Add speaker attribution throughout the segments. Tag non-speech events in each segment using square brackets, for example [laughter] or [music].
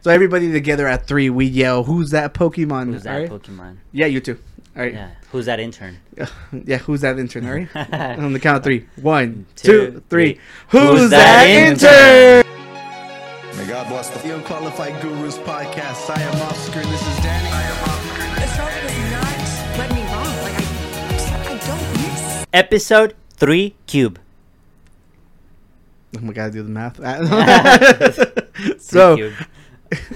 Speaker 1: So everybody together at three, we yell, "Who's that Pokemon?"
Speaker 2: Who's that
Speaker 1: Alright?
Speaker 2: Pokemon?
Speaker 1: yeah, you too. All right.
Speaker 2: Yeah. Who's that intern? [laughs]
Speaker 1: [laughs] Yeah. who's that intern? All right. On the count of three. One,
Speaker 2: Two,
Speaker 1: two, three.
Speaker 2: three.
Speaker 1: Who's,
Speaker 2: Who's
Speaker 1: that,
Speaker 2: that
Speaker 1: intern?
Speaker 3: May God bless the
Speaker 4: The Unqualified Gurus Podcast. I am Oscar and this is Danny.
Speaker 5: astrologer does not let me wrong. Like I, I don't miss.
Speaker 2: Episode three cube.
Speaker 1: Oh my god, do the
Speaker 2: [laughs]
Speaker 1: math. [laughs] so
Speaker 2: cube.
Speaker 1: [laughs]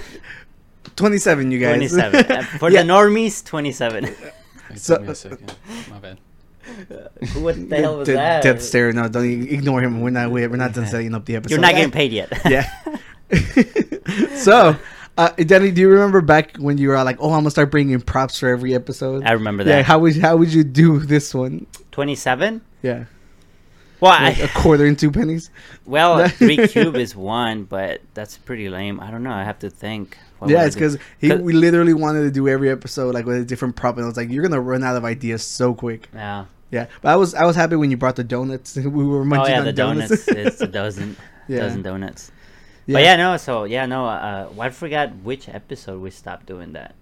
Speaker 1: twenty-seven, you guys. [laughs]
Speaker 2: Twenty-seven. Uh, For
Speaker 1: Yeah.
Speaker 2: the
Speaker 1: [laughs]
Speaker 2: normies, twenty-seven.
Speaker 6: It
Speaker 1: So-
Speaker 6: took me a second. My bad.
Speaker 2: what the hell was
Speaker 1: Dead-
Speaker 2: that?
Speaker 1: Dead stare. No, don't ignore him. We're not. We're not done setting up the episode.
Speaker 2: You're not getting paid yet.
Speaker 1: yeah. [laughs] so, uh, Danny, do you remember back when you were like, "Oh, I'm gonna start bringing props for every episode"?
Speaker 2: [laughs] I remember
Speaker 1: Yeah.
Speaker 2: that.
Speaker 1: How would how would you do this one?
Speaker 2: Twenty-seven.
Speaker 1: Yeah.
Speaker 2: Well,
Speaker 1: Like a
Speaker 2: I,
Speaker 1: quarter and two pennies.
Speaker 2: [laughs]
Speaker 1: [laughs]
Speaker 2: well, three cube is one, but that's pretty lame. I don't know. I have to think. What would
Speaker 1: yeah,
Speaker 2: I
Speaker 1: it's
Speaker 2: do?
Speaker 1: because he
Speaker 2: 'Cause-
Speaker 1: we literally wanted to do every episode like with a different prop, and I was like, "You're gonna run out of ideas so quick."
Speaker 2: Yeah.
Speaker 1: Yeah, but I was I was happy when you brought the donuts. [laughs] we were
Speaker 2: Oh
Speaker 1: munching
Speaker 2: yeah,
Speaker 1: on
Speaker 2: the
Speaker 1: donuts.
Speaker 2: donuts. it's
Speaker 1: [laughs]
Speaker 2: a dozen.
Speaker 1: Yeah.
Speaker 2: Dozen donuts.
Speaker 1: yeah,
Speaker 2: But yeah, no. So yeah, no. Uh, I forgot which episode we stopped doing that.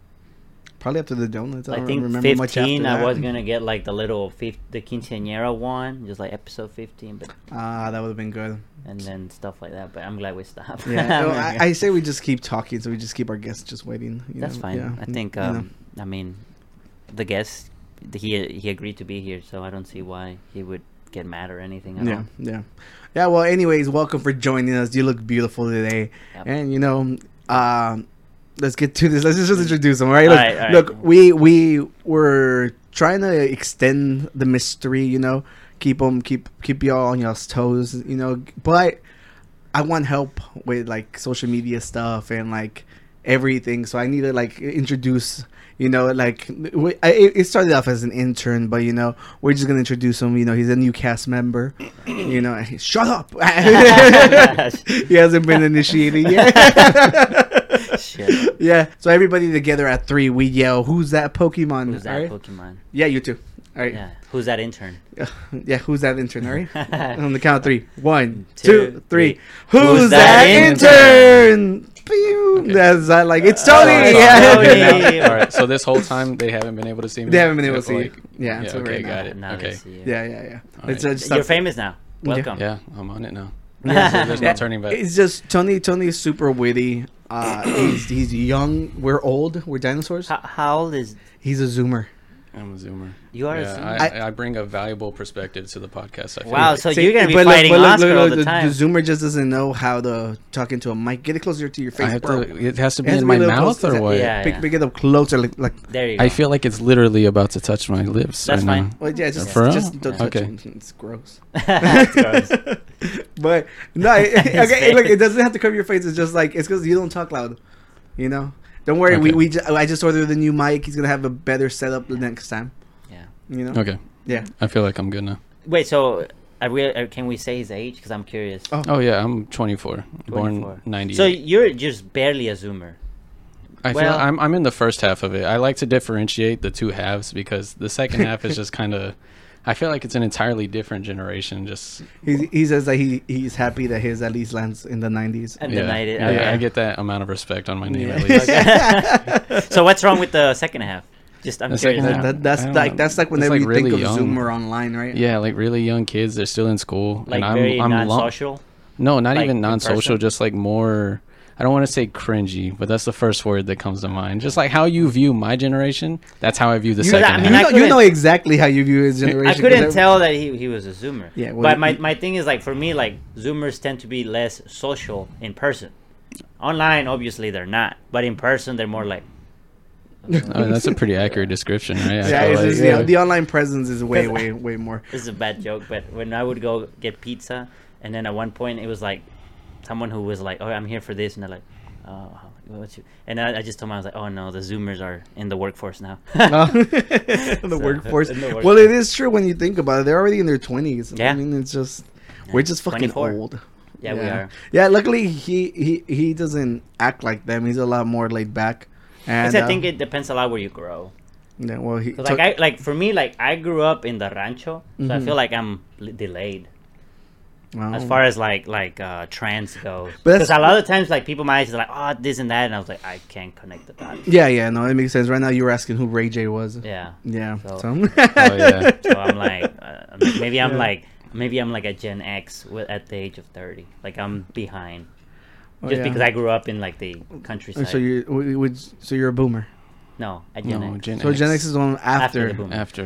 Speaker 1: probably after the donuts. I,
Speaker 2: I
Speaker 1: don't
Speaker 2: think
Speaker 1: remember much after
Speaker 2: fifteen. I
Speaker 1: that.
Speaker 2: was gonna get like the little fif- the quinceañera one, just like episode fifteen, but
Speaker 1: Ah, that would have been good.
Speaker 2: and then stuff like that. But I'm glad we stopped. [laughs]
Speaker 1: Yeah, [laughs] no, I, I say we just keep talking, so we just keep our guests just waiting. you
Speaker 2: that's
Speaker 1: know?
Speaker 2: fine.
Speaker 1: Yeah,
Speaker 2: I think.
Speaker 1: you know.
Speaker 2: Um, I mean, the guest he he agreed to be here, so I don't see why he would get mad or anything. At
Speaker 1: Yeah,
Speaker 2: all.
Speaker 1: yeah, yeah. Well, anyways, welcome for joining us. You look beautiful today,
Speaker 2: Yep.
Speaker 1: and you know, um, let's get to this. Let's just introduce them. All right,
Speaker 2: Mm. All
Speaker 1: look,
Speaker 2: right, all right.
Speaker 1: look, we we were trying to extend the mystery. You know, keep them, keep keep y'all on y'all's toes. You know, but I want help with like social media stuff and like everything. So I need to like introduce, you know, like we, I, it it started off as an intern, but you know, we're just gonna introduce him. You know, he's a new cast member. You know, and he- shut up. [laughs] he hasn't been initiated yet.
Speaker 2: Shit.
Speaker 1: yeah. So everybody together at three, we yell, "Who's that Pokemon?"
Speaker 2: Who's that
Speaker 1: All right?
Speaker 2: Pokemon?
Speaker 1: yeah, you too. All right.
Speaker 2: Yeah. Who's that intern?
Speaker 1: [laughs] Yeah, who's that intern? All right. [laughs] On the count of three. One, two, three.
Speaker 2: Two, three.
Speaker 1: Who's,
Speaker 2: Who's
Speaker 1: that,
Speaker 2: that
Speaker 1: intern? Pew. That's that like it's Tony. [laughs]
Speaker 2: Tony.
Speaker 1: yeah.
Speaker 2: Uh, Tony.
Speaker 6: All right. So this whole time they haven't been able to see me.
Speaker 1: They haven't been able to see you. Yeah,
Speaker 6: Yeah.
Speaker 1: until
Speaker 6: okay.
Speaker 1: right now.
Speaker 2: [laughs]
Speaker 6: got it.
Speaker 2: Now they
Speaker 6: okay.
Speaker 2: see you.
Speaker 1: Yeah, yeah, yeah.
Speaker 6: All
Speaker 1: It's
Speaker 6: right.
Speaker 1: just something-
Speaker 2: You're famous now.
Speaker 1: Yeah.
Speaker 2: Welcome.
Speaker 6: Yeah. I'm on
Speaker 1: [laughs]
Speaker 6: it now. So there's no turning back.
Speaker 1: It's just Tony. Tony's super witty.
Speaker 2: [clears throat]
Speaker 1: Uh, he's he's young. We're old. We're dinosaurs.
Speaker 2: How, how old is
Speaker 1: He's a zoomer.
Speaker 6: I'm a zoomer.
Speaker 2: You are a
Speaker 6: Yeah,
Speaker 2: zoomer.
Speaker 6: I, I bring a valuable perspective to the podcast. I feel
Speaker 2: Wow,
Speaker 6: like.
Speaker 2: so
Speaker 1: See,
Speaker 2: you're gonna be
Speaker 1: but look-
Speaker 2: fighting
Speaker 1: but look-
Speaker 2: Oscar
Speaker 1: look,
Speaker 2: all
Speaker 1: look,
Speaker 2: the,
Speaker 1: the,
Speaker 2: time.
Speaker 1: The zoomer just doesn't know how to talk into a mic. Get it closer to your face,
Speaker 6: I have
Speaker 1: bro.
Speaker 6: to, it has to
Speaker 1: It
Speaker 6: be
Speaker 1: has
Speaker 6: in
Speaker 1: to
Speaker 6: my
Speaker 1: a little
Speaker 6: mouth
Speaker 1: close-
Speaker 6: or what?
Speaker 2: Yeah.
Speaker 1: Pick, pick it up closer, like, like
Speaker 2: there you go.
Speaker 6: I feel like it's literally about to touch my lips.
Speaker 2: That's
Speaker 6: right now.
Speaker 2: fine.
Speaker 1: Well, yeah, just,
Speaker 6: For real?
Speaker 1: just don't touch
Speaker 6: Okay.
Speaker 1: him. It's gross.
Speaker 2: [laughs] It's gross.
Speaker 1: [laughs] but no, it,
Speaker 2: His
Speaker 1: okay, look, it
Speaker 2: face.
Speaker 1: doesn't have to cover your face. It's just like it's because you don't talk loud. You know, don't worry. We
Speaker 6: Okay.
Speaker 1: we ju- I just ordered a new mic. He's gonna have a better setup the next time.
Speaker 2: yeah.
Speaker 1: You know.
Speaker 6: Okay.
Speaker 1: Yeah.
Speaker 6: I feel like I'm good now.
Speaker 2: Wait, so I really, can we say his age? Because I'm curious.
Speaker 1: Oh,
Speaker 6: Oh yeah, I'm 24,
Speaker 2: 24.
Speaker 6: born 98.
Speaker 2: So you're just barely a zoomer.
Speaker 6: I feel
Speaker 2: Well-
Speaker 6: I'm I'm in the first half of it. I like to differentiate the two halves because the second half is just kind of. I feel like it's an entirely different generation. Just
Speaker 1: He he says that he he's happy that his at least lands in the nineties.
Speaker 2: And
Speaker 6: yeah,
Speaker 2: then I did.
Speaker 6: yeah,
Speaker 2: okay.
Speaker 6: I get that amount of respect on my name
Speaker 1: Yeah.
Speaker 6: at
Speaker 2: [laughs]
Speaker 6: least.
Speaker 1: [laughs]
Speaker 2: So what's wrong with the second half? Just I'm
Speaker 6: The
Speaker 2: curious.
Speaker 6: second
Speaker 2: now.
Speaker 6: half?
Speaker 1: That, that's
Speaker 6: I don't
Speaker 1: like
Speaker 6: know.
Speaker 1: that's like
Speaker 6: It's,
Speaker 1: whenever
Speaker 6: like,
Speaker 1: you think of
Speaker 6: really young.
Speaker 1: Zoomer online, right?
Speaker 6: Yeah, like really young kids. They're still in school,
Speaker 2: Like
Speaker 6: and I'm
Speaker 2: very
Speaker 6: I'm lo-
Speaker 2: non-social.
Speaker 6: no, not
Speaker 2: like,
Speaker 6: even
Speaker 2: in
Speaker 6: non-social.
Speaker 2: person?
Speaker 6: Just like more. I don't want to say cringy, but that's the first word that comes to mind. Just like how you view my generation, that's how I view the
Speaker 1: You,
Speaker 6: second
Speaker 2: I
Speaker 6: half.
Speaker 2: mean,
Speaker 1: you know, you
Speaker 2: couldn't-
Speaker 1: know exactly how you view his generation.
Speaker 2: I
Speaker 1: 'cause
Speaker 2: couldn't
Speaker 1: every- [laughs]
Speaker 2: tell that he, he was a zoomer.
Speaker 1: Yeah, well,
Speaker 2: but my,
Speaker 1: you-
Speaker 2: my thing is like for me like zoomers tend to be less social in person. Online, obviously they're not, but in person they're more like
Speaker 6: I mean, Oh, that's a pretty accurate description, right? I
Speaker 1: Yeah,
Speaker 6: feel
Speaker 1: it's
Speaker 6: like-
Speaker 1: just,
Speaker 6: yeah.
Speaker 1: The, the online presence is way,
Speaker 2: 'Cause-
Speaker 1: way, way more.
Speaker 2: this is a bad joke, but when I would go get pizza, and then at one point it was like someone who was like, "Oh, I'm here for this," and they're like, "Oh, what's you?" And I, I just told them I was like, "Oh no, the Zoomers are in the workforce now."
Speaker 1: [laughs] No. the workforce.
Speaker 2: in the
Speaker 1: Well,
Speaker 2: workforce.
Speaker 1: it is true when you think about it. They're already in their twenties. I
Speaker 2: Yeah.
Speaker 1: mean, it's just we're just fucking
Speaker 2: 24.
Speaker 1: old.
Speaker 2: [laughs] yeah, we are.
Speaker 1: Yeah, luckily he he he doesn't act like them. He's a lot more laid back. And
Speaker 2: Because I
Speaker 1: uh,
Speaker 2: think it depends a lot where you grow.
Speaker 1: yeah, well, he
Speaker 2: 'Cause,
Speaker 1: took-
Speaker 2: like I
Speaker 1: Mm-hmm.
Speaker 2: like for me, like I grew up in the rancho, so I feel like I'm l- delayed. as
Speaker 1: Oh.
Speaker 2: far as like like uh trance goes
Speaker 1: But that's-
Speaker 2: because a lot of times like people my age is like oh this and that and i was like i can't connect the dots
Speaker 1: [laughs] Yeah, yeah, no, it makes sense. Right now, you were asking who Ray J was.
Speaker 2: yeah
Speaker 1: Yeah.
Speaker 2: So-
Speaker 1: So.
Speaker 6: Oh
Speaker 1: [laughs]
Speaker 6: yeah.
Speaker 2: so i'm like uh, maybe i'm like maybe i'm like a gen x wi- at the age of 30 like i'm behind
Speaker 1: Oh,
Speaker 2: just
Speaker 1: yeah.
Speaker 2: because i grew up in like the
Speaker 1: And
Speaker 2: countryside
Speaker 1: so you, w- would so you're a boomer.
Speaker 2: no a gen
Speaker 6: No,
Speaker 2: x
Speaker 6: Gen
Speaker 1: So
Speaker 6: X.
Speaker 1: Gen X is the one after.
Speaker 2: After the boom.
Speaker 6: after.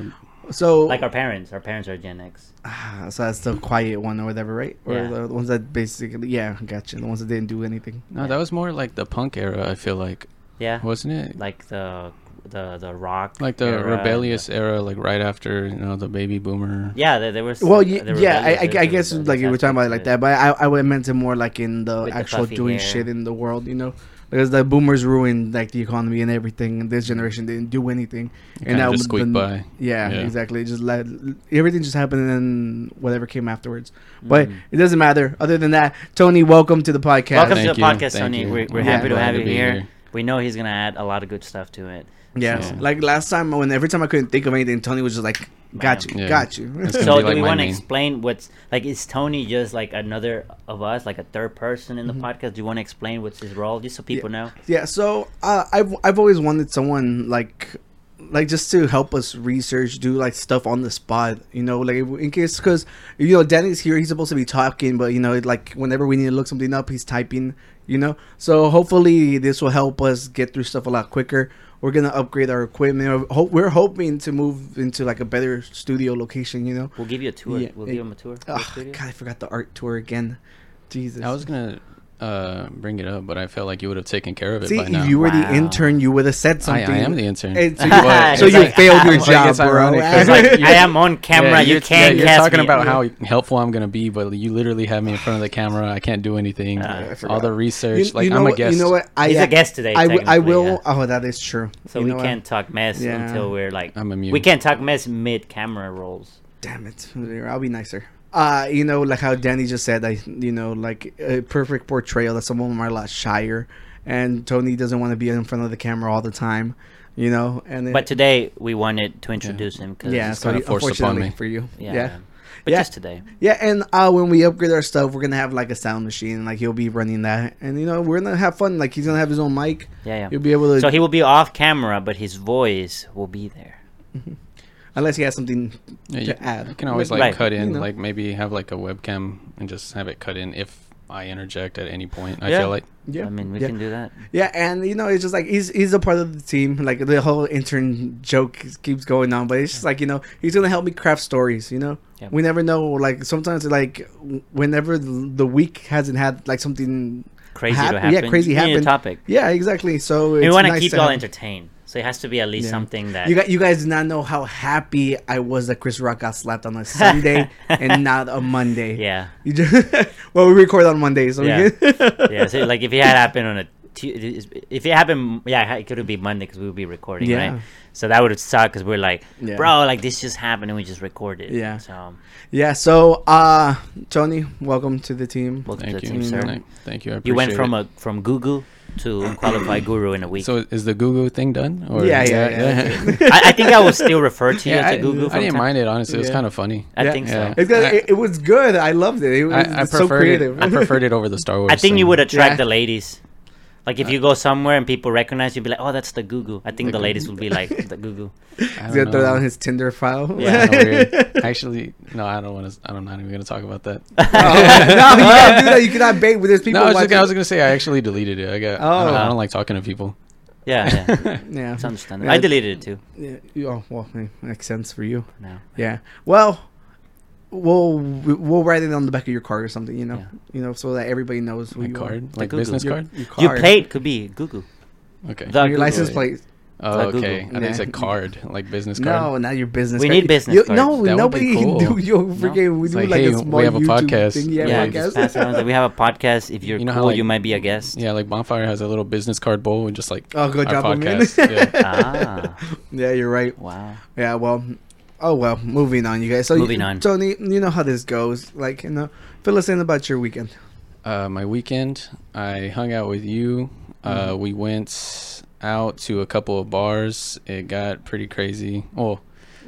Speaker 1: So
Speaker 2: like our parents our parents are gen x
Speaker 1: Ah, so that's the quiet one or whatever, right? Or
Speaker 2: Yeah.
Speaker 1: the ones that basically, yeah, gotcha. The ones that didn't do anything.
Speaker 6: No, that was more like the punk era. I feel like
Speaker 2: yeah
Speaker 6: wasn't it?
Speaker 2: like the the the rock
Speaker 6: Like the
Speaker 2: era and
Speaker 6: rebellious era, like right after you know the baby boomer.
Speaker 2: yeah there, there was
Speaker 1: Well,
Speaker 2: the-
Speaker 1: ye-
Speaker 2: the
Speaker 1: yeah, I, I,
Speaker 2: rebellious-
Speaker 1: I
Speaker 2: the
Speaker 1: guess
Speaker 2: rebellious
Speaker 1: like you were talking about it
Speaker 2: aspect
Speaker 1: like that,
Speaker 2: of
Speaker 1: but I, I would meant it more like in the
Speaker 2: With the
Speaker 1: actual
Speaker 2: puffy
Speaker 1: doing
Speaker 2: hair.
Speaker 1: shit in the world, you know, because the boomers ruined like the economy and everything, and this generation didn't do anything, and
Speaker 6: kinda just
Speaker 1: was
Speaker 6: squeaked by.
Speaker 1: Yeah,
Speaker 6: Yeah.
Speaker 1: exactly. It just let everything just happened, and then whatever came afterwards. But
Speaker 2: Mm.
Speaker 1: it doesn't matter. Other than that, Tony, welcome to the podcast.
Speaker 2: Welcome
Speaker 6: Thank
Speaker 2: to the
Speaker 6: you,
Speaker 2: podcast,
Speaker 6: thank
Speaker 2: Tony.
Speaker 6: you.
Speaker 2: We're, we're
Speaker 1: Yeah,
Speaker 2: happy to
Speaker 6: glad
Speaker 2: have
Speaker 6: to
Speaker 2: you
Speaker 6: be
Speaker 2: here.
Speaker 6: here.
Speaker 2: We know he's gonna add a lot of good stuff to it.
Speaker 1: Yeah,
Speaker 6: So-
Speaker 1: like last time when every time I couldn't think of anything, Tony was just like, "Got you,
Speaker 6: Yeah.
Speaker 1: got you."
Speaker 6: It's
Speaker 1: [laughs]
Speaker 6: gonna
Speaker 2: So
Speaker 6: be
Speaker 2: do
Speaker 6: like
Speaker 2: we
Speaker 6: my
Speaker 2: want to
Speaker 6: main-
Speaker 2: explain what's like? Is Tony just like another of us, like a third person in the podcast? Do you want to explain what's his role, just so people know?
Speaker 1: Mm-hmm. yeah, so uh, I've I've always wanted someone like like just to help us research, do like stuff on the spot, you know, like in case because you know Danny's here, he's supposed to be talking, but you know, like whenever we need to look something up, he's typing, you know. So hopefully this will help us get through stuff a lot quicker. We're gonna upgrade our equipment. Ho- We're hoping to move into like a better studio location, you know.
Speaker 2: We'll give you a tour.
Speaker 1: Yeah,
Speaker 2: we'll
Speaker 1: it-
Speaker 2: give him a tour. of the
Speaker 1: Oh,
Speaker 2: studio.
Speaker 1: God, I forgot the art tour again. Jesus.
Speaker 6: I was gonna uh, bring it up, but I felt like you would have taken care of it
Speaker 1: See,
Speaker 6: by now.
Speaker 1: if you were
Speaker 2: Wow.
Speaker 1: the intern, you would have said
Speaker 6: I,
Speaker 1: something.
Speaker 6: I am the intern. [laughs]
Speaker 1: And so you,
Speaker 2: [laughs] But
Speaker 1: so
Speaker 2: it's
Speaker 1: you
Speaker 2: like-
Speaker 1: failed your
Speaker 6: it's
Speaker 1: job, bro.
Speaker 6: ironic 'cause,
Speaker 1: [laughs]
Speaker 6: like, you-
Speaker 2: I am on camera. you can't
Speaker 6: You're
Speaker 2: cast
Speaker 6: talking
Speaker 2: me.
Speaker 6: about how helpful I'm gonna be, but you literally have me in front of the camera. I can't do anything.
Speaker 2: Yeah, Ah, I
Speaker 6: All
Speaker 1: forgot.
Speaker 6: the research, like
Speaker 1: know
Speaker 6: I'm a
Speaker 1: what,
Speaker 6: guest.
Speaker 1: You know what? I,
Speaker 2: He's a
Speaker 1: uh,
Speaker 2: guest today,
Speaker 1: I, w- I
Speaker 2: technically,
Speaker 1: will.
Speaker 2: yeah.
Speaker 1: Oh, that is true.
Speaker 2: So
Speaker 1: You
Speaker 2: we
Speaker 1: know what?
Speaker 2: can't talk mess
Speaker 1: Yeah.
Speaker 2: until we're like
Speaker 6: I'm immune.
Speaker 2: We can't talk mess mid camera rolls.
Speaker 1: Damn it! I'll be nicer. Uh, you know, like how Danny just said, I, you know, like a perfect portrayal that some of them are a lot shyer, and Tony doesn't want to be in front of the camera all the time, you know. And then,
Speaker 2: But today we wanted to introduce him because
Speaker 1: yeah,
Speaker 6: it's
Speaker 1: so
Speaker 6: kinda
Speaker 1: you-
Speaker 6: forced upon
Speaker 1: unfortunately
Speaker 6: me.
Speaker 1: for you,
Speaker 2: yeah.
Speaker 1: yeah.
Speaker 2: But
Speaker 1: Yeah.
Speaker 2: just today.
Speaker 1: Yeah, and uh, when we upgrade our stuff, we're gonna have like a sound machine. Like he'll be running that, and you know we're gonna have fun. Like he's gonna have his own mic.
Speaker 2: Yeah, yeah.
Speaker 1: He'll be able to,
Speaker 2: So he will be off camera, but his voice will be there.
Speaker 1: unless he has something
Speaker 6: Yeah,
Speaker 1: to
Speaker 6: you,
Speaker 1: add.
Speaker 6: I can always
Speaker 1: Like,
Speaker 6: like
Speaker 2: Right.
Speaker 6: cut in,
Speaker 1: You know.
Speaker 6: like maybe have like a webcam and just have it cut in if I interject at any point. I
Speaker 2: Yeah.
Speaker 6: feel like
Speaker 1: yeah,
Speaker 2: I mean, we
Speaker 1: yeah.
Speaker 2: can do that.
Speaker 1: Yeah, and you know it's just like he's he's a part of the team. Like the whole intern joke is- keeps going on, but it's just like you know he's gonna help me craft stories. You know,
Speaker 2: Yeah.
Speaker 1: we never know. Like sometimes like w- whenever the the week hasn't had like something
Speaker 2: Crazy
Speaker 1: hap-
Speaker 2: to happen.
Speaker 1: Yeah, crazy
Speaker 2: You need a
Speaker 1: happened.
Speaker 2: topic.
Speaker 1: Yeah, exactly. So
Speaker 2: we
Speaker 1: it's
Speaker 2: want to
Speaker 1: nice
Speaker 2: keep y'all
Speaker 1: have-
Speaker 2: entertained, so it has to be at least
Speaker 1: Yeah.
Speaker 2: something that
Speaker 1: You got you guys do not know how happy I was that Chris Rock got slapped on a
Speaker 2: [laughs]
Speaker 1: Sunday and not a Monday.
Speaker 2: yeah,
Speaker 1: You just, [laughs] well, we record on Monday, so
Speaker 2: Yeah.
Speaker 1: we [laughs] can,
Speaker 2: yeah. So like if it had happened on a Tu- if it happened, yeah, it could have been Monday because we would be recording,
Speaker 1: Yeah.
Speaker 2: right? So that would have sucked because we're like,
Speaker 1: Yeah.
Speaker 2: bro, like this just happened and we just recorded.
Speaker 1: Yeah.
Speaker 2: So
Speaker 1: yeah. So, uh, Tony, welcome to the team.
Speaker 2: welcome
Speaker 6: thank
Speaker 2: to the
Speaker 6: you,
Speaker 2: team, sir.
Speaker 6: Thank- thank you. I
Speaker 2: You went
Speaker 6: appreciate
Speaker 2: from
Speaker 6: it.
Speaker 2: a from Gugu to
Speaker 6: [clears throat]
Speaker 2: unqualified guru in a week.
Speaker 6: So is the Goo Goo thing done? Or
Speaker 1: Yeah, yeah,
Speaker 6: [laughs]
Speaker 2: [laughs]
Speaker 1: yeah.
Speaker 2: I, I think I will still refer to you
Speaker 6: Yeah,
Speaker 2: as
Speaker 6: I,
Speaker 2: a Gugu.
Speaker 6: I
Speaker 2: from
Speaker 6: didn't
Speaker 2: time-
Speaker 6: mind it honestly. It was
Speaker 1: Yeah.
Speaker 6: kind of funny.
Speaker 2: I
Speaker 1: Yeah.
Speaker 2: think so.
Speaker 6: Yeah.
Speaker 1: [laughs] It's good.
Speaker 6: I-
Speaker 1: it, it was good. I loved it. It was
Speaker 6: I, I
Speaker 1: it's so
Speaker 6: preferred
Speaker 1: creative. [laughs]
Speaker 6: It, I preferred it over the Star Wars.
Speaker 2: I think you
Speaker 6: thing.
Speaker 2: would attract
Speaker 1: Yeah. Uh,
Speaker 2: the ladies. Like if you go somewhere and people recognize you, be like, "Oh, that's the Gugu." I think the, ladies will be like the Gugu.
Speaker 6: I
Speaker 1: He's
Speaker 6: don't
Speaker 1: gonna throw
Speaker 6: know.
Speaker 1: down his Tinder file.
Speaker 2: Yeah.
Speaker 6: Kinda
Speaker 2: [laughs]
Speaker 6: weird.
Speaker 1: [laughs]
Speaker 6: Actually, no, I don't want to. I'm not even going to talk about that.
Speaker 1: Oh, no, you can't
Speaker 6: [laughs]
Speaker 1: do that. You cannot bait with there's people.
Speaker 6: no, I was, just,
Speaker 1: watching.
Speaker 6: gonna- I was going to say I actually deleted it. I got. I, don't, I
Speaker 1: Oh.
Speaker 6: don't like talking to people.
Speaker 2: [laughs] Yeah,
Speaker 6: [laughs]
Speaker 2: yeah.
Speaker 1: yeah.
Speaker 2: It's understandable.
Speaker 1: Yeah.
Speaker 2: I deleted it too.
Speaker 1: yeah. you- Oh well, yeah, makes sense for you.
Speaker 2: No.
Speaker 1: Yeah. Well, we'll we'll write it on the back of your card or something. You know.
Speaker 2: Yeah.
Speaker 1: You know, so that everybody knows who
Speaker 6: My
Speaker 1: you are.
Speaker 6: card, like
Speaker 2: Google.
Speaker 6: business card.
Speaker 1: Your
Speaker 2: You
Speaker 1: card.
Speaker 2: paid could be Gugu.
Speaker 6: Okay.
Speaker 2: The-
Speaker 1: Or your license
Speaker 6: Google.
Speaker 1: plate.
Speaker 6: Oh,
Speaker 2: Like Google.
Speaker 6: okay. I think it's a
Speaker 1: Yeah.
Speaker 6: card, like business card.
Speaker 1: No, not your business.
Speaker 2: We
Speaker 1: card.
Speaker 2: need business
Speaker 1: You-
Speaker 2: cards.
Speaker 1: No,
Speaker 6: That would
Speaker 1: nobody
Speaker 6: be
Speaker 1: can
Speaker 6: cool.
Speaker 1: do. Yo, freaking, we do
Speaker 6: like,
Speaker 1: like,
Speaker 6: hey,
Speaker 1: a
Speaker 6: we
Speaker 1: small
Speaker 6: have a
Speaker 1: YouTube
Speaker 6: podcast.
Speaker 1: Thing. Yeah,
Speaker 2: Yeah,
Speaker 6: I
Speaker 2: just
Speaker 1: podcast.
Speaker 2: pass it on. Like, we have a podcast. If you're
Speaker 6: You know how,
Speaker 2: cool,
Speaker 6: like-
Speaker 2: you might be a guest.
Speaker 6: Yeah, like Bonfire has a little business card bowl with just like
Speaker 1: [laughs] Oh, go
Speaker 6: our
Speaker 1: drop 'em in.
Speaker 6: podcast.
Speaker 1: [laughs]
Speaker 6: yeah.
Speaker 2: Ah,
Speaker 1: yeah, you're right.
Speaker 2: wow.
Speaker 1: Yeah, well, oh well. Moving on, you guys. So
Speaker 2: Moving
Speaker 1: you,
Speaker 2: on.
Speaker 1: Tony. You know how this goes. Like, you know, fill us in about your weekend.
Speaker 6: Uh, my weekend, I hung out with you. Uh,
Speaker 1: Mm-hmm.
Speaker 6: We went out to a couple of bars.
Speaker 1: [laughs]
Speaker 6: Uh, It got pretty crazy. Well,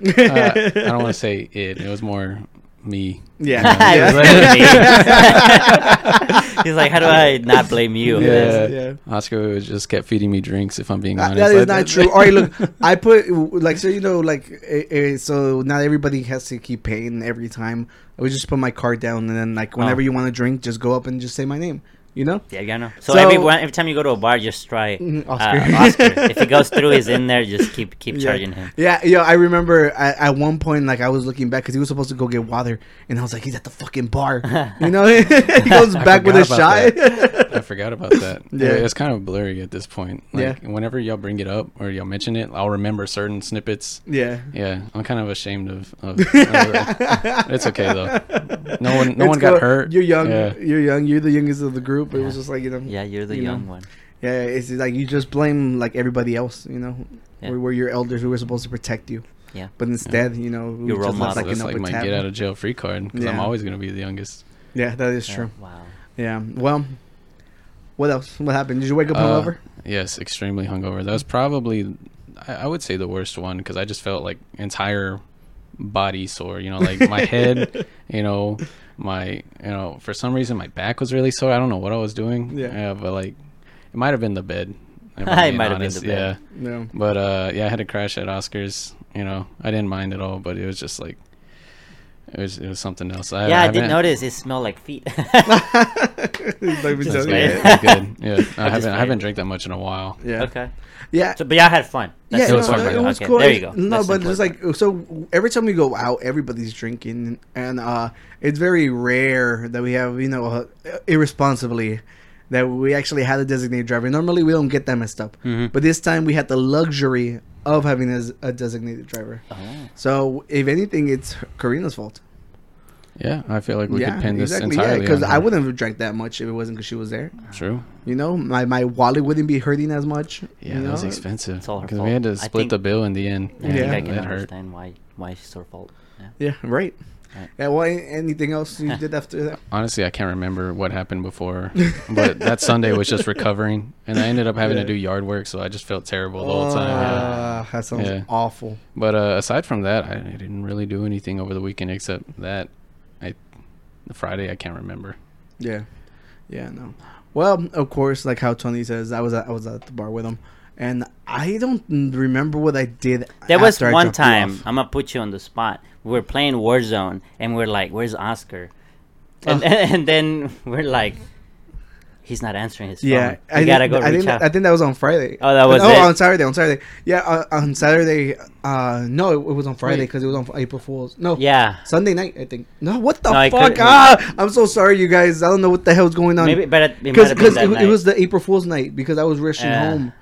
Speaker 6: uh, I don't want to say it. It was more me.
Speaker 1: Yeah.
Speaker 2: [laughs] It
Speaker 6: [laughs]
Speaker 2: was
Speaker 1: [laughs]
Speaker 2: [laughs] blaming me. He's like, how do I not blame you?
Speaker 6: Yeah.
Speaker 1: Yeah.
Speaker 6: Oscar would just kept feeding me drinks if I'm
Speaker 1: [laughs]
Speaker 6: being
Speaker 1: That-
Speaker 6: honest.
Speaker 1: that is
Speaker 6: Like,
Speaker 1: not
Speaker 6: [laughs]
Speaker 1: true. All right, look, I put like so you know like eh, eh, so not everybody has to keep paying every time. I would just put my card down and then like whenever
Speaker 2: Oh.
Speaker 1: you want to drink, just go up and just say my name. You know?
Speaker 2: Yeah, yeah, I know. So,
Speaker 1: So-
Speaker 2: every one, every time you go to a bar, just try
Speaker 1: Mhm,
Speaker 2: uh,
Speaker 1: Oscar.
Speaker 2: Oscar.
Speaker 1: [laughs]
Speaker 2: if he goes through, he's in there. Just keep keep charging him.
Speaker 1: Yeah, yo, I remember at, at one point, like I was looking back because he was supposed to go get water, and I was like, he's at the fucking bar, you know. [laughs]
Speaker 2: [laughs]
Speaker 1: he goes
Speaker 6: I
Speaker 1: back with a
Speaker 6: forgot
Speaker 1: shot.
Speaker 6: about that. I forgot about that.
Speaker 1: Yeah.
Speaker 6: yeah. It's kind of blurry at this point. Like,
Speaker 1: Yeah.
Speaker 6: Whenever y'all bring it up or y'all mention it, I'll remember certain snippets.
Speaker 1: [laughs] yeah,
Speaker 6: Yeah, I'm kind of ashamed of.
Speaker 1: [laughs]
Speaker 6: of, of it's okay though. No one, no
Speaker 1: It's
Speaker 6: one got
Speaker 1: cool.
Speaker 6: hurt.
Speaker 1: You're young.
Speaker 6: Yeah.
Speaker 1: You're young. You're the youngest of the group. It was
Speaker 2: Yeah.
Speaker 1: just like you know.
Speaker 2: Yeah, you're the
Speaker 1: you know.
Speaker 2: young one.
Speaker 1: Yeah, it's like you just blame like everybody else, you know.
Speaker 2: Yeah.
Speaker 1: We were your elders who were supposed to protect you.
Speaker 2: Yeah.
Speaker 1: But instead, you know, we
Speaker 2: Your role
Speaker 1: just left,
Speaker 2: model.
Speaker 1: like
Speaker 6: That's
Speaker 1: an
Speaker 6: like
Speaker 1: open
Speaker 6: my
Speaker 1: tab.
Speaker 6: get out of jail free card because I'm
Speaker 1: Yeah.
Speaker 6: always gonna be the youngest.
Speaker 1: Yeah, that is
Speaker 2: Yeah,
Speaker 1: true.
Speaker 2: Uh, Wow.
Speaker 1: Yeah. Well, what else? What happened? Did you wake up
Speaker 6: Uh,
Speaker 1: hungover?
Speaker 6: Yes, extremely hungover. That was probably, I, I would say, the worst one because I just felt like entire body sore. You know, like my head.
Speaker 2: [laughs]
Speaker 6: You know, my you know for some reason my back was really sore. I don't know what I was doing.
Speaker 1: Yeah.
Speaker 6: but like it might have been the bed.
Speaker 2: [laughs] It
Speaker 6: if I'm being
Speaker 2: might have been
Speaker 6: honest.
Speaker 2: the bed.
Speaker 6: Yeah.
Speaker 1: No. [laughs]
Speaker 6: But uh, yeah, I had a crash at Oscars. You know, I didn't mind at all, but it was just like it was it was something else. I,
Speaker 2: Yeah, I, did
Speaker 6: haven't-
Speaker 2: notice it smelled like feet. [laughs]
Speaker 1: [laughs] Let me
Speaker 2: Just
Speaker 1: tell you.
Speaker 2: wait. [laughs]
Speaker 6: Yeah, it was good. Yeah, I haven't I
Speaker 2: playing.
Speaker 6: haven't drank that much in a while.
Speaker 1: Yeah.
Speaker 2: okay.
Speaker 1: Yeah.
Speaker 2: So, but y'all had fun.
Speaker 1: yeah,
Speaker 2: the
Speaker 1: no,
Speaker 6: was
Speaker 1: no,
Speaker 2: important
Speaker 1: it
Speaker 2: part.
Speaker 1: was
Speaker 2: okay,
Speaker 1: cool.
Speaker 2: There you go.
Speaker 1: No,
Speaker 2: That's
Speaker 1: but
Speaker 2: the
Speaker 1: it's
Speaker 2: important
Speaker 1: like so. Every time we go out, everybody's drinking, and uh, it's very rare that we have you know uh, irresponsibly that we actually had a designated driver. Normally, we don't get that messed up,
Speaker 6: Mm-hmm.
Speaker 1: but this time we had the luxury of having a, a designated driver.
Speaker 2: part. Oh.
Speaker 1: So, if anything, it's Karina's fault.
Speaker 6: Yeah, I feel like we
Speaker 1: yeah,
Speaker 6: could pin this
Speaker 1: exactly. Yeah,
Speaker 6: entirely.
Speaker 1: because
Speaker 6: on
Speaker 1: I
Speaker 6: her.
Speaker 1: wouldn't have drank that much if it wasn't because she was there.
Speaker 6: True.
Speaker 1: You know, my my wallet wouldn't be hurting as much.
Speaker 6: Yeah,
Speaker 1: you
Speaker 6: that was
Speaker 1: know?
Speaker 6: expensive.
Speaker 2: It's all her
Speaker 6: Because
Speaker 2: fault.
Speaker 6: we had
Speaker 2: I
Speaker 6: to split
Speaker 2: think-
Speaker 6: the bill in the end.
Speaker 2: Yeah, I think
Speaker 1: Yeah.
Speaker 2: I can
Speaker 6: that hurt.
Speaker 2: understand why why it's your fault. Yeah.
Speaker 1: Yeah, right.
Speaker 2: Right.
Speaker 1: Yeah. Well, an- anything else
Speaker 6: [laughs]
Speaker 1: you did after that?
Speaker 6: Honestly, I can't remember what
Speaker 1: [laughs]
Speaker 6: happened before, but that Sunday was just recovering, and I ended up having
Speaker 1: Yeah.
Speaker 6: to do yard work, so I just felt terrible the whole time. yeah.
Speaker 1: Ah, That sounds
Speaker 6: Yeah.
Speaker 1: awful.
Speaker 6: But uh, aside from that, I, I didn't really do anything over the weekend except that I the Friday I can't remember.
Speaker 1: Yeah, yeah, no. Well, of course, like how Tony says, I was at, I was at the bar with him, and I don't remember what I did.
Speaker 2: There was
Speaker 1: after I
Speaker 2: one
Speaker 1: dropped you
Speaker 2: time
Speaker 1: off.
Speaker 2: I'm gonna put you on the spot. We were playing Warzone, and we're like, "Where's Oscar?" And,
Speaker 1: Oh.
Speaker 2: [laughs] and then we're like, "He's not answering his phone.
Speaker 1: Yeah,
Speaker 2: we Um, gotta
Speaker 1: think-
Speaker 2: go
Speaker 1: I
Speaker 2: reach
Speaker 1: think,
Speaker 2: out."
Speaker 1: I think that was on Friday.
Speaker 2: Oh, that was
Speaker 1: Oh,
Speaker 2: it?
Speaker 1: on Saturday. On Saturday. Yeah, uh, on Saturday. Uh, no, it, it was on Friday
Speaker 6: Wait.
Speaker 1: because it was on April Fool's. No.
Speaker 2: yeah,
Speaker 1: Sunday night, I think. No, what the
Speaker 2: No, I
Speaker 1: fuck?
Speaker 2: couldn't-
Speaker 1: Ah, I'm so sorry, you guys. I don't know what the hell's going on.
Speaker 2: maybe, but it, it might
Speaker 1: because
Speaker 2: have been
Speaker 1: because
Speaker 2: that
Speaker 1: it,
Speaker 2: night.
Speaker 1: Um, it was the April Fool's night because I was rushing
Speaker 2: Yeah.
Speaker 1: home.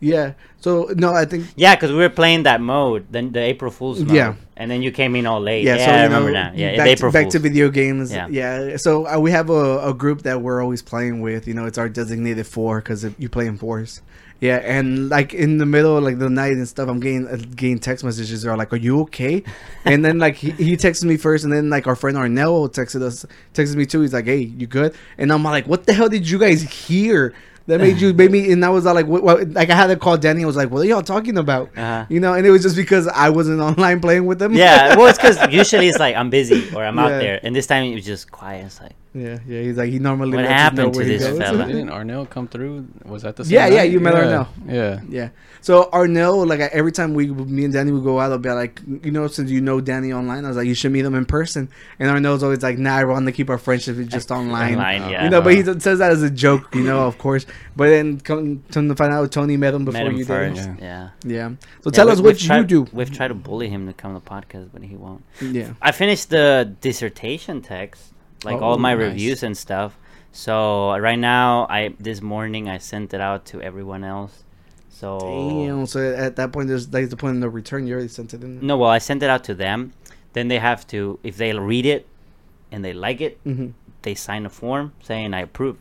Speaker 1: Yeah. So no, I think
Speaker 2: yeah, because we were playing that mode, then the April Fool's mode.
Speaker 1: Yeah.
Speaker 2: and then you came in all late.
Speaker 1: yeah.
Speaker 2: Yeah,
Speaker 1: so you
Speaker 2: I remember
Speaker 1: know,
Speaker 2: now. Yeah, it's
Speaker 1: back,
Speaker 2: April
Speaker 1: to, back to
Speaker 2: Fool's.
Speaker 1: video games. Yeah.
Speaker 2: Yeah.
Speaker 1: So uh, we have a, a group that we're always playing with. You know, it's our designated four because you play in fours. Yeah, and like in the middle, like the night and stuff, I'm getting uh, getting text messages. They're like, "Are you okay?"
Speaker 2: [laughs]
Speaker 1: and then like he, he texted me first, and then like our friend Arnell texted us, texted me too. He's like, "Hey, you good?" And I'm like, "What the hell did you guys hear?" That made
Speaker 2: [laughs]
Speaker 1: you made me, and I was like, what, what, like I had to call Danny. I was like, "What are y'all talking about?"
Speaker 2: Uh-huh.
Speaker 1: You know, and it was just because I wasn't [laughs] online playing with them.
Speaker 2: yeah, well, it's
Speaker 1: [laughs]
Speaker 2: because usually it's like I'm busy or I'm
Speaker 1: Yeah.
Speaker 2: out there, and this time it was just quiet. It's like
Speaker 1: Yeah, yeah. He's like he normally.
Speaker 2: What
Speaker 1: lets us
Speaker 2: happened
Speaker 1: know
Speaker 2: to
Speaker 1: where he
Speaker 2: this
Speaker 1: goes.
Speaker 2: fella?
Speaker 6: Didn't Arnell come through? Was that the same
Speaker 1: Yeah, yeah,
Speaker 6: night?
Speaker 1: you met
Speaker 6: yeah.
Speaker 1: Arnell.
Speaker 6: Yeah.
Speaker 1: [laughs] Yeah. So Arnell, like every time we, me and Danny would go out, I'll be like, you know, since you know Danny online, I was like, you should meet him in person. And Arnell's always like, nah, I want to keep our friendship just online.
Speaker 2: online,
Speaker 6: Uh,
Speaker 2: yeah.
Speaker 1: You know, but he says that as a joke, you know, of course. But then come, come to find out, Tony met him before
Speaker 2: met him
Speaker 1: you
Speaker 2: first.
Speaker 1: did.
Speaker 6: him.
Speaker 2: yeah.
Speaker 1: Yeah. So
Speaker 2: Yeah,
Speaker 1: tell
Speaker 2: we-
Speaker 1: us
Speaker 2: we've
Speaker 1: what you
Speaker 2: tried-
Speaker 1: do.
Speaker 2: We've tried to bully him to come to the podcast, but he won't.
Speaker 1: Yeah.
Speaker 2: I finished the dissertation text, like all
Speaker 1: Oh,
Speaker 2: my
Speaker 6: nice.
Speaker 2: reviews and stuff. So uh, right now, I this morning I sent it out to everyone else. So
Speaker 1: Damn. So at that point, there's like the point of no return. You already sent it in.
Speaker 2: no, well, I sent it out to them. Then they have to, if they read it and they like it,
Speaker 1: Mhm.
Speaker 2: they sign a form saying I approve.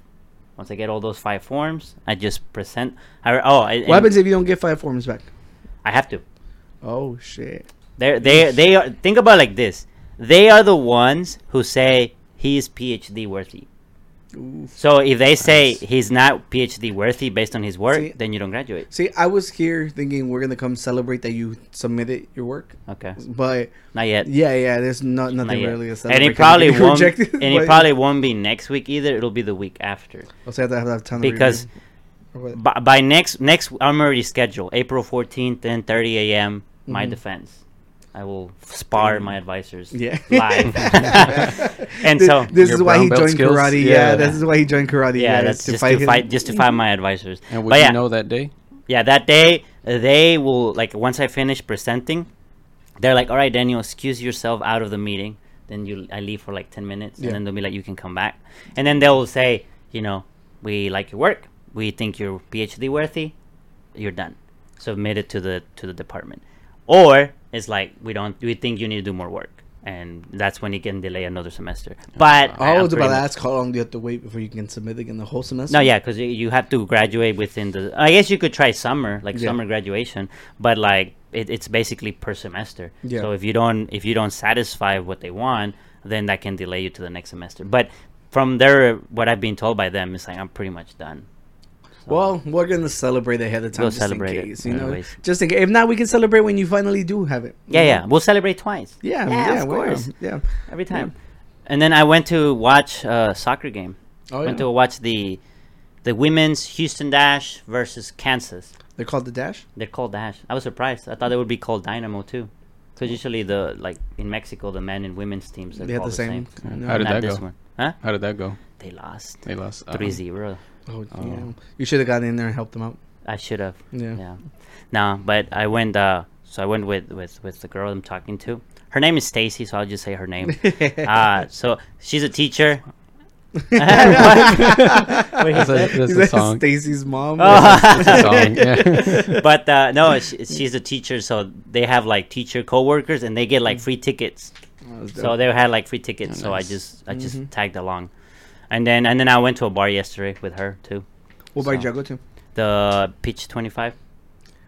Speaker 2: Once I get all those five forms, I just present. I, oh, I,
Speaker 1: What
Speaker 2: and
Speaker 1: happens if you don't get five forms back?
Speaker 2: I have to.
Speaker 1: Oh shit.
Speaker 2: They're, they they are think about it like this. They are the ones who say he is PhD worthy. So if they say he's not PhD worthy based on his work,
Speaker 1: See-
Speaker 2: then you don't graduate.
Speaker 1: See, I was here thinking we're gonna come celebrate that you submitted your work,
Speaker 2: Okay,
Speaker 1: but
Speaker 2: not yet.
Speaker 1: yeah, yeah, there's not
Speaker 2: Not
Speaker 1: nothing
Speaker 2: yet.
Speaker 1: really. to celebrate [laughs]
Speaker 2: And it
Speaker 1: 'cause
Speaker 2: probably
Speaker 1: you
Speaker 2: won't.
Speaker 1: rejected,
Speaker 2: And it
Speaker 1: but-
Speaker 2: probably won't be next week either. It'll be the week after
Speaker 1: I'll say Oh, I have to have time to
Speaker 2: because
Speaker 1: review or what-
Speaker 2: by, by next next I'm already scheduled April 14th, 10:30 a.m. My
Speaker 1: Mhm.
Speaker 2: defense. I will spar my advisors [laughs]
Speaker 1: Yeah. [laughs]
Speaker 2: live. and
Speaker 1: Th-
Speaker 2: so
Speaker 1: this
Speaker 6: Your
Speaker 1: is why
Speaker 6: brown
Speaker 1: he
Speaker 6: belt
Speaker 1: joined
Speaker 6: skills?
Speaker 1: karate. Yeah.
Speaker 6: Yeah.
Speaker 1: this is why he joined karate.
Speaker 2: yeah, that's just to
Speaker 1: him.
Speaker 2: fight just to fight my advisors.
Speaker 6: And would
Speaker 2: but yeah,
Speaker 6: you know that day?
Speaker 2: yeah, that day uh, they will like once I finish presenting, they're like, "All right, Daniel, excuse yourself out of the meeting." Then you, I leave for like ten minutes,
Speaker 1: Yeah.
Speaker 2: and then they'll be like, "You can come back," and then they'll say, "You know, we like your work. We think you're PhD worthy. You're done. Submit it to the to the department." Or it's like, "We don't. We think you need to do more work." And that's when you can delay another semester. But
Speaker 1: I
Speaker 2: I'm
Speaker 1: was Oh,
Speaker 2: pretty
Speaker 1: about to
Speaker 2: much-
Speaker 1: ask how long do you have to wait before you can submit again the whole semester?
Speaker 2: no, yeah, because you have to graduate within the. I guess you could try summer, like
Speaker 1: Yeah.
Speaker 2: summer graduation, but like it, it's basically per semester.
Speaker 1: Yeah.
Speaker 2: So if you don't if you don't satisfy what they want, then that can delay you to the next semester. But from there, what I've been told by them is like I'm pretty much done.
Speaker 1: Well, we're gonna celebrate ahead of time
Speaker 2: We'll
Speaker 1: just
Speaker 2: celebrate
Speaker 1: in
Speaker 2: it
Speaker 1: case, you know.
Speaker 2: anyways.
Speaker 1: Just in case. If not, we can celebrate when you finally do have it.
Speaker 2: Yeah, yeah, we'll celebrate twice.
Speaker 1: Mm-hmm. Yeah,
Speaker 2: yeah,
Speaker 1: yeah,
Speaker 2: of
Speaker 1: why not?
Speaker 2: course,
Speaker 1: Yeah.
Speaker 2: every time. And then I went to watch a soccer game.
Speaker 1: Oh,
Speaker 2: went
Speaker 1: yeah.
Speaker 2: to watch the the women's Houston Dash versus Kansas.
Speaker 1: They're called the dash.
Speaker 2: They're called Dash. I was surprised. I thought they would be called Dynamo too, because usually the like in Mexico the men and women's teams are
Speaker 1: They have
Speaker 2: all
Speaker 1: the same. no.
Speaker 6: How did
Speaker 2: Not
Speaker 6: that
Speaker 2: this
Speaker 6: go?
Speaker 2: one, huh?
Speaker 6: How did that go?
Speaker 2: They lost
Speaker 6: They lost uh,
Speaker 2: three zero.
Speaker 1: Oh, yeah. You should have gotten in there and helped them out.
Speaker 2: I should have.
Speaker 1: Yeah.
Speaker 2: Yeah. No, but I went. Uh, so I went with with with the girl I'm talking to. Her name is Stacy, so I'll just say
Speaker 1: [laughs]
Speaker 2: her name.
Speaker 6: Ah.
Speaker 2: uh, so she's a teacher. [laughs]
Speaker 6: That's a, that's a song.
Speaker 1: Stacy's mom.
Speaker 6: [laughs] That's a song.
Speaker 1: [laughs]
Speaker 6: [laughs] Yeah.
Speaker 2: but uh, no, she, she's a teacher, so they have like teacher coworkers, and they get
Speaker 1: Mm.
Speaker 2: like free tickets. So they had like free tickets, so I
Speaker 6: Oh, nice. Mm-hmm.
Speaker 2: just I just tagged along, and then and then I went to a bar yesterday with her too.
Speaker 1: what bar did you go to?
Speaker 2: The Pitch Twenty Five.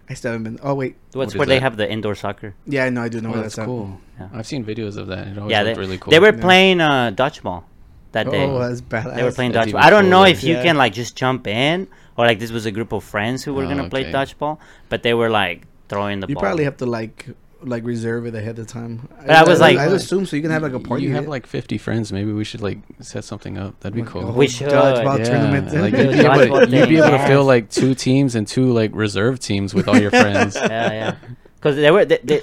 Speaker 1: I still haven't been. Oh wait.
Speaker 2: That's
Speaker 6: is
Speaker 2: where they
Speaker 6: that?
Speaker 2: have the indoor soccer.
Speaker 1: Yeah, I know. I do know
Speaker 6: Oh,
Speaker 1: where
Speaker 6: that's
Speaker 1: at.
Speaker 6: cool.
Speaker 2: Yeah.
Speaker 6: I've seen videos of that. It always
Speaker 2: yeah, they,
Speaker 6: looked really cool.
Speaker 2: they were
Speaker 1: Yeah.
Speaker 2: playing uh, dodgeball that day.
Speaker 1: Oh, that's badass.
Speaker 2: they were playing
Speaker 6: That'd
Speaker 2: dodgeball.
Speaker 6: be
Speaker 2: I don't know
Speaker 6: cooler.
Speaker 2: if you
Speaker 1: Yeah.
Speaker 2: can like just jump in or like this was a group of friends who were
Speaker 6: Oh,
Speaker 2: gonna play
Speaker 6: okay.
Speaker 2: dodgeball, but they were like throwing the
Speaker 1: You
Speaker 2: ball.
Speaker 1: probably have to like like reserve it ahead of time. But
Speaker 2: I was like-
Speaker 1: I'd assume so you can have like a party.
Speaker 6: You have like 50 friends. Maybe we should like set something up. That'd be cool.
Speaker 2: We should.
Speaker 1: dodgeball
Speaker 6: yeah,
Speaker 1: tournament. [laughs]
Speaker 6: like
Speaker 2: Yeah,
Speaker 6: you'd be, able,
Speaker 2: dodgeball
Speaker 6: you'd be
Speaker 2: thing,
Speaker 6: able to
Speaker 2: yes.
Speaker 6: fill like two teams and two like reserve teams with all your
Speaker 2: [laughs]
Speaker 6: friends.
Speaker 2: yeah, yeah. Because they were. They, they,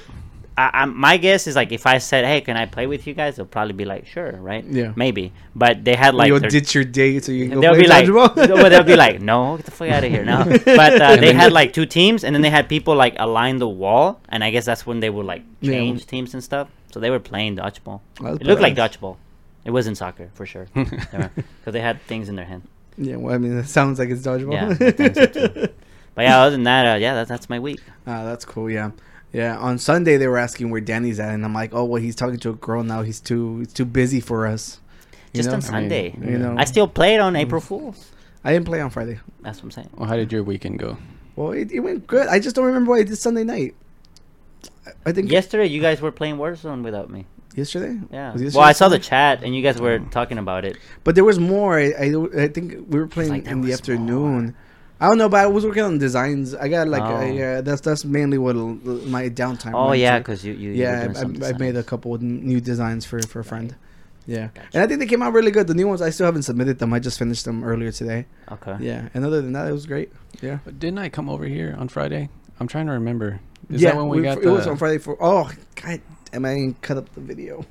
Speaker 2: I, I, my guess is like if I said, "Hey, can I play with you guys?" They'll probably be like, "Sure, right?
Speaker 1: Yeah.
Speaker 2: maybe." But they had like
Speaker 1: You'll
Speaker 2: their-
Speaker 1: ditch your date so you can go
Speaker 2: they'll
Speaker 1: play
Speaker 2: be like,
Speaker 1: dodgeball.
Speaker 2: [laughs] well, they'll be
Speaker 1: [laughs]
Speaker 2: like, "No, get the fuck out of here now." But uh, they
Speaker 6: then-
Speaker 2: had like two teams, and then they had people like align the wall, and I guess that's when they would like
Speaker 1: Yeah.
Speaker 2: change teams and stuff. So they were playing dodgeball.
Speaker 1: That's
Speaker 2: It looked like
Speaker 1: badass.
Speaker 2: dodgeball. It wasn't soccer for
Speaker 1: [laughs]
Speaker 2: sure, because they had things in their hand.
Speaker 1: Yeah, well, I mean, it sounds like it's dodgeball. [laughs]
Speaker 2: Yeah, I think so too. But yeah, other than that, uh, yeah, that's that's my week.
Speaker 1: Ah, that's cool. Yeah, yeah. On Sunday they were asking where Danny's at, and I'm like, oh well, he's talking to a girl now. He's too he's too busy for us. You
Speaker 2: Just
Speaker 1: know?
Speaker 2: on Sunday,
Speaker 1: you know,
Speaker 2: I still played on April
Speaker 1: Mm.
Speaker 2: Fools.
Speaker 1: I didn't play on Friday.
Speaker 2: That's what I'm saying.
Speaker 6: Well, how did your weekend go?
Speaker 1: Well, it, it went good. I just don't remember what I did Sunday night. I- I think
Speaker 2: Yesterday, you guys were playing Warzone without me.
Speaker 1: yesterday.
Speaker 2: Yeah.
Speaker 1: Was it
Speaker 2: Well,
Speaker 1: yesterday
Speaker 2: I
Speaker 1: Oh.
Speaker 2: saw the
Speaker 1: Sunday?
Speaker 2: chat, and you guys were talking about it.
Speaker 1: But there was more. I I, I think we were playing
Speaker 2: like there
Speaker 1: in the
Speaker 2: was
Speaker 1: afternoon. I don't know, but I was working on designs. I got like
Speaker 2: Oh.
Speaker 1: I, uh, that's that's mainly what l- my downtime.
Speaker 2: Oh
Speaker 1: went
Speaker 2: yeah,
Speaker 1: to.
Speaker 2: because you you you were
Speaker 1: yeah,
Speaker 2: doing
Speaker 1: I,
Speaker 2: some
Speaker 1: I, I made a
Speaker 2: designs.
Speaker 1: couple of n- new designs for for a friend. Yeah,
Speaker 2: Gotcha.
Speaker 1: and I think they came out really good. The new ones I still haven't submitted them. I just finished them earlier today.
Speaker 2: Okay.
Speaker 1: Yeah, and other than that, it was great. Yeah,
Speaker 6: But didn't I come over here on Friday? I'm trying to remember. Is
Speaker 1: yeah.
Speaker 6: that when we, got
Speaker 1: it
Speaker 6: the
Speaker 1: was on Friday for oh god damn! I didn't cut up the video.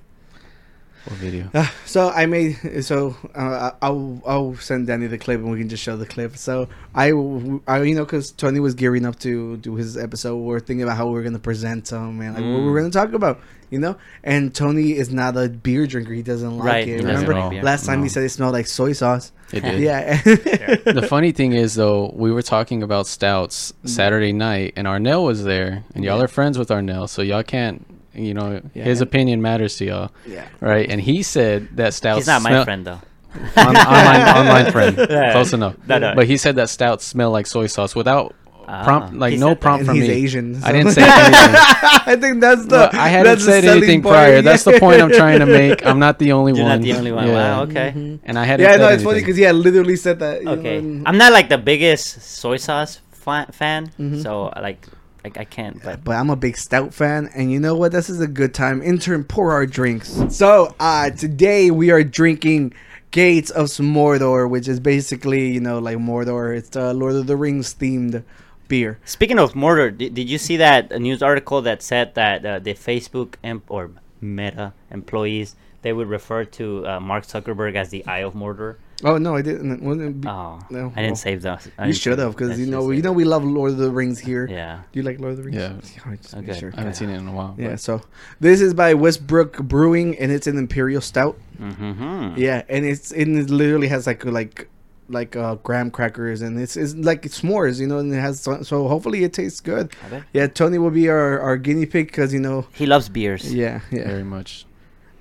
Speaker 6: what video?
Speaker 1: Uh, So I made so uh, I'll I'll send Danny the clip and we can just show the clip. So I, w- I- you know because Tony was gearing up to do his episode. We are thinking about how we are gonna present him and like what we are
Speaker 2: Mm.
Speaker 1: gonna talk about, you know. And Tony is not a beer drinker. He doesn't like it.
Speaker 2: Right, he doesn't
Speaker 1: Remember
Speaker 2: drink beer.
Speaker 1: last time he
Speaker 6: No.
Speaker 1: said it smelled like soy sauce.
Speaker 6: It
Speaker 1: [laughs]
Speaker 6: did.
Speaker 1: Yeah.
Speaker 6: [laughs] the funny thing is though, we were talking about stouts Saturday night, and Arnell was there, and y'all
Speaker 1: Mm-hmm. Yeah.
Speaker 6: are friends with Arnell, so y'all can't. You know,
Speaker 1: Yeah,
Speaker 6: his
Speaker 1: and-
Speaker 6: opinion matters to y'all,
Speaker 1: yeah.
Speaker 6: right? And he said that stouts.
Speaker 2: He's not my
Speaker 6: smell-
Speaker 2: friend though.
Speaker 1: [laughs]
Speaker 6: On, online, online friend, close enough.
Speaker 2: No, no.
Speaker 6: But he said that stouts smell like soy sauce without prompt
Speaker 2: Ah.
Speaker 6: like
Speaker 2: He
Speaker 6: no
Speaker 2: said that.
Speaker 6: prompt
Speaker 1: And
Speaker 6: from
Speaker 1: he's
Speaker 6: me.
Speaker 1: Asian,
Speaker 6: I
Speaker 1: so- [laughs]
Speaker 6: didn't say anything.
Speaker 1: I think [laughs] that's the.
Speaker 6: Well, I hadn't
Speaker 1: that's the
Speaker 6: said
Speaker 1: selling
Speaker 6: anything
Speaker 1: point.
Speaker 6: prior. That's the
Speaker 1: [laughs]
Speaker 6: point I'm
Speaker 1: Yeah.
Speaker 6: trying to make. I'm not the only
Speaker 2: You're not
Speaker 6: one.
Speaker 2: the only one. Wow. Okay.
Speaker 6: And I hadn't.
Speaker 1: Mm-hmm. Yeah,
Speaker 6: Yeah,
Speaker 1: no, it's funny because yeah, literally said that. you know,
Speaker 2: [laughs] Okay.
Speaker 1: and-
Speaker 2: I'm not like the biggest soy sauce fa- fan,
Speaker 1: Mm-hmm.
Speaker 2: so like, like I can't. But
Speaker 1: but I'm a big stout fan, and you know what? This is a good time. Intern, pour our drinks. So uh, today we are drinking Gates of Mordor, which is basically you know like Mordor. It's uh, Lord of the Rings themed beer.
Speaker 2: speaking of Mordor, did, did you see that news article that said that uh, the Facebook em- or Meta employees they would refer to uh, Mark Zuckerberg as the Eye of Mordor?
Speaker 1: Oh no, I didn't. Wasn't it-
Speaker 2: Oh,
Speaker 1: Mm-hmm. No.
Speaker 2: I didn't save those. I
Speaker 1: you
Speaker 2: didn't
Speaker 1: should
Speaker 2: save-
Speaker 1: have, because
Speaker 2: that's
Speaker 1: you know
Speaker 2: just
Speaker 1: you
Speaker 2: it.
Speaker 1: know we love Lord of the Rings here.
Speaker 2: Yeah.
Speaker 1: Do you like Lord of the Rings?
Speaker 6: Yeah.
Speaker 1: I just make
Speaker 2: Okay. Uh,
Speaker 1: sure.
Speaker 6: I haven't seen it in a while.
Speaker 1: Yeah,
Speaker 6: Yeah.
Speaker 1: so this is by Westbrook Brewing, and it's an imperial stout.
Speaker 2: Mm-hmm.
Speaker 1: Yeah, and it's and it literally has like like like uh, graham crackers, and it's, it's like s'mores, you know, and it has so, so hopefully it tastes good.
Speaker 2: bet.
Speaker 1: Yeah, Tony will be our, our guinea pig because you know.
Speaker 2: He loves beers.
Speaker 1: Yeah, yeah,
Speaker 6: Very much.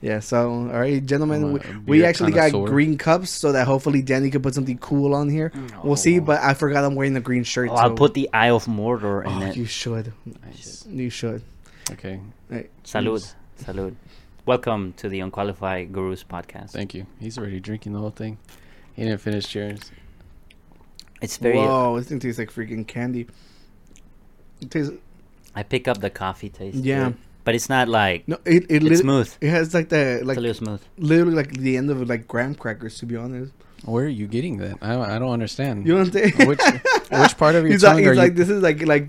Speaker 1: yeah. So, all right, gentlemen,
Speaker 6: I'm a
Speaker 1: we,
Speaker 6: beer
Speaker 1: we actually got
Speaker 6: connoisseur.
Speaker 1: green cups so that hopefully Danny could put something cool on here. We'll see,
Speaker 2: Oh.
Speaker 1: but I forgot I'm wearing the green shirt.
Speaker 2: Oh, I'll
Speaker 1: so-
Speaker 2: put the Eye of Mordor in
Speaker 1: Oh,
Speaker 2: it.
Speaker 1: you should. You should. Mm.
Speaker 6: Okay.
Speaker 1: Right.
Speaker 2: Salud. Salud. Welcome to the Unqualified Gurus podcast.
Speaker 6: Thank you. He's already drinking the whole thing. He didn't finish yours.
Speaker 2: It's very. uh,
Speaker 1: Whoa, this thing tastes like freaking candy. It tastes
Speaker 2: I pick up the coffee taste. to
Speaker 1: Yeah.
Speaker 2: it, But it's not like.
Speaker 1: no, it it
Speaker 2: It's
Speaker 1: lit-
Speaker 2: smooth.
Speaker 1: It has like the
Speaker 2: It's
Speaker 1: like
Speaker 2: a little smooth.
Speaker 1: literally like the end of like graham crackers. To be honest,
Speaker 6: Where are you getting that? I, I don't understand.
Speaker 1: you know what I'm saying?
Speaker 6: which which
Speaker 1: [laughs]
Speaker 6: part of your
Speaker 1: he's
Speaker 6: tongue
Speaker 1: like, he's
Speaker 6: are
Speaker 1: like
Speaker 6: you?
Speaker 1: this is like [laughs] like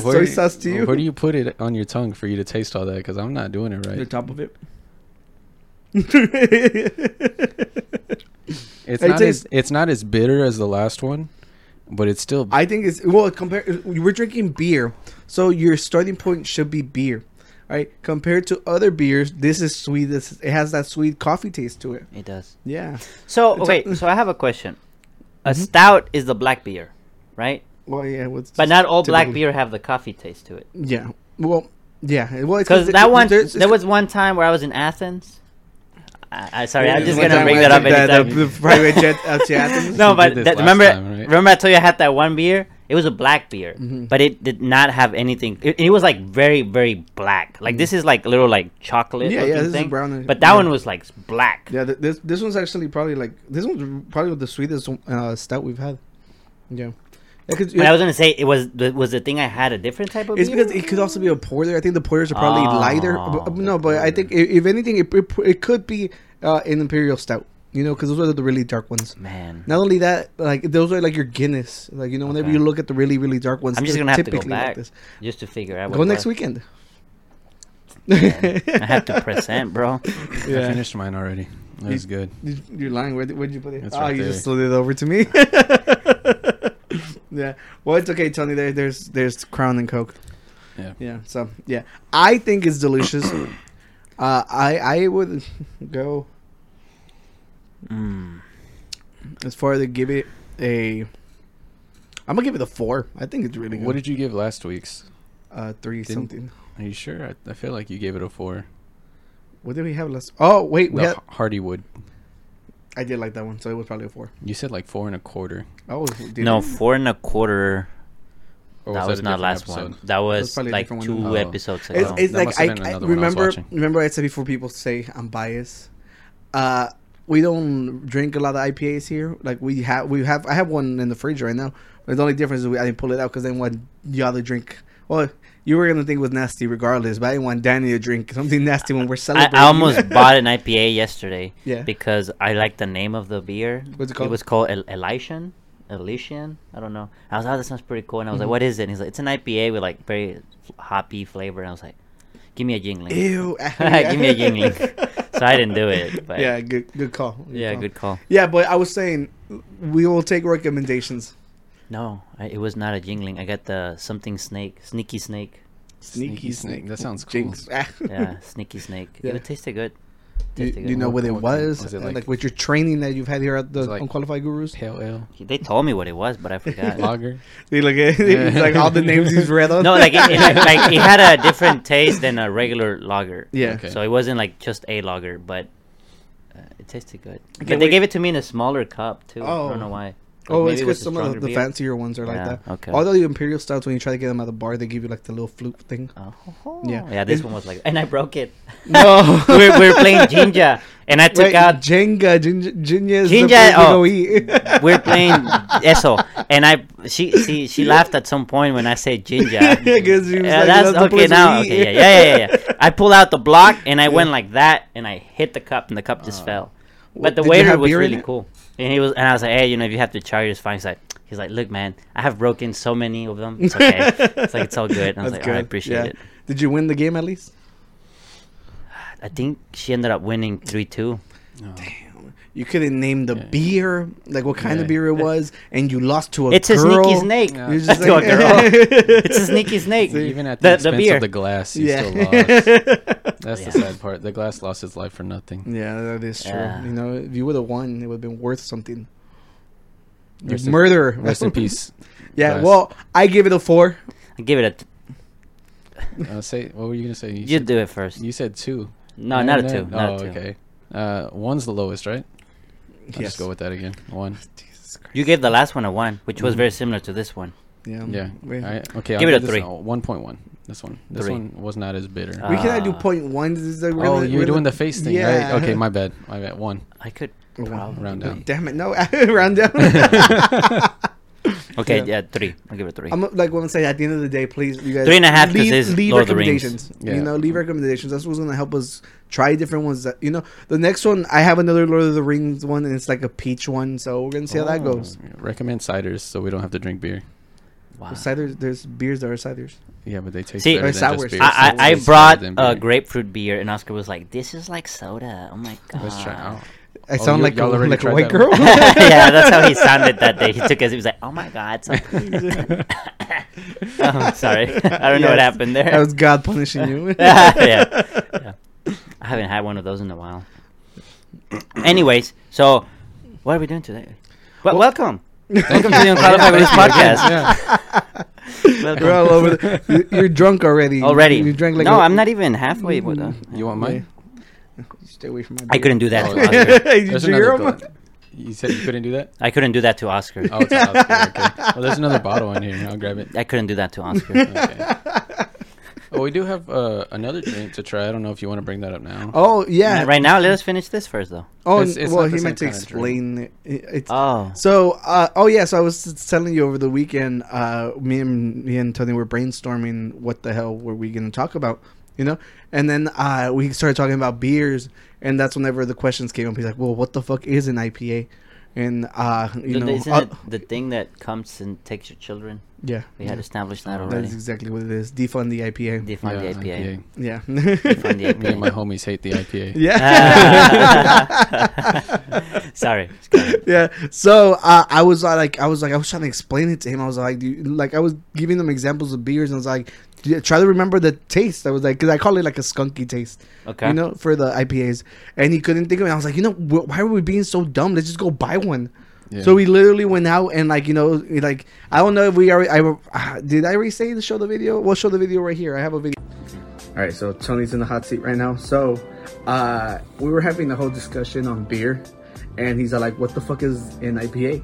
Speaker 1: soy
Speaker 6: where-
Speaker 1: sauce to you.
Speaker 6: Where do you put it on your tongue for you to taste all that? Because I'm not doing it
Speaker 1: the
Speaker 6: right.
Speaker 1: top of it?
Speaker 6: It's
Speaker 1: It
Speaker 6: not
Speaker 1: tastes-
Speaker 6: as it's not as bitter as the last one, but it's still.
Speaker 1: [laughs] I think it's well compare. We're drinking beer, so your starting point should be beer, right? Compared to other beers, this is sweet. This it has that sweet coffee taste to it.
Speaker 2: It does.
Speaker 1: Yeah.
Speaker 2: So,
Speaker 1: It's a- Mm-hmm.
Speaker 2: okay. so, I have a question. A stout is the black beer, right?
Speaker 1: Well, yeah. What's
Speaker 2: But not all black
Speaker 1: typical-
Speaker 2: beer have the coffee taste to it.
Speaker 1: Yeah. Well. Yeah. Well, it's
Speaker 2: Because that one.
Speaker 1: there's-
Speaker 2: There was one time where I was in Athens. I, I, sorry,
Speaker 1: Yeah,
Speaker 2: I'm just
Speaker 1: one
Speaker 2: going to
Speaker 1: time
Speaker 2: bring
Speaker 1: I
Speaker 2: that up.
Speaker 1: took the-
Speaker 2: anytime.
Speaker 1: the
Speaker 2: [laughs]
Speaker 1: private jet out to Athens.
Speaker 2: no,
Speaker 6: We
Speaker 2: but
Speaker 6: did this
Speaker 2: that,
Speaker 6: last
Speaker 2: remember,
Speaker 6: time, right?
Speaker 2: remember I told you I had that one beer. It was a black beer,
Speaker 1: Mm-hmm.
Speaker 2: but it did not have anything. It, it was like very, very black. Like this is like little like chocolate.
Speaker 1: Mm-hmm. Yeah, yeah,
Speaker 2: looking
Speaker 1: this is
Speaker 2: thing.
Speaker 1: brown and-
Speaker 2: But that
Speaker 1: yeah.
Speaker 2: one was like black.
Speaker 1: Yeah, th- this this one's actually probably like this one's probably the sweetest uh, stout we've had. Yeah, Yeah, 'cause
Speaker 2: But I was gonna say it was the- was the thing I had a different type of.
Speaker 1: it's
Speaker 2: beer?
Speaker 1: because it could also be a porter. I think the porters are probably lighter.
Speaker 2: Oh,
Speaker 1: Uh,
Speaker 2: the
Speaker 1: no, but I think if, if anything, it, it, it could be uh, an imperial stout. You know, because those are the really dark ones.
Speaker 2: man.
Speaker 1: Not only that, like those are like your Guinness. Like you know, whenever
Speaker 2: Okay.
Speaker 1: you look at the really really dark ones,
Speaker 2: I'm just
Speaker 1: they're
Speaker 2: gonna have to go
Speaker 1: typically like
Speaker 2: back
Speaker 1: this.
Speaker 2: just to figure out.
Speaker 1: Go
Speaker 2: what it
Speaker 1: next
Speaker 2: was.
Speaker 1: weekend.
Speaker 2: I have to present,
Speaker 1: [laughs]
Speaker 2: bro.
Speaker 6: I finished mine already. That was good.
Speaker 1: You- You're lying. Where did, where did you put it?
Speaker 6: It's
Speaker 1: oh,
Speaker 6: right
Speaker 1: you
Speaker 6: there.
Speaker 1: just slid it over to
Speaker 6: [laughs]
Speaker 1: me. [laughs] yeah. Well, it's okay, Tony. There, there's there's Crown and Coke.
Speaker 6: Yeah.
Speaker 1: Yeah. So yeah, I think it's
Speaker 6: [coughs]
Speaker 1: delicious. uh, I I would go
Speaker 6: Hmm.
Speaker 1: as far as to give it a. I'm gonna give it a four. I think it's really good.
Speaker 6: What did you give last week's?
Speaker 1: uh, 3
Speaker 6: Didn't-
Speaker 1: something?
Speaker 6: Are you sure? I, I feel like you gave it a four.
Speaker 1: What did we have last? Oh wait, we
Speaker 6: The
Speaker 1: had,
Speaker 6: H- Hardywood.
Speaker 1: I did like that one, so it was probably a four.
Speaker 6: You said like four and a quarter.
Speaker 1: Oh we did
Speaker 2: No,
Speaker 1: it.
Speaker 2: four and a quarter.
Speaker 6: Or
Speaker 2: that
Speaker 6: a
Speaker 2: was not
Speaker 6: different
Speaker 2: last
Speaker 6: episode?
Speaker 2: one. That was
Speaker 1: probably a
Speaker 2: like
Speaker 1: different
Speaker 2: two
Speaker 1: one.
Speaker 6: Oh.
Speaker 2: episodes
Speaker 1: It's,
Speaker 2: ago.
Speaker 1: it's
Speaker 6: That
Speaker 1: like
Speaker 6: must've
Speaker 1: I,
Speaker 6: been
Speaker 1: I
Speaker 6: another one I was
Speaker 1: remember.
Speaker 6: watching.
Speaker 1: remember, I said before people say I'm biased. Uh, we don't drink a lot of IPAs here. Like we have, we have. I have one in the fridge right now. But the only difference is we, I didn't pull it out because I didn't want y'all to drink. Well, you were gonna think it was nasty regardless, but I didn't want Danny to drink something nasty when we're
Speaker 2: I,
Speaker 1: celebrating. [laughs]
Speaker 2: I almost bought an IPA yesterday
Speaker 1: Yeah.
Speaker 2: because I like the name of the beer.
Speaker 1: What's it called?
Speaker 2: It was called El- Elysian. Elysian? I don't know. I was like, oh, that sounds pretty cool. And I was like,
Speaker 1: Mm-hmm.
Speaker 2: what is it? And he's like, it's an IPA with like very hoppy flavor. And I was like, give me a jingling.
Speaker 1: Ew.
Speaker 2: [laughs] give me a jingling. so I didn't do it. But
Speaker 1: yeah,
Speaker 2: yeah,
Speaker 1: good, good call.
Speaker 2: yeah good call.
Speaker 1: Yeah, but I was saying we will take recommendations.
Speaker 2: No, I, it was not a jingling. I got the something snake,
Speaker 1: [laughs]
Speaker 2: sneaky snake.
Speaker 1: Sneaky snake.
Speaker 6: That sounds cool.
Speaker 1: Jinx. [laughs]
Speaker 2: Yeah, sneaky snake.
Speaker 1: Yeah.
Speaker 2: It tasted good.
Speaker 1: Do you,
Speaker 2: Tasted
Speaker 1: do you know
Speaker 6: What-
Speaker 1: what it
Speaker 6: what kind-
Speaker 1: was?
Speaker 6: was it
Speaker 1: And, like,
Speaker 6: like-
Speaker 1: with your training that you've had here at the
Speaker 6: like-
Speaker 1: Unqualified Gurus?
Speaker 6: Pale ale.
Speaker 2: [laughs] They told me what it was, but
Speaker 1: [laughs]
Speaker 2: I forgot.
Speaker 6: Lager.
Speaker 1: They look at it's [laughs] like all the
Speaker 2: [laughs]
Speaker 1: names he's read on.
Speaker 2: No, like it, it had, like it had a different taste than a regular lager.
Speaker 1: [laughs] yeah.
Speaker 6: Okay.
Speaker 2: So it wasn't like just a lager, but uh, it tasted good. But
Speaker 1: Okay,
Speaker 2: they
Speaker 1: wait.
Speaker 2: gave it to me in a smaller cup too. I
Speaker 1: Oh.
Speaker 2: don't know why.
Speaker 1: Oh,
Speaker 2: maybe
Speaker 1: it's
Speaker 2: it was
Speaker 1: because
Speaker 2: a
Speaker 1: some of
Speaker 2: stronger
Speaker 1: the, the
Speaker 2: beer?
Speaker 1: fancier ones are
Speaker 2: Yeah,
Speaker 1: like that.
Speaker 2: okay.
Speaker 1: Although the imperial styles, when you try to get them at the bar, they give you like the little flute thing.
Speaker 2: Oh,
Speaker 1: Yeah.
Speaker 2: yeah. This
Speaker 1: It-
Speaker 2: one was like, and I broke it.
Speaker 1: No,
Speaker 2: we [laughs] were, we were playing Jinja, and I took
Speaker 1: Wait,
Speaker 2: out.
Speaker 1: Jenga. Jinja, Jinja is
Speaker 2: Jinja-
Speaker 1: the place
Speaker 2: uh, oh.
Speaker 1: we go eat.
Speaker 2: [laughs] We're playing eso, and I she she she laughed at some point when I said Jinja.
Speaker 1: [laughs] 'Cause she was like,
Speaker 2: Yeah,
Speaker 1: "That's
Speaker 2: that's
Speaker 1: the
Speaker 2: okay
Speaker 1: place we
Speaker 2: now.
Speaker 1: eat."
Speaker 2: Okay, yeah, yeah, yeah, yeah,
Speaker 1: [laughs]
Speaker 2: yeah. I pulled out the block and I went like that, and I hit the cup, and the cup just fell. But the
Speaker 1: Uh, did you
Speaker 2: waiter
Speaker 1: have
Speaker 2: was
Speaker 1: beer in
Speaker 2: really
Speaker 1: it?
Speaker 2: cool, and he was, and I was like, hey, you know, if you have to charge, it's fine. He's like, he's like, look, man, I have broken so many of them. It's okay. it's like it's all good. And I was like, "Oh, I
Speaker 1: good,
Speaker 2: appreciate
Speaker 1: yeah.
Speaker 2: it.
Speaker 1: Did you win the game at least?
Speaker 2: I think she ended up winning three two.
Speaker 1: You couldn't name the beer, like what kind of
Speaker 6: Yeah.
Speaker 1: beer it was, and you lost to a
Speaker 2: It's a
Speaker 1: girl.
Speaker 2: sneaky snake.
Speaker 6: Yeah.
Speaker 1: You're
Speaker 2: [laughs]
Speaker 1: just
Speaker 2: To a
Speaker 1: like, [laughs]
Speaker 2: girl. It's a sneaky snake.
Speaker 6: Oh. Even at the,
Speaker 2: the,
Speaker 6: expense
Speaker 2: beer.
Speaker 6: of the glass, you
Speaker 1: yeah. [laughs]
Speaker 6: still lost. That's
Speaker 2: Yeah.
Speaker 6: the sad part. The glass lost its life for nothing.
Speaker 1: yeah, that is true.
Speaker 2: Yeah.
Speaker 1: You know, if you would have won, it would have been worth something. You
Speaker 6: Rest in-
Speaker 1: murderer.
Speaker 2: [laughs]
Speaker 6: Rest in peace.
Speaker 1: [laughs] Yeah,
Speaker 6: Glass.
Speaker 1: well, I give it a four.
Speaker 2: I give it a. T-
Speaker 6: Uh, say, what were you gonna say? You,
Speaker 2: you
Speaker 6: said,
Speaker 2: do it first.
Speaker 6: you said two.
Speaker 2: no,
Speaker 6: And
Speaker 2: not a two.
Speaker 6: then-
Speaker 2: Not a
Speaker 6: oh,
Speaker 2: two.
Speaker 6: okay. Uh, one's the lowest, right? I'll just go with that again. One.
Speaker 1: Jesus Christ.
Speaker 2: You gave the last one a one, which
Speaker 6: Mm-hmm.
Speaker 2: was very similar to this one.
Speaker 1: Yeah.
Speaker 6: Yeah.
Speaker 1: We,
Speaker 6: All right. Okay.
Speaker 2: Um, Give it a
Speaker 6: this
Speaker 2: three.
Speaker 6: One point one. This one. This
Speaker 2: Three.
Speaker 6: one was not as bitter.
Speaker 1: we cannot do
Speaker 2: Ah.
Speaker 1: point one. This is like we're
Speaker 6: oh,
Speaker 1: gonna-
Speaker 6: you
Speaker 1: we're
Speaker 6: were doing
Speaker 1: gonna-
Speaker 6: the face thing,
Speaker 1: Yeah.
Speaker 6: right? Okay. My bad. My bad. One.
Speaker 2: I could.
Speaker 1: Or one.
Speaker 2: probably-
Speaker 6: Round down.
Speaker 1: Damn it! No, [laughs] round
Speaker 6: [laughs]
Speaker 1: down.
Speaker 2: Okay,
Speaker 1: Yeah.
Speaker 2: yeah. three. I'll give it a three.
Speaker 1: I'm like what I'm saying. At the end of the day, please, you guys
Speaker 2: Three and a half 'cause
Speaker 1: Leave,
Speaker 2: it's
Speaker 1: leave
Speaker 2: Lord of the Rings.
Speaker 1: recommendations.
Speaker 6: Yeah.
Speaker 1: You know, leave recommendations. That's what's gonna help us try different ones. That you know, the next one I have another Lord of the Rings one, and it's like a peach one. So we're gonna see how that
Speaker 6: Oh,
Speaker 1: goes.
Speaker 6: Recommend ciders so we don't have to drink beer.
Speaker 2: Wow.
Speaker 1: Ciders, there's beers that are ciders.
Speaker 6: Yeah, but they taste
Speaker 2: See-
Speaker 6: better
Speaker 2: Or
Speaker 6: than
Speaker 1: sours.
Speaker 6: just beer.
Speaker 2: I,
Speaker 6: Sours
Speaker 2: I, I
Speaker 6: taste better
Speaker 2: brought
Speaker 6: than
Speaker 2: a
Speaker 6: beer.
Speaker 2: grapefruit beer, and Oscar was like, "This is like soda." Oh my god.
Speaker 6: Let's try. Oh,
Speaker 1: I
Speaker 6: Oh,
Speaker 1: sound
Speaker 6: you-
Speaker 1: like a,
Speaker 6: y'all already
Speaker 1: like a
Speaker 6: tried
Speaker 1: white
Speaker 6: that
Speaker 1: girl. [laughs]
Speaker 2: [laughs]
Speaker 6: one.
Speaker 2: yeah, that's how he sounded that day. He took us. He was like, "Oh my god."
Speaker 6: [laughs]
Speaker 2: So [laughs] oh, sorry, [laughs] I don't know what
Speaker 1: Yes.
Speaker 2: happened there.
Speaker 1: that was God punishing you.
Speaker 2: [laughs] yeah. yeah. I haven't had one of those in a while. Anyways, so what are we doing today? Well, welcome.
Speaker 6: Thank
Speaker 2: [laughs] Welcome to the Unqualified Release Podcast.
Speaker 6: Yeah.
Speaker 2: [laughs] Welcome.
Speaker 1: You're all over. The, you- you're drunk already. You-
Speaker 2: Already.
Speaker 1: You, drank like
Speaker 2: no,
Speaker 1: i
Speaker 2: I'm not e- even halfway. With the,
Speaker 6: You want mine?
Speaker 1: Stay away from my.
Speaker 2: I couldn't do that
Speaker 1: [laughs]
Speaker 6: Oh,
Speaker 2: to Oscar.
Speaker 1: Did
Speaker 6: There's
Speaker 1: you hear
Speaker 6: another.
Speaker 1: him?
Speaker 6: gla- You said you couldn't do that.
Speaker 2: I couldn't do that to Oscar.
Speaker 6: Oh, it's Oscar. Okay.
Speaker 1: [laughs]
Speaker 6: Well, there's another bottle in here. I'll grab it.
Speaker 2: I couldn't do that to
Speaker 6: [laughs]
Speaker 2: Oscar.
Speaker 6: Okay. Well, we do have uh, another drink to try. I don't know if you want to bring that up now.
Speaker 1: Oh yeah.
Speaker 2: right now, let us finish this first, though.
Speaker 1: Oh,
Speaker 6: It's- it's
Speaker 1: well,
Speaker 6: not the
Speaker 1: he
Speaker 6: same
Speaker 1: meant to
Speaker 6: kind of
Speaker 1: explain it. It- It's,
Speaker 2: Oh,
Speaker 1: So, uh, oh yeah, so I was just telling you over the weekend, uh, me and me and Tony were brainstorming what the hell were we going to talk about, you know? And then uh, we started talking about beers, and that's whenever the questions came up. He's like, "Well, what the fuck is an IPA?" And uh, you know,
Speaker 2: isn't
Speaker 1: uh,
Speaker 2: it the thing that comes and takes your children?
Speaker 1: yeah,
Speaker 2: We had established that
Speaker 1: that
Speaker 2: already.
Speaker 1: is exactly what it is. Defund the IPA.
Speaker 2: Defund
Speaker 6: Yeah,
Speaker 2: the IPA.
Speaker 1: yeah.
Speaker 2: Defund the
Speaker 1: [laughs]
Speaker 6: Me and my
Speaker 2: IPA.
Speaker 6: homies hate the IPA.
Speaker 2: [laughs]
Speaker 1: Yeah.
Speaker 6: [laughs]
Speaker 2: Sorry. it's kinda-
Speaker 1: yeah. So uh, I was uh, like, I was like, I was trying to explain it to him. I was like, dude, like I was giving them examples of beers, and I was like, "Yeah, try to remember the taste. I was like, because I call it like a skunky taste,
Speaker 2: Okay.
Speaker 1: you know, for the IPAs. And he couldn't think of it. I was like, you know, wh- why are we being so dumb? Let's just go buy one.
Speaker 6: Yeah.
Speaker 1: So we literally went out and like you know we, like I don't know if we already I uh, did I already say to show the video. We'll show the video right here. I have a video. All right, so Tony's in the hot seat right now. So, uh, we were having a whole discussion on beer, and he's like, "What the fuck is an IPA?"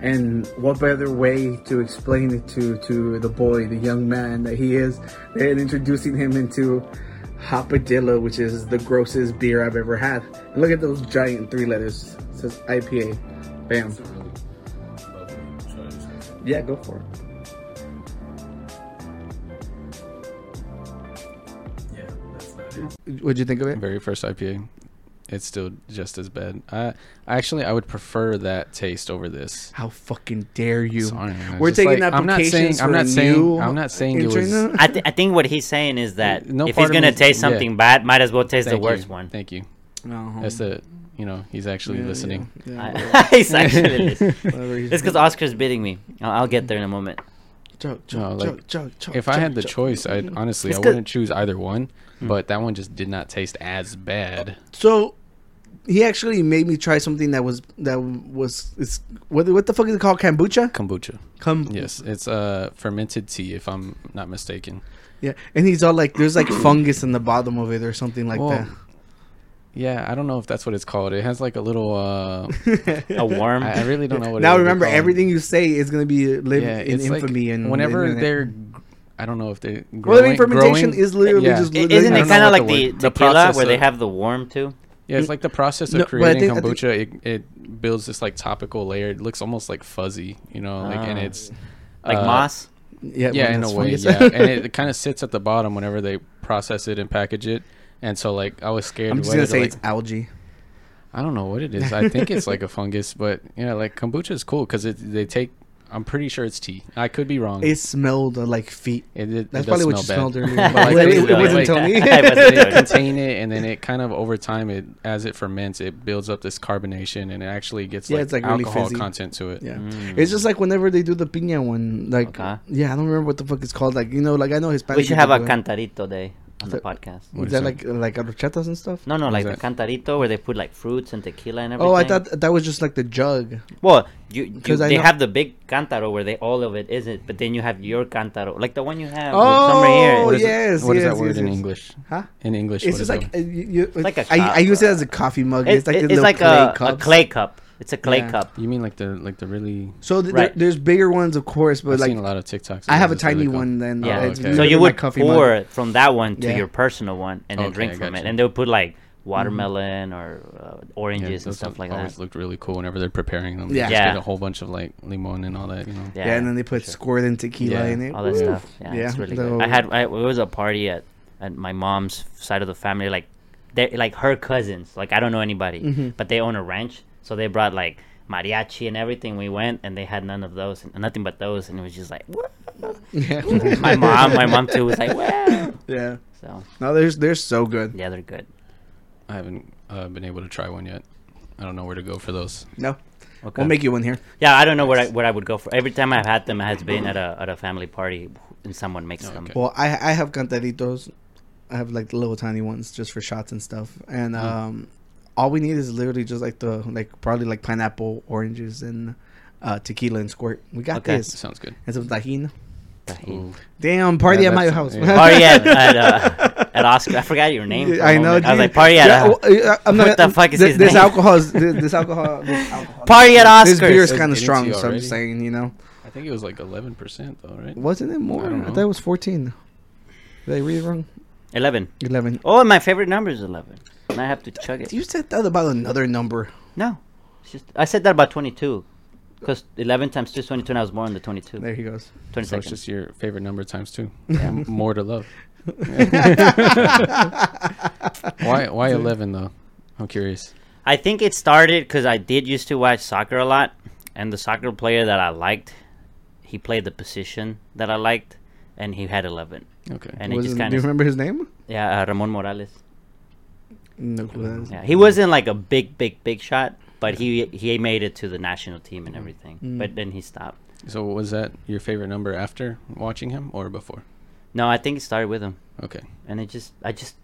Speaker 1: And what better way to explain it to to the boy, the young man that he is, than introducing him into Hopadilla, which is the grossest beer I've ever had. And look at those giant three letters. It says IPA. Bam. Yeah, go for it. What'd you think of it?
Speaker 6: Very first IPA. It's still just as bad. I actually I would prefer that taste over this.
Speaker 1: How fucking dare you?
Speaker 6: Sorry, man.
Speaker 1: We're
Speaker 6: It's
Speaker 1: taking
Speaker 6: like, I'm not
Speaker 1: applications
Speaker 6: saying- I'm
Speaker 1: for
Speaker 6: not
Speaker 1: a
Speaker 6: saying-
Speaker 1: new
Speaker 6: I'm not saying it was- [laughs]
Speaker 1: internet?
Speaker 2: I, th- I think what he's saying is that
Speaker 6: No
Speaker 2: if
Speaker 6: part
Speaker 2: he's
Speaker 6: of
Speaker 2: gonna
Speaker 6: me's-
Speaker 2: taste
Speaker 6: yeah.
Speaker 2: something bad, might as well taste
Speaker 6: Thank
Speaker 2: the worst
Speaker 6: you.
Speaker 2: one. [laughs]
Speaker 6: Thank you.
Speaker 1: No.
Speaker 6: That's the you know he's actually
Speaker 1: Yeah,
Speaker 6: listening.
Speaker 1: yeah, yeah,
Speaker 2: [laughs] I- he's actually listening.
Speaker 1: whatever he's
Speaker 2: It's because Oscar's bidding me. I'll, I'll get there in a moment.
Speaker 6: [laughs]
Speaker 1: Joke, joke,
Speaker 6: No, like
Speaker 1: joke, joke, joke,
Speaker 6: if I
Speaker 1: joke,
Speaker 6: had the
Speaker 1: joke.
Speaker 6: choice, I would honestly I
Speaker 1: It's good. Hmm.
Speaker 6: wouldn't choose either one. But that one just did not taste as bad.
Speaker 1: So he actually made me try something that was that was it's what what the fuck is it called kombucha?
Speaker 6: Kombucha.
Speaker 1: Come
Speaker 6: Yes, it's uh fermented tea if I'm not mistaken.
Speaker 1: yeah, and he's all like, "There's like fungus in the bottom of it or something like
Speaker 6: Well,
Speaker 1: that."
Speaker 6: Yeah, I don't know if that's what it's called. It has like a little. uh
Speaker 1: [laughs]
Speaker 2: A worm.
Speaker 6: I, I really don't know what. it
Speaker 1: now
Speaker 6: is. They
Speaker 1: remember,
Speaker 6: call 'em-
Speaker 1: everything you say is gonna be live
Speaker 6: Yeah,
Speaker 1: in
Speaker 6: it's like
Speaker 1: infamy and
Speaker 6: whenever
Speaker 1: and-
Speaker 6: they're. gr- I don't know if they're. Growing,
Speaker 1: well, I mean, fermentation
Speaker 6: growing-
Speaker 1: is literally
Speaker 6: yeah.
Speaker 1: just
Speaker 2: I-
Speaker 1: literally
Speaker 2: Isn't
Speaker 6: I
Speaker 2: it
Speaker 6: don't know
Speaker 2: kind
Speaker 6: what
Speaker 2: of like
Speaker 6: the
Speaker 2: the,
Speaker 6: word- the
Speaker 2: tequila
Speaker 6: process
Speaker 2: where they
Speaker 6: of-
Speaker 2: have the worm too?
Speaker 6: Yeah, it's like the process
Speaker 1: No, but
Speaker 6: of
Speaker 1: I
Speaker 6: creating
Speaker 1: think- I think-
Speaker 6: kombucha. it, it builds this like topical layer. It looks almost like fuzzy, you know, like and
Speaker 2: Ah.
Speaker 6: it's
Speaker 2: Like
Speaker 6: uh,
Speaker 2: moss?
Speaker 1: yeah,
Speaker 6: Yeah,
Speaker 1: well,
Speaker 6: in a
Speaker 1: that's
Speaker 6: way,
Speaker 1: funny.
Speaker 6: yeah, and it, kind of sits at the bottom whenever they process it and package it. And so, like, I was
Speaker 1: [laughs]
Speaker 6: scared.
Speaker 1: I'm just
Speaker 6: what
Speaker 1: gonna
Speaker 6: it,
Speaker 1: say
Speaker 6: like-
Speaker 1: it's algae.
Speaker 6: I don't know what it is. I think
Speaker 1: [laughs]
Speaker 6: it's like a fungus, but yeah, like kombucha is cool because it they take. I'm pretty sure it's tea. I could be wrong.
Speaker 1: It smelled uh, like feet.
Speaker 6: It- it- it
Speaker 1: That's
Speaker 6: does
Speaker 1: probably what you
Speaker 6: smell
Speaker 1: smelled earlier.
Speaker 6: bad. [laughs] But like
Speaker 1: Well, [laughs]
Speaker 6: they-
Speaker 1: it- it
Speaker 6: they,
Speaker 1: wasn't [laughs]
Speaker 6: like,
Speaker 1: Tony.
Speaker 2: I wasn't
Speaker 6: [laughs] they
Speaker 2: doing it.
Speaker 6: contain it, and then it kind of over time, it as it ferments, it builds up this carbonation, and it actually gets
Speaker 1: Yeah,
Speaker 6: like,
Speaker 1: it's, like, really
Speaker 6: alcohol
Speaker 1: fizzy.
Speaker 6: content to it.
Speaker 1: Yeah, it's just like whenever they do the piña one, like
Speaker 2: Mm. Okay.
Speaker 1: yeah, I don't remember what the fuck it's called. Like you know, like I know Hispanic.
Speaker 2: We should
Speaker 1: people
Speaker 2: have
Speaker 1: do
Speaker 2: a
Speaker 1: it.
Speaker 2: cantarito day on the
Speaker 1: The-
Speaker 2: podcast.
Speaker 6: What
Speaker 1: Is
Speaker 6: is
Speaker 1: that
Speaker 6: that?
Speaker 1: like like arrochetas and stuff?
Speaker 2: No, no,
Speaker 6: What
Speaker 2: like the
Speaker 6: is that?
Speaker 2: cantarito where they put like fruits and tequila and everything.
Speaker 1: Oh, I thought that was just like the jug.
Speaker 2: Well, you, you
Speaker 1: 'Cause I
Speaker 2: they
Speaker 1: know-
Speaker 2: have the big cantaro where they all of it isn't, but then you have your cantaro, like the one you have
Speaker 1: Oh,
Speaker 2: somewhere here.
Speaker 1: Oh,
Speaker 6: What is it-
Speaker 1: yes,
Speaker 6: what is
Speaker 1: yes,
Speaker 6: that word
Speaker 1: yes,
Speaker 6: in
Speaker 1: yes.
Speaker 6: English?
Speaker 1: Huh?
Speaker 6: In English,
Speaker 1: It's
Speaker 6: what
Speaker 1: just
Speaker 6: is
Speaker 1: like
Speaker 6: that?
Speaker 1: uh, you, you,
Speaker 2: like a
Speaker 1: I,
Speaker 2: cup,
Speaker 1: I use it
Speaker 2: uh,
Speaker 1: as a coffee mug.
Speaker 2: It-
Speaker 1: it's like
Speaker 2: it-
Speaker 1: the
Speaker 2: it's
Speaker 1: little
Speaker 2: like
Speaker 1: clay
Speaker 2: a, a
Speaker 1: cups.
Speaker 2: clay cup. It's a clay
Speaker 1: Yeah.
Speaker 2: cup.
Speaker 6: You mean like the like the really?
Speaker 1: So th-
Speaker 2: Right.
Speaker 1: there, there's bigger ones, of course, but
Speaker 6: I've
Speaker 1: like
Speaker 6: seen a lot of TikToks.
Speaker 1: I
Speaker 6: of
Speaker 1: have a
Speaker 6: this that they
Speaker 1: tiny
Speaker 6: call-
Speaker 1: one. Then
Speaker 2: Yeah.
Speaker 6: Oh,
Speaker 1: it's
Speaker 6: okay.
Speaker 1: literally
Speaker 2: So you
Speaker 1: my
Speaker 2: would
Speaker 1: coffee mug.
Speaker 2: pour from that one to
Speaker 1: Yeah. Mm-hmm.
Speaker 2: your personal one and then
Speaker 6: Okay,
Speaker 2: drink
Speaker 6: I
Speaker 2: from it,
Speaker 6: gotcha.
Speaker 2: and they'll put like watermelon or uh, oranges and
Speaker 6: those
Speaker 2: stuff like
Speaker 6: always
Speaker 2: that.
Speaker 6: looked really cool whenever they're preparing them.
Speaker 1: Yeah.
Speaker 6: Yeah, just
Speaker 2: Yeah.
Speaker 6: get a whole bunch of like limon and all that. You know.
Speaker 1: Yeah, and then they put squirt and tequila
Speaker 6: Yeah.
Speaker 1: in it.
Speaker 2: all that
Speaker 1: Woo.
Speaker 2: stuff. Yeah, it's
Speaker 1: Yeah,
Speaker 2: really
Speaker 1: though-
Speaker 2: good. I had I, it was a party at at my mom's side of the family. Like, they like her cousins. Like I don't know anybody,
Speaker 1: Mm-hmm.
Speaker 2: but they own a ranch, so they brought like mariachi and everything. We went and they had none of those, and nothing but those, and it was just like
Speaker 1: [laughs]
Speaker 2: what?
Speaker 1: [laughs] Yeah.
Speaker 2: my mom, my mom too was like wow.
Speaker 1: [laughs] yeah.
Speaker 2: So
Speaker 1: No, there's they're so good.
Speaker 2: yeah, they're good.
Speaker 6: I haven't uh, been able to try one yet. I don't know where to go for those.
Speaker 1: No,
Speaker 2: Okay.
Speaker 1: we'll make you one here.
Speaker 2: yeah, I don't know where I where I would go for. Every time I've had them, it has been at a at a family party, and someone makes them.
Speaker 6: Okay.
Speaker 1: Well, I I have cantaritos. I have like the little tiny ones just for shots and stuff. And
Speaker 2: Mm-hmm.
Speaker 1: um, all we need is literally just like the like probably like pineapple, oranges, and uh, tequila and squirt. We got
Speaker 2: Okay.
Speaker 1: this.
Speaker 6: Sounds good.
Speaker 1: And some tahini.
Speaker 2: Tahini.
Speaker 6: Ooh.
Speaker 1: Damn, party
Speaker 6: Yeah,
Speaker 1: at my
Speaker 6: that's-
Speaker 1: house. [laughs]
Speaker 6: yeah.
Speaker 2: Oh yeah, at, uh, at Oscar. I forgot your name. for a
Speaker 1: I know.
Speaker 2: moment. I was
Speaker 1: dude.
Speaker 2: like, party at.
Speaker 1: Yeah,
Speaker 2: uh,
Speaker 1: well, uh, I'm
Speaker 2: what
Speaker 1: not-
Speaker 2: the fuck is
Speaker 1: thi-
Speaker 2: his
Speaker 1: this
Speaker 2: name?
Speaker 1: alcohol is thi-
Speaker 2: [laughs]
Speaker 1: this alcohol? This alcohol.
Speaker 2: Party at Oscars.
Speaker 1: This beer is
Speaker 6: It's
Speaker 1: kind of
Speaker 6: getting to
Speaker 1: strong,
Speaker 6: you
Speaker 1: so I'm
Speaker 6: already.
Speaker 1: just saying, you know,
Speaker 6: I think it was like 11% though, right?
Speaker 1: wasn't it more?
Speaker 6: I
Speaker 1: I,
Speaker 6: don't
Speaker 1: thought
Speaker 6: know.
Speaker 1: it was 14. Did I read it wrong?
Speaker 2: Eleven.
Speaker 1: 11.
Speaker 2: Oh, and my favorite number is eleven. And I have to chug it.
Speaker 1: You said that about another number.
Speaker 2: No, it's just I said that about twenty-two, because eleven times two is twenty-two, and I was born on the twenty-two.
Speaker 1: There he goes.
Speaker 2: Twenty
Speaker 6: So it's
Speaker 2: seconds.
Speaker 6: just your favorite number times two. M- More to
Speaker 1: [laughs]
Speaker 6: love. why why 11 though? I'm curious.
Speaker 2: I think it started because I did used to watch soccer a lot, and the soccer player that I liked, he played the position that I liked, and he had eleven,
Speaker 6: Okay.
Speaker 2: and
Speaker 1: Was
Speaker 2: it just
Speaker 1: his-
Speaker 2: kind
Speaker 1: do you
Speaker 2: of
Speaker 1: remember his name?
Speaker 2: yeah, uh, Ramon Morales.
Speaker 1: No clue. who that is.
Speaker 2: Yeah, he wasn't like a big, big, big shot, but he he made it to the national team and everything. But then he stopped.
Speaker 6: so was that your favorite number after watching him or before?
Speaker 2: No, I think it started with him.
Speaker 6: Okay.
Speaker 2: and it just I just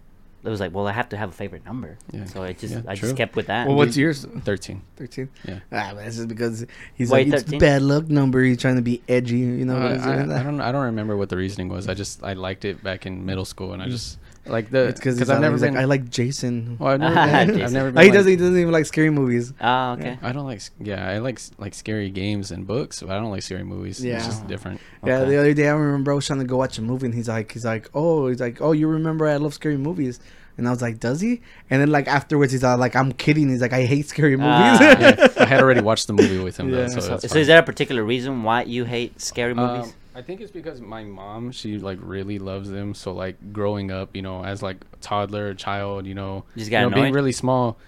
Speaker 2: it was like well I have to have a favorite number
Speaker 6: Yeah.
Speaker 2: so I just
Speaker 6: Yeah,
Speaker 2: I
Speaker 6: true.
Speaker 2: just kept with that
Speaker 1: Well, what's yours?
Speaker 6: 13.
Speaker 1: 13.
Speaker 6: Yeah.
Speaker 1: Ah, but that's just because he's
Speaker 2: Why
Speaker 1: like it's
Speaker 2: 13?
Speaker 1: bad luck number. He's trying to be edgy, you know.
Speaker 6: Uh,
Speaker 1: what
Speaker 6: I,
Speaker 1: I'm saying?
Speaker 6: I don't I don't remember what the reasoning was. I just I liked it back in middle school and I just like the
Speaker 1: [laughs] It's because
Speaker 6: cuz I've never
Speaker 1: he's
Speaker 6: been Oh,
Speaker 1: like, I like
Speaker 6: [laughs]
Speaker 1: Jason. [laughs]
Speaker 6: well, I've never been, I've
Speaker 2: Jason.
Speaker 6: never been
Speaker 1: Like, he
Speaker 6: like-
Speaker 1: doesn't. He doesn't even like scary movies.
Speaker 2: oh okay
Speaker 6: I don't like s- yeah, I like s- like scary games and books, but I don't like scary movies.
Speaker 1: Yeah.
Speaker 6: It's just different. [laughs]
Speaker 1: Yeah,
Speaker 2: Okay.
Speaker 1: the other day I remember I was trying to go watch a movie, and he's like, he's like, oh, he's like, oh, you remember I love scary movies, and I was like, does he? And then like afterwards, he's all like, I'm kidding. He's like, I hate scary movies.
Speaker 2: Ah.
Speaker 6: I,
Speaker 1: [laughs]
Speaker 6: I had already watched the movie with him
Speaker 1: Yeah.
Speaker 6: though, so, it's
Speaker 2: so is
Speaker 6: fine.
Speaker 2: there a particular reason why you hate scary movies
Speaker 6: Um, I think it's because my mom, she like really loves them. So like growing up, you know, as like a toddler, child, you know,
Speaker 2: You just
Speaker 6: you
Speaker 2: got
Speaker 6: know, being
Speaker 2: annoyed?
Speaker 6: really small,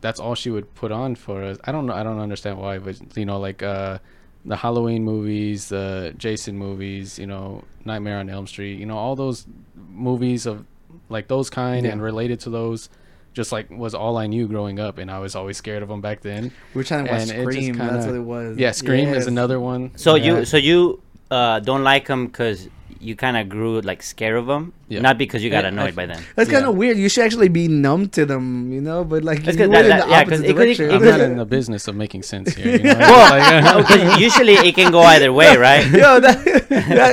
Speaker 6: that's all she would put on for us. I don't know, I don't understand why, but you know, like uh, the Halloween movies, the Jason movies, you know, Nightmare on Elm Street, you know, all those movies of like those kind
Speaker 1: Yeah.
Speaker 6: and related to those. Just like was all I knew growing up, and I was always scared of them back then.
Speaker 1: We were trying to watch
Speaker 6: And it just
Speaker 1: Scream. That's
Speaker 6: kinda-
Speaker 1: what it was.
Speaker 6: Yeah, Scream
Speaker 1: Yes.
Speaker 6: is another one.
Speaker 2: so
Speaker 6: Yeah.
Speaker 2: you so you uh, don't like them because you kind of grew like scared of them,
Speaker 6: Yeah.
Speaker 2: not because you got
Speaker 6: Yeah, I-
Speaker 2: annoyed by
Speaker 6: [laughs]
Speaker 2: them.
Speaker 1: That's kind
Speaker 6: Yeah.
Speaker 1: of weird. You should actually be numb to them, you know. But like, you
Speaker 2: That's
Speaker 1: went
Speaker 2: good. That-
Speaker 1: in
Speaker 2: that-
Speaker 1: the
Speaker 2: yeah, 'cause
Speaker 1: opposite
Speaker 2: it could- it
Speaker 1: direction. [laughs]
Speaker 6: I'm not in the business of making sense here. You know?
Speaker 2: Well, because [laughs] usually it can go either
Speaker 6: [laughs]
Speaker 2: way, right? [laughs]
Speaker 1: Yo, that, that,
Speaker 2: But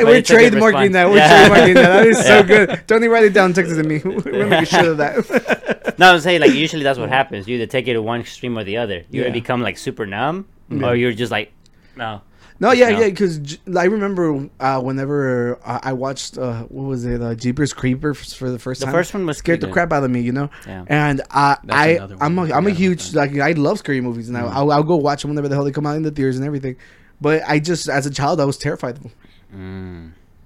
Speaker 1: we're
Speaker 2: it's a good
Speaker 1: trademarking
Speaker 2: response.
Speaker 1: that. We're
Speaker 2: Yeah.
Speaker 1: trademarking that. That is so
Speaker 2: [laughs] Yeah.
Speaker 1: good. Tony, write it down. Text it to me. [laughs] We're gonna make a shit of that. [laughs]
Speaker 2: No, I'm saying like usually that's what happens. You either take it to one extreme or the other. You
Speaker 1: Yeah.
Speaker 2: become like super numb,
Speaker 6: Mm-hmm.
Speaker 2: or you're just like, no.
Speaker 1: No, yeah,
Speaker 2: No.
Speaker 1: yeah, because I remember uh, whenever I, I watched uh, what was it, uh, Jeepers Creepers for the first
Speaker 2: The
Speaker 1: time.
Speaker 2: first one was
Speaker 1: scared the
Speaker 2: good.
Speaker 1: crap out of me, you know.
Speaker 2: Yeah.
Speaker 1: And I,
Speaker 6: That's
Speaker 1: I,
Speaker 6: another one.
Speaker 1: I'm a,
Speaker 6: I
Speaker 1: I'm
Speaker 6: forgot
Speaker 1: a
Speaker 6: about
Speaker 1: huge
Speaker 6: that.
Speaker 1: like I love scary movies,
Speaker 2: Mm.
Speaker 1: and I, I'll, I'll go watch them whenever the hell they come out in the theaters and everything. But I just, as a child, I was terrified of them.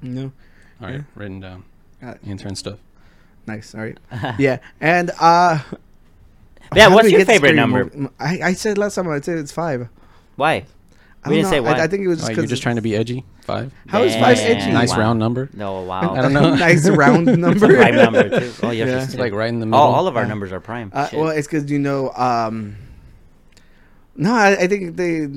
Speaker 2: Mm.
Speaker 1: You know.
Speaker 6: [laughs] All right, written down.
Speaker 1: Got it.
Speaker 6: Intern stuff.
Speaker 1: Nice.
Speaker 2: [laughs]
Speaker 1: All right. yeah. And uh,
Speaker 2: Yeah,
Speaker 1: how do
Speaker 2: what's
Speaker 1: we
Speaker 2: your
Speaker 1: get to
Speaker 2: favorite
Speaker 1: scary
Speaker 2: number?
Speaker 1: mov- I, I said last time I said it's five.
Speaker 2: Why?
Speaker 1: I
Speaker 2: We
Speaker 1: don't
Speaker 2: didn't say
Speaker 1: know. I-
Speaker 2: why.
Speaker 1: I, think it was just
Speaker 6: Why,
Speaker 1: 'cause
Speaker 6: you're just trying to be edgy. Five.
Speaker 1: How is five
Speaker 2: Yeah.
Speaker 1: edgy?
Speaker 6: Nice
Speaker 2: Wow.
Speaker 6: round number.
Speaker 2: No, wow.
Speaker 6: E? I don't know.
Speaker 1: [laughs] nice
Speaker 6: [laughs]
Speaker 1: round number.
Speaker 2: prime number [laughs] too. Oh,
Speaker 1: Yeah.
Speaker 2: yeah. just-
Speaker 6: It's like right in the
Speaker 2: all,
Speaker 6: middle.
Speaker 2: all of our numbers are prime.
Speaker 1: Uh,
Speaker 2: Shit.
Speaker 1: well, it's because you know. um No, I, I think they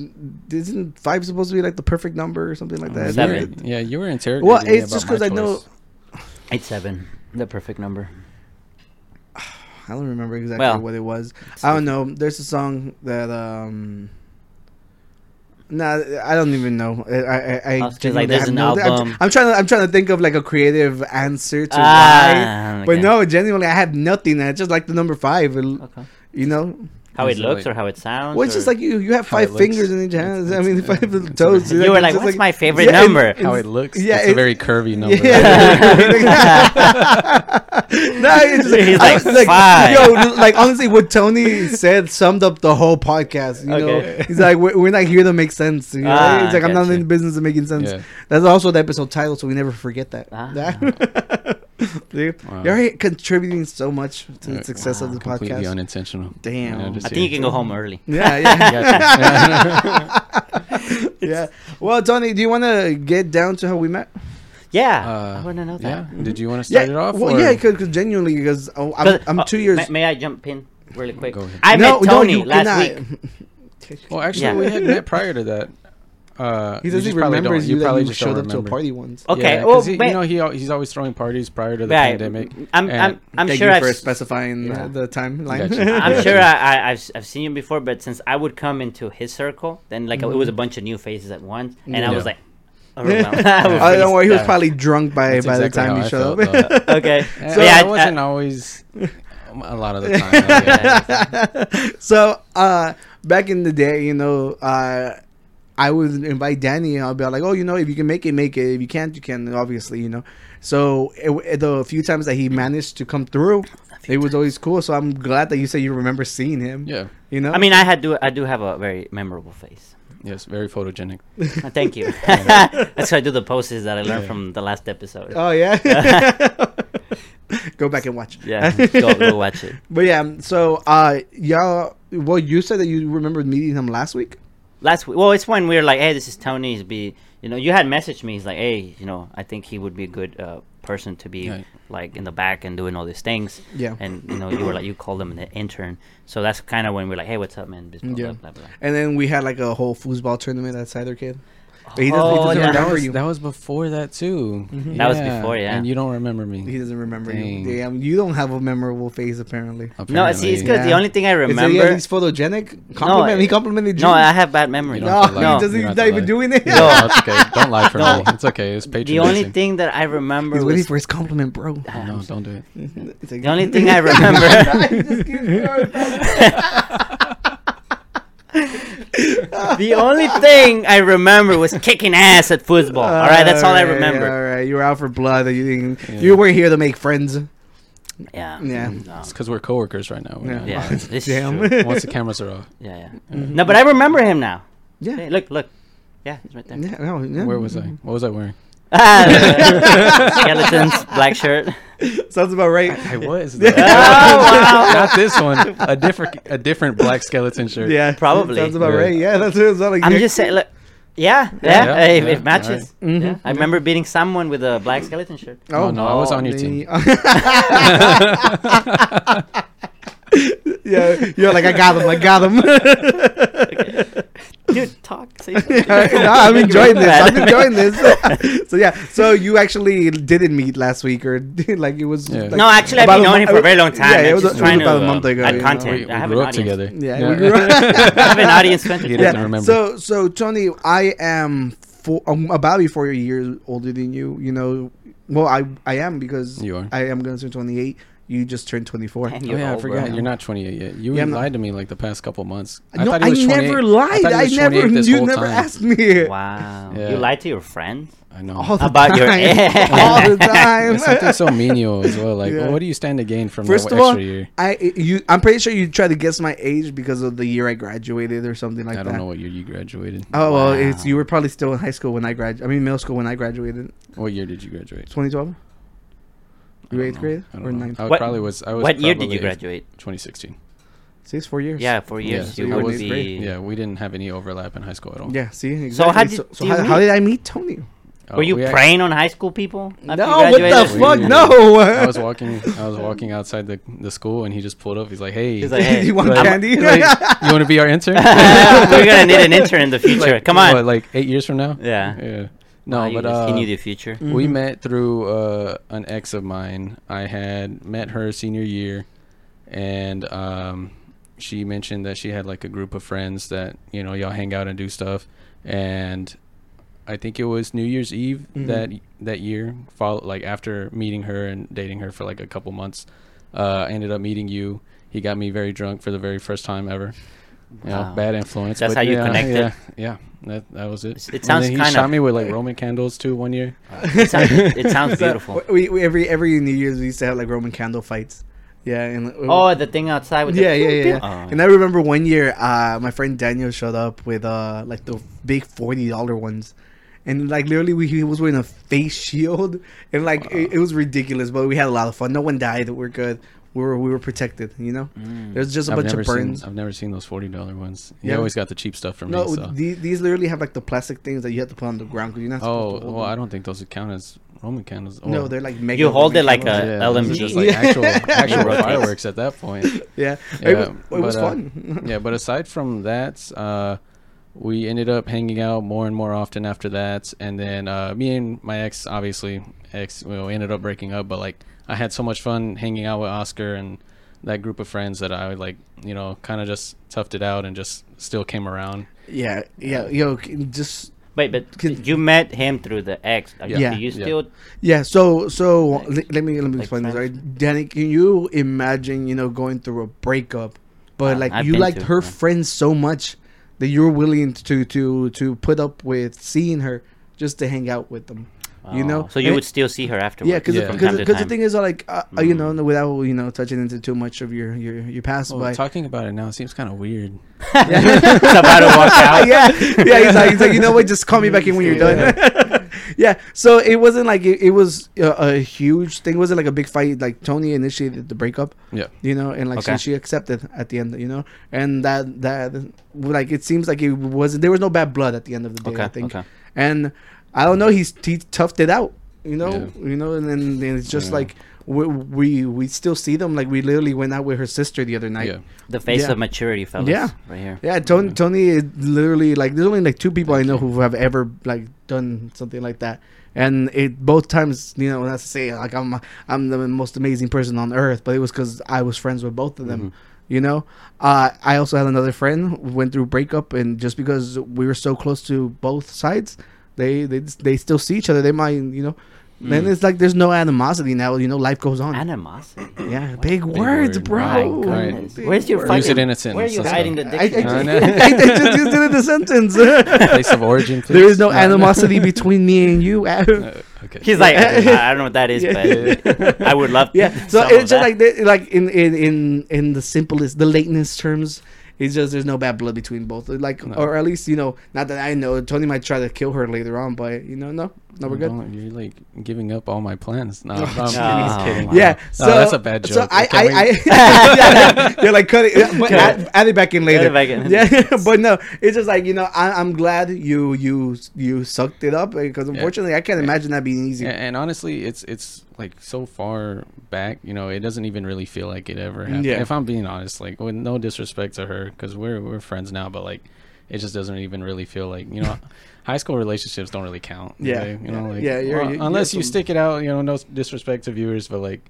Speaker 1: isn't five supposed to be like the perfect number or something like that.
Speaker 2: Um, Seven.
Speaker 6: Yeah, you were interrogating.
Speaker 1: Well,
Speaker 6: me
Speaker 1: it's just
Speaker 6: about
Speaker 1: because
Speaker 6: my
Speaker 1: I know
Speaker 6: choice.
Speaker 2: eight seven, the perfect number.
Speaker 1: I don't remember exactly
Speaker 2: Well,
Speaker 1: what it was. I don't know. There's a song that um. Nah, I don't even know. I I, I
Speaker 2: was Oh, 'cause,
Speaker 1: genuinely
Speaker 2: like, there's
Speaker 1: have
Speaker 2: an
Speaker 1: no- I'm-
Speaker 2: album.
Speaker 1: I'm, trying to I'm trying to think of like a creative answer to why,
Speaker 2: Ah, okay.
Speaker 1: but no, genuinely I have nothing. I just like the number five. It- You know,
Speaker 2: How it
Speaker 6: Is it
Speaker 2: looks
Speaker 6: like-
Speaker 2: or how it sounds.
Speaker 1: well, it's just
Speaker 2: or-
Speaker 1: like you you have
Speaker 6: How it
Speaker 1: five fingers
Speaker 6: looks.
Speaker 1: in each hand.
Speaker 6: It's-
Speaker 1: I mean,
Speaker 6: it's-
Speaker 1: five little
Speaker 6: it's-
Speaker 1: toes.
Speaker 2: you were like, "What's my favorite
Speaker 1: Yeah, and-
Speaker 2: number?"
Speaker 1: and-
Speaker 6: how it looks.
Speaker 1: yeah,
Speaker 6: Yeah, it's
Speaker 1: it-
Speaker 6: a
Speaker 1: [laughs]
Speaker 6: very curvy number.
Speaker 1: Yeah. [laughs] no, it's just,
Speaker 2: He's
Speaker 1: I
Speaker 2: like,
Speaker 1: was like
Speaker 2: "Five."
Speaker 1: yo, like honestly, what Tony said summed up the whole podcast. You know,
Speaker 2: Okay.
Speaker 1: he's like, we're, we're not here to make sense. You know?
Speaker 2: Ah,
Speaker 1: he's like, I'm not
Speaker 2: gotcha.
Speaker 1: in the business of making sense.
Speaker 6: Yeah.
Speaker 1: That's also the episode title, so we never forget that.
Speaker 2: Ah.
Speaker 1: [laughs] Dude,
Speaker 6: Wow.
Speaker 1: you're already contributing so much to the
Speaker 6: Yeah.
Speaker 1: success of the
Speaker 6: Completely
Speaker 1: podcast.
Speaker 6: unintentional.
Speaker 1: Damn.
Speaker 6: Yeah, just
Speaker 2: I think you
Speaker 6: here.
Speaker 2: can go home early.
Speaker 6: [laughs]
Speaker 1: Yeah, yeah.
Speaker 2: Gotcha.
Speaker 1: [laughs] yeah. Well, Tony, do you want to get down to how we met?
Speaker 2: yeah,
Speaker 6: Uh,
Speaker 2: I want to know that.
Speaker 6: Yeah. Did you want to start it off?
Speaker 1: Well,
Speaker 6: or- uh,
Speaker 1: yeah, because genuinely, because oh, I'm,
Speaker 2: 'Cause-
Speaker 1: I'm
Speaker 2: oh,
Speaker 1: two years.
Speaker 2: May, may I jump in really quick?
Speaker 6: Go ahead.
Speaker 2: I
Speaker 1: No,
Speaker 2: met
Speaker 1: no,
Speaker 2: Tony
Speaker 1: you
Speaker 2: last
Speaker 1: cannot.
Speaker 2: week.
Speaker 6: Well, actually,
Speaker 2: Yeah.
Speaker 6: we had met prior to that. Uh,
Speaker 1: He
Speaker 6: you
Speaker 1: doesn't
Speaker 6: just probably
Speaker 1: remember
Speaker 6: don't-
Speaker 1: you, that you
Speaker 6: just don't
Speaker 1: showed up to a
Speaker 6: remember.
Speaker 1: party once.
Speaker 2: Okay.
Speaker 6: Yeah,
Speaker 2: well,
Speaker 6: 'cause he-
Speaker 2: wait,
Speaker 6: you know he al- he's always throwing parties prior to the
Speaker 2: Right.
Speaker 6: pandemic.
Speaker 2: I'm,
Speaker 6: and-
Speaker 2: I'm, I'm
Speaker 1: Thank
Speaker 2: sure
Speaker 1: you
Speaker 2: I've,
Speaker 1: for
Speaker 2: s-
Speaker 1: specifying uh,
Speaker 6: Yeah.
Speaker 1: the timeline.
Speaker 6: Gotcha.
Speaker 1: [laughs]
Speaker 2: I'm
Speaker 6: Yeah.
Speaker 2: sure
Speaker 6: [laughs]
Speaker 2: I, I, I've, s- I've seen him before, but since I would come into his circle, then like it was a
Speaker 1: Mm-hmm.
Speaker 2: bunch of new faces at once, and I
Speaker 6: Yeah.
Speaker 1: [laughs]
Speaker 2: was like, [laughs] overwhelmed. I was
Speaker 1: oh, don't worry. He was
Speaker 2: freezed.
Speaker 1: probably drunk by
Speaker 6: That's
Speaker 1: by the
Speaker 6: exactly
Speaker 1: time
Speaker 6: how
Speaker 1: you
Speaker 6: I
Speaker 1: showed
Speaker 6: felt,
Speaker 1: up. [laughs]
Speaker 2: okay.
Speaker 6: so
Speaker 2: yeah,
Speaker 6: I
Speaker 2: I-
Speaker 6: wasn't always a lot of
Speaker 2: [laughs]
Speaker 6: the time. oh, yeah.
Speaker 1: [laughs] so uh back in the day you know uh i would invite danny and i'll be like oh you know if you can make it make it if you can't you can obviously you know so it, it- the few times that he managed to come through it was always cool so i'm glad that you say you remember seeing him
Speaker 6: Yeah.
Speaker 1: you know
Speaker 2: I
Speaker 1: [laughs]
Speaker 2: mean, I had do I do have a very memorable face.
Speaker 6: Yes, very photogenic.
Speaker 2: Uh, Thank
Speaker 1: [laughs]
Speaker 2: you. [laughs] That's how I do the poses that I learned
Speaker 6: Yeah.
Speaker 2: from the last episode.
Speaker 1: oh yeah [laughs] go back and watch
Speaker 2: yeah, go, go watch it.
Speaker 1: [laughs] but yeah so uh y'all well you said that you remembered meeting him last week
Speaker 2: [laughs] Last week, well, it's when we were like, "Hey, this is Tony." He's be, you know, you had messaged me. He's like, "Hey, you know, I think he would be a good uh, person to be
Speaker 6: Right.
Speaker 2: like in the back and doing all these things."
Speaker 1: Yeah.
Speaker 2: and you know, you were like, you called him an intern, so that's kind of when we're like, "Hey, what's up, man?" Blah, blah,
Speaker 1: Yeah.
Speaker 2: blah, blah.
Speaker 1: and then we had like a whole foosball tournament at cider kid but he doesn't,
Speaker 2: Oh,
Speaker 1: he doesn't
Speaker 2: yeah.
Speaker 1: remember
Speaker 6: that was,
Speaker 1: you
Speaker 6: That was before that too.
Speaker 2: Mm-hmm. That was before, yeah.
Speaker 6: And you don't remember me.
Speaker 1: He doesn't remember
Speaker 6: Dang.
Speaker 1: you. Damn, you don't have a memorable face apparently.
Speaker 2: No, see, it's
Speaker 6: Apparently.
Speaker 2: because the
Speaker 1: Yeah.
Speaker 2: only thing I remember.
Speaker 1: Is he at least photogenic? Compliment.
Speaker 2: I-
Speaker 1: he complimented you. [laughs]
Speaker 2: no, I have bad memory.
Speaker 6: You
Speaker 1: No,
Speaker 6: don't have to lie.
Speaker 1: he doesn't.
Speaker 6: You
Speaker 1: He's not
Speaker 6: don't have to
Speaker 1: even
Speaker 6: lie.
Speaker 1: doing
Speaker 6: [laughs]
Speaker 1: it. [laughs]
Speaker 6: No, it's okay. Don't lie for me. It's okay. It's
Speaker 2: The
Speaker 6: patronizing. Oh,
Speaker 2: only thing that I remember
Speaker 1: He's
Speaker 2: was
Speaker 1: waiting for his compliment,
Speaker 2: [laughs]
Speaker 1: bro.
Speaker 6: No, don't do it.
Speaker 1: It's like-
Speaker 2: the
Speaker 1: [laughs]
Speaker 2: only thing I remember. [laughs]
Speaker 1: He just [laughs] keeps throwing compliments.
Speaker 2: the only thing I remember was kicking ass at football. all right, that's all I
Speaker 1: Alright,
Speaker 2: remember.
Speaker 1: Alright, you were out for blood. You didn't.
Speaker 6: Yeah.
Speaker 1: You weren't here to make friends.
Speaker 2: Yeah.
Speaker 1: Yeah.
Speaker 2: Mm, No.
Speaker 6: It's because we're coworkers right now. We're
Speaker 1: Yeah.
Speaker 6: not
Speaker 1: [laughs]
Speaker 2: Yeah.
Speaker 6: lying.
Speaker 2: This is
Speaker 1: Damn.
Speaker 2: true.
Speaker 6: Once the cameras are off,
Speaker 2: Yeah, yeah.
Speaker 1: Mm-hmm.
Speaker 2: No, but I remember him now. Hey,
Speaker 1: yeah.
Speaker 2: look, look. Yeah, he's right there.
Speaker 1: Yeah, no, yeah.
Speaker 6: where was I? What was
Speaker 2: [laughs]
Speaker 6: I wearing?
Speaker 2: Ah, Skeletons, black shirt.
Speaker 1: [laughs] Sounds about right. [laughs]
Speaker 6: I
Speaker 1: Oh,
Speaker 6: was. though.
Speaker 2: wow.
Speaker 6: [laughs] Not this one. A different, a different black skeleton shirt.
Speaker 1: Yeah, [laughs]
Speaker 2: Probably.
Speaker 1: Sounds about
Speaker 6: Yeah.
Speaker 1: right. Yeah, that's it. It's not like
Speaker 2: I'm just saying, look. Yeah, yeah,
Speaker 6: Yeah,
Speaker 2: uh, It,
Speaker 6: yeah,
Speaker 2: it matches.
Speaker 1: all right. Mhm.
Speaker 2: Yeah. I remember beating someone with a black
Speaker 1: [laughs]
Speaker 2: skeleton shirt.
Speaker 6: Mm-hmm. Oh, no, I was on your
Speaker 1: the-
Speaker 6: [laughs]
Speaker 1: [laughs]
Speaker 6: team.
Speaker 1: yeah, you're like I got him. I got him.
Speaker 7: Dude, talk. Say
Speaker 2: [laughs]
Speaker 6: [laughs]
Speaker 7: something.
Speaker 1: no, I'm enjoying this. I'm enjoying this. [laughs] so yeah, so you actually didn't meet last week, or [laughs] like it was
Speaker 6: Yeah.
Speaker 1: like,
Speaker 2: no, actually, I've
Speaker 1: about
Speaker 2: been
Speaker 1: a
Speaker 2: knowing him
Speaker 1: mo-
Speaker 2: for a very long time.
Speaker 1: Yeah, it
Speaker 2: I'm
Speaker 1: was,
Speaker 2: just
Speaker 1: it was
Speaker 2: trying
Speaker 1: about
Speaker 2: to uh,
Speaker 1: a month ago.
Speaker 2: add
Speaker 1: you know?
Speaker 2: content.
Speaker 6: We, we
Speaker 2: I have
Speaker 6: grew
Speaker 2: an
Speaker 6: up
Speaker 2: audience.
Speaker 6: together.
Speaker 1: Yeah, we grew
Speaker 6: [laughs]
Speaker 2: [laughs]
Speaker 1: up.
Speaker 2: I have an audience.
Speaker 1: [laughs]
Speaker 2: friend.
Speaker 6: He doesn't remember.
Speaker 1: So, so Tony, I am four, I'm about four years older than you. You know, well, I I am because
Speaker 6: You are.
Speaker 1: I am going to turn 28. You just turned 24.
Speaker 2: Damn,
Speaker 6: Oh,
Speaker 2: you're
Speaker 6: yeah, I
Speaker 2: old,
Speaker 6: forgot.
Speaker 2: bro.
Speaker 6: You're not 28 yet. You
Speaker 1: Yeah, I'm not-
Speaker 6: lied to me like the past couple months.
Speaker 1: no, I,
Speaker 6: he was 28.
Speaker 1: never lied.
Speaker 6: thought he
Speaker 1: I,
Speaker 6: was 28
Speaker 1: never.
Speaker 6: this
Speaker 1: You
Speaker 6: whole
Speaker 1: never
Speaker 6: time.
Speaker 1: asked me.
Speaker 2: Wow.
Speaker 6: Yeah.
Speaker 2: You lied to your friends?
Speaker 6: I know.
Speaker 1: All the
Speaker 2: About
Speaker 1: time. [laughs]
Speaker 6: [laughs]
Speaker 2: your ex.
Speaker 1: all the
Speaker 6: It's something
Speaker 1: time.
Speaker 6: so menial as well. Like,
Speaker 1: Yeah.
Speaker 6: well, what do you stand to gain
Speaker 1: [laughs]
Speaker 6: from
Speaker 1: First
Speaker 6: the
Speaker 1: of
Speaker 6: extra
Speaker 1: all,
Speaker 6: year?
Speaker 1: I you I'm pretty sure you tried to guess my age because of the year I graduated or something like
Speaker 6: I
Speaker 1: that.
Speaker 6: don't know what year you graduated.
Speaker 1: Oh well, it's
Speaker 2: Wow.
Speaker 1: you were probably still in high school when I grad. I mean, middle school when I graduated,
Speaker 6: What year did you graduate?
Speaker 1: 2012. You were eighth grade
Speaker 6: I don't
Speaker 1: or
Speaker 6: know.
Speaker 1: ninth?
Speaker 6: I
Speaker 2: What-
Speaker 6: probably was. I was
Speaker 2: What year did you
Speaker 6: probably
Speaker 2: graduate?
Speaker 6: 2016.
Speaker 1: See, it's four years.
Speaker 2: Yeah, four
Speaker 6: Yeah,
Speaker 2: years.
Speaker 6: so
Speaker 2: you
Speaker 1: I
Speaker 2: would
Speaker 1: was
Speaker 2: be.
Speaker 1: great.
Speaker 6: Yeah, we didn't have any overlap in high school at all.
Speaker 1: Yeah, see, exactly.
Speaker 2: So how
Speaker 1: so,
Speaker 2: did
Speaker 1: so
Speaker 2: you
Speaker 1: how,
Speaker 2: meet?
Speaker 1: how did I meet Tony?
Speaker 6: Oh,
Speaker 2: Were you
Speaker 6: we ac-
Speaker 2: preying on high school people? after
Speaker 1: No,
Speaker 2: you
Speaker 1: what the
Speaker 2: graduated?
Speaker 6: We-
Speaker 1: fuck?
Speaker 2: [laughs]
Speaker 1: No. [laughs]
Speaker 6: I was walking. I was walking outside the, the school, and he just pulled up. He's like, "Hey,
Speaker 2: He's like, hey,
Speaker 1: you want
Speaker 6: I'm-
Speaker 1: candy? [laughs]
Speaker 2: [laughs]
Speaker 6: like, you want to be our intern?
Speaker 2: we're gonna need an intern in the future.
Speaker 6: Like,
Speaker 2: Come on.
Speaker 6: what, like eight years from now?
Speaker 2: Yeah.
Speaker 6: Yeah.
Speaker 2: Oh,
Speaker 6: No,
Speaker 2: you
Speaker 6: but
Speaker 2: just-
Speaker 6: uh,
Speaker 2: he knew the future.
Speaker 6: we met through uh, an ex of mine. I had met her senior year, and um, she mentioned that she had like a group of friends that you know y'all hang out and do stuff. And I think it was New Year's Eve that that year. Follow like after meeting her and dating her for like a couple months, uh, I ended up meeting you. He got me very drunk for the very first time ever. You know,
Speaker 2: Wow.
Speaker 6: bad influence.
Speaker 2: That's
Speaker 6: but
Speaker 2: how you
Speaker 6: yeah,
Speaker 2: connected?
Speaker 6: Yeah, yeah, that that was it.
Speaker 2: It
Speaker 6: And
Speaker 2: sounds
Speaker 6: then he
Speaker 2: kinda-
Speaker 6: shot me with like Roman candles too one year.
Speaker 2: It sounds,
Speaker 1: [laughs]
Speaker 2: it sounds beautiful.
Speaker 1: we, we every every New Year's we used to have like Roman candle fights. Yeah, and
Speaker 2: Oh, the thing outside with
Speaker 1: yeah,
Speaker 2: the
Speaker 1: yeah, yeah. yeah.
Speaker 2: Oh.
Speaker 1: And I remember one year, uh, my friend Daniel showed up with uh, like the big forty dollar ones, and like literally, we, he was wearing a face [laughs] shield, and like it, it was ridiculous. But we had a lot of fun. No one died. We're good. We were we were protected. You know, there's just a bunch
Speaker 6: never
Speaker 1: of burns.
Speaker 6: Seen, Mm. I've never seen those forty dollar ones. You
Speaker 1: Yeah.
Speaker 6: always got the cheap stuff from
Speaker 1: no,
Speaker 6: me. So.
Speaker 1: these, these literally have like the plastic things that you have to put on the ground because you're not.
Speaker 6: oh
Speaker 1: supposed to hold
Speaker 6: well,
Speaker 1: them.
Speaker 6: I don't think those would count as Roman candles.
Speaker 1: No,
Speaker 6: or-
Speaker 1: they're like mega.
Speaker 2: You hold
Speaker 1: Roman
Speaker 2: it like
Speaker 1: candles.
Speaker 2: a
Speaker 6: yeah, this is
Speaker 2: LMG.
Speaker 6: just
Speaker 1: [laughs]
Speaker 6: like [laughs]
Speaker 2: [laughs]
Speaker 6: actual, actual
Speaker 2: rotates.
Speaker 6: fireworks at that point.
Speaker 1: Yeah,
Speaker 6: Yeah,
Speaker 1: it, was, it was
Speaker 6: but, uh,
Speaker 1: fun. [laughs]
Speaker 6: yeah, but aside from that, uh, we ended up hanging out more and more often after that. And then uh, me and my ex, obviously, ex, well, we ended up breaking up. But like, I had so much fun hanging out with Oscar and that group of friends that I like, you know, kind of just toughed it out and just still came around.
Speaker 1: yeah, yeah, yo, c- just
Speaker 2: Wait, but you met him through the ex. Are you-
Speaker 1: Yeah.
Speaker 2: Do you
Speaker 6: Yeah.
Speaker 2: still?
Speaker 1: Yeah, so so le- let me let me
Speaker 2: like
Speaker 1: explain this.
Speaker 2: friends?
Speaker 1: Right? Danny, can you imagine, you know, going through a breakup, but
Speaker 2: Uh,
Speaker 1: like
Speaker 2: I've
Speaker 1: you
Speaker 2: been
Speaker 1: liked
Speaker 2: to it,
Speaker 1: her
Speaker 2: man.
Speaker 1: friends so much that you're willing to to to put up with seeing her just to hang out with them. You know?
Speaker 2: Oh, So you
Speaker 1: And-
Speaker 2: would still see her afterwards.
Speaker 1: yeah, because
Speaker 6: Yeah.
Speaker 2: from
Speaker 1: because
Speaker 2: time to
Speaker 1: the
Speaker 2: time. Mm.
Speaker 1: thing is, like, uh, uh, you know, without you know touching into too much of your your your past,
Speaker 6: Well,
Speaker 1: but
Speaker 6: talking about it now seems kind of [laughs] weird.
Speaker 1: [laughs]
Speaker 2: It's about to walk out.
Speaker 1: yeah, yeah. He's like, he's like, you know what? Just call me back in when you're done. [laughs] yeah. So it wasn't like it, it was a, a huge thing. It wasn't like a big fight. Like Tony initiated the breakup.
Speaker 6: Yeah.
Speaker 1: You know, and like
Speaker 2: Okay.
Speaker 1: she, she accepted at the end. You know, and that that like it seems like it was there was no bad blood at the end of the day.
Speaker 2: Okay,
Speaker 1: I think.
Speaker 2: okay.
Speaker 1: And I don't know. He's he toughed it out. You know.
Speaker 6: Yeah.
Speaker 1: You know, and then then it's just
Speaker 6: Yeah.
Speaker 1: like. We, we we still see them like we literally went out with her sister the other night.
Speaker 6: Yeah.
Speaker 2: The face
Speaker 1: Yeah.
Speaker 2: of maturity, fellas.
Speaker 1: Yeah.
Speaker 2: Right here.
Speaker 1: Yeah, Tony, Tony is literally like there's only like two people I know who have ever like done something like that, and it both times you know not to say like I'm I'm the most amazing person on earth, but it was because I was friends with both of them. You know, uh, I also had another friend who went through breakup, and just because we were so close to both sides, they they they still see each other. They might you know, then it's like there's no animosity now. You know, life goes on.
Speaker 2: Animosity.
Speaker 1: yeah, big, words,
Speaker 6: word.
Speaker 1: bro.
Speaker 6: Right, right.
Speaker 1: Big
Speaker 2: Where's your
Speaker 1: words.
Speaker 2: fucking?
Speaker 6: Use it in a sentence.
Speaker 2: Where are you
Speaker 6: Let's go.
Speaker 2: hiding the
Speaker 1: I, I,
Speaker 2: dictionary?
Speaker 6: I
Speaker 1: just,
Speaker 2: [laughs]
Speaker 6: know.
Speaker 1: I, I just used it in the sentence.
Speaker 6: [laughs] Place of origin, please.
Speaker 1: [laughs] There is no
Speaker 6: I know. [laughs]
Speaker 1: animosity between me and you.
Speaker 6: Okay.
Speaker 2: He's like, I, I don't know what that
Speaker 1: [laughs]
Speaker 2: is, but I would love.
Speaker 1: yeah. So
Speaker 2: some of
Speaker 1: it's
Speaker 2: that.
Speaker 1: just like the- like in in in in the simplest, the lateness terms. It's just there's no bad blood between both. Like or at least you know, not that I know. Tony might try to kill her later on, but you know, no, no, we're good.
Speaker 6: No, you're like giving up all my
Speaker 1: [laughs]
Speaker 6: plans. No, I'm, I'm
Speaker 2: jeez.
Speaker 6: kidding.
Speaker 2: Oh,
Speaker 6: No,
Speaker 1: Yeah, so
Speaker 6: that's a bad joke.
Speaker 1: So I,
Speaker 6: Can
Speaker 1: I,
Speaker 6: we-
Speaker 1: I
Speaker 6: [laughs]
Speaker 1: [laughs] yeah, yeah, you're like cut it, yeah, but add, add it back in later.
Speaker 2: it back in.
Speaker 1: Yeah, [laughs] but no, it's just like you know, I, I'm glad you you you sucked it up because unfortunately, I can't imagine that being easy.
Speaker 6: A- and honestly, it's it's like so far back. You know, it doesn't even really feel like it ever happened.
Speaker 1: Yeah.
Speaker 6: If I'm being honest, like with no disrespect to her, because we're we're friends now, but like it just doesn't even really feel like you
Speaker 1: [laughs]
Speaker 6: know high school relationships don't really count do
Speaker 1: Yeah,
Speaker 6: they? you
Speaker 1: yeah,
Speaker 6: know like
Speaker 1: yeah, you're-
Speaker 6: well,
Speaker 1: you- you
Speaker 6: unless
Speaker 1: have
Speaker 6: you
Speaker 1: some-
Speaker 6: stick it out you know no s- disrespect to viewers but like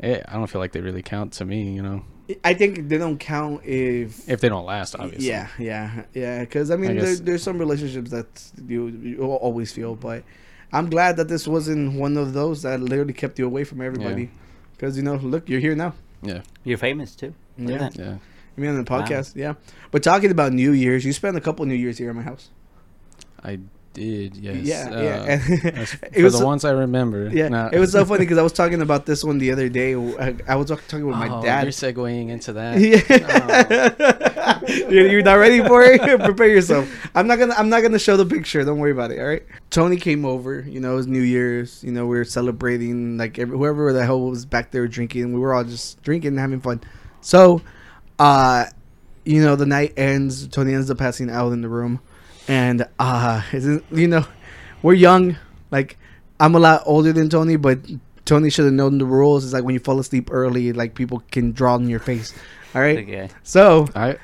Speaker 6: eh, i don't feel like they really count to me you know
Speaker 1: I think they don't count if
Speaker 6: if they don't last obviously
Speaker 1: Yeah, yeah, yeah. Because I mean, there,
Speaker 6: guess-
Speaker 1: there's some relationships that you you will always feel, but I'm glad that this wasn't one of those that literally kept you away from everybody. Because you know, look, you're here now.
Speaker 6: yeah
Speaker 2: You're famous too. Look
Speaker 1: Yeah.
Speaker 2: at that.
Speaker 6: yeah
Speaker 1: I mean, on the podcast, yeah. But talking about New Year's, you spent a couple New Years here at my house.
Speaker 6: i did yes
Speaker 1: Yeah,
Speaker 6: uh,
Speaker 1: yeah. [laughs]
Speaker 6: that's
Speaker 1: It
Speaker 6: for
Speaker 1: was-
Speaker 6: the ones i remember
Speaker 1: Yeah,
Speaker 6: Nah.
Speaker 1: it was so
Speaker 6: [laughs]
Speaker 1: funny because I was talking about this one the other day. I, I was talking with my
Speaker 6: Oh,
Speaker 1: dad.
Speaker 6: you're
Speaker 1: [laughs]
Speaker 6: segueing into that Oh.
Speaker 1: Yeah. you're, you're not ready for it. [laughs] Prepare yourself. I'm not gonna. I'm not gonna show the picture. Don't worry about it. All right. Tony came over. You know, it was New Year's. You know, we were celebrating. Like every, whoever the hell was back there drinking, we were all just drinking, and having fun. So, uh, you know, the night ends. Tony ends up passing out in the room, and uh, isn't- you know, we're young. Like I'm a lot older than Tony, but Tony should have known the rules. It's like when you fall asleep early, like people can draw on your face. All right.
Speaker 2: Okay.
Speaker 1: So
Speaker 6: I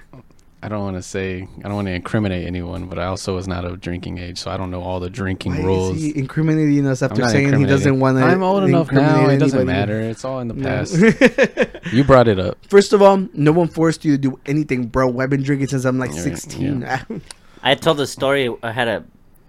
Speaker 6: I don't want to say I don't want to incriminate anyone, but I also was not of drinking age, so I don't know all the drinking
Speaker 1: why
Speaker 6: rules.
Speaker 1: is he incriminating us
Speaker 6: I'm
Speaker 1: after
Speaker 6: not
Speaker 1: saying he
Speaker 6: incriminating.
Speaker 1: doesn't want to?
Speaker 6: I'm old enough now. It doesn't matter. It's all in the
Speaker 1: [laughs]
Speaker 6: past. you brought it up.
Speaker 1: First of all, no one forced you to do anything, bro. I've been drinking since I'm like
Speaker 6: You're right,
Speaker 1: 16. Yeah. [laughs]
Speaker 2: I told the story. I had a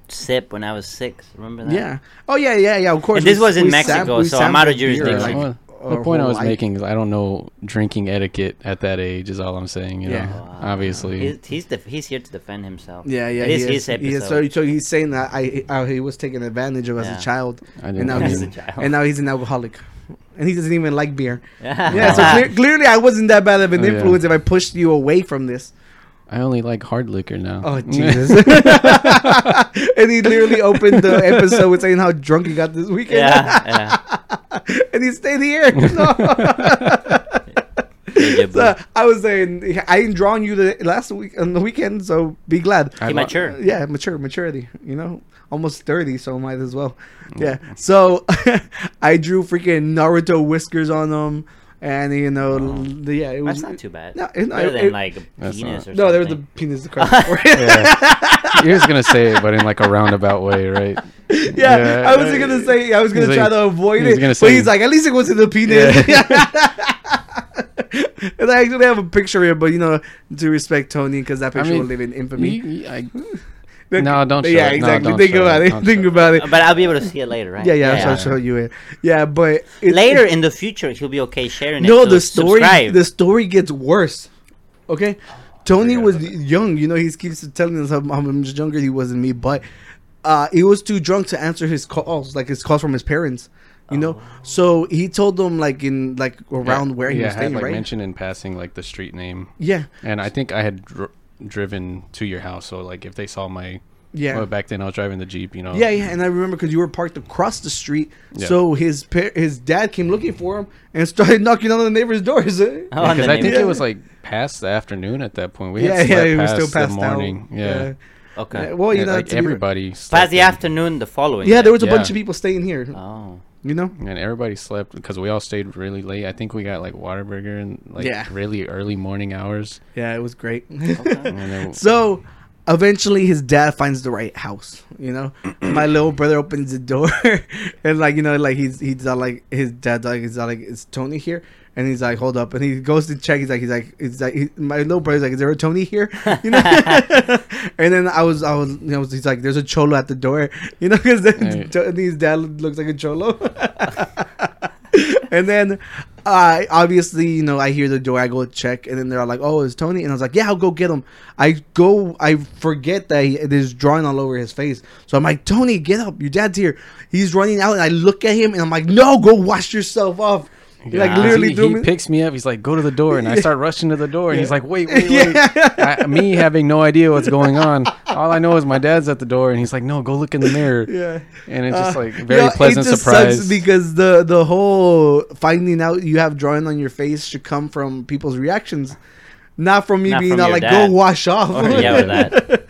Speaker 2: sip when I was six. Remember that?
Speaker 1: Oh yeah, yeah, yeah. Of course.
Speaker 2: And this
Speaker 1: we-
Speaker 2: was in
Speaker 1: we
Speaker 2: Mexico,
Speaker 1: sampled- we
Speaker 2: so I'm out of
Speaker 1: sampled beer,
Speaker 2: jurisdiction.
Speaker 1: like,
Speaker 6: Well, the
Speaker 1: our
Speaker 6: point I
Speaker 1: whole
Speaker 6: was
Speaker 1: life.
Speaker 6: making is I don't know drinking etiquette at that age. Is all I'm saying. You
Speaker 1: Yeah.
Speaker 6: know,
Speaker 2: Wow.
Speaker 6: obviously.
Speaker 2: He's he's, def- he's here to defend himself.
Speaker 1: Yeah, yeah.
Speaker 2: It is his
Speaker 1: he is- so,
Speaker 2: episode.
Speaker 1: so he's saying that I, I he was taken advantage of
Speaker 2: Yeah.
Speaker 1: as a child,
Speaker 6: I
Speaker 1: and
Speaker 6: didn't.
Speaker 1: now
Speaker 6: I
Speaker 1: he's
Speaker 2: As a
Speaker 6: didn't-
Speaker 2: child.
Speaker 1: and now he's an alcoholic, and he doesn't even like beer. [laughs]
Speaker 2: Yeah.
Speaker 1: Yeah,
Speaker 2: [laughs]
Speaker 1: so clear, clearly I wasn't that bad of an
Speaker 6: Oh, yeah.
Speaker 1: influence if I pushed you away from this.
Speaker 6: I only like hard liquor now.
Speaker 1: [laughs]
Speaker 6: [laughs]
Speaker 1: Oh Jesus! and he literally opened the episode with saying how drunk he got this weekend, [laughs]
Speaker 2: yeah, yeah.
Speaker 1: and he stayed
Speaker 2: [laughs]
Speaker 1: here. [laughs] No.
Speaker 2: Deja vu.
Speaker 1: So, I was saying I ain't drawn you the last week on the weekend, so be glad.
Speaker 6: I
Speaker 2: He
Speaker 6: lo-
Speaker 2: mature.
Speaker 1: yeah, mature maturity. You know, almost thirty, so might as well.
Speaker 2: Mm.
Speaker 1: Yeah. So [laughs] I drew freaking Naruto whiskers on him, and you know, l- yeah, it was
Speaker 2: Oh. That's not too bad.
Speaker 1: No, it's not-
Speaker 2: Better than
Speaker 1: it-
Speaker 2: like a
Speaker 6: That's
Speaker 2: penis
Speaker 6: not-
Speaker 2: or
Speaker 1: No, there was a
Speaker 2: something.
Speaker 1: penis to cry [laughs]
Speaker 2: [laughs]
Speaker 1: for. yeah,
Speaker 6: He was gonna say it, but in like a roundabout way, right? Yeah,
Speaker 1: I was gonna say I was gonna
Speaker 6: he's
Speaker 1: try
Speaker 6: like-
Speaker 1: to avoid
Speaker 6: he's
Speaker 1: it,
Speaker 6: gonna
Speaker 1: but
Speaker 6: say-
Speaker 1: he's like, at least it wasn't the penis. [laughs] and I actually have a picture here, but you know, to respect Tony, because that picture
Speaker 6: mean,
Speaker 1: will live in infamy.
Speaker 6: You- you- I-
Speaker 2: Hmm.
Speaker 6: no, don't show
Speaker 1: yeah,
Speaker 6: it. No,
Speaker 1: exactly.
Speaker 6: don't
Speaker 1: Think
Speaker 6: show
Speaker 1: about
Speaker 6: it.
Speaker 1: it.
Speaker 6: Don't
Speaker 1: Think
Speaker 6: show it. Um,
Speaker 1: about it.
Speaker 2: But I'll be able to see it later, right?
Speaker 1: Yeah, yeah, I'll show you it. Yeah, but it,
Speaker 2: Later in the future, he'll be okay sharing it.
Speaker 1: no,
Speaker 2: so
Speaker 1: the story
Speaker 2: subscribe.
Speaker 1: the story gets worse. Okay, Tony
Speaker 6: forgot
Speaker 1: was
Speaker 6: about
Speaker 1: young. You know, he keeps telling us how, how much younger he was than me, but uh, he was too drunk to answer his calls, like his calls from his parents. You know, so he told them like in like around where he
Speaker 6: yeah,
Speaker 1: was
Speaker 6: I had
Speaker 1: staying,
Speaker 6: like
Speaker 1: right?
Speaker 6: mentioned in passing like the street name.
Speaker 1: Yeah,
Speaker 6: And I think I had dr- driven to your house, so like if they saw my
Speaker 1: yeah.
Speaker 6: well, back then I was driving the jeep, you know.
Speaker 1: Yeah, yeah, and I remember because you were parked across the street,
Speaker 6: Yeah.
Speaker 1: so his par- his dad came looking for him and started [laughs] knocking on the neighbors' doors. [laughs] eh?
Speaker 2: Oh, and
Speaker 6: because
Speaker 2: the
Speaker 6: I think
Speaker 2: neighbor-
Speaker 6: it was like past the afternoon at that point. We
Speaker 1: yeah,
Speaker 6: had
Speaker 1: yeah,
Speaker 6: slept
Speaker 1: he was
Speaker 6: past
Speaker 1: still passed
Speaker 6: the
Speaker 1: out.
Speaker 6: morning. Yeah.
Speaker 2: okay.
Speaker 1: Yeah, Well, you
Speaker 6: Yeah,
Speaker 1: know,
Speaker 6: like
Speaker 1: to be-
Speaker 6: everybody
Speaker 2: Past
Speaker 6: slept
Speaker 2: the
Speaker 6: in,
Speaker 2: afternoon, the following.
Speaker 1: Yeah,
Speaker 2: day.
Speaker 1: there was a bunch
Speaker 6: Yeah.
Speaker 1: of people staying here.
Speaker 2: Oh,
Speaker 1: You know.
Speaker 6: and everybody slept because we all stayed really late. I think we got like Waterburger and like
Speaker 1: Yeah.
Speaker 6: really early morning hours.
Speaker 1: Yeah, it was great. [laughs]
Speaker 6: And then
Speaker 1: so eventually his dad finds the right house, you know? My little brother opens the door [laughs] and like, you know, like he's he's all like his dad's like he's all like, Is Tony here? And he's like, hold up, and he goes to check. He's like, he's like, he's like, he, my little brother's like, is there a Tony here? You know. [laughs] and then I was, I was, you know, he's like, there's a cholo at the door, [laughs] you know, because
Speaker 6: Right.
Speaker 1: Tony's dad looks like a cholo. [laughs] and then I obviously, you know, I hear the door, I go check, and then they're all like, "Oh, it's Tony," and I was like, "Yeah, I'll go get him." I go, I forget that he, there's drawing all over his face, so I'm like, "Tony, get up! Your dad's here." He's running out, and I look at him, and I'm like, "No, go wash yourself off!" He, Like
Speaker 6: Yeah.
Speaker 1: literally,
Speaker 6: he,
Speaker 1: threw
Speaker 6: he
Speaker 1: me-
Speaker 6: picks me up. He's like, "Go to the door," and I start rushing to the door. And he's like, "Wait,
Speaker 1: [laughs]
Speaker 6: wait, wait!"
Speaker 1: [laughs] Yeah.
Speaker 6: I, me having no idea what's going on. All I know is my dad's at the door, and he's like, "No, go look in the mirror."
Speaker 1: Yeah.
Speaker 6: and it's just like
Speaker 1: [laughs] Uh,
Speaker 6: very
Speaker 1: yeah, it
Speaker 6: pleasant
Speaker 1: just
Speaker 6: surprise.
Speaker 1: sucks because the the whole finding out you have drawing on your face should come from people's reactions, not from me
Speaker 2: Not
Speaker 1: being
Speaker 2: from
Speaker 1: all
Speaker 2: your
Speaker 1: like,
Speaker 2: dad.
Speaker 1: "Go wash off."
Speaker 2: Or- yeah, or that.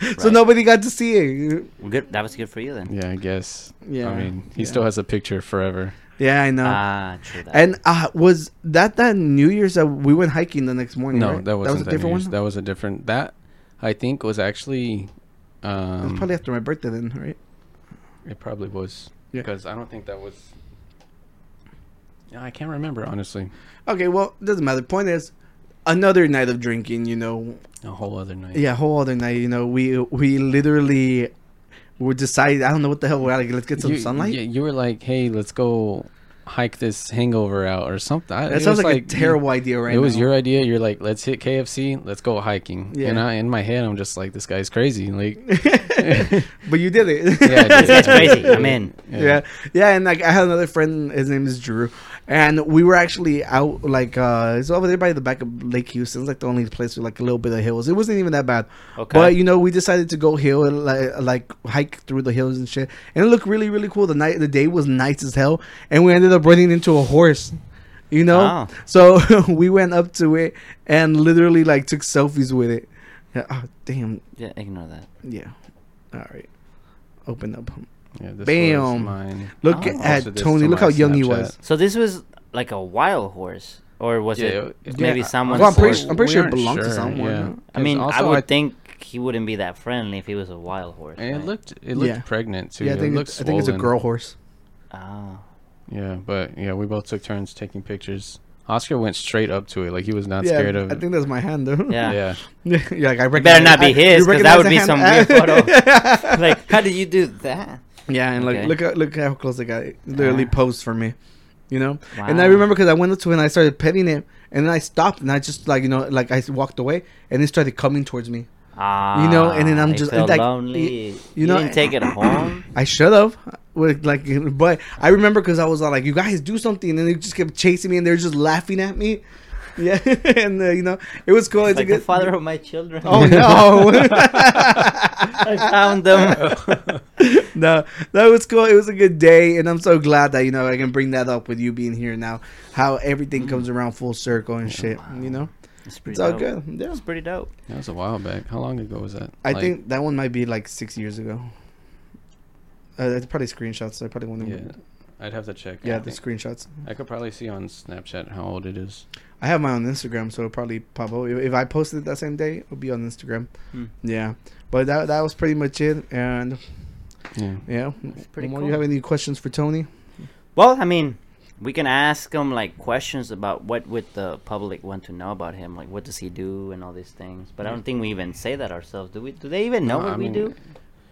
Speaker 1: [laughs] so
Speaker 2: Right.
Speaker 1: nobody got to see it.
Speaker 2: Well, good. That was good for you then.
Speaker 6: yeah, I guess.
Speaker 1: Yeah,
Speaker 6: I mean, he
Speaker 1: yeah.
Speaker 6: still has a picture forever.
Speaker 1: Yeah, I know.
Speaker 2: Ah, true that.
Speaker 1: and uh, was that that New Year's that we went hiking the next morning?
Speaker 6: No,
Speaker 1: right?
Speaker 6: that wasn't that
Speaker 1: was a different
Speaker 6: news.
Speaker 1: one.
Speaker 6: That was a different that. I think was actually. Um,
Speaker 1: It's probably after my birthday then, right?
Speaker 6: It probably was.
Speaker 1: Yeah.
Speaker 6: Because I don't think that was. Yeah, I can't remember honestly.
Speaker 1: Okay, well, doesn't matter. Point is, another night of drinking. You know,
Speaker 6: A whole other night.
Speaker 1: yeah, whole other night. You know, we we literally we decided. I don't know what the hell. We're like, let's get some
Speaker 6: you,
Speaker 1: sunlight.
Speaker 6: Yeah, you were like, "Hey, let's go hike this hangover out or something." I-
Speaker 1: that
Speaker 6: it
Speaker 1: sounds
Speaker 6: was
Speaker 1: like, a terrible idea, right?
Speaker 6: It was
Speaker 1: now.
Speaker 6: your idea. You're like, "Let's hit KFC. Let's go hiking."
Speaker 1: Yeah.
Speaker 6: And I, in my head, I'm just like, "This guy's
Speaker 1: [laughs]
Speaker 6: crazy." Like,
Speaker 1: [laughs] but you did it.
Speaker 6: yeah,
Speaker 1: [laughs]
Speaker 6: dude.
Speaker 2: That's crazy. I'm in.
Speaker 1: Yeah. yeah, and like I had another friend. His name is Drew, and we were actually out like uh it's over there by the back of Lake Houston. It's like the only place with like a little bit of hills. It wasn't even that bad.
Speaker 2: Okay.
Speaker 1: But you know, we decided to go hill and like, like hike through the hills and shit, and it looked really really cool. The night, the day was nice as hell, and we ended up running into a horse. You know,
Speaker 2: Wow.
Speaker 1: so [laughs] we went up to it and literally like took selfies with it. Yeah, Oh damn!
Speaker 2: Yeah, ignore that.
Speaker 1: Yeah. All right. Open up.
Speaker 6: Yeah, this was
Speaker 1: Bam.
Speaker 6: mine.
Speaker 1: Look
Speaker 2: Oh.
Speaker 6: Also,
Speaker 1: at
Speaker 6: this
Speaker 1: Tony.
Speaker 6: to
Speaker 1: Look
Speaker 6: my
Speaker 1: how young he
Speaker 6: Snapchat.
Speaker 1: was.
Speaker 2: So this was like a wild horse, or was
Speaker 6: Yeah,
Speaker 2: it maybe
Speaker 6: yeah,
Speaker 2: someone's
Speaker 1: Well, I'm pretty
Speaker 2: horse?
Speaker 1: su- I'm pretty
Speaker 6: we
Speaker 1: sure it
Speaker 6: aren't
Speaker 1: belonged to someone,
Speaker 6: yeah.
Speaker 1: huh?
Speaker 2: I
Speaker 6: It was
Speaker 2: mean, I
Speaker 6: also,
Speaker 2: would think he wouldn't be that friendly if he was a wild horse.
Speaker 6: And
Speaker 2: right?
Speaker 6: it looked it looked
Speaker 1: Yeah.
Speaker 6: pregnant too.
Speaker 1: Yeah, I think,
Speaker 6: it
Speaker 1: it's, I think it's a
Speaker 6: swollen.
Speaker 1: girl horse.
Speaker 2: Ah.
Speaker 1: [laughs]
Speaker 6: Yeah, but yeah, we both took turns taking pictures. Oscar went straight up to it, like he was not
Speaker 1: Yeah,
Speaker 6: scared of.
Speaker 1: I think that's my hand though. [laughs]
Speaker 2: Yeah. [laughs]
Speaker 6: yeah, [laughs]
Speaker 1: You're like, I recognize,
Speaker 2: better not be
Speaker 1: I-
Speaker 2: his,
Speaker 1: you
Speaker 2: 'cause
Speaker 1: recognize
Speaker 2: that would
Speaker 1: the
Speaker 2: be
Speaker 1: hand?
Speaker 2: some weird
Speaker 1: [laughs]
Speaker 2: photo. like, [laughs] how did you do that?
Speaker 1: yeah, and like
Speaker 2: Okay.
Speaker 1: look at look how close the guy literally
Speaker 2: Ah.
Speaker 1: posed for me. You know, and I
Speaker 2: Wow.
Speaker 1: remember because I went up to it and I started petting it, and then I stopped and I just like you know like I walked away and it started coming towards me.
Speaker 2: Ah,
Speaker 1: and then I'm
Speaker 2: I
Speaker 1: just-
Speaker 2: feel
Speaker 1: like,
Speaker 2: lonely.
Speaker 1: you
Speaker 2: You,
Speaker 1: know- [laughs]
Speaker 2: didn't take it home.
Speaker 1: I should have, with like, but I remember because I was all like, "You guys do something," and they just kept chasing me and they're just laughing at me. [laughs] Yeah, and uh, you know it was cool.
Speaker 2: Like the
Speaker 1: good-
Speaker 2: father of my children.
Speaker 1: [laughs] Oh no.
Speaker 2: [laughs]
Speaker 1: [laughs]
Speaker 2: I found them.
Speaker 1: no, that was cool. It was a good day, and I'm so glad that you know I can bring that up with you being here now. How everything comes around full circle and shit. You know,
Speaker 2: It's, Mm-hmm. pretty
Speaker 1: it's all
Speaker 2: dope.
Speaker 1: good. Yeah,
Speaker 2: It's pretty dope.
Speaker 6: that was a while back. How long ago was that?
Speaker 1: I
Speaker 6: Like,
Speaker 1: think that one might be like six years ago. Uh, that's probably screenshots. I probably want to.
Speaker 6: Yeah,
Speaker 1: Yeah,
Speaker 6: I'd have to check. I,
Speaker 1: the
Speaker 6: think.
Speaker 1: screenshots.
Speaker 6: I could probably see on Snapchat how old it is.
Speaker 1: I have mine on Instagram, so it'll probably pop up. If, if I posted it that same day, it'll be on Instagram.
Speaker 2: Hmm.
Speaker 1: Yeah, but that that was pretty much it. And
Speaker 6: Yeah,
Speaker 1: yeah,
Speaker 2: pretty
Speaker 1: Lamar,
Speaker 2: cool.
Speaker 1: you have any questions for Tony?
Speaker 2: Well, I mean, we can ask him like questions about what would the public want to know about him, like what does he do and all these things. But I don't think we even say that ourselves. Do we? Do they even know
Speaker 6: No,
Speaker 2: what
Speaker 6: I
Speaker 2: we
Speaker 6: mean-
Speaker 2: do?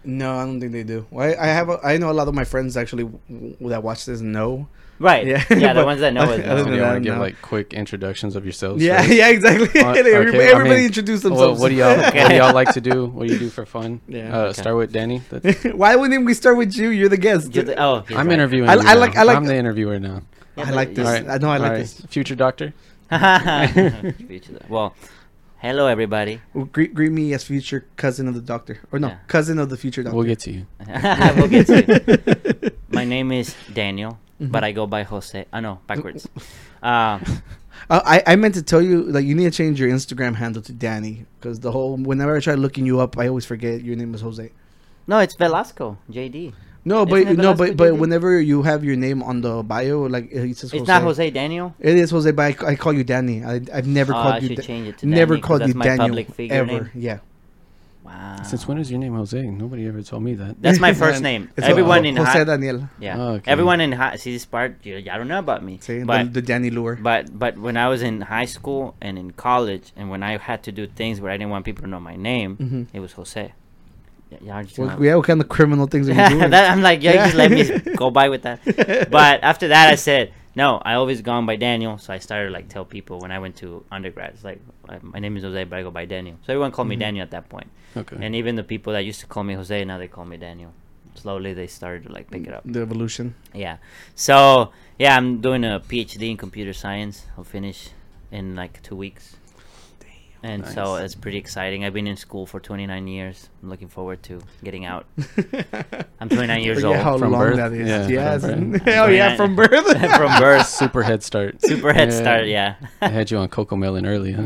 Speaker 1: No, I don't think they do. Well, I, I have. A, I know a lot of my friends actually w- that watch this know.
Speaker 2: Right.
Speaker 1: Yeah,
Speaker 2: Yeah. yeah the
Speaker 1: but-
Speaker 2: ones that know it.
Speaker 1: Other
Speaker 6: Do
Speaker 2: know.
Speaker 1: than
Speaker 6: you want
Speaker 1: that,
Speaker 6: to give
Speaker 1: no.
Speaker 6: like quick introductions of
Speaker 1: [laughs]
Speaker 6: yourselves?
Speaker 1: Yeah,
Speaker 6: first?
Speaker 1: yeah, exactly.
Speaker 6: Uh, okay,
Speaker 1: everybody
Speaker 6: I
Speaker 1: everybody
Speaker 6: mean,
Speaker 1: introduce
Speaker 6: what-
Speaker 1: themselves.
Speaker 6: what do y'all? What do
Speaker 2: Okay.
Speaker 6: y'all like to do? What do you do for fun?
Speaker 1: [laughs] Yeah.
Speaker 6: Uh,
Speaker 2: Okay.
Speaker 6: Start with Danny.
Speaker 1: [laughs]
Speaker 6: That's-
Speaker 1: Why wouldn't we start with you? You're the guest.
Speaker 2: You're the- oh, he's
Speaker 6: I'm
Speaker 2: right.
Speaker 6: interviewing.
Speaker 1: I-
Speaker 6: you
Speaker 1: I
Speaker 6: now.
Speaker 1: like- I like-
Speaker 6: I'm the interviewer now.
Speaker 1: I like this.
Speaker 6: All right.
Speaker 1: I know I like
Speaker 6: All right.
Speaker 1: this.
Speaker 6: Future doctor.
Speaker 2: [laughs] well, hello everybody. [laughs]
Speaker 1: Well, Greet, greet me as future cousin of the doctor, or no,
Speaker 2: Yeah.
Speaker 1: cousin of the future doctor. [laughs]
Speaker 6: We'll get to you.
Speaker 2: [laughs] we'll get to it. My name is Daniel, but I go by Jose. I know backwards. Uh,
Speaker 1: Uh, I I meant to tell you like you need to change your Instagram handle to Danny because the whole whenever I try looking you up, I always forget your name is Jose.
Speaker 2: no, it's Velasco, JD.
Speaker 1: No, but
Speaker 2: Isn't it
Speaker 1: no,
Speaker 2: Velasco
Speaker 1: but but
Speaker 2: JD?
Speaker 1: whenever you have your name on the bio, like it says Jose.
Speaker 2: It's not Jose Daniel.
Speaker 1: It is Jose, but I, I call you Danny. I, I've never
Speaker 2: Oh,
Speaker 1: called
Speaker 2: I
Speaker 1: you.
Speaker 2: should
Speaker 1: Da-
Speaker 2: change it to
Speaker 1: never
Speaker 2: Danny 'cause
Speaker 1: called you
Speaker 2: that's my
Speaker 1: Daniel
Speaker 2: public figure
Speaker 1: ever.
Speaker 2: name.
Speaker 1: Yeah.
Speaker 2: Wow.
Speaker 6: Since when is your name Jose? Nobody ever told me that.
Speaker 2: That's
Speaker 6: [laughs]
Speaker 1: [laughs]
Speaker 2: my first name. Everyone in
Speaker 1: Jose
Speaker 2: high,
Speaker 1: Daniel.
Speaker 2: yeah.
Speaker 6: Oh, okay.
Speaker 2: Everyone in high. See this part? You, I don't know about me.
Speaker 1: See, the-
Speaker 2: but
Speaker 1: the, Danny lure.
Speaker 2: But but when I was in high school and in college, and when I had to do things where I didn't want people to know my name,
Speaker 1: Mhm.
Speaker 2: it was Jose. Y- y'all just
Speaker 1: What,
Speaker 2: not-
Speaker 1: yeah, what kind of criminal things are
Speaker 2: [laughs]
Speaker 1: you doing?
Speaker 2: that, I'm like, yeah,
Speaker 1: Yeah.
Speaker 2: just let
Speaker 1: [laughs]
Speaker 2: me go by with that. But after that, I said, no, I always gone by Daniel. So I started like tell people when I went to undergrad, it's like uh, my name is Jose, but I go by Daniel. So everyone called me
Speaker 1: Mm-hmm.
Speaker 2: Daniel at that point,
Speaker 6: Okay.
Speaker 2: and even the people that used to call me Jose now they call me Daniel. Slowly they started to like pick it up.
Speaker 1: the evolution.
Speaker 2: Yeah. So yeah, I'm doing a PhD in computer science. I'll finish in like two weeks. And so
Speaker 6: Nice.
Speaker 2: it's pretty exciting. I've been in school for 29 years. I'm looking forward to getting
Speaker 1: [laughs]
Speaker 2: out. [laughs] I'm 29 years
Speaker 1: Forget
Speaker 2: old.
Speaker 1: how
Speaker 6: From
Speaker 1: long
Speaker 6: birth?
Speaker 1: that is.
Speaker 6: Yeah,
Speaker 1: yes.
Speaker 2: [laughs]
Speaker 6: from birth.
Speaker 1: [laughs] oh yeah,
Speaker 2: 29.
Speaker 1: from birth.
Speaker 2: [laughs] From birth,
Speaker 6: Super head start.
Speaker 2: super head start. Yeah,
Speaker 6: I had you on Coco Melon early, huh?
Speaker 2: [laughs]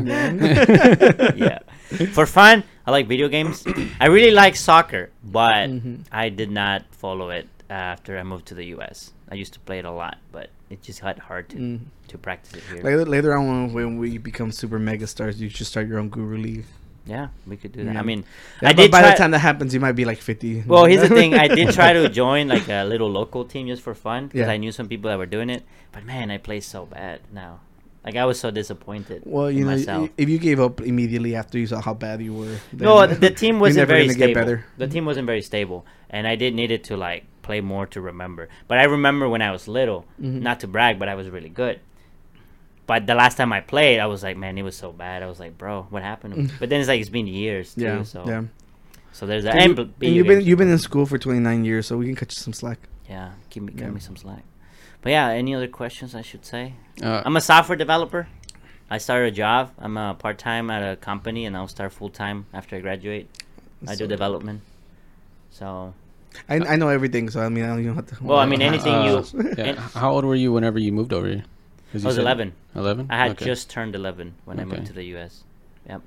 Speaker 1: [laughs]
Speaker 6: [laughs]
Speaker 2: yeah. [laughs] For fun, I like video games. I really like soccer, but
Speaker 1: Mm-hmm.
Speaker 2: I did not follow it after I moved to the U.S. I used to play it a lot, but it just got hard to
Speaker 1: Mm-hmm.
Speaker 2: to practice it here.
Speaker 1: later, later on, when we become super mega stars, you should start your own guru league.
Speaker 2: Yeah, we could do that.
Speaker 1: Yeah.
Speaker 2: I mean,
Speaker 1: Yeah,
Speaker 2: I
Speaker 1: but
Speaker 2: did
Speaker 1: by
Speaker 2: try,
Speaker 1: the time that happens, you might be like fifty.
Speaker 2: Well, here's the thing. I did try
Speaker 1: [laughs]
Speaker 2: to join like uh, a little local team just for fun because
Speaker 1: Yeah.
Speaker 2: I knew some people that were doing it. But man, I play so bad now. Like I was so disappointed.
Speaker 1: Well, you
Speaker 2: in
Speaker 1: know,
Speaker 2: myself.
Speaker 1: if you gave up immediately after you saw how bad you were, then
Speaker 2: no, the
Speaker 1: [laughs]
Speaker 2: the team
Speaker 1: you're
Speaker 2: wasn't
Speaker 1: never
Speaker 2: very
Speaker 1: gonna
Speaker 2: stable.
Speaker 1: get better.
Speaker 2: The team wasn't very stable, and I did need it to like play more to remember. But I remember when I was little,
Speaker 1: Mm-hmm.
Speaker 2: not to brag, but I was really good. But the last time I played, I was like, man, it was so bad. I was like, bro,
Speaker 1: [laughs]
Speaker 2: what happened? but then it's like it's been years too.
Speaker 1: Yeah,
Speaker 2: so
Speaker 1: yeah.
Speaker 2: so there's that.
Speaker 1: And,
Speaker 2: And,
Speaker 1: you,
Speaker 2: bl-
Speaker 1: and
Speaker 2: video
Speaker 1: you've been
Speaker 2: games.
Speaker 1: you've been in school for twenty nine years, so we can cut you some slack.
Speaker 2: Yeah, give me, give
Speaker 1: Yeah.
Speaker 2: me some slack. But yeah, any other questions I should say?
Speaker 6: Uh,
Speaker 2: I'm a software developer. I started a job. I'm a part time at a company, and I'll start full time after I graduate. I do
Speaker 1: So-
Speaker 2: development. So
Speaker 1: I, I know everything, so I mean I don't even have to.
Speaker 2: Well, I mean, anything [laughs]
Speaker 6: uh,
Speaker 2: you-
Speaker 6: yeah,
Speaker 2: and-
Speaker 6: how old were you whenever you moved over here? 'Cause
Speaker 2: I
Speaker 6: you
Speaker 2: was
Speaker 6: said-
Speaker 2: 11.
Speaker 6: 11?
Speaker 2: I had
Speaker 6: Okay.
Speaker 2: just turned 11 when I
Speaker 6: Okay.
Speaker 2: moved to the U.S. Yep.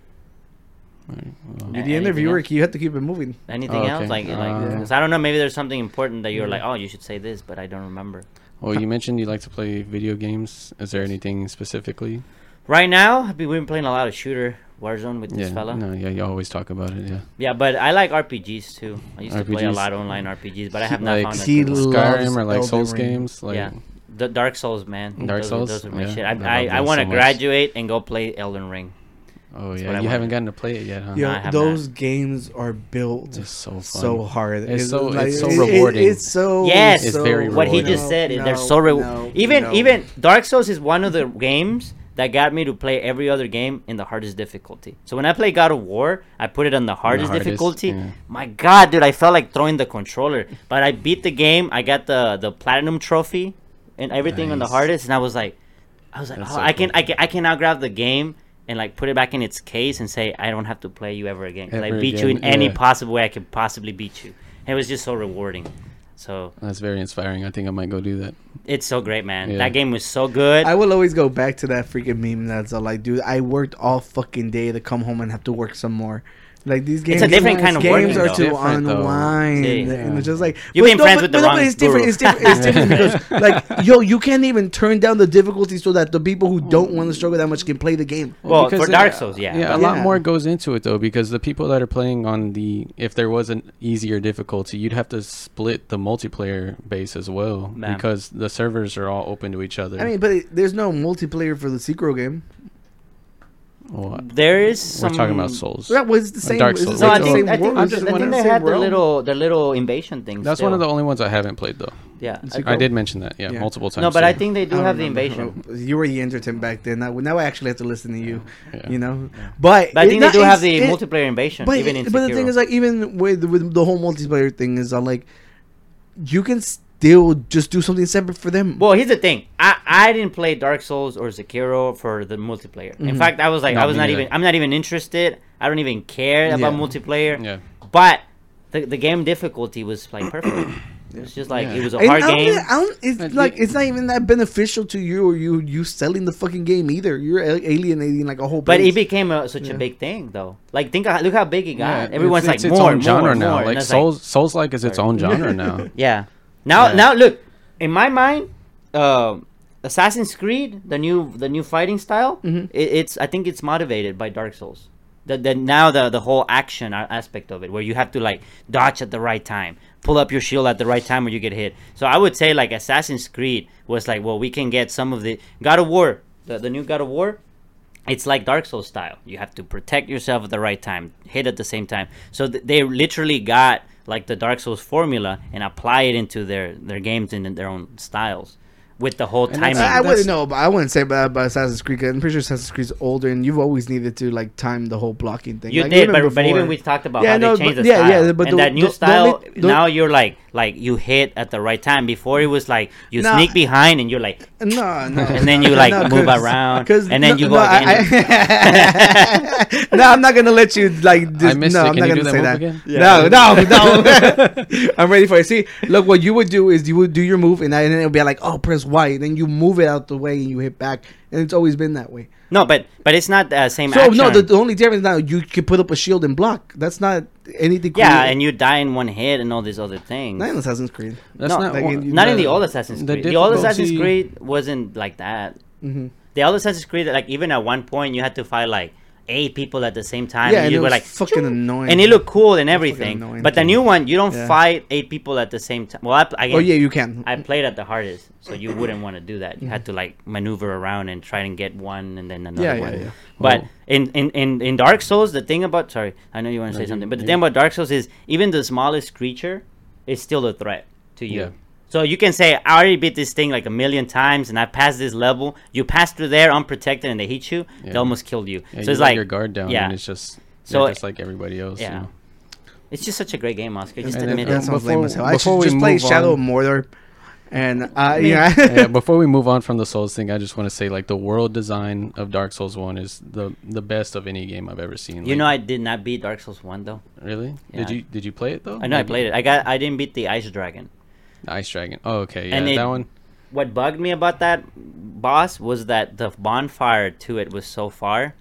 Speaker 6: Alright, well,
Speaker 2: Yeah.
Speaker 1: You're
Speaker 2: anything
Speaker 1: the interviewer.
Speaker 2: else?
Speaker 1: You have to keep it moving.
Speaker 2: Anything
Speaker 6: Oh,
Speaker 2: else?
Speaker 6: okay.
Speaker 2: Like, like,
Speaker 6: Uh,
Speaker 2: because I don't know. Maybe there's something important that you're like, oh, you should say this, but I don't remember.
Speaker 6: well, you mentioned you like to play video games. Is there anything specifically?
Speaker 2: Right now, I've been- we've been playing a lot of shooter Warzone with this
Speaker 6: yeah.
Speaker 2: fella.
Speaker 6: No, yeah, you always talk about it. Yeah.
Speaker 2: Yeah, but I like RPGs too. I used to play a
Speaker 6: RPGs.
Speaker 2: lot of online RPGs, but I have not
Speaker 6: like
Speaker 2: found a
Speaker 1: He
Speaker 2: good one.
Speaker 1: loves
Speaker 6: Skyrim or like
Speaker 1: Elden
Speaker 6: Souls
Speaker 1: Ring.
Speaker 6: games. Like,
Speaker 2: yeah, the Dark Souls, man.
Speaker 6: Dark
Speaker 2: those
Speaker 6: Souls?
Speaker 2: Are, those are my
Speaker 6: Yeah,
Speaker 2: shit.
Speaker 6: I
Speaker 2: I,
Speaker 6: love
Speaker 2: I, I
Speaker 6: those
Speaker 2: want to
Speaker 6: so much.
Speaker 2: graduate and go play Elden Ring.
Speaker 6: Oh
Speaker 2: what I
Speaker 6: yeah, you
Speaker 2: wanted.
Speaker 6: haven't gotten to play it yet, huh?
Speaker 1: Yo,
Speaker 2: I have
Speaker 1: those games are built
Speaker 6: It's so fun.
Speaker 1: so hard.
Speaker 6: It's so- it's so
Speaker 1: it- it-
Speaker 6: rewarding.
Speaker 1: it's so
Speaker 2: Yes,
Speaker 6: It's
Speaker 1: so-
Speaker 6: very
Speaker 2: what he just
Speaker 1: No,
Speaker 2: said. is they're
Speaker 1: no,
Speaker 2: so re-
Speaker 1: no,
Speaker 2: even
Speaker 1: no.
Speaker 2: even Dark Souls is one of the games that got me to play every other game in the hardest difficulty. So when I play God of War, I put it on the hardest,
Speaker 6: hardest,
Speaker 2: difficulty.
Speaker 6: yeah.
Speaker 2: My God, dude, I felt like throwing the controller. But I beat the game. I got the the platinum trophy and everything on the
Speaker 6: Nice.
Speaker 2: hardest, and I was like, I was like,
Speaker 6: That's
Speaker 2: oh,
Speaker 6: so
Speaker 2: I can
Speaker 6: cool.
Speaker 2: I can I can now grab the game. And like put it back in its case and say I don't have to play you ever again. 'Cause I
Speaker 6: Ever
Speaker 2: beat you in
Speaker 6: again,
Speaker 2: any
Speaker 6: yeah.
Speaker 2: possible way I could possibly beat you. It was just so rewarding. So
Speaker 6: That's very inspiring. I think I might go do that.
Speaker 2: it's so great, man.
Speaker 6: Yeah.
Speaker 2: That game was so good.
Speaker 1: I will always go back to that freaking meme that's uh, like, dude, I worked all fucking day to come home and have to work some more. Like these games,
Speaker 2: a different kind of
Speaker 1: games
Speaker 2: working,
Speaker 1: are
Speaker 2: though.
Speaker 1: to
Speaker 6: Different, though.
Speaker 1: unwind,
Speaker 2: See.
Speaker 1: and it's just like
Speaker 2: You've
Speaker 1: but
Speaker 2: been friends with the
Speaker 1: but
Speaker 2: wrong
Speaker 1: It's different.
Speaker 2: guru.
Speaker 1: It's different. It's
Speaker 2: [laughs]
Speaker 1: different because like, yo, you can't even turn down the difficulty so that the people who don't want
Speaker 6: Mm.
Speaker 1: to struggle that much can play the game.
Speaker 2: well,
Speaker 6: Because
Speaker 2: for
Speaker 6: it-
Speaker 2: Dark Souls, yeah.
Speaker 6: Yeah, a
Speaker 2: but-
Speaker 6: lot
Speaker 1: Yeah.
Speaker 6: more goes into it though, because the people that are playing on the if there was an easier difficulty, you'd have to split the multiplayer base as well
Speaker 2: Man.
Speaker 6: because the servers are all open to each other.
Speaker 1: I mean, but it, there's no multiplayer for the sequel game.
Speaker 6: Well,
Speaker 2: there is some.
Speaker 6: we're talking about Souls.
Speaker 1: That was the same.
Speaker 6: Dark
Speaker 1: it's
Speaker 6: Souls.
Speaker 1: the
Speaker 2: No, I
Speaker 6: Wait,
Speaker 1: same
Speaker 2: think, I think,
Speaker 1: world.
Speaker 2: I
Speaker 6: I'm
Speaker 1: It's
Speaker 2: think
Speaker 6: just
Speaker 1: the
Speaker 6: one of
Speaker 2: they
Speaker 1: same
Speaker 2: had the
Speaker 1: realm.
Speaker 2: little, the little invasion thing.
Speaker 6: That's
Speaker 2: still.
Speaker 6: one of the only ones I haven't played though.
Speaker 2: Yeah. I-
Speaker 1: sequel.
Speaker 6: I did mention that, yeah,
Speaker 1: Yeah.
Speaker 6: multiple times.
Speaker 2: no, but
Speaker 6: so-
Speaker 2: I think they do
Speaker 1: I don't
Speaker 2: have the
Speaker 1: remember. [laughs]
Speaker 2: invasion.
Speaker 1: Oh, You were the entertainment back then. Now, now I actually have to listen to you.
Speaker 6: Yeah.
Speaker 1: You know, but,
Speaker 2: But I
Speaker 1: it-
Speaker 2: think
Speaker 1: no,
Speaker 2: they do have the
Speaker 1: it's- it-
Speaker 2: multiplayer invasion.
Speaker 1: But,
Speaker 2: even
Speaker 1: it-
Speaker 2: in
Speaker 1: but the thing
Speaker 2: Sekiro.
Speaker 1: is, like, even with with the whole multiplayer thing, is uh, like you can still just do something separate for them.
Speaker 2: Well, here's the thing. I, I didn't play Dark Souls or Sekiro for the multiplayer. In fact, I was like,
Speaker 6: No,
Speaker 2: I was
Speaker 6: me
Speaker 2: not
Speaker 6: neither.
Speaker 2: even. I'm not even interested. I don't even care about
Speaker 1: Yeah.
Speaker 2: multiplayer.
Speaker 6: Yeah.
Speaker 2: But the, the game difficulty was like perfect. It's just like
Speaker 6: Yeah.
Speaker 2: it was a
Speaker 1: And
Speaker 2: hard
Speaker 1: I don't
Speaker 2: game.
Speaker 1: think- I don't, it's
Speaker 6: But
Speaker 1: like
Speaker 6: you-
Speaker 1: it's not even that beneficial to you or you you selling the fucking game either. You're a- alienating like a whole.
Speaker 2: But it
Speaker 1: place.
Speaker 2: became a, such a
Speaker 1: Yeah.
Speaker 2: big thing, though. Like, think how- look how big it
Speaker 6: Yeah,
Speaker 2: got.
Speaker 6: it's-
Speaker 2: Everyone's
Speaker 6: it's,
Speaker 2: like
Speaker 6: its
Speaker 2: more,
Speaker 6: own genre
Speaker 2: more,
Speaker 6: now.
Speaker 2: more. And
Speaker 6: Like
Speaker 2: it's
Speaker 6: Souls, Souls like is its own [laughs] genre now.
Speaker 2: yeah. Now,
Speaker 6: Yeah.
Speaker 2: now look. In my mind, um Assassin's Creed, the new, the new fighting style, i- it's. I think it's motivated by Dark Souls. The, the now the the whole action a- aspect of it, where you have to like dodge at the right time, pull up your shield at the right time, or you get hit. So I would say like Assassin's Creed was like, well, we can get some of the God of War, the, the new God of War it's like Dark Souls style. You have to protect yourself at the right time, hit at the same time. So th- they literally got like the Dark Souls formula and apply it into their their games and in their own styles with the whole timing.
Speaker 6: that's-
Speaker 1: I, I
Speaker 6: mean,
Speaker 1: wouldn't know, but I wouldn't say about, about Assassin's Creed. 'cause I'm pretty sure Assassin's Creed's older, and you've always needed to like time the whole blocking thing.
Speaker 2: you
Speaker 1: Like,
Speaker 2: did, but, but even
Speaker 1: before-
Speaker 2: we talked about
Speaker 1: Yeah,
Speaker 2: how
Speaker 1: no,
Speaker 2: they changed
Speaker 1: but-
Speaker 2: the
Speaker 1: yeah,
Speaker 2: style.
Speaker 1: yeah, but
Speaker 2: and
Speaker 1: the-
Speaker 2: that new
Speaker 1: the- the
Speaker 2: style
Speaker 1: only- the-
Speaker 2: now you're like like you hit at the right time. Before it was like you
Speaker 1: No.
Speaker 2: sneak behind and you're like
Speaker 1: No, [laughs] no.
Speaker 2: And then you, like, move around, and then you go
Speaker 1: I, I- [laughs] no, I'm not gonna let you like. Just,
Speaker 6: I missed
Speaker 1: no,
Speaker 6: it.
Speaker 1: I'm
Speaker 6: Can
Speaker 1: not gonna
Speaker 6: you do that
Speaker 1: say
Speaker 6: move
Speaker 1: that.
Speaker 6: again?
Speaker 1: No, no, no.
Speaker 2: [laughs]
Speaker 1: [laughs] I'm ready for it. See, look, what you would do is you would do your move, and, I, and then it'll be like, oh, press Y, and then you move it out the way, and you hit back, and it's always been that way.
Speaker 2: [laughs] no, but but it's not the same.
Speaker 1: So
Speaker 2: action.
Speaker 1: no, the, the only difference now you can put up a shield and block. That's not anything.
Speaker 2: yeah,
Speaker 1: creative.
Speaker 2: and you die in one hit and all these other things.
Speaker 1: not in Assassin's Creed.
Speaker 6: That's
Speaker 2: No,
Speaker 6: not
Speaker 1: like
Speaker 6: one-
Speaker 1: in-
Speaker 2: Not in
Speaker 1: the- Mm-hmm.
Speaker 2: the old Assassin's
Speaker 6: the
Speaker 2: Creed. The old
Speaker 6: difficulty-
Speaker 2: Assassin's Creed wasn't like that. The old Assassin's Creed, like even at one point, you had to fight like eight people at the same time.
Speaker 1: Yeah,
Speaker 2: and
Speaker 1: and
Speaker 2: you
Speaker 1: it was
Speaker 2: were like
Speaker 1: fucking
Speaker 2: "Choo!"
Speaker 1: annoying.
Speaker 2: and it looked cool and
Speaker 1: fucking
Speaker 2: everything.
Speaker 1: annoying
Speaker 2: But the
Speaker 1: too.
Speaker 2: new one, you don't
Speaker 1: Yeah.
Speaker 2: fight eight people at the same time. Well, I, pl- again,
Speaker 1: Oh yeah, you can.
Speaker 2: I played at the hardest, so you wouldn't want to do that. You had to like maneuver around and try and get one and then another
Speaker 1: Yeah, yeah,
Speaker 2: one.
Speaker 1: yeah.
Speaker 2: But
Speaker 6: Well-
Speaker 2: in, in, in, in Dark Souls, the thing about sorry, I know you want to
Speaker 6: No,
Speaker 2: say
Speaker 6: you-
Speaker 2: something, but the
Speaker 6: you-
Speaker 2: thing about Dark Souls is even the smallest creature is still a threat to you.
Speaker 6: Yeah.
Speaker 2: So you can say I already beat this thing like a million times and I passed this level. You pass through there unprotected and they hit you. They
Speaker 6: Yeah.
Speaker 2: almost killed you.
Speaker 6: Yeah,
Speaker 2: so
Speaker 6: you
Speaker 2: it's
Speaker 6: let
Speaker 2: like
Speaker 6: your guard down,
Speaker 2: yeah.
Speaker 6: and it's just
Speaker 2: So
Speaker 6: so
Speaker 2: it-
Speaker 6: just like everybody else.
Speaker 2: yeah.
Speaker 6: You know?
Speaker 2: It's just such a great game, Oscar. Just
Speaker 6: And
Speaker 2: admit
Speaker 6: then-
Speaker 1: that
Speaker 2: it.
Speaker 6: uh,
Speaker 1: sounds lame
Speaker 6: before-
Speaker 1: as hell. I should
Speaker 6: before we
Speaker 1: just play
Speaker 6: move
Speaker 1: Shadow
Speaker 6: on-
Speaker 1: of Mordor, and uh, yeah,
Speaker 2: [laughs]
Speaker 6: yeah, before we move on from the Souls thing, I just want to say like the world design of Dark Souls One is the the best of any game I've ever seen.
Speaker 2: You
Speaker 6: Like,
Speaker 2: know, I did not beat Dark Souls one though.
Speaker 6: really?
Speaker 2: Yeah.
Speaker 6: Did you did you play it though?
Speaker 2: I know I played it. I got I didn't beat the Ice Dragon.
Speaker 6: Ice Dragon. Oh, okay, yeah,
Speaker 2: And it-
Speaker 6: that one.
Speaker 2: what bugged me about that boss was that the bonfire to it was so far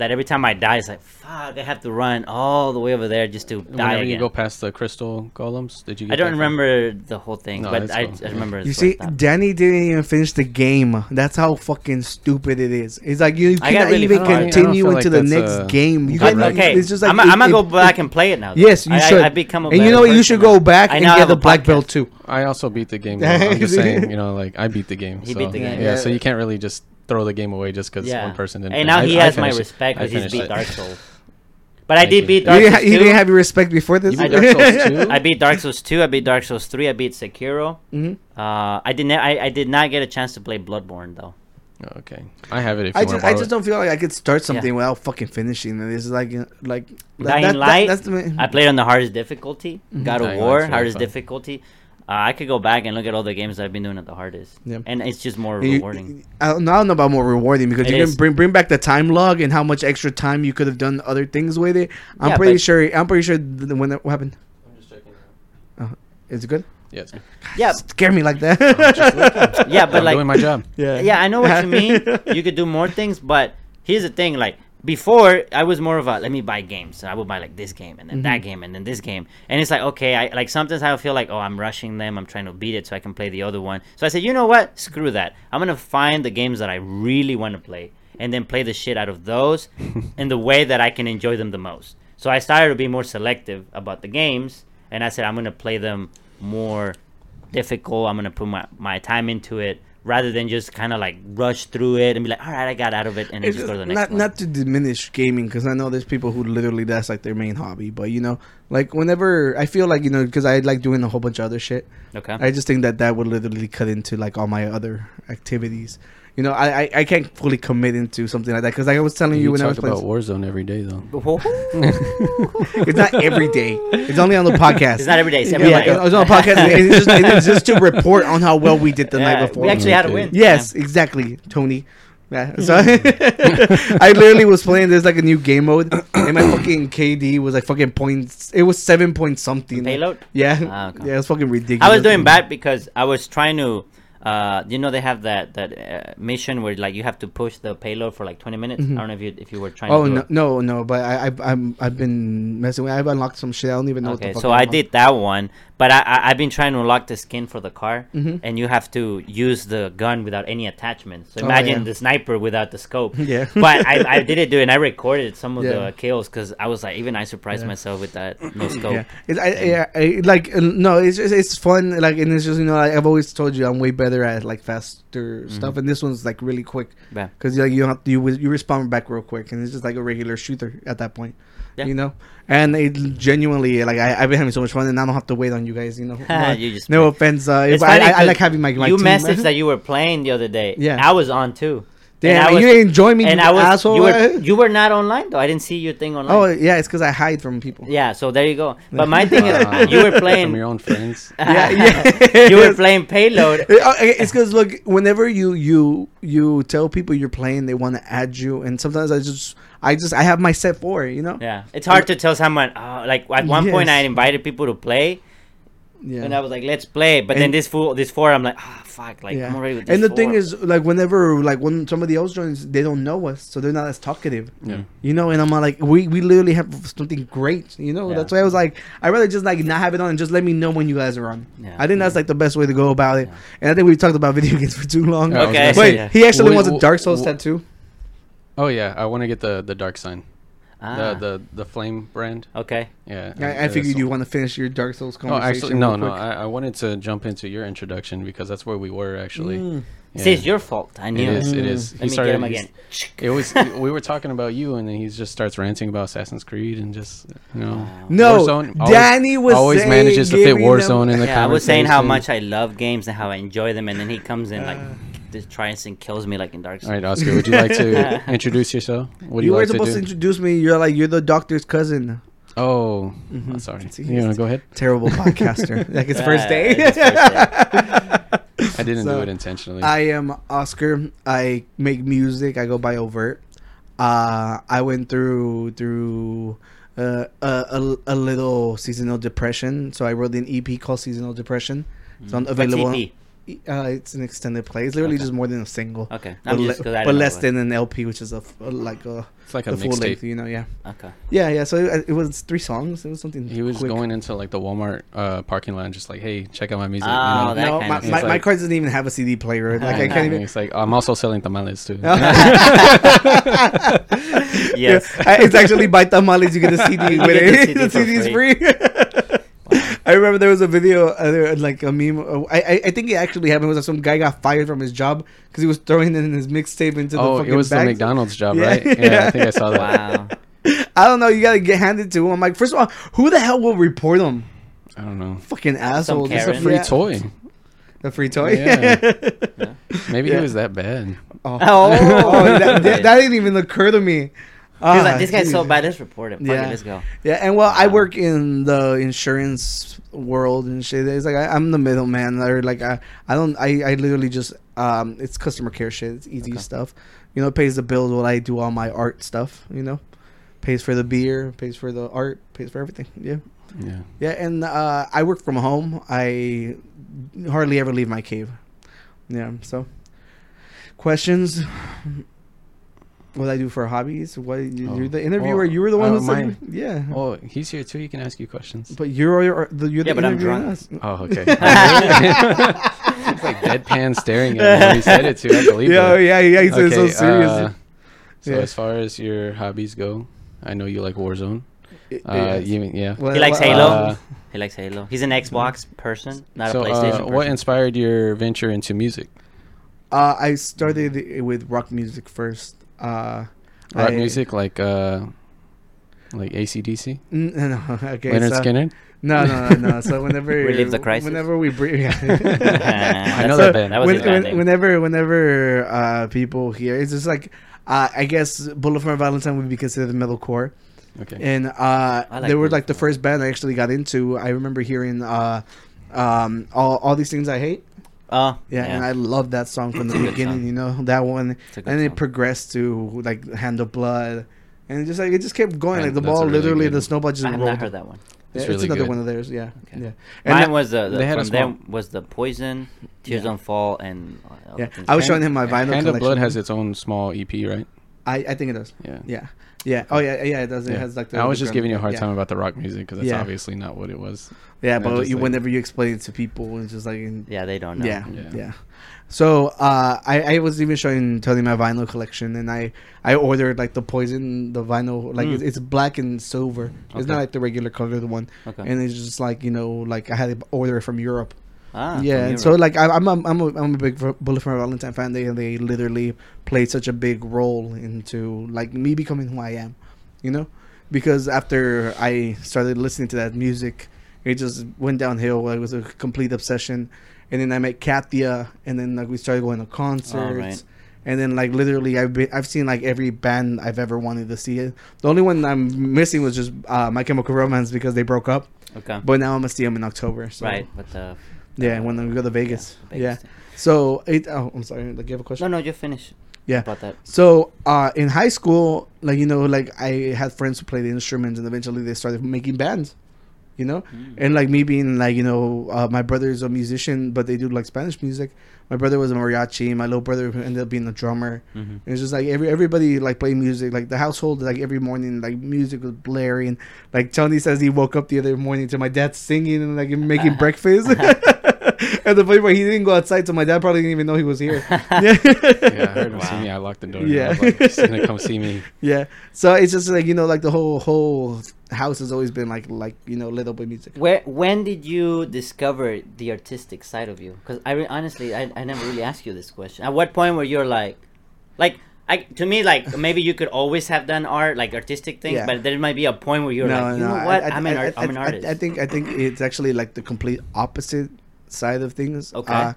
Speaker 2: that every time I die, it's like fuck, I have to run all the way over there just to die
Speaker 6: Whenever
Speaker 2: again.
Speaker 6: you go past the crystal golems, did you? Get
Speaker 2: I don't
Speaker 6: that far?
Speaker 2: remember the whole thing,
Speaker 6: No,
Speaker 2: but
Speaker 6: that's
Speaker 2: I,
Speaker 6: cool.
Speaker 2: I remember.
Speaker 1: you
Speaker 2: it's
Speaker 1: see,
Speaker 2: fucked up.
Speaker 1: Danny didn't even finish the game. That's how fucking stupid it is. It's like you
Speaker 2: I got
Speaker 1: cannot
Speaker 2: really
Speaker 1: even
Speaker 2: far. I don't- I
Speaker 6: don't
Speaker 1: continue
Speaker 6: feel
Speaker 1: into
Speaker 6: like
Speaker 1: the
Speaker 6: that's,
Speaker 1: next
Speaker 6: uh,
Speaker 1: game. You
Speaker 6: direct.
Speaker 1: cannot-
Speaker 2: okay,
Speaker 1: It's just like
Speaker 2: I'm, I'm gonna
Speaker 1: it-
Speaker 2: go
Speaker 1: it-
Speaker 2: back and play it now. though.
Speaker 1: Yes, you
Speaker 2: I, I-
Speaker 1: should.
Speaker 2: I, become a
Speaker 1: and you
Speaker 2: better
Speaker 1: know what? You
Speaker 2: person
Speaker 1: should
Speaker 2: now.
Speaker 1: go back
Speaker 2: I
Speaker 1: and
Speaker 2: now
Speaker 1: get
Speaker 2: have
Speaker 1: the
Speaker 2: a
Speaker 1: black
Speaker 2: podcast.
Speaker 1: belt too.
Speaker 6: I also beat the
Speaker 2: [laughs]
Speaker 6: game. though. I'm just saying, you know, like I beat the game.
Speaker 2: He
Speaker 6: so,
Speaker 2: beat the game.
Speaker 6: Yeah, so
Speaker 1: Yeah.
Speaker 6: you can't really just throw the game away just because
Speaker 2: Yeah.
Speaker 6: one person didn't.
Speaker 2: And
Speaker 6: finish.
Speaker 2: now he
Speaker 6: I- I
Speaker 2: has my
Speaker 6: finished it.
Speaker 2: respect
Speaker 6: I
Speaker 2: because he's
Speaker 6: finished
Speaker 2: beat
Speaker 6: it.
Speaker 2: Dark Souls. But I
Speaker 6: Thank
Speaker 2: did
Speaker 6: you.
Speaker 2: beat
Speaker 1: You
Speaker 2: Dark
Speaker 1: didn't,
Speaker 2: Souls
Speaker 1: ha- you didn't
Speaker 2: 2.
Speaker 1: have your respect before this. mm-hmm.
Speaker 6: You beat
Speaker 1: [laughs]
Speaker 6: Dark Souls 2?
Speaker 2: I beat Dark Souls 2. I beat Dark Souls 3. I beat Sekiro.
Speaker 1: Mhm.
Speaker 2: Uh, I didn't. I, I did not get a chance to play Bloodborne though.
Speaker 6: Oh, [laughs] Okay, I have it. If you
Speaker 1: I
Speaker 6: want
Speaker 1: just,
Speaker 6: to
Speaker 1: I
Speaker 6: borrow
Speaker 1: just
Speaker 6: it.
Speaker 1: don't feel like I could start something without fucking finishing it. It's like, uh, like
Speaker 2: Dying Light.
Speaker 1: that's the,
Speaker 2: I played on the hardest difficulty. God of
Speaker 6: Mm-hmm. Dying
Speaker 2: War,
Speaker 6: Light's really
Speaker 2: hardest
Speaker 6: fun.
Speaker 2: difficulty. Uh, I could go back and look at all the games I've been doing at the hardest,
Speaker 1: Yeah.
Speaker 2: and it's just more
Speaker 1: You-
Speaker 2: rewarding.
Speaker 1: I don't, know- I don't know about more rewarding because
Speaker 2: It
Speaker 1: you
Speaker 2: is.
Speaker 1: can bring bring back the time log and how much extra time you could have done other things with it. I'm
Speaker 2: Yeah,
Speaker 1: pretty
Speaker 2: but-
Speaker 1: sure. I'm pretty sure th- th- when that what happened. Uh, Is it good?
Speaker 6: Yes,
Speaker 2: yeah,
Speaker 1: Scare me like
Speaker 2: [laughs]
Speaker 1: that. [laughs]
Speaker 2: yeah, but
Speaker 6: I'm
Speaker 2: like,
Speaker 6: doing my job.
Speaker 2: yeah, I know what you mean. You could do more things, but here's the thing: like before, I was more of a let me buy games. I would buy like this game and then that game and then this game, and it's like okay, I like sometimes I feel like oh I'm rushing them, I'm trying to beat it so I can play the other one. So I said, you know what? Screw that. I'm gonna find the games that I really want to play and then play the shit out of those in the way that I can enjoy them the most. So I started to be more selective about the games, and I said I'm gonna play them more difficult. I'm gonna put my, my time into it rather than just kind of like rush through it and be like, all right, I got out of it, and then
Speaker 1: It's
Speaker 2: just
Speaker 1: just
Speaker 2: go to the next
Speaker 1: not
Speaker 2: one.
Speaker 1: not to diminish gaming because I know there's people who literally that's like their main hobby. But you know, like whenever I feel like you know because I like doing a whole bunch of other shit.
Speaker 2: okay.
Speaker 1: I just think that that would literally cut into like all my other activities. You know, I I, I can't fully commit into something like that because like I was telling you,
Speaker 6: You
Speaker 1: when I was
Speaker 6: talk
Speaker 1: playing.
Speaker 6: about Warzone every day though.
Speaker 1: [laughs] It's not every [laughs] day. It's only on the podcast.
Speaker 2: It's not every day. It's every
Speaker 1: yeah,
Speaker 2: night.
Speaker 1: it's on the podcast. and it's, just, and it's just to report on how well we did the
Speaker 2: Yeah,
Speaker 1: night before.
Speaker 2: we actually had a
Speaker 6: Okay.
Speaker 2: win.
Speaker 1: yes, exactly, Tony.
Speaker 2: [laughs]
Speaker 1: Yeah, so [laughs] I literally was playing. There's like a new game mode, and my fucking KD was like fucking points. It was seven point something.
Speaker 2: Payload?
Speaker 1: Yeah,
Speaker 2: Ah, okay.
Speaker 1: yeah, it was fucking ridiculous.
Speaker 2: I was doing bad because I was trying to. Uh, you know they have that that uh, mission where like you have to push the payload for like 20 minutes.
Speaker 1: Mm-hmm.
Speaker 2: I don't know if you if you were trying.
Speaker 1: Oh
Speaker 2: to do
Speaker 1: no,
Speaker 2: it.
Speaker 1: no, no! But I, I, I'm, I've been messing. with I've unlocked some shit. I don't even know. what
Speaker 2: Okay,
Speaker 1: the fuck
Speaker 2: so I
Speaker 1: unlocked.
Speaker 2: did that one, but I, I I've been trying to unlock the skin for the car,
Speaker 1: Mm-hmm.
Speaker 2: and you have to use the gun without any attachments. So
Speaker 1: Oh,
Speaker 2: imagine
Speaker 1: yeah.
Speaker 2: the sniper without the
Speaker 1: [laughs]
Speaker 2: scope.
Speaker 1: Yeah.
Speaker 2: but I, I didn't do it. and I recorded some of
Speaker 1: Yeah.
Speaker 2: the kills because I was like, even I surprised myself with that no scope.
Speaker 1: Yeah, it's, I, yeah, I, like uh, no, it's just, it's fun. Like, and it's just you know, like, I've always told you I'm way better at like faster stuff, and this one's like really quick
Speaker 2: Mm-hmm. Yeah.
Speaker 1: because like you don't have to, you you respond back real quick, and it's just like a regular shooter at that point.
Speaker 2: Yeah.
Speaker 1: You know, and it genuinely like I, I've been having so much fun, and I don't have to wait on you guys. You know, no,
Speaker 2: [laughs] You just
Speaker 1: no offense. Uh,
Speaker 2: It's
Speaker 1: but I,
Speaker 2: funny
Speaker 1: I, I
Speaker 2: 'cause
Speaker 1: like having my, my
Speaker 2: you
Speaker 1: team. [laughs]
Speaker 2: messaged that you were playing the other day.
Speaker 1: Yeah.
Speaker 2: I was on too.
Speaker 1: Damn,
Speaker 2: and I
Speaker 1: you
Speaker 2: was-
Speaker 1: didn't enjoy me,
Speaker 2: and
Speaker 1: you
Speaker 2: I was
Speaker 1: asshole. [laughs]
Speaker 2: you were you were not online though. I didn't see your thing online.
Speaker 1: oh yeah, it's because I hide from people.
Speaker 2: yeah, so there you go. But
Speaker 1: [laughs]
Speaker 2: my
Speaker 6: [laughs]
Speaker 2: thing
Speaker 6: Wow.
Speaker 2: is, you were
Speaker 6: [laughs] from
Speaker 2: playing.
Speaker 6: your own friends.
Speaker 2: [laughs]
Speaker 1: yeah, yeah.
Speaker 2: you
Speaker 1: [laughs]
Speaker 2: were playing payload.
Speaker 1: It- uh, it's because look, whenever you you you tell people you're playing, they want to add you, and sometimes I just I just I have my set for it, you know.
Speaker 2: Yeah, it's hard to tell someone. Oh, like at one point, I
Speaker 1: Yes.
Speaker 2: invited people to play,
Speaker 1: yeah.
Speaker 2: and I was like, "Let's play," but then
Speaker 1: And-
Speaker 2: this fool, this four, I'm like, "Ah, fuck!" Like I'm already with this
Speaker 1: and the thing
Speaker 2: four."
Speaker 1: is, like, whenever like when somebody else joins, they don't know us, so they're not as talkative.
Speaker 6: Yeah.
Speaker 1: You know, and I'm like, we we literally have something great. You know,
Speaker 2: Yeah.
Speaker 1: that's why I was like, I rather just like not have it on and just let me know when you guys are on.
Speaker 2: Yeah.
Speaker 1: I think that's like the best way to go about it. And I think we talked about video [laughs] games for too long.
Speaker 6: Yeah, I was
Speaker 2: Okay.
Speaker 6: gonna
Speaker 2: Wait,
Speaker 6: say,
Speaker 1: He actually
Speaker 6: Wait,
Speaker 1: wants a
Speaker 6: wh-
Speaker 1: Dark Souls
Speaker 6: wh-
Speaker 1: tattoo.
Speaker 6: Oh yeah, I want to get the the dark sign,
Speaker 2: Ah,
Speaker 6: the the the flame brand.
Speaker 2: okay.
Speaker 6: Yeah,
Speaker 1: I, I figured you want to finish your Dark Souls
Speaker 6: Oh,
Speaker 1: conversation.
Speaker 6: actually, no,
Speaker 1: real
Speaker 6: no.
Speaker 1: quick.
Speaker 6: I, I wanted to jump into your introduction because that's where we were actually.
Speaker 1: Mm.
Speaker 6: Yeah.
Speaker 2: See, it's your fault. I
Speaker 6: It
Speaker 2: knew.
Speaker 6: is. It is.
Speaker 2: Let me get him
Speaker 6: [laughs] he's-
Speaker 2: again.
Speaker 6: It was. we were talking about you, and then he just starts ranting about Assassin's Creed and just you know.
Speaker 1: No,
Speaker 6: always-
Speaker 1: Danny was
Speaker 6: always
Speaker 1: saying-
Speaker 6: manages to fit
Speaker 1: giving them-
Speaker 6: Warzone in the
Speaker 2: Yeah, I was saying how
Speaker 6: conversation.
Speaker 2: much I love games and how I enjoy them, and then he comes in like
Speaker 1: Uh.
Speaker 2: just tries and kills me like in Dark
Speaker 6: All
Speaker 2: Souls.
Speaker 6: right, Oscar, would you like to
Speaker 2: [laughs]
Speaker 6: introduce yourself? What do
Speaker 1: you
Speaker 6: you,
Speaker 1: were
Speaker 6: like to
Speaker 1: supposed to,
Speaker 6: do?
Speaker 1: introduce me. You're like you're the doctor's cousin.
Speaker 6: oh,
Speaker 1: Mm-hmm.
Speaker 6: I'm sorry.
Speaker 1: See,
Speaker 6: You want to go ahead?
Speaker 2: [laughs]
Speaker 1: Terrible podcaster. like it's first
Speaker 2: Yeah,
Speaker 1: day. [laughs]
Speaker 2: it's first day.
Speaker 6: I didn't
Speaker 1: So, uh,
Speaker 6: do it intentionally.
Speaker 1: I am Oscar. I make music. I go by overt. Uh, I went through through uh, a, a a little seasonal depression, so I wrote an EP called Seasonal Depression. It's on
Speaker 2: Mm. What's E
Speaker 1: available.
Speaker 2: EP?
Speaker 1: Uh, it's an extended play. It's literally just more than a single.
Speaker 2: Okay. I'm
Speaker 1: but,
Speaker 2: just- 'cause I
Speaker 1: le-
Speaker 2: don't
Speaker 1: but
Speaker 2: know
Speaker 1: less
Speaker 2: what-
Speaker 1: than an LP, which is a f- a- like a
Speaker 6: it's like a
Speaker 1: the full length.
Speaker 6: mixtape.
Speaker 1: You know, yeah,
Speaker 2: Okay.
Speaker 1: yeah, yeah. So uh, it, it was three songs. It was something.
Speaker 6: He was
Speaker 1: quick.
Speaker 6: going into like the Walmart uh, parking lot and just like, hey, check out my music.
Speaker 2: Oh, that
Speaker 1: No,
Speaker 2: kind
Speaker 1: my,
Speaker 2: of
Speaker 1: my,
Speaker 6: thing.
Speaker 1: my card doesn't even have a CD player. Like
Speaker 2: [laughs]
Speaker 1: I can't
Speaker 6: And
Speaker 1: even.
Speaker 6: It's like I'm also selling
Speaker 1: [laughs]
Speaker 6: tamales too.
Speaker 2: Yes.
Speaker 1: Yeah, I- it's actually by tamales. You get a CD
Speaker 2: [laughs] You
Speaker 1: with
Speaker 2: get
Speaker 1: it.
Speaker 2: the CD
Speaker 1: [laughs] The
Speaker 2: for
Speaker 1: CD is free. [laughs] I remember there was a video, uh, there- like a meme. uh, I, I I think it actually happened. Was that some guy got fired from his job because he was throwing in his mixtape into the
Speaker 6: oh,
Speaker 1: fucking
Speaker 6: it was the
Speaker 1: bags.
Speaker 6: McDonald's
Speaker 1: [laughs]
Speaker 6: job,
Speaker 1: Yeah.
Speaker 6: right? Yeah, I think I saw that.
Speaker 2: Wow.
Speaker 1: I don't know. You gotta get handed to him. I'm like, first of all, who the hell will report him?
Speaker 6: I don't know.
Speaker 1: Fucking asshole. Just
Speaker 2: Karen.
Speaker 6: Free
Speaker 1: yeah,
Speaker 6: toy.
Speaker 1: A free toy. [laughs]
Speaker 6: Yeah. Maybe
Speaker 1: Yeah.
Speaker 6: he was that bad.
Speaker 1: [laughs] oh,
Speaker 2: [laughs] Oh.
Speaker 1: that, that- that didn't even occur to me.
Speaker 2: He's
Speaker 1: Ah,
Speaker 2: like, this guy's so
Speaker 1: jeez.
Speaker 2: bad. Let's report him. Fuck
Speaker 1: Yeah.
Speaker 2: it, let's
Speaker 6: [laughs]
Speaker 2: go.
Speaker 1: Yeah, and well, I
Speaker 2: Wow.
Speaker 1: work in the insurance world and shit. It's like I, I'm the middleman, or like I, I don't, I, I literally just, um, it's customer care shit. It's easy stuff, you know. It pays the bills while I do all my art stuff, you know. Pays for the beer, pays for the art, pays for everything. Yeah,
Speaker 6: Yeah.
Speaker 1: yeah, and uh, I work from home. I hardly ever leave my cave. Yeah, so questions. What I do for hobbies? What you,
Speaker 6: Oh.
Speaker 1: you're the interviewer?
Speaker 6: Oh,
Speaker 1: you were the one
Speaker 6: oh,
Speaker 1: who said,
Speaker 6: mine.
Speaker 1: yeah.
Speaker 6: Oh, he's here too. He can ask you questions.
Speaker 1: But you're you're the you're
Speaker 2: Yeah,
Speaker 1: the
Speaker 2: but I'm
Speaker 1: interviewing
Speaker 2: drunk.
Speaker 1: us.
Speaker 2: [laughs]
Speaker 1: [laughs]
Speaker 6: Oh, okay. It's like deadpan staring at him when he said
Speaker 2: [laughs]
Speaker 6: it too. I believe
Speaker 1: Yeah,
Speaker 6: that.
Speaker 1: yeah, yeah.
Speaker 6: [laughs]
Speaker 1: He's
Speaker 6: Okay,
Speaker 1: so serious.
Speaker 6: uh, so
Speaker 1: Yeah.
Speaker 6: as far as your hobbies go, I know you like Warzone. Uh,
Speaker 1: Yes.
Speaker 6: you mean- yeah.
Speaker 1: Well,
Speaker 2: He likes
Speaker 1: well,
Speaker 2: Halo.
Speaker 1: uh,
Speaker 2: he likes Halo. He's an
Speaker 1: Mm-hmm.
Speaker 2: Xbox person, not a
Speaker 6: so uh,
Speaker 2: PlayStation person.
Speaker 6: what inspired your venture into music?
Speaker 1: Uh, I started i- with rock music first. Uh,
Speaker 6: Rock
Speaker 1: I-
Speaker 6: music like uh, like ACDC,
Speaker 1: N- [laughs] no, no, okay.
Speaker 6: Leonard
Speaker 1: so,
Speaker 6: Skinner.
Speaker 1: No, no, no, no. So
Speaker 2: [laughs]
Speaker 1: whenever
Speaker 2: Relieve the crisis.
Speaker 1: whenever we bring, [laughs]
Speaker 2: [laughs] I
Speaker 6: know
Speaker 1: So
Speaker 6: that band.
Speaker 2: That was
Speaker 1: when-
Speaker 2: his band
Speaker 1: when-
Speaker 2: name.
Speaker 1: whenever, whenever uh, people hear, it's just like uh, I guess Bullet for My Valentine would be considered metalcore.
Speaker 6: Okay.
Speaker 1: and uh,
Speaker 2: I like
Speaker 1: they were
Speaker 2: Bullet
Speaker 1: like the
Speaker 2: for
Speaker 1: first band I actually got into. I remember hearing uh, um, all all these things I hate.
Speaker 2: oh,
Speaker 1: Yeah, and I love that song from the
Speaker 2: a good
Speaker 1: beginning.
Speaker 2: song.
Speaker 1: You know that one,
Speaker 2: a good
Speaker 1: and it
Speaker 2: song.
Speaker 1: progressed to like Hand of Blood, and it just like it just kept going.
Speaker 6: Right,
Speaker 1: Like the
Speaker 6: that's a
Speaker 1: ball,
Speaker 6: really
Speaker 1: literally
Speaker 6: good-
Speaker 1: the snowball just
Speaker 2: I have
Speaker 1: rolled.
Speaker 2: not heard that one.
Speaker 1: Yeah,
Speaker 6: It's
Speaker 1: it's
Speaker 6: really
Speaker 1: another
Speaker 6: good.
Speaker 1: one of theirs. Yeah,
Speaker 2: Okay.
Speaker 1: yeah. And uh,
Speaker 2: Mine
Speaker 1: I,
Speaker 2: was the, the
Speaker 6: they had a
Speaker 2: from
Speaker 6: small-
Speaker 2: them was the Poison, Tears
Speaker 1: Yeah.
Speaker 2: Don't Fall, and uh,
Speaker 1: yeah.
Speaker 2: things
Speaker 1: I was
Speaker 2: like
Speaker 1: showing him my vinyl
Speaker 6: Hand
Speaker 1: collection.
Speaker 6: of Blood has its own small EP, right?
Speaker 1: I, I think it does.
Speaker 6: Yeah.
Speaker 1: Yeah, yeah. Oh yeah, yeah. It does. It
Speaker 6: Yeah.
Speaker 1: has like.
Speaker 6: I was
Speaker 1: the
Speaker 6: just
Speaker 1: drum-
Speaker 6: giving you a hard
Speaker 1: yeah.
Speaker 6: time about the rock music because that's
Speaker 1: Yeah.
Speaker 6: obviously not what it
Speaker 1: [laughs]
Speaker 6: was.
Speaker 1: Yeah,
Speaker 6: And I
Speaker 1: but
Speaker 6: just,
Speaker 1: you,
Speaker 6: like-
Speaker 1: whenever you explain it to people, it's just like
Speaker 2: that. Yeah, they don't know.
Speaker 1: Yeah,
Speaker 6: Yeah.
Speaker 1: yeah. So uh, I, I was even showing Tony my vinyl collection, and I I ordered like the poison, the vinyl,
Speaker 6: Mm.
Speaker 1: like it's, it's black and silver. It's not
Speaker 2: Okay.
Speaker 1: like the regular colored one,
Speaker 2: Okay.
Speaker 1: and it's just like you know, like I had to order it from Europe.
Speaker 2: Ah,
Speaker 1: yeah,
Speaker 2: from
Speaker 1: and so
Speaker 2: Europe.
Speaker 1: like I, I'm a, I'm a, I'm a big Vo- Bullet for My Valentine fan. They they literally played such a big role into like me becoming who I am, you know, because after I started listening to that music, it just went downhill. It was a complete obsession, and then I met Katia, and then like we started going to concerts.
Speaker 2: right.
Speaker 1: And then, like literally, I've been, I've seen like every band I've ever wanted to see. It. The only one I'm missing was just uh, My Chemical Romance because they broke up.
Speaker 2: okay,
Speaker 1: But now I'm gonna see them in October. So.
Speaker 2: Uh-huh. right, but uh, the
Speaker 1: Yeah, when we go to Vegas. Yeah.
Speaker 2: Vegas thing.
Speaker 1: So it. Oh, I'm sorry. Like you have a
Speaker 2: no,
Speaker 1: question.
Speaker 2: no, you finish
Speaker 1: yeah.
Speaker 2: about that.
Speaker 1: So uh, in high school, like you know, like I had friends who played instruments, and eventually they started making bands. You know, and like me being like you know, uh, my brother is a musician, but they do like Spanish music. My brother was a mariachi. My little brother ended up being a drummer. And it's just like every everybody like played music. Like the household, like every morning, like music was blaring. Like Tony says, he woke up the other morning to my dad singing and like making breakfast. [laughs] and the funny part, he didn't go outside, so my dad probably didn't even know he was here. yeah.
Speaker 6: Yeah, I heard him see me. I locked the door.
Speaker 1: Yeah.
Speaker 6: Yeah, I was like, he's gonna come
Speaker 1: [laughs]
Speaker 6: see me.
Speaker 1: Yeah. So it's just like you know, like the whole whole house has always been like like you know lit up with music.
Speaker 2: Where when did you discover the artistic side of you? Because I re- honestly I, I never really asked you this question. At what point were you like, like I to me like maybe you could always have done art like artistic things,
Speaker 1: Yeah.
Speaker 2: but there might be a point where you're like, you know what, I, am an art, I, am an
Speaker 1: I-
Speaker 2: artist.
Speaker 1: I, think I think it's actually like the complete opposite side of things.
Speaker 2: Okay.
Speaker 1: Uh,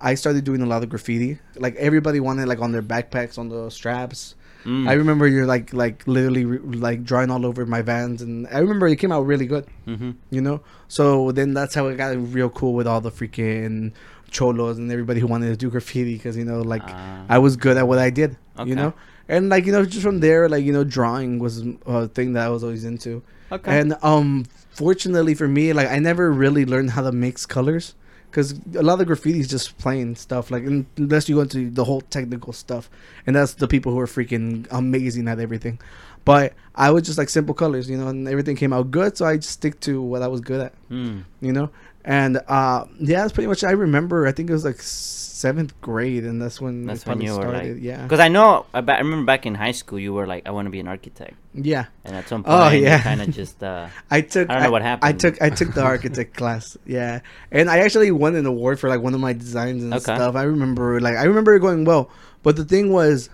Speaker 1: I started doing a lot of graffiti. Like everybody wanted like on their backpacks, on the straps.
Speaker 2: Mm.
Speaker 1: I remember you're like like literally re- like drawing all over my vans, and I remember it came out really good. Mm-hmm. You know, so then that's how it got real cool with all the freaking cholos and everybody who wanted to do graffiti because you know like
Speaker 2: Ah.
Speaker 1: I was good at what I did.
Speaker 2: Okay.
Speaker 1: You know, and like you know just from there, like you know drawing was a thing that I was always into.
Speaker 2: Okay.
Speaker 1: And um, fortunately for me, like I never really learned how to mix colors because a lot of graffiti is just plain stuff. Like un- unless you go into the whole technical stuff, and that's the people who are freaking amazing at everything. But I was just like simple colors, you know, and everything came out good. So I just stick to what I was good at,
Speaker 2: Hmm.
Speaker 1: you know. And uh, yeah, that's pretty much. I remember. I think it was like seventh grade, and that's when it
Speaker 2: That's when
Speaker 1: probably
Speaker 2: you were like,
Speaker 1: yeah,
Speaker 2: Because I know, uh, I, ba- I remember back in high school, you were like, I want to be an architect,
Speaker 1: yeah.
Speaker 2: and at some point,
Speaker 1: Oh,
Speaker 2: you
Speaker 1: yeah.
Speaker 2: kind of just, uh,
Speaker 1: I took.
Speaker 2: I don't know what
Speaker 1: I
Speaker 2: happened.
Speaker 1: took. I took the architect
Speaker 2: [laughs]
Speaker 1: class. Yeah, and I actually won an award for like one of my designs and
Speaker 2: Okay.
Speaker 1: stuff. I remember, like, I remember it going well. But the thing was,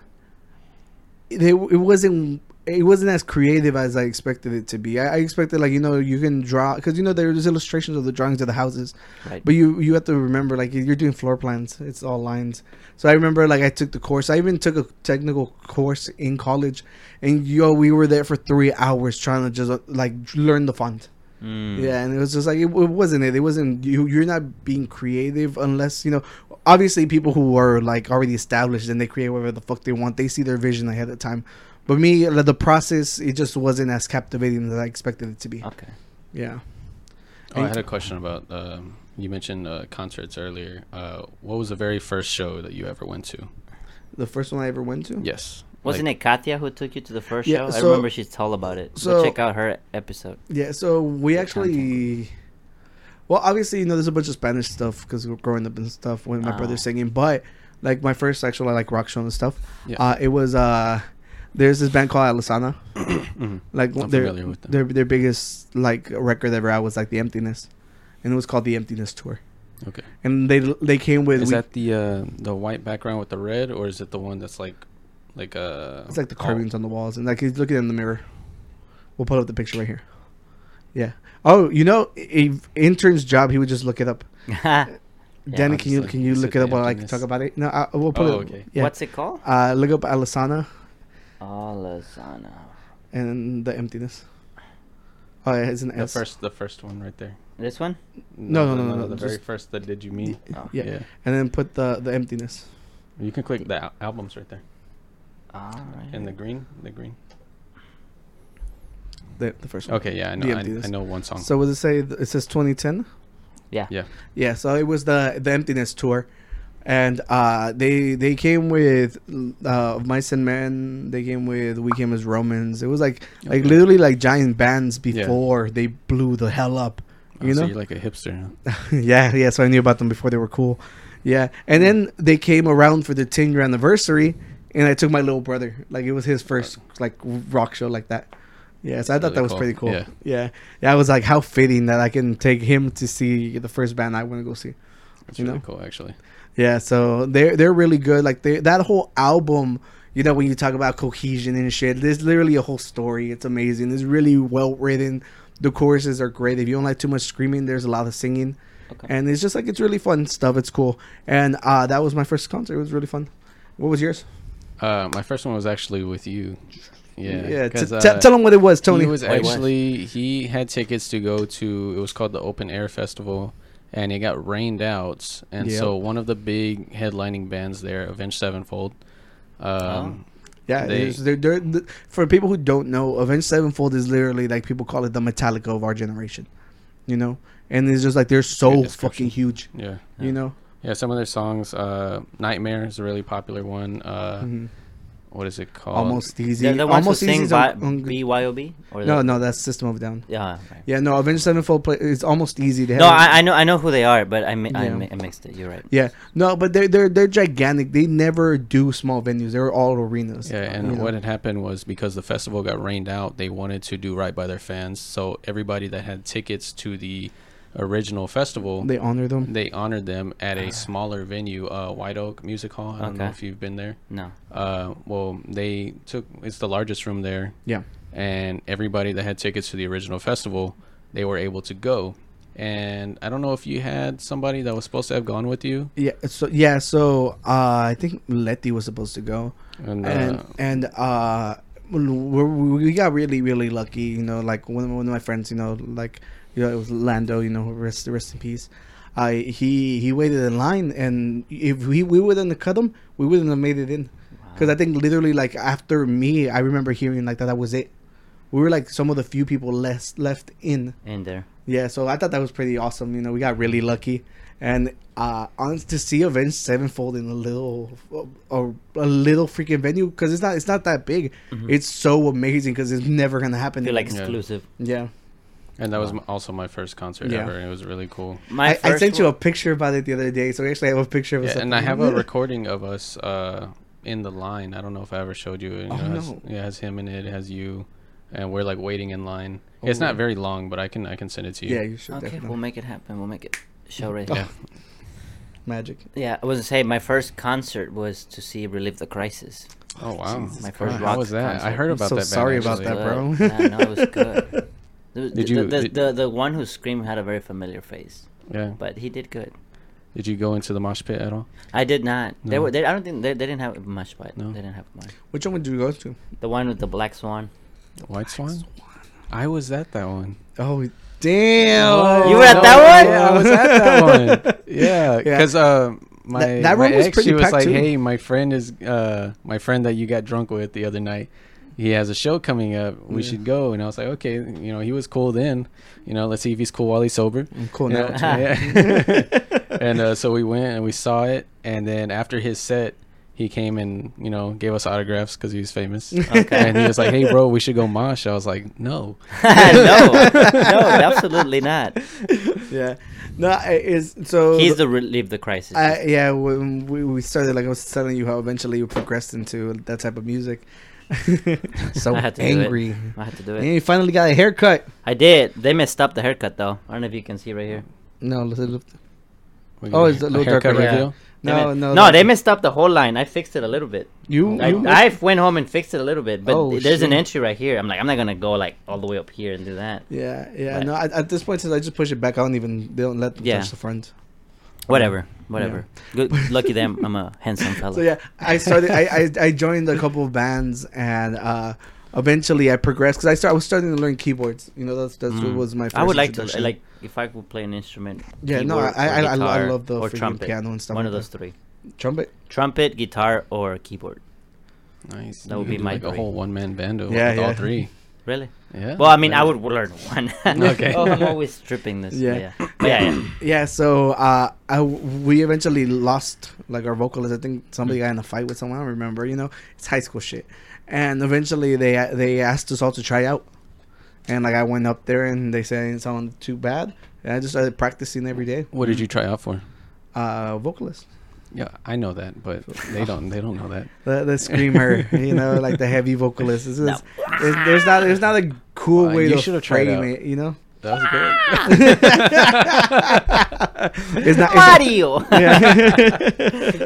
Speaker 1: it, it wasn't. It wasn't as creative as I expected it to be. I, I expected, like, you know, you can draw because you know there's illustrations of the drawings of the houses,
Speaker 2: right?
Speaker 1: but you you have to remember, like, you're doing floor plans. It's all lines. So I remember, like, I took the course. I even took a technical course in college, and yo, we were there for three hours trying to just uh, like learn the font.
Speaker 2: Mm.
Speaker 1: Yeah, and it was just like it, it wasn't it. It wasn't you. You're not being creative unless you know. Obviously, people who are like already established and they create whatever the fuck they want. They see their vision ahead of time. But me, like, the process, it just wasn't as captivating as I expected it to be.
Speaker 2: [laughs] Okay.
Speaker 1: Yeah.
Speaker 6: Oh, I had a question about. Um, you mentioned uh, concerts earlier. Uh, what was the very first show that you ever went to?
Speaker 1: The first one I ever went to.
Speaker 6: Yes.
Speaker 2: Wasn't it Katya who took you to the first
Speaker 1: Yeah,
Speaker 2: show? I
Speaker 1: so-
Speaker 2: remember she's all about it. So
Speaker 1: so-
Speaker 2: check out her episode. [laughs]
Speaker 1: Yeah. So we actually. Well, obviously, you know, there's a bunch of Spanish stuff because we're growing up and stuff when my
Speaker 2: Ah.
Speaker 6: Oh.
Speaker 1: brother's singing. But like my first actual like rock show and stuff,
Speaker 6: Yeah.
Speaker 1: uh, it was uh, there's this band called
Speaker 6: [clears throat]
Speaker 1: Alisana. like
Speaker 6: Mm-hmm. I'm
Speaker 1: their,
Speaker 6: familiar with them.
Speaker 1: their their biggest like record ever out was like the Emptiness, and it was called the Emptiness Tour.
Speaker 6: Okay.
Speaker 1: And they they came with
Speaker 6: Is
Speaker 1: we-
Speaker 6: that the uh, the white background with the red, or is it the one that's like, like uh?
Speaker 1: it's like the
Speaker 6: all-
Speaker 1: carvings on the walls, and like he's looking in the mirror. We'll put up the picture right here. Yeah. Oh, you know, i- intern's job. He would just look it up. Danny, can you
Speaker 6: obviously.
Speaker 1: can you
Speaker 6: Is
Speaker 1: look
Speaker 6: it
Speaker 1: it up
Speaker 6: the
Speaker 1: while I can
Speaker 6: emptiness?
Speaker 1: talk about it? No, I, we'll put
Speaker 6: Oh,
Speaker 1: it.
Speaker 6: okay.
Speaker 1: Yeah.
Speaker 2: What's it called?
Speaker 1: uh, look up Alisana
Speaker 2: Alasana.
Speaker 1: and the emptiness. Oh, yeah, it's an
Speaker 6: The
Speaker 1: S.
Speaker 6: first, the first one right there.
Speaker 2: This one?
Speaker 1: No, no, no, no, no,
Speaker 6: The very
Speaker 1: just-
Speaker 6: first that did you mean?
Speaker 2: Oh.
Speaker 1: Yeah. and then put the the emptiness.
Speaker 6: You can click the al- albums right there.
Speaker 2: All right.
Speaker 6: And the green, the green.
Speaker 1: The, the first one.
Speaker 6: Okay, yeah,
Speaker 1: The
Speaker 6: I know. I,
Speaker 1: emptiness.
Speaker 6: I know one song.
Speaker 1: So what does it say? It says 2010.
Speaker 2: yeah.
Speaker 6: yeah,
Speaker 1: Yeah, so it was the the emptiness tour, and uh, they they came with uh, Mice and Men. They came with We Came as Romans. It was like like
Speaker 6: Okay.
Speaker 1: literally like giant bands
Speaker 6: Yeah.
Speaker 1: before they blew the hell up.
Speaker 6: Oh,
Speaker 1: You
Speaker 6: so
Speaker 1: know,
Speaker 6: you're like a hipster. Huh?
Speaker 1: [laughs] yeah, yeah. So I knew about them before they were cool. Yeah, and then they came around for the 10 year anniversary, and I took my little brother. Like it was his first like rock show like that. Yeah, so I thought
Speaker 6: Really
Speaker 1: that was
Speaker 6: cool.
Speaker 1: pretty cool.
Speaker 6: Yeah.
Speaker 1: Yeah. yeah, I was like, how fitting that I can take him to see the first band I want to go see.
Speaker 6: It's
Speaker 1: You
Speaker 6: really
Speaker 1: know?
Speaker 6: cool, actually.
Speaker 1: Yeah, so they're they're really good. Like they that whole album, you know, when you talk about cohesion and shit, there's literally a whole story. It's amazing. It's really well written. The choruses are great. If you don't like too much screaming, there's a lot of singing.
Speaker 2: Okay.
Speaker 1: And it's just like it's really fun stuff. It's cool. And uh that was my first concert. It was really fun. What was yours?
Speaker 6: Uh, my first one was actually with you. Yeah,
Speaker 1: yeah t-
Speaker 6: 'cause,
Speaker 1: t-
Speaker 6: uh,
Speaker 1: tell them what it was, Tony.
Speaker 6: He was
Speaker 2: Wait, what?
Speaker 6: actually he had tickets to go to. It was called the Open Air Festival, and it got rained out. And
Speaker 1: Yep.
Speaker 6: so one of the big headlining bands there, Avenged Sevenfold. Um,
Speaker 1: yeah,
Speaker 6: they-
Speaker 1: there's- they're, they're, th- for people who don't know, Avenged Sevenfold is literally like people call it the Metallica of our generation. You know? And it's just like they're so
Speaker 6: description.
Speaker 1: fucking huge.
Speaker 6: Yeah,
Speaker 1: You know?
Speaker 6: yeah. Some of their songs, uh, "Nightmare" is a really popular one. Uh, what is it called?
Speaker 1: almost easy.
Speaker 2: They're the ones
Speaker 1: almost
Speaker 2: who sing
Speaker 1: is
Speaker 2: by,
Speaker 1: on- on-
Speaker 2: BYOB? Or
Speaker 1: no,
Speaker 2: the-
Speaker 1: no, that's System of a Down.
Speaker 2: Yeah. right.
Speaker 1: Yeah, no, Avenged Sevenfold play, it's almost easy. They
Speaker 2: No,
Speaker 1: have-
Speaker 2: I, I know I know who they are, but I, mi- I,
Speaker 1: Yeah.
Speaker 2: mi- I mixed it. You're right.
Speaker 1: Yeah, no, but they're they're they're gigantic. They never do small venues. They're all arenas.
Speaker 6: Yeah,
Speaker 1: you
Speaker 6: and
Speaker 1: know.
Speaker 6: what had happened was because the festival got rained out, they wanted to do right by their fans. So everybody that had tickets to the original festival,
Speaker 1: they honor them.
Speaker 6: they honored them at a smaller venue, uh, White Oak Music Hall. I don't know
Speaker 2: Okay. Mm.
Speaker 6: if you've been there.
Speaker 2: No.
Speaker 6: Uh, well, they took it's the largest room there,
Speaker 1: yeah,
Speaker 6: and everybody that had tickets to the original festival, they were able to go. And I don't know if you had somebody that was supposed to have gone with you,
Speaker 1: yeah. So yeah, so uh, I think Letty was supposed to go,
Speaker 6: and, uh,
Speaker 1: and and uh, we we got really really lucky. You know, like one one of my friends, you know, like you know, it was Lando. You know, rest rest in peace. I he he waited in line, and if we we wouldn't have cut him, we wouldn't have made it in. Because I think literally like after me, I remember hearing like that that was it. We were like some of the few people less left in.
Speaker 2: In there.
Speaker 1: Yeah, so I thought that was pretty awesome. You know, we got really lucky, and uh, honest to see Avenged Sevenfold in a little, a, a little freaking venue because it's not it's not that big.
Speaker 6: Mm-hmm.
Speaker 1: It's so amazing because it's never gonna happen.
Speaker 2: I feel like
Speaker 1: again.
Speaker 2: exclusive.
Speaker 1: yeah.
Speaker 6: and that was m- also my first concert
Speaker 1: Yeah.
Speaker 6: ever. and It was really cool.
Speaker 1: I,
Speaker 2: My
Speaker 1: I
Speaker 2: first
Speaker 1: sent you
Speaker 2: one-
Speaker 1: a picture about it the other day, so we actually have a picture of us.
Speaker 6: Yeah,
Speaker 1: up
Speaker 6: and I
Speaker 1: there.
Speaker 6: have a recording of us uh, in the line. I don't know if I ever showed you. it, you know, it has,
Speaker 1: Oh, no.
Speaker 6: It has him in it. It has you, and we're like waiting in line. It's not very long, but I can I can send it to you.
Speaker 1: Oh, yeah, you should
Speaker 2: Okay,
Speaker 1: definitely
Speaker 2: we'll make it happen. We'll make it show right
Speaker 6: Yeah.
Speaker 2: here.
Speaker 1: magic.
Speaker 2: Yeah, I was gonna say my first concert was to see Relive the Crisis.
Speaker 6: Oh wow.
Speaker 2: My
Speaker 6: Wow,
Speaker 2: first rock
Speaker 6: How was that? I
Speaker 2: concert.
Speaker 6: heard
Speaker 1: I'm
Speaker 6: about
Speaker 1: so
Speaker 6: that. band,
Speaker 1: sorry about
Speaker 6: actually.
Speaker 1: that, bro.
Speaker 2: Good. Yeah, no, it was
Speaker 1: [laughs]
Speaker 2: good. The,
Speaker 6: Did
Speaker 2: the-
Speaker 6: you-
Speaker 2: the,
Speaker 6: did-
Speaker 2: the, the one who screamed had a very familiar face,
Speaker 6: Yeah.
Speaker 2: but he did good.
Speaker 6: Did you go into the mosh pit at all?
Speaker 2: I did not. They
Speaker 6: No.
Speaker 2: were. They, I don't think they, they didn't have much, but
Speaker 6: No.
Speaker 2: they didn't have much.
Speaker 1: Which one would you go to?
Speaker 2: The one with the black
Speaker 6: [laughs]
Speaker 2: swan. [laughs]
Speaker 6: White Swan. I was at that one.
Speaker 1: Oh, damn!
Speaker 2: You were at that one?
Speaker 6: Oh, Yeah, I was at
Speaker 1: [laughs]
Speaker 6: that one. Yeah,
Speaker 1: Yeah.
Speaker 6: because uh, my
Speaker 1: That- that
Speaker 6: my
Speaker 1: room was
Speaker 6: ex,
Speaker 1: pretty
Speaker 6: she was
Speaker 1: packed,
Speaker 6: like,
Speaker 1: too.
Speaker 6: "Hey, my friend is uh, my friend that you got drunk with the other night. He has a show coming up. We should go." And I was like, "Okay, you know, he was cool then. You know, let's see if he's cool while he's sober."
Speaker 1: I'm cool
Speaker 6: You
Speaker 1: now.
Speaker 6: know, [laughs] yeah. and uh, so we went and we saw it. And then after his set, he came and you know gave us autographs because he was
Speaker 1: [laughs]
Speaker 6: famous. And he was like, "Hey, bro, we should go mosh." I was like, "No."
Speaker 2: no, no, absolutely not.
Speaker 1: [laughs] yeah, no, it is so.
Speaker 2: He's the Relive the Crisis.
Speaker 1: Uh, yeah, when we, we started, like I was telling you, how eventually we progressed into that type of
Speaker 2: [laughs]
Speaker 1: music. so
Speaker 2: I had to do it.
Speaker 1: angry.
Speaker 2: I had to do
Speaker 1: And
Speaker 2: it.
Speaker 1: you finally got a haircut.
Speaker 2: I did. They messed up the haircut though. I don't know if you can see right here.
Speaker 1: No, look- look-
Speaker 6: We
Speaker 1: Oh,
Speaker 6: got
Speaker 1: it's a little
Speaker 6: haircut
Speaker 1: darker, yeah.
Speaker 6: reveal?
Speaker 1: no,
Speaker 2: they me-
Speaker 1: no,
Speaker 2: no.
Speaker 1: no.
Speaker 2: They messed up the whole line. I fixed it a little bit.
Speaker 1: you,
Speaker 2: I,
Speaker 1: you
Speaker 2: I went home and fixed it a little bit, but
Speaker 1: Oh,
Speaker 2: there's an
Speaker 1: shit.
Speaker 2: entry right here. I'm like, I'm not gonna go like all the way up here and do that.
Speaker 1: yeah, yeah.
Speaker 2: Right.
Speaker 1: No, at, at this point, since I just push it back, I don't even they don't let them
Speaker 2: Yeah.
Speaker 1: touch the front.
Speaker 2: Whatever, whatever. Good, lucky them. I'm a handsome fellow.
Speaker 1: [laughs] So yeah, I started. I, I I joined a couple of bands, and uh eventually I progressed because I start. I was starting to learn keyboards. You know, that's that's what
Speaker 2: Mm.
Speaker 1: was my. First
Speaker 2: I would like to
Speaker 1: introduction.
Speaker 2: like if I could play an instrument.
Speaker 1: Yeah, no,
Speaker 2: keyboard
Speaker 1: I-
Speaker 2: or
Speaker 1: I- I- I
Speaker 2: guitar
Speaker 1: love the
Speaker 2: or
Speaker 1: freaking
Speaker 2: trumpet.
Speaker 1: piano and stuff
Speaker 2: One of
Speaker 1: like
Speaker 2: those
Speaker 1: that.
Speaker 2: three:
Speaker 1: trumpet.
Speaker 2: trumpet, guitar, or keyboard.
Speaker 6: Nice.
Speaker 2: That
Speaker 6: You
Speaker 2: would
Speaker 6: could
Speaker 2: be
Speaker 6: do,
Speaker 2: my
Speaker 6: like a
Speaker 2: three.
Speaker 6: whole one man band over
Speaker 1: Yeah,
Speaker 6: with
Speaker 1: yeah.
Speaker 6: all three.
Speaker 2: Really?
Speaker 6: Yeah.
Speaker 2: Well, I mean, I would learn
Speaker 1: [laughs]
Speaker 2: one. [laughs]
Speaker 6: Okay.
Speaker 2: oh, I'm always stripping this.
Speaker 1: Yeah.
Speaker 2: Yeah.
Speaker 1: [clears throat]
Speaker 2: Yeah. But yeah, yeah.
Speaker 1: Yeah, so uh, I, we eventually lost like our vocalist. I think somebody
Speaker 6: Hmm.
Speaker 1: got in a fight with someone. I don't remember. You know, it's high school shit. And eventually they they asked us all to try out, and like I went up there and they said it sounded too bad, and I just started practicing every day.
Speaker 6: What did you try out for?
Speaker 1: Uh, vocalist,
Speaker 6: Yeah, I know that, [laughs] but they don't. They don't know that.
Speaker 1: the, the
Speaker 6: [laughs]
Speaker 1: screamer, you know, like the heavy vocalist. It's just, there's, there's not there's not a cool
Speaker 6: Well,
Speaker 1: way
Speaker 6: you
Speaker 1: to
Speaker 6: should've tried
Speaker 1: frame
Speaker 6: out.
Speaker 1: it. You
Speaker 6: [laughs]
Speaker 1: know, [laughs]
Speaker 6: That was good.
Speaker 2: Ah!
Speaker 6: [laughs]
Speaker 1: it's not. It's, [laughs]
Speaker 2: Mario.
Speaker 6: [laughs]
Speaker 1: yeah,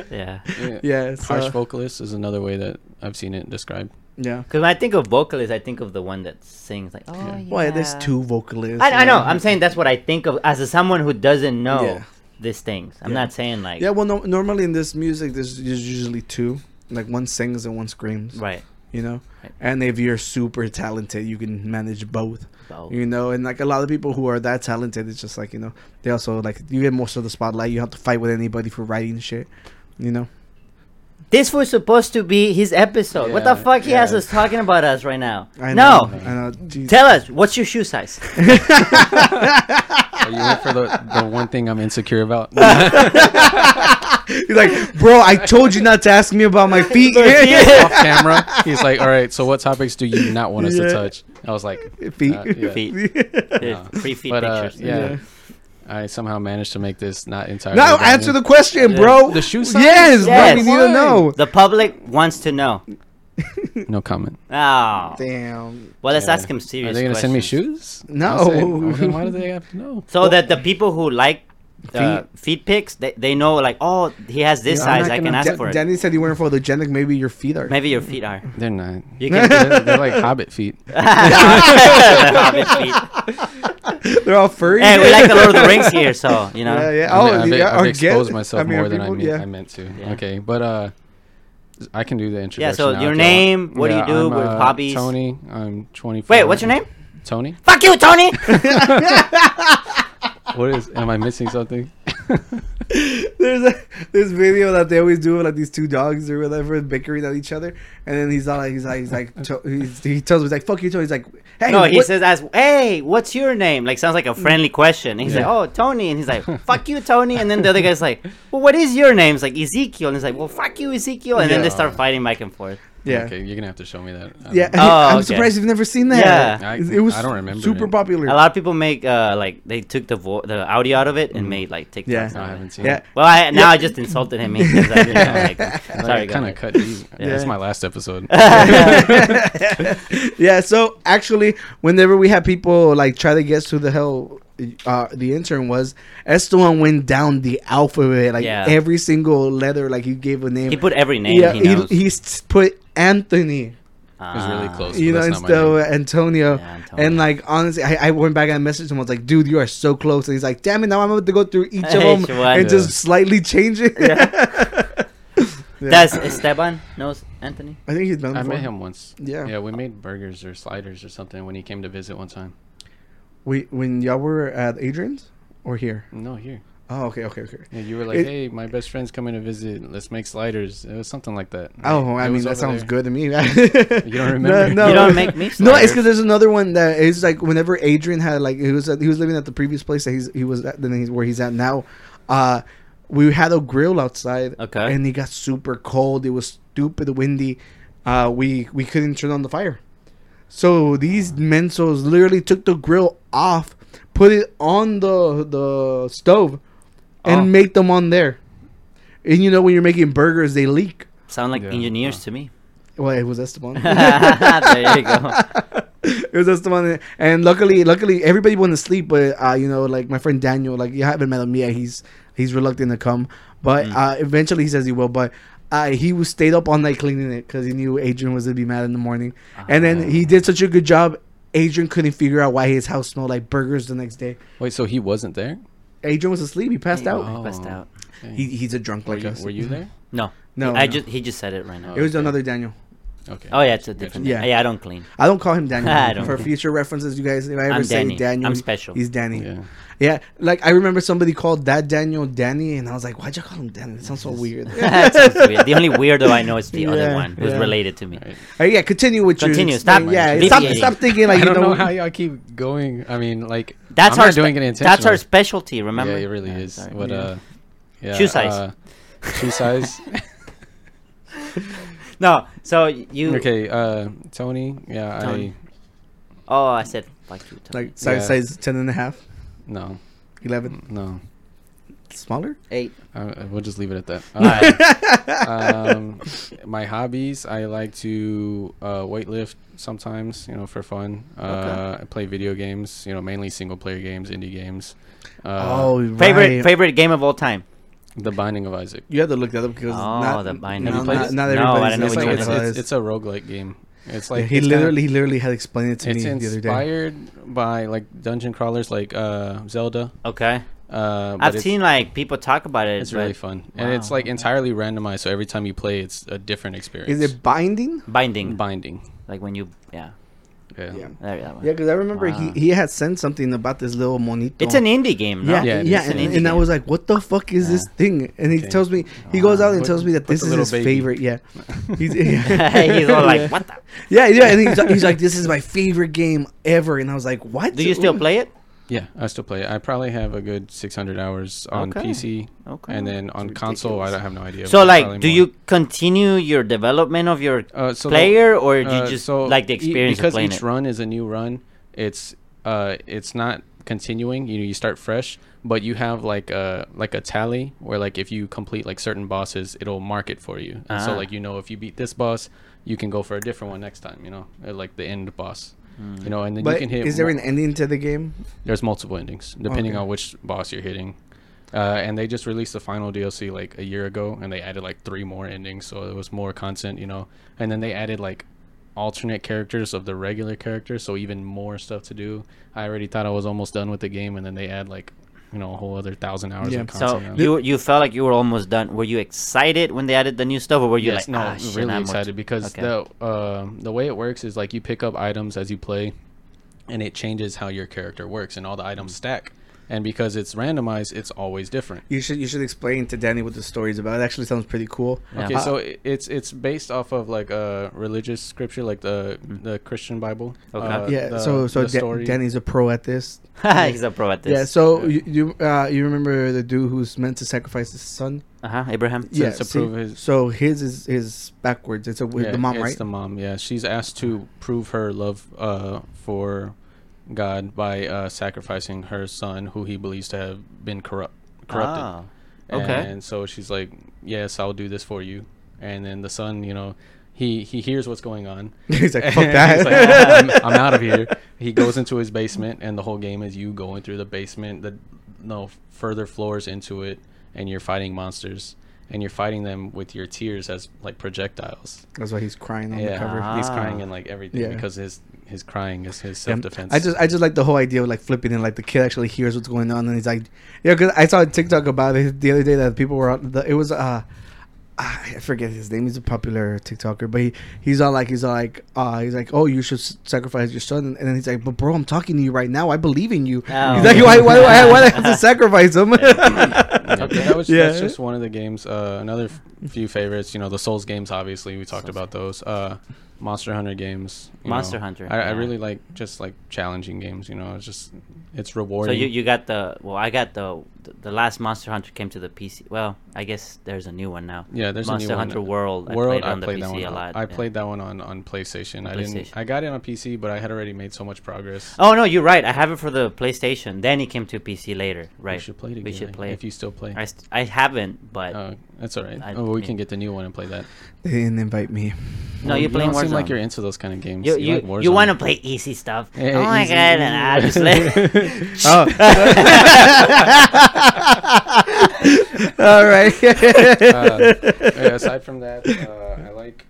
Speaker 2: [laughs]
Speaker 1: [laughs]
Speaker 2: yeah.
Speaker 1: yeah, so-
Speaker 6: Harsh vocalist is another way that I've seen it
Speaker 2: [laughs]
Speaker 6: described.
Speaker 1: yeah.
Speaker 2: Because when I think of vocalist, I think of the one that sings like, oh yeah.
Speaker 1: Well, there's two vocalists.
Speaker 2: I, I
Speaker 1: you
Speaker 2: know. I'm saying that's what I think of as a, someone who doesn't know
Speaker 1: Yeah.
Speaker 2: these things. I'm not saying like
Speaker 1: Yeah, well, no, normally in this music, there's, there's usually two. Like one sings and one screams.
Speaker 2: right.
Speaker 1: You know?
Speaker 2: Right.
Speaker 1: And if you're super talented, you can manage both.
Speaker 2: Both.
Speaker 1: You know? And like a lot of people who are that talented, it's just like, you know, they also like, you get most of the spotlight. You don't have to fight with anybody for writing shit. You know?
Speaker 2: This was supposed to be his episode. what the
Speaker 6: Yeah,
Speaker 2: fuck? He has
Speaker 6: yeah.
Speaker 2: us talking about us right now.
Speaker 1: I
Speaker 2: no.
Speaker 1: know. I know. Jeez. [laughs]
Speaker 2: Tell us, what's your shoe size? [laughs]
Speaker 6: [laughs] Are you went for the, the one thing I'm insecure about?
Speaker 1: He's like, bro, I told you not to ask me about
Speaker 2: [laughs]
Speaker 1: my feet. [laughs]
Speaker 6: off camera. He's like, all right, so what topics do you not want us
Speaker 1: Yeah.
Speaker 6: to touch? I was like,
Speaker 1: Feet.
Speaker 6: Uh, [laughs] yeah.
Speaker 2: Feet. There's Free feet
Speaker 6: but uh,
Speaker 2: pictures.
Speaker 6: yeah.
Speaker 1: Yeah.
Speaker 6: I somehow managed to make this not entirely.
Speaker 1: No,
Speaker 6: about
Speaker 1: answer
Speaker 6: me.
Speaker 1: the question,
Speaker 2: Yeah.
Speaker 1: bro.
Speaker 6: The shoe size?
Speaker 1: Yes,
Speaker 2: Yes.
Speaker 1: bro. We need to
Speaker 6: Why?
Speaker 1: know.
Speaker 2: The public wants to know.
Speaker 6: no comment.
Speaker 2: Oh.
Speaker 1: Damn.
Speaker 2: Well, let's
Speaker 6: Yeah.
Speaker 2: ask him serious
Speaker 6: Are they gonna send me
Speaker 2: questions.
Speaker 6: shoes?
Speaker 1: No.
Speaker 6: I'll say,
Speaker 1: [laughs]
Speaker 6: "Oh, then why do they have to know?
Speaker 2: So that the people who like the feet, pics, they, they know like, oh, he has this
Speaker 1: I'm
Speaker 2: size.
Speaker 1: not
Speaker 2: I can
Speaker 1: gonna-
Speaker 2: ask
Speaker 1: Dan-
Speaker 2: for it.
Speaker 1: Danny said you weren't photogenic. Maybe your feet are.
Speaker 2: Maybe your feet are. [laughs]
Speaker 6: They're not.
Speaker 2: You can.
Speaker 6: They're, they're like hobbit feet.
Speaker 1: Oh,
Speaker 2: Hobbit
Speaker 1: [laughs]
Speaker 2: feet.
Speaker 1: They're all furry.
Speaker 2: Hey, we like
Speaker 1: [laughs]
Speaker 2: the Lord of the Rings here, so you know.
Speaker 1: Yeah, yeah.
Speaker 6: I mean,
Speaker 1: Oh,
Speaker 6: I've, e-,
Speaker 1: yeah.
Speaker 6: I've
Speaker 1: or get-
Speaker 6: exposed myself
Speaker 1: I mean,
Speaker 6: more
Speaker 1: are
Speaker 6: than I,
Speaker 1: people-
Speaker 6: mean,
Speaker 1: yeah.
Speaker 6: I meant to.
Speaker 2: Yeah.
Speaker 6: Okay, but uh, I can do the introduction.
Speaker 2: so
Speaker 6: now
Speaker 2: your
Speaker 6: if y'all want.
Speaker 2: name, what do you do,
Speaker 6: I'm,
Speaker 2: what
Speaker 6: uh,
Speaker 2: hobbies?
Speaker 6: Tony. I'm 24.
Speaker 2: Wait, what's your name?
Speaker 6: Tony.
Speaker 2: Fuck you, Tony.
Speaker 6: What is? Am I missing [laughs] something?
Speaker 1: [laughs] There's a, this video that they always do of like these two dogs or whatever bickering at each other, and then he's all like, he's like, he's like, to, he's, he tells him he's like, "Fuck you," Tony. He's like, "Hey,
Speaker 2: no, he
Speaker 1: what-
Speaker 2: says, "As hey, what's your name?" Like sounds like a friendly question. He's
Speaker 6: Yeah.
Speaker 2: like, "Oh, Tony," and
Speaker 1: [laughs]
Speaker 2: he's like, "Fuck you, Tony." And then the other guy's like, "Well, what is your name?" It's like Ezekiel, and he's like, "Well, fuck you, Ezekiel." And then they
Speaker 6: Yeah.
Speaker 2: start fighting back and forth.
Speaker 1: yeah,
Speaker 6: Okay, you're gonna have to show me that. I
Speaker 1: [laughs]
Speaker 6: don't
Speaker 1: yeah."
Speaker 6: know.
Speaker 2: Oh,
Speaker 1: I'm
Speaker 2: okay.
Speaker 1: surprised you've never seen that.
Speaker 2: Yeah.
Speaker 6: I-
Speaker 1: it, it was
Speaker 6: I don't remember
Speaker 1: super
Speaker 6: it.
Speaker 1: popular.
Speaker 2: A lot of people make uh like they took the vo- the audio out of it and made like TikToks.
Speaker 1: Mm-hmm. Yeah.
Speaker 2: out
Speaker 6: No, I
Speaker 2: of it.
Speaker 6: haven't seen.
Speaker 1: yeah,
Speaker 6: It.
Speaker 2: Well, I, now I just
Speaker 1: [laughs]
Speaker 2: insulted him. He thinks I really don't like him. Sorry,
Speaker 6: Sorry, kind of
Speaker 2: cut.
Speaker 6: cut. Deep. [laughs] Yeah. That's
Speaker 1: Yeah.
Speaker 6: my last [laughs] episode.
Speaker 1: [laughs] yeah. So actually, whenever we had people like try to guess who the hell uh, the intern was, Esteban went down the alphabet, like
Speaker 2: Yeah.
Speaker 1: every single letter, like he gave a name.
Speaker 2: He put every name
Speaker 1: yeah,
Speaker 2: he
Speaker 1: he,
Speaker 2: knows.
Speaker 1: he's put Anthony,
Speaker 2: Ah.
Speaker 6: It was really close.
Speaker 1: you
Speaker 6: but
Speaker 1: know,
Speaker 6: that's not my
Speaker 1: instead of
Speaker 6: name.
Speaker 1: Antonio.
Speaker 2: Yeah, Antonio.
Speaker 1: And like honestly, I, I went back and messaged him. I was like, "Dude, you are so close." And he's like, "Damn it! Now I'm about to go through each of them
Speaker 2: Each one.
Speaker 1: and
Speaker 6: Yeah.
Speaker 1: just slightly change it." [laughs] Yeah.
Speaker 2: Does Esteban knows Anthony?
Speaker 1: I think he's done.
Speaker 6: I
Speaker 1: Before.
Speaker 6: met him once.
Speaker 1: Yeah.
Speaker 6: Yeah, we made burgers or sliders or something when he came to visit one time.
Speaker 1: We, when y'all were at Adrian's or here.
Speaker 6: No, here.
Speaker 1: Oh, okay, okay, okay.
Speaker 6: Yeah, you were like,
Speaker 1: It-
Speaker 6: "Hey, my best friend's coming to visit. Let's make sliders." It was something like that.
Speaker 1: Oh,
Speaker 6: It
Speaker 1: I mean
Speaker 6: was
Speaker 1: that
Speaker 6: over
Speaker 1: sounds
Speaker 6: there.
Speaker 1: good to me. [laughs] you don't
Speaker 6: remember?
Speaker 1: No,
Speaker 2: You don't make
Speaker 1: [laughs] No,
Speaker 2: me
Speaker 1: it's
Speaker 2: sliders.
Speaker 1: because there's another one that is like whenever Adrian had like he was at, he was living at the previous place that he's he was at then he's where he's at now. Uh, we had a grill outside.
Speaker 2: Okay.
Speaker 1: And it got super cold. It was stupid windy. Uh, we we couldn't turn on the fire. So these
Speaker 2: Ah.
Speaker 1: mensos literally took the grill off, put it on the the stove, and
Speaker 2: Oh.
Speaker 1: make them on there. And you know when you're making burgers, they leak.
Speaker 2: Sound like
Speaker 6: Yeah, Oh.
Speaker 2: engineers to me. [laughs]
Speaker 1: Well, it was Esteban.
Speaker 2: there you go.
Speaker 1: it was Esteban, and luckily, luckily, everybody went to sleep. But uh, you know, like my friend Daniel, like you haven't met him yet. He's he's reluctant to come, but uh, eventually he says he will. But uh, he was stayed up all night cleaning it because he knew Adrian was gonna be mad in the morning. and then he did such a good job. Adrian couldn't figure out why his house smelled like burgers the next day.
Speaker 6: Wait, so he wasn't there?
Speaker 1: Adrian was asleep. He passed out.
Speaker 6: Oh.
Speaker 2: Bust out.
Speaker 1: He, he's a drunk
Speaker 6: Were
Speaker 1: like
Speaker 6: you,
Speaker 1: us.
Speaker 6: were
Speaker 1: [laughs]
Speaker 6: you there?
Speaker 2: No,
Speaker 1: No,
Speaker 2: I
Speaker 1: no.
Speaker 2: just he just said it right now.
Speaker 1: It was another Daniel.
Speaker 6: Okay.
Speaker 2: Oh yeah, it's a different.
Speaker 1: Yeah.
Speaker 2: Yeah, yeah I don't clean. [laughs]
Speaker 1: I don't call him Daniel.
Speaker 2: I don't
Speaker 1: For
Speaker 2: think-
Speaker 1: future references, you guys, if I ever
Speaker 2: I'm
Speaker 1: say
Speaker 2: Danny.
Speaker 1: Daniel,
Speaker 2: I'm special.
Speaker 1: He's Danny.
Speaker 6: Yeah.
Speaker 1: Yeah, like I remember somebody called that Daniel Danny, and I was like, "Why'd you call him Danny? That sounds so
Speaker 2: [laughs]
Speaker 1: weird."
Speaker 2: That sounds weird. The only weirdo I know is the
Speaker 1: Yeah,
Speaker 2: other one who's
Speaker 1: yeah.
Speaker 2: related to me.
Speaker 6: Right.
Speaker 1: Uh, yeah, continue with your.
Speaker 2: Continue,
Speaker 1: explain-
Speaker 2: stop
Speaker 1: Yeah, stop,
Speaker 2: deviating.
Speaker 1: stop thinking like
Speaker 6: I
Speaker 1: you
Speaker 6: don't
Speaker 1: know.
Speaker 6: know how y'all keep going. I mean, like
Speaker 2: That's
Speaker 6: I'm
Speaker 2: our
Speaker 6: not doing
Speaker 2: spe-
Speaker 6: it intentionally.
Speaker 2: That's our specialty. Remember?
Speaker 6: Yeah, it really
Speaker 2: Yeah,
Speaker 6: is.
Speaker 2: sorry.
Speaker 6: But
Speaker 1: Yeah.
Speaker 6: uh, yeah.
Speaker 2: Shoe size.
Speaker 6: uh, shoe size.
Speaker 2: No, so [laughs] you.
Speaker 6: okay. Uh, Tony. Yeah.
Speaker 2: Tony.
Speaker 6: I
Speaker 2: Oh, I said fuck you. Tony.
Speaker 1: like size,
Speaker 6: Yeah.
Speaker 1: size 10 and a half,
Speaker 6: no
Speaker 1: 11,
Speaker 6: no.
Speaker 1: smaller.
Speaker 2: eight.
Speaker 6: I, I- we'll just leave it at that.
Speaker 1: [laughs]
Speaker 6: Uh,
Speaker 2: Alright.
Speaker 6: um, my hobbies. I like to uh, weightlift sometimes, you know, for fun. Uh, I play video games, you know, mainly single player games, indie games. Uh,
Speaker 1: oh,
Speaker 2: favorite
Speaker 1: right.
Speaker 2: favorite game of all time.
Speaker 6: The Binding of Isaac.
Speaker 1: You have to look that up because
Speaker 2: Oh,
Speaker 1: not,
Speaker 2: the Binding
Speaker 1: not,
Speaker 6: of Isaac.
Speaker 1: not, not
Speaker 2: No,
Speaker 1: everybody's
Speaker 2: I don't know
Speaker 6: It's,
Speaker 2: which
Speaker 6: like,
Speaker 2: one
Speaker 6: it's,
Speaker 2: it
Speaker 6: it's, it's a roguelike game. It's like
Speaker 1: he
Speaker 6: it's kinda-
Speaker 1: literally, he literally had explained it to
Speaker 6: it's
Speaker 1: me the other day.
Speaker 6: inspired by like dungeon crawlers like uh, Zelda.
Speaker 2: Okay.
Speaker 6: Uh, but
Speaker 2: I've
Speaker 6: it's-
Speaker 2: seen like people talk about it.
Speaker 6: It's really
Speaker 2: but-
Speaker 6: fun, and it's like entirely randomized. So every time you play, it's a different experience.
Speaker 1: Is it binding?
Speaker 2: Binding,
Speaker 6: binding?
Speaker 2: like when you yeah.
Speaker 6: Yeah.
Speaker 1: Yeah.
Speaker 2: There, that one.
Speaker 1: Yeah, because I remember
Speaker 2: Wow.
Speaker 1: he, he had sent something about this little monito.
Speaker 2: It's an indie game, no?
Speaker 1: Yeah,
Speaker 6: Yeah,
Speaker 1: yeah,
Speaker 6: it is.
Speaker 1: and,
Speaker 2: It's an
Speaker 1: and I
Speaker 2: indie
Speaker 1: was like, "What the fuck is this thing?" And he
Speaker 6: Okay.
Speaker 1: tells me, he goes out and
Speaker 6: Put-
Speaker 1: tells me that
Speaker 6: put
Speaker 1: this
Speaker 6: the
Speaker 1: is
Speaker 6: little
Speaker 1: his
Speaker 6: baby.
Speaker 1: favorite.
Speaker 6: [laughs]
Speaker 1: Yeah, he's, [laughs] yeah.
Speaker 2: [laughs] He's
Speaker 1: [laughs]
Speaker 2: all like, what the?
Speaker 1: yeah, yeah, and he's, he's like, "This is my favorite game ever," and I was like, "What?" [laughs]
Speaker 2: Do you still play it?
Speaker 6: Yeah, I still play. it. I probably have a good 600 hours on
Speaker 2: Okay.
Speaker 6: PC,
Speaker 2: Okay.
Speaker 6: and then on
Speaker 1: It's
Speaker 6: console,
Speaker 1: ridiculous.
Speaker 6: I don't have no idea.
Speaker 2: So
Speaker 6: but
Speaker 2: like,
Speaker 6: probably
Speaker 2: do
Speaker 6: more.
Speaker 2: you continue your development of your
Speaker 6: Uh, so the-
Speaker 2: player, or do
Speaker 6: uh,
Speaker 2: you just
Speaker 6: so
Speaker 2: like the
Speaker 6: e-
Speaker 2: experience
Speaker 6: because
Speaker 2: of playing
Speaker 6: each
Speaker 2: it?
Speaker 6: run is a new run. It's uh, it's not continuing. You know, you start fresh, but you have like a like a tally where like if you complete like certain bosses, it'll mark it for you. And so
Speaker 2: Ah.
Speaker 6: like you know if you beat this boss, you can go for a different one next time. You know, uh, like the end boss.
Speaker 2: Hmm.
Speaker 6: You know, and then you
Speaker 1: But
Speaker 6: can hit.
Speaker 1: is there
Speaker 6: mo-
Speaker 1: an ending to the game?
Speaker 6: There's multiple endings depending
Speaker 1: Okay.
Speaker 6: on which boss you're hitting. Uh, and they just released the final DLC like a year ago, and they added like three more endings, so it was more content, you know. And then they added like alternate characters of the regular characters, so even more stuff to do. I already thought I was almost done with the game, and then they add like you know a whole other thousand hours
Speaker 1: Yeah.
Speaker 6: of
Speaker 2: So
Speaker 6: content. now.
Speaker 2: you you felt like you were almost done. Were you excited when they added the new stuff, or were you like,
Speaker 6: yes, no,
Speaker 2: ah, shit,
Speaker 6: really
Speaker 2: I'm
Speaker 6: excited because
Speaker 2: Okay.
Speaker 6: the um the way it works is like you pick up items as you play, and it changes how your character works, and all the items stack. And because it's randomized, it's always different.
Speaker 1: You should you should explain to Danny what the story's about. It actually sounds pretty cool.
Speaker 6: Okay,
Speaker 2: Uh,
Speaker 6: so i- it's it's based off of like a religious scripture, like the the Christian Bible.
Speaker 2: Mm.
Speaker 6: Uh,
Speaker 2: Okay.
Speaker 1: yeah.
Speaker 6: the-
Speaker 1: so so
Speaker 6: the
Speaker 1: Da-
Speaker 6: story.
Speaker 1: Danny's a pro at this.
Speaker 2: [laughs] He's a pro at this.
Speaker 1: Yeah. So you you, uh, you remember the dude who's meant to sacrifice his son?
Speaker 2: Uh huh. Abraham.
Speaker 1: Yeah.
Speaker 6: to
Speaker 1: see?
Speaker 6: prove his-
Speaker 1: So his is his backwards. It's a with
Speaker 6: Yeah,
Speaker 1: the mom,
Speaker 6: it's
Speaker 1: right?
Speaker 6: the mom. Yeah, she's asked to prove her love uh, for God by uh, sacrificing her son, who he believes to have been corrupt corrupted.
Speaker 2: Ah, okay.
Speaker 6: And so she's like, "Yes, I'll do this for you." And then the son, you know, he he hears what's going on.
Speaker 1: [laughs] He's
Speaker 6: [laughs]
Speaker 1: like, [laughs]
Speaker 6: And
Speaker 1: "Fuck that."
Speaker 6: he's like, I'm, I'm out of here. He goes into his basement, and the whole game is you going through the basement, the no further floors into it, and you're fighting monsters, and you're fighting them with your tears as like projectiles.
Speaker 1: That's why he's crying on the
Speaker 6: Yeah,
Speaker 1: cover.
Speaker 6: he's
Speaker 2: Ah.
Speaker 6: crying and like everything
Speaker 1: Yeah.
Speaker 6: because his his crying is his
Speaker 1: Yeah,
Speaker 6: self defense.
Speaker 1: I just I just like the whole idea of like flipping and like the kid actually hears what's going on and he's like, yeah, because I saw a TikTok about it the other day that people were on. The, it was uh, I forget his name. He's a popular TikToker, but he he's on like he's on, like uh he's like, oh, you should s- sacrifice your son, and then he's like, but bro, I'm talking to you right now. I believe in you.
Speaker 2: Oh.
Speaker 1: He's like, why why do I why do I have
Speaker 6: [laughs]
Speaker 1: to sacrifice him? [laughs]
Speaker 6: Yeah, but that was
Speaker 1: Yeah.
Speaker 6: that's just one of the games. Uh, another f- few favorites, you know, the Souls games. Obviously, we talked about those. Uh, Monster Hunter games. you
Speaker 2: Monster
Speaker 6: know.
Speaker 2: Hunter,
Speaker 6: I, I
Speaker 2: yeah.
Speaker 6: really like just like challenging games. You know, it's just it's
Speaker 2: So
Speaker 6: rewarding.
Speaker 2: you, you got the well I got the the last Monster Hunter came to the PC. Well, I guess there's a new one now.
Speaker 6: yeah, there's
Speaker 2: Monster
Speaker 6: a new
Speaker 2: Hunter
Speaker 6: one.
Speaker 2: World. I
Speaker 6: World.
Speaker 2: played on the
Speaker 6: that
Speaker 2: PC
Speaker 6: one.
Speaker 2: a lot.
Speaker 6: I
Speaker 2: yeah.
Speaker 6: played that one on on PlayStation. I didn't.
Speaker 2: PlayStation.
Speaker 6: I got it on PC, but I had already made so much progress.
Speaker 2: Oh no, you're right. I have it for the PlayStation. Then it came to PC later. Right.
Speaker 6: We should play it again.
Speaker 2: We should play.
Speaker 6: if you still play.
Speaker 2: I, st- I haven't, but
Speaker 6: uh, that's all right.
Speaker 2: I-
Speaker 6: oh, we
Speaker 2: yeah.
Speaker 6: can get the new one and play that.
Speaker 1: they didn't invite
Speaker 6: [laughs]
Speaker 1: me. [laughs]
Speaker 2: no, you're playing
Speaker 6: don't
Speaker 2: Warzone.
Speaker 6: seem like you're into those kind of games.
Speaker 2: you, you,
Speaker 6: like
Speaker 2: you
Speaker 6: Warzone.
Speaker 2: want to play easy stuff.
Speaker 6: Eh,
Speaker 2: oh my
Speaker 6: easy,
Speaker 2: god,
Speaker 6: easy.
Speaker 2: and
Speaker 1: [laughs]
Speaker 2: I just let [laughs]
Speaker 6: [laughs]
Speaker 1: Oh.
Speaker 2: Oh.
Speaker 1: All right. [laughs]
Speaker 6: uh, yeah, aside from that, uh, I like.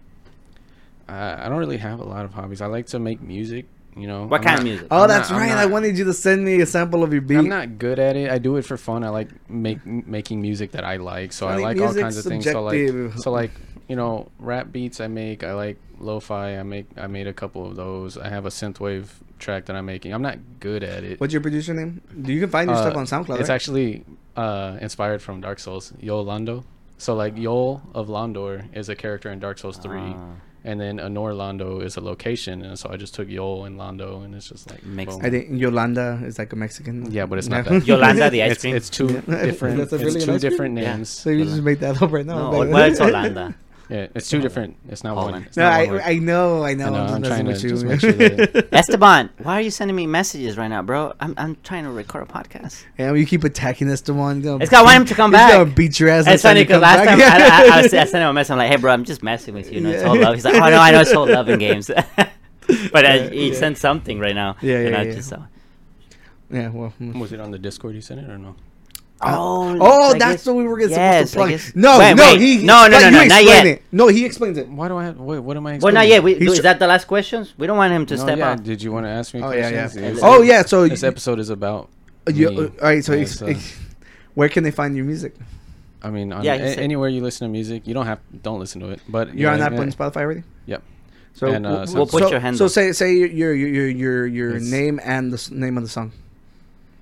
Speaker 6: uh, I I don't really have a lot of hobbies. I like to make music. You know,
Speaker 2: What
Speaker 6: I'm
Speaker 2: kind of
Speaker 6: not-
Speaker 2: music?
Speaker 1: Oh,
Speaker 6: I'm
Speaker 1: that's
Speaker 6: not- I'm
Speaker 1: right. I
Speaker 6: not-
Speaker 1: wanted you to send me a sample of your beat.
Speaker 6: I'm not good at it. I do it for fun. I like make making music that I like. So
Speaker 1: I
Speaker 6: I,
Speaker 1: think
Speaker 6: like all
Speaker 1: music's
Speaker 6: kinds of things. So like,
Speaker 1: subjective.
Speaker 6: so like, you know, rap beats I make. I like lo-fi. I make. I made a couple of those. I have a synthwave track that I'm making. I'm not good at it.
Speaker 1: What's your producer name? Do you can find your
Speaker 6: Uh,
Speaker 1: stuff on SoundCloud?
Speaker 6: It's
Speaker 1: right?
Speaker 6: actually uh, inspired from Dark Souls, Yolando. So like Yol of Londor is a character in Dark Souls three,
Speaker 2: Ah.
Speaker 6: and then Anor Londo is a location, and so I just took Yol and Londo, and it's just like
Speaker 2: Mixed
Speaker 6: boom.
Speaker 1: I think Yolanda is like a Mexican.
Speaker 6: Yeah, but it's not
Speaker 1: No. [laughs]
Speaker 6: that.
Speaker 2: Yolanda the ice
Speaker 6: It's,
Speaker 2: cream.
Speaker 6: it's two different.
Speaker 1: That's
Speaker 6: It's
Speaker 1: a really
Speaker 6: two
Speaker 1: nice cream?
Speaker 6: different
Speaker 2: Yeah.
Speaker 6: names.
Speaker 1: so you just make that up right now.
Speaker 2: no,
Speaker 1: [laughs] but-
Speaker 2: well, it's Holanda.
Speaker 6: Yeah, it's two different. It's not
Speaker 2: Hold
Speaker 6: one.
Speaker 2: on.
Speaker 6: It's
Speaker 1: No,
Speaker 6: not one
Speaker 1: I,
Speaker 6: word.
Speaker 1: I know, I know.
Speaker 6: I know,
Speaker 1: I'm
Speaker 6: I'm
Speaker 1: just
Speaker 6: trying to
Speaker 1: messing
Speaker 6: just
Speaker 1: with
Speaker 6: make
Speaker 1: you. [laughs]
Speaker 6: sure that
Speaker 2: Esteban, why are you sending me messages right now, bro? I'm, I'm trying to record a podcast.
Speaker 1: Yeah, you keep attacking us, Devon.
Speaker 2: It's 'cause I want him to come back.
Speaker 1: He's gonna beat your ass. next
Speaker 2: That's funny
Speaker 1: you
Speaker 2: because
Speaker 1: come
Speaker 2: last
Speaker 1: back.
Speaker 2: time I,
Speaker 1: [laughs]
Speaker 2: I, I, was- I sent him a message. I'm like, hey, bro, I'm just messing with you. you know, It's
Speaker 1: Yeah.
Speaker 2: all love. He's like, oh, no, I know it's all love
Speaker 1: [laughs]
Speaker 2: in games. [laughs] but I,
Speaker 1: Yeah,
Speaker 2: he
Speaker 1: yeah.
Speaker 2: sent something right now.
Speaker 1: Yeah,
Speaker 2: and
Speaker 1: yeah,
Speaker 2: I
Speaker 1: yeah.
Speaker 2: Just, saw-
Speaker 1: yeah, well. mm.
Speaker 6: was it on the Discord you sent it or no?
Speaker 2: oh,
Speaker 1: Oh, that's
Speaker 2: I guess-
Speaker 1: what we were gonna
Speaker 2: yes,
Speaker 1: supposed to plug.
Speaker 2: I guess-
Speaker 1: No,
Speaker 2: Wait,
Speaker 1: no,
Speaker 2: wait.
Speaker 1: he,
Speaker 2: no,
Speaker 1: but
Speaker 2: no, no,
Speaker 1: you
Speaker 2: no, not
Speaker 1: explain
Speaker 2: yet.
Speaker 1: It. No, he explains it.
Speaker 6: Why do I have? Wait, what am I?
Speaker 2: Well, not yet. We,
Speaker 1: He's
Speaker 2: is
Speaker 1: tr-
Speaker 2: that the last questions? We don't want him to
Speaker 6: No,
Speaker 2: step
Speaker 6: yeah,
Speaker 2: out.
Speaker 6: Did you want to ask me?
Speaker 1: Oh yeah, yeah.
Speaker 6: questions? Is-
Speaker 1: Oh yeah. So
Speaker 6: This episode is about.
Speaker 1: you,
Speaker 6: me.
Speaker 1: uh, all right. So,
Speaker 6: Yeah,
Speaker 1: ex- ex- where can they find your music?
Speaker 6: I mean, on
Speaker 2: Yeah,
Speaker 6: a-
Speaker 2: he said-
Speaker 6: anywhere you listen to music, you don't have don't listen to it, but
Speaker 1: You're on
Speaker 6: yeah,
Speaker 1: Apple
Speaker 6: yeah,
Speaker 1: and Spotify already.
Speaker 6: Yep.
Speaker 1: So
Speaker 6: And, uh,
Speaker 1: w- w-
Speaker 2: We'll put
Speaker 1: so-
Speaker 2: your handle.
Speaker 1: So say say your your your your, your
Speaker 6: It's-
Speaker 1: name and the s- name of the song.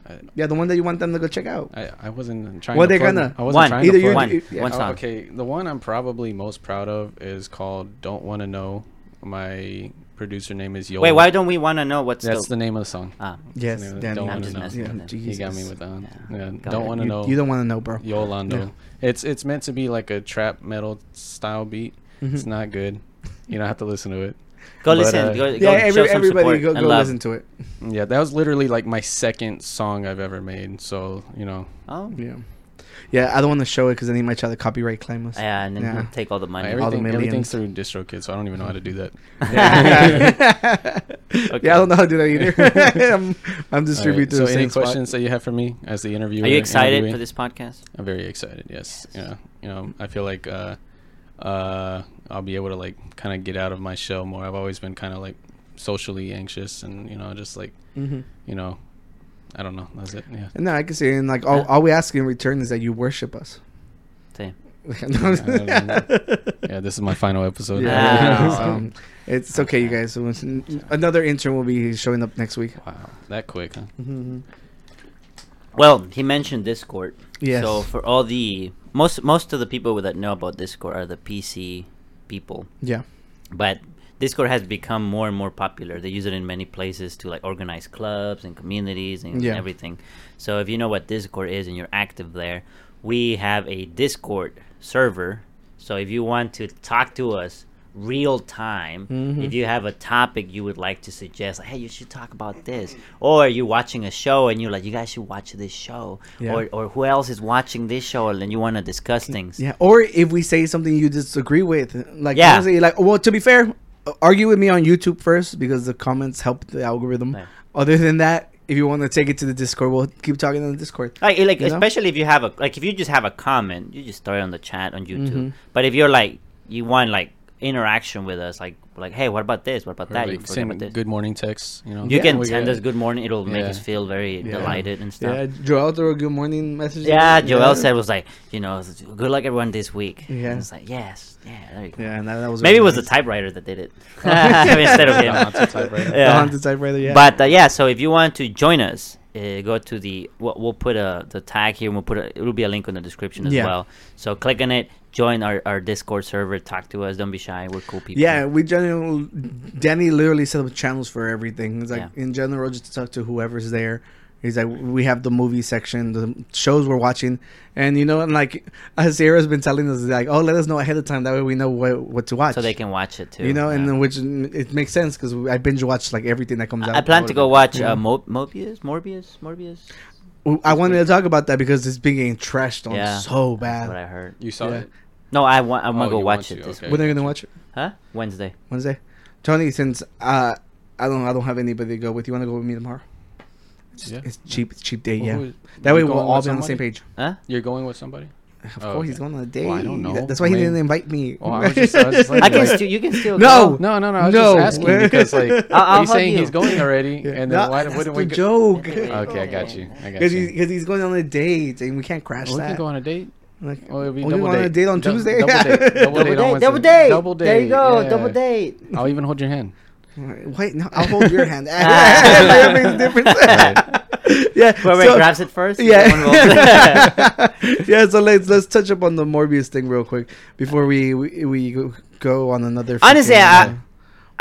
Speaker 6: I-
Speaker 1: yeah, the one that you want them to go check out.
Speaker 6: I, I wasn't trying.
Speaker 1: Well,
Speaker 6: to
Speaker 1: they're
Speaker 6: plug-
Speaker 1: gonna-
Speaker 6: I wasn't
Speaker 2: One.
Speaker 6: trying
Speaker 1: Either
Speaker 6: to
Speaker 1: you-
Speaker 6: plug-
Speaker 2: one,
Speaker 1: you- yeah.
Speaker 2: one
Speaker 6: Oh,
Speaker 2: song.
Speaker 6: okay, the one I'm probably most proud of is called "Don't Want to Know" my producer name is Yo.
Speaker 2: Wait, why don't we want to know what's
Speaker 6: That's the
Speaker 2: the?
Speaker 6: name of the song.
Speaker 2: Ah,
Speaker 1: Yes,
Speaker 6: Don't
Speaker 1: Danny.
Speaker 6: wanna
Speaker 2: I'm just
Speaker 6: know.
Speaker 2: messing
Speaker 1: Yeah,
Speaker 2: with him.
Speaker 1: Jesus.
Speaker 6: He got me with that. one.
Speaker 2: Yeah.
Speaker 6: Yeah,
Speaker 2: Got
Speaker 6: don't
Speaker 2: it.
Speaker 6: want to
Speaker 1: you,
Speaker 6: know.
Speaker 1: you don't want to know, bro.
Speaker 6: Yolando.
Speaker 1: Yeah.
Speaker 6: It's it's meant to be like a trap metal style beat.
Speaker 1: Mm-hmm.
Speaker 6: It's not good. You don't have to listen to it.
Speaker 2: Go
Speaker 6: But,
Speaker 2: listen.
Speaker 6: uh,
Speaker 2: go, go
Speaker 1: Yeah, every,
Speaker 2: show some
Speaker 1: everybody
Speaker 2: support
Speaker 1: go,
Speaker 2: and
Speaker 1: go
Speaker 2: love.
Speaker 1: listen to it.
Speaker 6: Yeah, that was literally like my second song I've ever made. So you know,
Speaker 2: Oh,
Speaker 1: Yeah, yeah. I don't want to show it because then he might try to copyright claim us.
Speaker 2: yeah, and then
Speaker 1: Yeah.
Speaker 2: he'll take all the money.
Speaker 1: All the
Speaker 6: everything everything's
Speaker 1: millions.
Speaker 6: through DistroKid, so I don't even know how to do that.
Speaker 2: [laughs]
Speaker 1: [laughs] Yeah, I don't know how to do that either. [laughs] I'm, I'm
Speaker 6: All right,
Speaker 1: distributed to
Speaker 6: so
Speaker 1: the same
Speaker 6: any
Speaker 1: spot.
Speaker 6: questions that you have for me as the interviewer?
Speaker 2: Are you excited
Speaker 6: interviewee?
Speaker 2: for this podcast?
Speaker 6: I'm very excited. Yes. Yeah. You know, I feel like uh, uh, I'll be able to like kind of get out of my shell more. I've always been kind of like socially anxious, and you know, just like
Speaker 1: Mm-hmm.
Speaker 6: you know, I don't know. That's it. Yeah.
Speaker 1: No, I can see. it. And like, all,
Speaker 2: Yeah.
Speaker 1: all we ask in return is that you worship us. [laughs]
Speaker 2: Same.
Speaker 6: Yeah. This is my final episode.
Speaker 2: Yeah. Wow.
Speaker 1: um, it's okay, you guys. So it's- Another intern will be showing up next week.
Speaker 6: Wow. That quick. Huh?
Speaker 2: Mm-hmm. Well, he mentioned Discord.
Speaker 1: Yes.
Speaker 2: So for all the most most of the people that know about Discord are the PC people,
Speaker 1: Yeah.
Speaker 2: but Discord has become more and more popular. They use it in many places to like organize clubs and communities and
Speaker 1: Yeah.
Speaker 2: everything. So if you know what Discord is and you're active there, we have a Discord server. So if you want to talk to us real time,
Speaker 1: Mm-hmm.
Speaker 2: if you have a topic you would like to suggest, like, hey, you should talk about this, or you're watching a show and you're like, you guys should watch this show,
Speaker 1: Yeah.
Speaker 2: or or who else is watching this show and then you want to discuss things.
Speaker 1: Yeah. Or if we say something you disagree with, like,
Speaker 2: Yeah.
Speaker 1: honestly, like, well, to be fair, argue with me on YouTube first because the comments help the algorithm.
Speaker 2: Right.
Speaker 1: Other than that, if you want to take it to the Discord, we'll keep talking on the Discord.
Speaker 2: Like, like
Speaker 1: You know?
Speaker 2: especially if you have a like if you just have a comment, you just throw it on the chat on
Speaker 1: Mm-hmm.
Speaker 2: YouTube. But if you're like you want like interaction with us, like like hey, what about this? What about
Speaker 6: Or,
Speaker 2: that?
Speaker 6: like,
Speaker 2: forgot
Speaker 6: send
Speaker 2: about this.
Speaker 6: good morning texts. You know.
Speaker 2: you can
Speaker 6: We
Speaker 2: send
Speaker 6: got-
Speaker 2: us good morning. It'll make us
Speaker 6: Yeah.
Speaker 2: feel very
Speaker 1: Yeah.
Speaker 2: delighted and stuff.
Speaker 1: Yeah.
Speaker 2: Yeah.
Speaker 1: Joel threw a good morning message.
Speaker 2: Joel said was like, you know, good luck everyone this week.
Speaker 1: Yeah.
Speaker 2: And it's like yes, yeah. There you go.
Speaker 1: Yeah, and that, that was
Speaker 2: Maybe
Speaker 1: really
Speaker 2: it was the
Speaker 1: nice.
Speaker 2: typewriter that
Speaker 1: [laughs]
Speaker 2: did it [laughs] instead of him.
Speaker 6: The haunted typewriter.
Speaker 1: The
Speaker 2: Yeah.
Speaker 1: haunted typewriter, yeah.
Speaker 2: But uh, yeah, so if you want to join us, uh, go to the we'll, we'll put a the tag here. and We'll put a, it'll be a link in the description as
Speaker 1: Yeah.
Speaker 2: well. So click on it, join our, our Discord server, talk to us. Don't be shy. We're cool people.
Speaker 1: Yeah, we generally Danny literally set up channels for everything. It's like
Speaker 2: Yeah.
Speaker 1: in general, just to talk to whoever's there. He's like, we have the movie section, the shows we're watching, and you know, and like as Sarah's been telling us, like, oh, let us know ahead of time. That way we know what what to watch.
Speaker 2: so they can watch it too.
Speaker 1: you know, and
Speaker 2: yeah.
Speaker 1: then which mm, it makes sense because I binge watch like everything that comes out.
Speaker 2: I plan to go
Speaker 1: watch.
Speaker 2: watch uh, Mo- Mobius, Morbius, Morbius.
Speaker 1: I wanted to talk about that because it's been getting trashed on
Speaker 2: Yeah.
Speaker 1: so
Speaker 2: That's what
Speaker 1: bad.
Speaker 2: I heard.
Speaker 6: You saw
Speaker 1: Yeah.
Speaker 6: it.
Speaker 2: No, I want. I'm
Speaker 6: Oh,
Speaker 2: gonna go
Speaker 6: you want
Speaker 2: watch it
Speaker 6: to,
Speaker 2: this
Speaker 6: okay.
Speaker 2: week.
Speaker 1: When are you gonna watch it?
Speaker 2: Huh? Wednesday.
Speaker 1: Wednesday. Tony, since uh, I don't, I don't have anybody to go with. You want to go with me tomorrow? It's,
Speaker 6: Yeah.
Speaker 1: it's cheap. It's cheap day.
Speaker 6: Well,
Speaker 1: yeah.
Speaker 6: who is-
Speaker 1: that
Speaker 6: you
Speaker 1: way we'll
Speaker 6: going
Speaker 1: all
Speaker 6: with
Speaker 1: be on the same
Speaker 6: somebody?
Speaker 1: page.
Speaker 2: Huh?
Speaker 6: You're going with somebody.
Speaker 1: Of
Speaker 6: Oh,
Speaker 1: course,
Speaker 6: okay.
Speaker 1: he's going on a date.
Speaker 6: Well, I don't know.
Speaker 1: That- That's why he
Speaker 6: Maybe-
Speaker 1: didn't invite me. [laughs]
Speaker 6: Oh, I was just- I was just like-
Speaker 2: I can
Speaker 6: Like- Oh,
Speaker 2: still. You can still.
Speaker 1: No!
Speaker 2: go.
Speaker 6: No, no, no. I was
Speaker 1: No.
Speaker 6: just asking
Speaker 1: [laughs]
Speaker 6: because like
Speaker 2: I'll- I'll
Speaker 6: he's
Speaker 2: hug
Speaker 6: saying
Speaker 2: you.
Speaker 6: he's going already, and then
Speaker 1: No,
Speaker 6: why
Speaker 1: that's
Speaker 6: wouldn't
Speaker 1: the
Speaker 6: we? Go-
Speaker 1: joke.
Speaker 6: [laughs] okay, I got you. I got
Speaker 1: Because
Speaker 6: you.
Speaker 1: he's, [laughs] 'cause he's going on a date and we can't crash
Speaker 6: we can
Speaker 1: that.
Speaker 6: go on a date.
Speaker 1: Like,
Speaker 6: Well, it'll be
Speaker 1: Oh, you
Speaker 6: double
Speaker 1: want
Speaker 6: date.
Speaker 1: a date on
Speaker 6: Dou-
Speaker 1: Tuesday?
Speaker 6: Double
Speaker 1: [laughs]
Speaker 6: date. Double date. on Wednesday.
Speaker 2: Double date.
Speaker 6: Double date.
Speaker 2: There you go.
Speaker 6: yeah.
Speaker 2: Double date.
Speaker 6: I'll even hold your hand.
Speaker 1: Wait, no, I'll hold your
Speaker 6: [laughs]
Speaker 1: hand. [laughs] That makes a difference. [laughs] yeah.
Speaker 2: Whoever
Speaker 1: so-
Speaker 2: grabs it first. is the
Speaker 1: Yeah.
Speaker 2: one who-
Speaker 1: [laughs]
Speaker 2: [laughs]
Speaker 1: yeah, so let's let's touch up on the Morbius thing real quick before we we, we go- go on another.
Speaker 2: Honestly,
Speaker 1: freaking,
Speaker 2: I,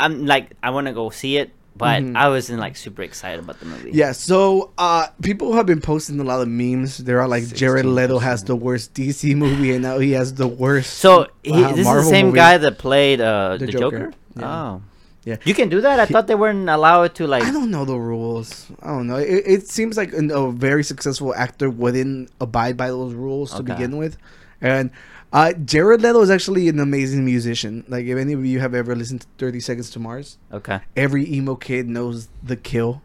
Speaker 1: uh,
Speaker 2: I'm like I want to go see it, but I wasn't like super excited about the movie.
Speaker 1: Mm-hmm. yeah. So uh, people have been posting a lot of memes. They're all like, Jared Leto has the worst DC movie, and now he has the worst.
Speaker 2: So he,
Speaker 1: Wow,
Speaker 2: this is
Speaker 1: Marvel
Speaker 2: the same
Speaker 1: movie.
Speaker 2: guy that played uh,
Speaker 1: The
Speaker 2: the,
Speaker 1: Joker.
Speaker 2: Joker.
Speaker 1: Yeah.
Speaker 2: Oh.
Speaker 1: Yeah.
Speaker 2: You can do that. I thought they weren't allowed to like.
Speaker 1: I don't know the rules. I don't know. It, it seems like an, a very successful actor wouldn't abide by those rules to
Speaker 2: Okay.
Speaker 1: begin with. And uh, Jared Leto is actually an amazing musician. Like, if any of you have ever listened to 30 Seconds to Mars,
Speaker 2: Okay.
Speaker 1: every emo kid knows The Kill.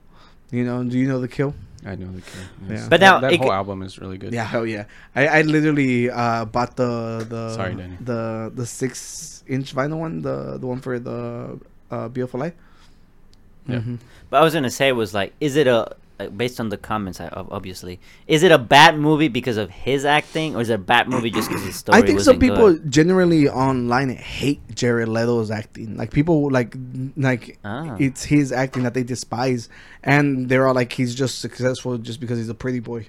Speaker 1: You know, do you know The Kill?
Speaker 6: I know the kid.
Speaker 1: Yeah.
Speaker 2: But
Speaker 6: But
Speaker 2: now
Speaker 6: now that
Speaker 2: it-
Speaker 6: whole album is really good.
Speaker 1: Yeah, hell Oh, yeah. I, I literally uh, bought the the
Speaker 6: Sorry, Danny.
Speaker 1: the the six inch vinyl one, the the one for the uh, Beautiful Life.
Speaker 6: Yeah.
Speaker 2: But I was gonna say was like, is it a like, based on the comments? I ob- obviously, is it a bad movie because of his acting, or is it a bad movie just because his story?
Speaker 1: I think some
Speaker 2: wasn't
Speaker 1: people
Speaker 2: good? [laughs]
Speaker 1: generally online hate Jared Leto's acting. Like people like like
Speaker 2: Ah.
Speaker 1: it's his acting that they despise, and they're all like he's just successful just because he's a pretty boy,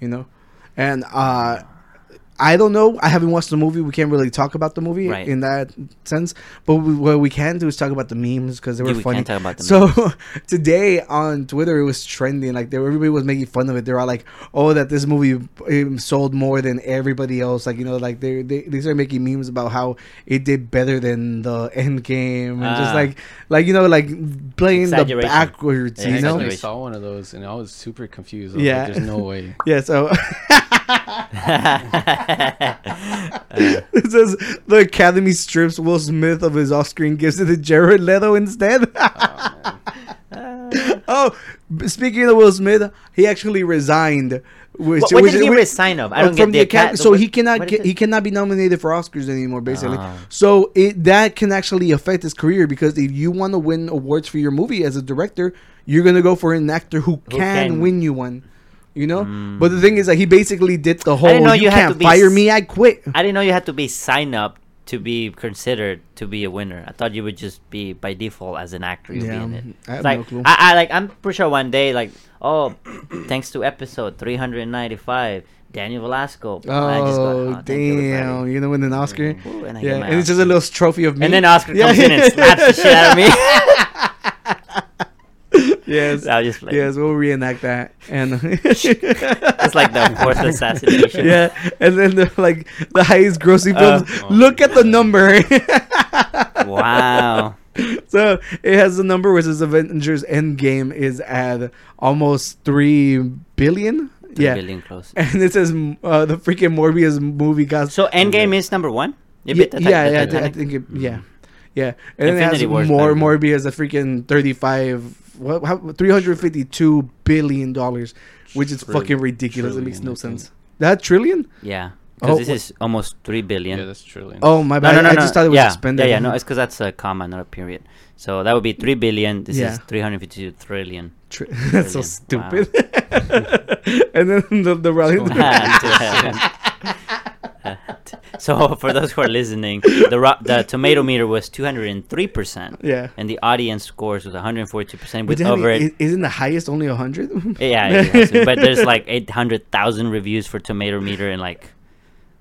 Speaker 1: you know. And uh, I don't know. I haven't watched the movie. We can't really talk about the movie
Speaker 2: Right.
Speaker 1: in that sense. But we, what we can do is talk about the memes because they were
Speaker 2: Yeah, we
Speaker 1: funny.
Speaker 2: can talk about the
Speaker 1: so [laughs] today on Twitter, it was trending. Like there, everybody was making fun of it. They're all like, "Oh, that this movie um, sold more than everybody else." Like you know, like they they they started making memes about how it did better than the [laughs] End Game and just
Speaker 2: Ah.
Speaker 1: like like you know like playing the
Speaker 2: Exaggeration.
Speaker 1: backwards.
Speaker 2: Yeah,
Speaker 1: you know,
Speaker 2: exaggeration.
Speaker 6: I saw one of those and I was super confused. I was
Speaker 1: Yeah.
Speaker 6: like, there's no [laughs] way.
Speaker 1: yeah. So. [laughs]
Speaker 2: [laughs] Uh,
Speaker 1: It says the Academy strips Will Smith of his off-screen gifts to Jared Leto instead. [laughs] oh, b- speaking of Will Smith, he actually resigned. Which,
Speaker 2: What- what
Speaker 1: which-
Speaker 2: did he
Speaker 1: which-
Speaker 2: resign of? I don't
Speaker 1: uh,
Speaker 2: get
Speaker 1: from
Speaker 2: the
Speaker 1: the Academy.
Speaker 2: Acad-
Speaker 1: So
Speaker 2: what-
Speaker 1: he cannot
Speaker 2: what is
Speaker 1: get,
Speaker 2: it?
Speaker 1: he cannot be nominated for Oscars anymore, basically.
Speaker 2: Ah.
Speaker 1: So it that can actually affect his career because if you want to win awards for your movie as a director, you're gonna go for an actor who, can,
Speaker 2: can. Hmm.
Speaker 1: win you one. You know, but the thing is that he basically did the whole.
Speaker 2: didn't know
Speaker 1: you,
Speaker 2: you had
Speaker 1: can't
Speaker 2: to be
Speaker 1: fire
Speaker 2: s-
Speaker 1: me. I quit.
Speaker 2: I didn't know you had to be signed up to be considered to be a winner. I thought you would just be by default as an actor. You'd
Speaker 1: Yeah,
Speaker 2: be in it.
Speaker 1: I have
Speaker 2: like,
Speaker 1: no clue.
Speaker 2: I, I like. I'm pretty sure one day, like, oh, [clears throat] thanks to episode 395, Daniel Velasco.
Speaker 1: Oh,
Speaker 2: I just got- oh, thank you,
Speaker 1: damn.
Speaker 2: everybody.
Speaker 1: You know, win an Oscar.
Speaker 2: Ooh, and I
Speaker 1: yeah,
Speaker 2: get my
Speaker 1: and it's just
Speaker 2: Oscar.
Speaker 1: a little trophy of me.
Speaker 2: And then Oscar
Speaker 1: [laughs] Yeah.
Speaker 2: comes in and slaps the shit
Speaker 1: [laughs]
Speaker 2: out of me.
Speaker 1: yes.
Speaker 2: I'll just play.
Speaker 1: Yes, we'll reenact that. And [laughs]
Speaker 2: It's like the fourth assassination.
Speaker 1: yeah, and then the, like the highest grossing
Speaker 2: Uh,
Speaker 1: films. Look at the number.
Speaker 2: [laughs] Wow.
Speaker 1: so it has the number which is Avengers Endgame is at almost three billion.
Speaker 2: Three
Speaker 1: yeah.
Speaker 2: billion close.
Speaker 1: And it says uh, the freaking Morbius movie got
Speaker 2: So Endgame is number one. You
Speaker 1: yeah,
Speaker 2: beat the Ti-
Speaker 1: yeah,
Speaker 2: the
Speaker 1: yeah, I thi- I think it,
Speaker 2: Titanic?
Speaker 1: yeah, yeah. And then it
Speaker 2: Infinity
Speaker 1: has
Speaker 2: War's
Speaker 1: more
Speaker 2: better than-
Speaker 1: Morbius, a freaking thirty-five, what, how, three hundred fifty-two billion dollars, which is fucking
Speaker 6: Trillion.
Speaker 1: ridiculous. it makes no
Speaker 6: Trillion, I think.
Speaker 1: sense. That trillion?
Speaker 2: Yeah.
Speaker 1: Oh,
Speaker 2: Because this
Speaker 1: wha-
Speaker 2: is almost three billion.
Speaker 6: Yeah, that's trillion.
Speaker 1: Oh my
Speaker 2: no,
Speaker 1: bad!
Speaker 2: no,
Speaker 1: I
Speaker 2: no, no.
Speaker 1: just thought it was
Speaker 2: yeah.
Speaker 1: expended.
Speaker 2: Yeah, yeah, no, it's because that's a comma, not a period. So that would be three billion. This
Speaker 1: Yeah.
Speaker 2: is three hundred fifty-two trillion. [laughs]
Speaker 1: Tri- [laughs] that's so
Speaker 2: Trillion.
Speaker 1: stupid. [laughs] and then the the rally. [laughs]
Speaker 2: [laughs] so for those who are listening, the ro- the tomato meter was two hundred and three percent.
Speaker 1: Yeah.
Speaker 2: And the audience scores was one hundred and forty percent
Speaker 1: But
Speaker 2: with
Speaker 1: then
Speaker 2: over
Speaker 1: it-
Speaker 2: it.
Speaker 1: isn't the highest only a hundred? [laughs]
Speaker 2: [laughs] Yeah, it has to- but there's like eight hundred thousand reviews for tomato meter and like.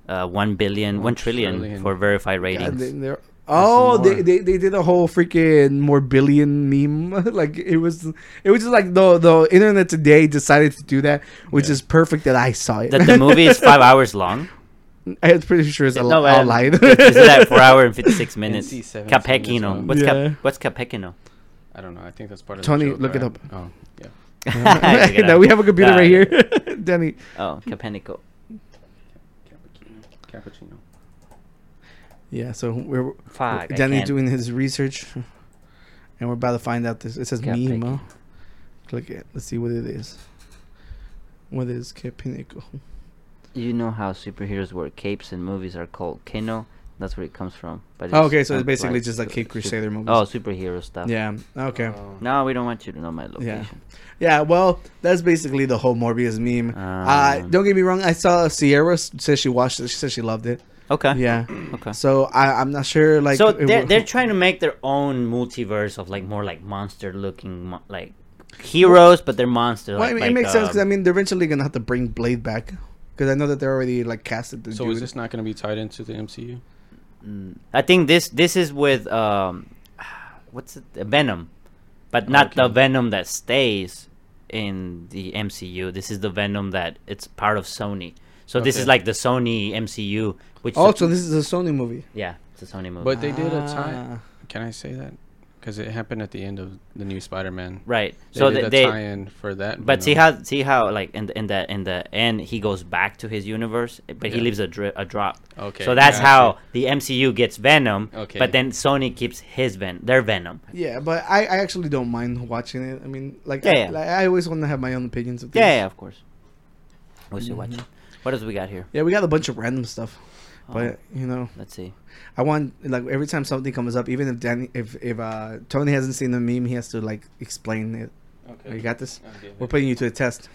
Speaker 2: Uh, 1 billion, 1 trillion,
Speaker 6: trillion.
Speaker 2: for verified
Speaker 1: Yeah,
Speaker 2: ratings.
Speaker 1: they- they're- oh,
Speaker 6: some
Speaker 1: they,
Speaker 6: more.
Speaker 1: they they did a whole freaking more billion meme. [laughs] like it was it was just like the the internet today decided to do that, which is perfect that I saw it.
Speaker 2: that the movie
Speaker 1: [laughs]
Speaker 2: is five hours long.
Speaker 1: I'm pretty sure it's a
Speaker 2: No,
Speaker 1: no,
Speaker 2: man.
Speaker 1: lie.
Speaker 2: It's
Speaker 1: [laughs]
Speaker 2: like four hour and fifty six minutes. [laughs]
Speaker 6: NC seven is
Speaker 2: Capekino.
Speaker 6: one.
Speaker 2: What's
Speaker 1: Yeah.
Speaker 2: Cap?
Speaker 1: [laughs]
Speaker 2: What's Capekino?
Speaker 6: I don't know. I think that's part of
Speaker 1: Tony,
Speaker 6: the joke,
Speaker 1: look it
Speaker 6: right?
Speaker 1: up.
Speaker 6: Oh, yeah.
Speaker 2: [laughs] Check it
Speaker 1: [laughs] no,
Speaker 2: out.
Speaker 1: we have a computer
Speaker 2: Uh,
Speaker 1: right here, [laughs] Danny.
Speaker 2: Oh, Capenico.
Speaker 6: Cappuccino. Cappuccino.
Speaker 1: Yeah, so we're
Speaker 2: Fuck, I
Speaker 1: Danny
Speaker 2: can't.
Speaker 1: doing his research, and we're about to find out this. It says
Speaker 2: Cap-
Speaker 1: meme. huh? Click it. Let's see what it is. What is Capinico?
Speaker 2: You know how superheroes wear capes in movies are called kino. That's where it comes from. But
Speaker 1: Oh, okay, so it's
Speaker 2: not
Speaker 1: basically just like Cape
Speaker 2: su-
Speaker 1: Crusader movies.
Speaker 2: Oh, superhero stuff.
Speaker 1: Yeah. Okay.
Speaker 6: Um,
Speaker 2: No, we don't want you to know my location.
Speaker 1: Yeah, well, that's basically the whole Morbius meme. uh,
Speaker 2: Um.
Speaker 1: don't get me wrong. I saw Sierra s- said she watched it. She said she loved
Speaker 2: [laughs]
Speaker 1: it.
Speaker 2: Okay.
Speaker 1: Yeah.
Speaker 2: Okay.
Speaker 1: So I, I'm not sure. Like,
Speaker 2: so
Speaker 1: it
Speaker 2: they're,
Speaker 1: wa-
Speaker 2: they're trying to make their own multiverse of like more like monster looking mo- like heroes, but they're monsters.
Speaker 1: Well, I
Speaker 2: like,
Speaker 1: mean, it
Speaker 2: like,
Speaker 1: makes sense because I
Speaker 2: um,
Speaker 1: mean, they're eventually gonna have to bring Blade back because I know that they're already like casted. The
Speaker 6: So
Speaker 1: dude.
Speaker 6: is this not going to be tied into the MCU?
Speaker 2: Mm. I think this this is with um, [sighs] what's it? Venom, but not the Venom that stays in the MCU. This is the Venom that it's part of Sony. So this is
Speaker 6: Okay.
Speaker 2: like the Sony MCU, which
Speaker 1: Oh, so this is a Sony movie.
Speaker 2: yeah, it's a Sony movie.
Speaker 6: But they did a
Speaker 1: Ah.
Speaker 6: tie. Can I say that? Because it happened at the end of the new Spider-Man.
Speaker 2: right.
Speaker 6: They
Speaker 2: so
Speaker 6: did
Speaker 2: th-
Speaker 6: a
Speaker 2: they.
Speaker 6: tie-in for that.
Speaker 2: But see
Speaker 6: Venom.
Speaker 2: how see how like in the, in the in the end he goes back to his universe, but he
Speaker 6: Yeah.
Speaker 2: leaves a dri- a drop.
Speaker 6: Okay,
Speaker 2: So that's
Speaker 6: gotcha.
Speaker 2: how the MCU gets Venom.
Speaker 6: Okay.
Speaker 2: But then Sony keeps his Ven their Venom.
Speaker 1: Yeah, but I, I actually don't mind watching it. I mean, like,
Speaker 2: Yeah,
Speaker 1: I,
Speaker 2: yeah.
Speaker 1: like, I always want to have my own opinions of things.
Speaker 2: Yeah, yeah, of course. We'll see what what else we got here.
Speaker 1: Yeah, we got a bunch of random stuff,
Speaker 2: Uh-huh.
Speaker 1: but you know.
Speaker 2: Let's see.
Speaker 1: I want like every time something comes up, even if Danny, if if uh, Tony hasn't seen the meme, he has to like explain it.
Speaker 6: Okay.
Speaker 1: You got this?
Speaker 6: Okay.
Speaker 1: We're putting you to a test.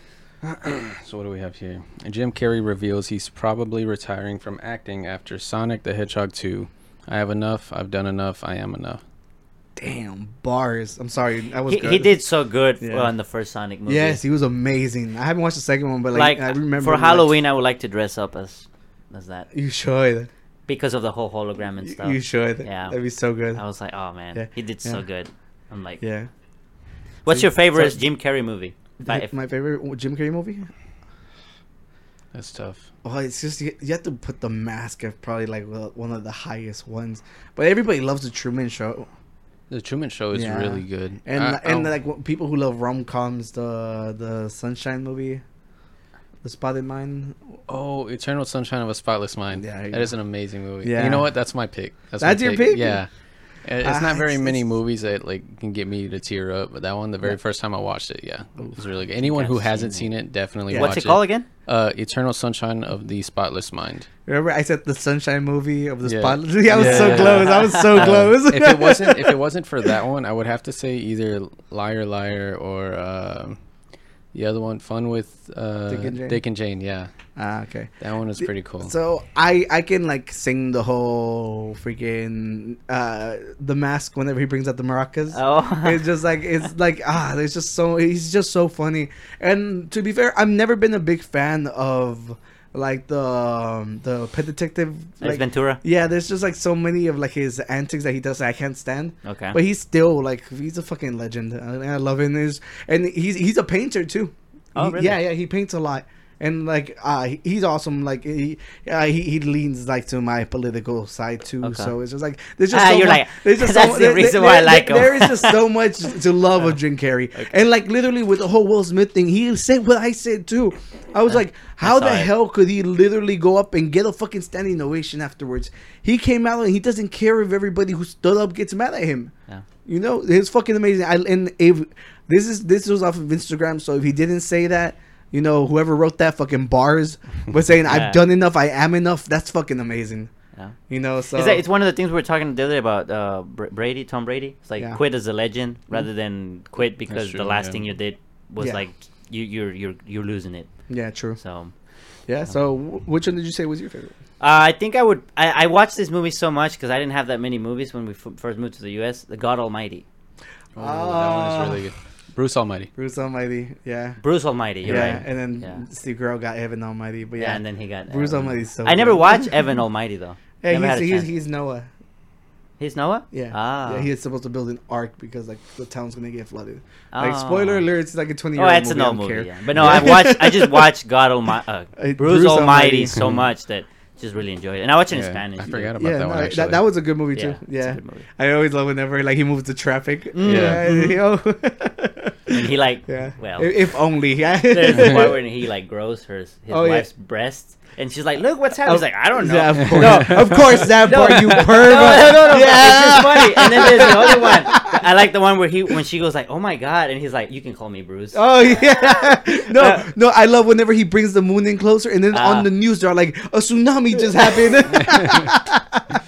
Speaker 6: So what do we have here? Jim Carrey reveals he's probably retiring from acting after Sonic the Hedgehog 2. I have enough. I've done enough. I am enough.
Speaker 1: Damn bars. I'm sorry, I was.
Speaker 2: He,
Speaker 1: good.
Speaker 2: he did so good
Speaker 1: Yeah.
Speaker 2: on the first Sonic movie.
Speaker 1: Yes, he was amazing. I haven't watched the second one, but like,
Speaker 2: like
Speaker 1: I remember
Speaker 2: for
Speaker 1: like-
Speaker 2: Halloween, I would like to dress up as That's that
Speaker 1: You should.
Speaker 2: because of the whole hologram and stuff.
Speaker 1: You should.
Speaker 2: Yeah.
Speaker 1: That'd be so good.
Speaker 2: I was like, oh man,
Speaker 1: Yeah,
Speaker 2: he did
Speaker 1: yeah.
Speaker 2: so good. I'm like,
Speaker 1: yeah.
Speaker 2: what's your favorite
Speaker 1: so-
Speaker 2: Jim Carrey movie? By- if-
Speaker 1: My favorite Jim Carrey movie?
Speaker 6: That's tough.
Speaker 1: Well, it's just you, you have to put the mask of probably like well, one of the highest ones, but everybody loves the Truman Show,
Speaker 6: The Truman Show is
Speaker 1: Yeah.
Speaker 6: really good.
Speaker 1: and
Speaker 6: I- um,
Speaker 1: and
Speaker 6: I'll-
Speaker 1: like w- people who love rom coms, the the Sunshine movie, the Spotted Mind.
Speaker 6: oh, Eternal Sunshine of a Spotless Mind.
Speaker 1: Yeah,
Speaker 6: Yeah,
Speaker 1: there you
Speaker 6: that
Speaker 1: go.
Speaker 6: is an amazing movie.
Speaker 1: Yeah.
Speaker 6: You know what? That's my pick. my
Speaker 1: That's your pick?
Speaker 6: Yeah. Uh, It's
Speaker 1: Ah,
Speaker 6: not very
Speaker 1: it's-
Speaker 6: many
Speaker 1: it's-
Speaker 6: movies that like can get me to tear up, but that one, the very first time I watched it, yeah, it was really good. Anyone who
Speaker 2: I've
Speaker 6: hasn't
Speaker 2: seen
Speaker 6: seen it, definitely
Speaker 1: Yeah.
Speaker 6: watch
Speaker 2: what's it called again?
Speaker 6: Uh, Eternal Sunshine of the Spotless Mind.
Speaker 1: Remember, I said the Sunshine movie of the
Speaker 6: Yeah.
Speaker 1: Spotted. [laughs] Yeah, I was so
Speaker 6: Yeah.
Speaker 1: close. I was so
Speaker 6: [laughs] Um,
Speaker 1: close.
Speaker 6: if it wasn't if it wasn't for that one, I would have to say either Liar Liar or um the other one, Fun with uh, Dick,
Speaker 1: and Jane?
Speaker 6: and Jane. Yeah,
Speaker 1: [laughs] ah, okay.
Speaker 6: that one was pretty cool.
Speaker 1: So I I can like sing the whole freaking uh the mask whenever he brings out the maracas.
Speaker 2: Oh,
Speaker 1: [laughs]
Speaker 2: [laughs]
Speaker 1: it's just like it's like ah there's just so he's just so funny and to be fair i've never been a big fan of like the um, the pet detective
Speaker 2: Ace
Speaker 1: like,
Speaker 2: Ventura.
Speaker 1: yeah there's just like so many of like his antics that he does that i can't stand
Speaker 2: Okay.
Speaker 1: but he's still like he's a fucking legend and i love him He's- and he's he's a painter too
Speaker 2: Oh,
Speaker 1: He-
Speaker 2: really?
Speaker 1: yeah yeah he paints a lot and like uh he- he's awesome like he uh, he, he leans like to my political side too
Speaker 2: Okay.
Speaker 1: so it's just like there's just
Speaker 2: Ah,
Speaker 1: so
Speaker 2: you're
Speaker 1: much,
Speaker 2: like,
Speaker 1: [laughs] there's
Speaker 2: [laughs]
Speaker 1: just
Speaker 2: "That's
Speaker 1: so,
Speaker 2: the reason why I like him." Uh,
Speaker 1: there is just
Speaker 2: [laughs]
Speaker 1: so much to love of Jim Carrey. And like literally with the whole Will Smith thing, he said what I said too. I was like, how
Speaker 2: Uh, saw
Speaker 1: the
Speaker 2: it.
Speaker 1: hell could he literally go up and get a fucking standing ovation afterwards? He came out and he doesn't care if everybody who stood up gets mad at him.
Speaker 2: Yeah.
Speaker 1: You know, it's fucking amazing. I and if this is this was off of Instagram, so if he didn't say that, you know, whoever wrote that fucking bars was saying,
Speaker 2: [laughs] Yeah.
Speaker 1: I've done enough, I am enough, that's fucking amazing.
Speaker 2: Yeah.
Speaker 1: You know, so
Speaker 2: It's, like, it's one of the things we were talking the other day about uh, Br- Brady, Tom Brady. It's like
Speaker 1: Yeah. Mm-hmm.
Speaker 2: quit as a legend rather than quit because
Speaker 6: true,
Speaker 2: the last
Speaker 6: yeah.
Speaker 2: thing you did was
Speaker 1: Yeah.
Speaker 2: like you you're you're you're losing it.
Speaker 1: yeah, true.
Speaker 2: So um,
Speaker 1: Yeah. So, wh- which one did you say was your favorite?
Speaker 2: uh, I think I would. I, I watched this movie so much because I didn't have that many movies when we f- first moved to the U.S. The God Almighty,
Speaker 6: Oh, that
Speaker 1: Ah.
Speaker 6: one is really good. Bruce Almighty.
Speaker 1: Bruce Almighty, yeah.
Speaker 2: Bruce Almighty. You're
Speaker 1: yeah,
Speaker 2: right.
Speaker 1: and then
Speaker 2: Yeah.
Speaker 1: Steve Girl got Evan Almighty, but yeah,
Speaker 2: yeah, and then he got
Speaker 1: Bruce
Speaker 2: uh,
Speaker 1: Almighty's so.
Speaker 2: I never
Speaker 1: good. [laughs]
Speaker 2: watched Evan Almighty though.
Speaker 1: Yeah,
Speaker 2: Never
Speaker 1: he's,
Speaker 2: had a
Speaker 1: he's,
Speaker 2: chance.
Speaker 1: he's Noah.
Speaker 2: He's Noah.
Speaker 1: Yeah,
Speaker 2: Ah.
Speaker 1: yeah. He is supposed to build an ark because like the town's gonna get flooded. Like
Speaker 2: Oh.
Speaker 1: spoiler alert, it's like a twenty year
Speaker 2: Oh,
Speaker 1: old
Speaker 2: it's
Speaker 1: movie.
Speaker 2: an
Speaker 1: I
Speaker 2: old
Speaker 1: don't
Speaker 2: movie,
Speaker 1: care.
Speaker 2: yeah. but no, I watched. I
Speaker 1: [laughs]
Speaker 2: just watched God Almighty, uh, Bruce,
Speaker 1: Bruce
Speaker 2: Almighty,
Speaker 1: Almighty. [laughs]
Speaker 2: so much that just really enjoyed it. And I watched it in
Speaker 6: Yeah,
Speaker 2: Spanish.
Speaker 6: I
Speaker 2: too.
Speaker 6: forgot about
Speaker 1: Yeah,
Speaker 6: that
Speaker 1: no,
Speaker 6: one.
Speaker 1: that,
Speaker 6: Actually.
Speaker 1: that was a good movie too.
Speaker 2: Yeah, it's a
Speaker 1: Yeah,
Speaker 2: good movie. Mm.
Speaker 1: I always love whenever like he moves the traffic. Yeah, [laughs] yo.
Speaker 2: And he like,
Speaker 1: yeah.
Speaker 2: well,
Speaker 1: if, if only. [laughs] Yeah,
Speaker 2: there's the part when he like grows her his
Speaker 1: Oh, yeah.
Speaker 2: wife's breasts, and she's like, "Look what's happening." He's like, "I don't know."
Speaker 1: Yeah, of course.
Speaker 2: No,
Speaker 1: [laughs] of course that
Speaker 2: [laughs] No.
Speaker 1: part you pervert.
Speaker 2: No, no, no, no,
Speaker 1: yeah.
Speaker 2: It's just funny. And then
Speaker 1: [laughs]
Speaker 2: there's another one. I like the one where he when she goes like, "Oh my god," and he's like, "You can call me Bruce."
Speaker 1: Oh yeah, [laughs] no,
Speaker 2: Uh,
Speaker 1: no. I love whenever he brings the moon in closer, and then
Speaker 2: Ah.
Speaker 1: on the news they're like, "A tsunami just happened."
Speaker 2: [laughs]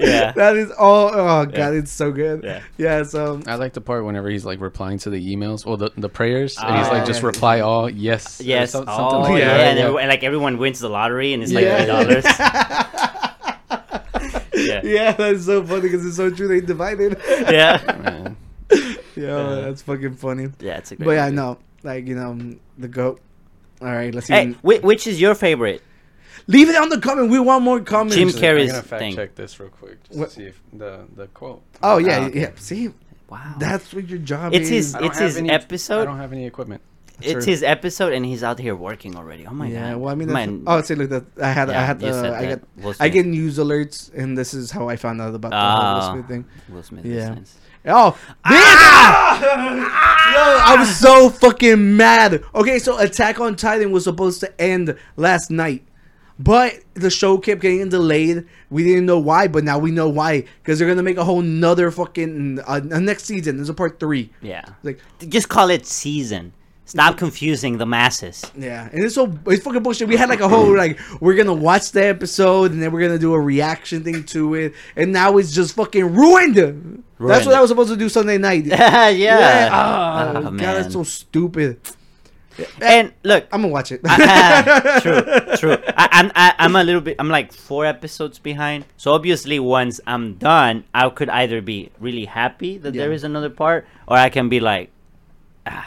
Speaker 2: Yeah.
Speaker 1: [laughs] that is all. Oh god,
Speaker 2: Yeah.
Speaker 1: it's so good. um,
Speaker 2: Yeah.
Speaker 1: So
Speaker 6: I like the part whenever he's like replying to the emails or the, the prayers, and he's
Speaker 2: Ah,
Speaker 6: like just
Speaker 1: yeah.
Speaker 6: reply all yes, or
Speaker 2: Yes.
Speaker 6: some-
Speaker 2: oh,
Speaker 1: like
Speaker 2: yeah.
Speaker 1: that,
Speaker 2: And,
Speaker 6: yeah.
Speaker 2: everyone- and, like everyone wins the lottery, and it's like
Speaker 1: Yeah.
Speaker 2: three [laughs]
Speaker 1: [laughs]
Speaker 2: dollars. yeah. yeah.
Speaker 1: yeah, that's so funny because it's so true. They divided.
Speaker 2: Yeah.
Speaker 1: [laughs]
Speaker 6: Man.
Speaker 1: yeah, that's fucking funny.
Speaker 2: It's a great.
Speaker 1: But yeah,
Speaker 2: movie.
Speaker 1: no, like you know the goat. All right, let's
Speaker 2: Hey,
Speaker 1: even-
Speaker 2: whi- which is your favorite?
Speaker 1: leave it on the comment. We want more comments.
Speaker 2: Jim
Speaker 6: I'm
Speaker 2: Carrey's
Speaker 6: gonna fact
Speaker 2: thing.
Speaker 6: check this real quick just
Speaker 1: What-
Speaker 6: to see if the the quote.
Speaker 1: Oh yeah,
Speaker 2: Ah, okay.
Speaker 1: yeah. See,
Speaker 2: Wow.
Speaker 1: that's what your job
Speaker 2: It's
Speaker 1: is.
Speaker 2: his-
Speaker 6: I don't
Speaker 2: It's
Speaker 6: have
Speaker 2: his
Speaker 6: any-
Speaker 2: episode?
Speaker 6: I don't have any equipment.
Speaker 2: it's
Speaker 1: true.
Speaker 2: his episode, and he's out here working already. Oh my
Speaker 1: yeah,
Speaker 2: god.
Speaker 1: well, I mean, that's,
Speaker 2: Man,
Speaker 1: oh, see, look, that I had, I
Speaker 2: Yeah,
Speaker 1: had,
Speaker 2: you said
Speaker 1: the, I
Speaker 2: that.
Speaker 1: got,
Speaker 2: Will
Speaker 1: I
Speaker 2: Smith.
Speaker 1: get news alerts, and this is how I found out about the
Speaker 2: Ah.
Speaker 1: whole Will Smith thing.
Speaker 2: Will Smith.
Speaker 1: Yeah.
Speaker 2: Yeah. Sense.
Speaker 1: Oh,
Speaker 2: Ah!
Speaker 1: Yo, I was so fucking mad. Okay, so Attack on Titan was supposed to end last night, but the show kept getting delayed. We didn't know why, but now we know why because they're gonna make a whole nother fucking uh, next season. There's a part three.
Speaker 2: Yeah.
Speaker 1: Like,
Speaker 2: Just call it season.
Speaker 1: [laughs]
Speaker 2: Stop confusing the masses. [laughs]
Speaker 1: Yeah, and it's so it's fucking bullshit. We had like a whole like we're gonna watch the episode and then we're gonna do a reaction thing to it, and now it's just fucking ruined. That's what I was supposed to do Sunday night.
Speaker 2: [laughs] yeah.
Speaker 1: Ah,
Speaker 2: Oh,
Speaker 1: God,
Speaker 2: man.
Speaker 1: that's so stupid.
Speaker 2: and look, [laughs]
Speaker 1: I'm gonna watch it.
Speaker 2: Ah, true, true. I, I'm I, I'm a little bit. I'm like four episodes behind. So obviously, once I'm done, I could either be really happy that there
Speaker 1: Yeah.
Speaker 2: is another part, or I can be like, ah,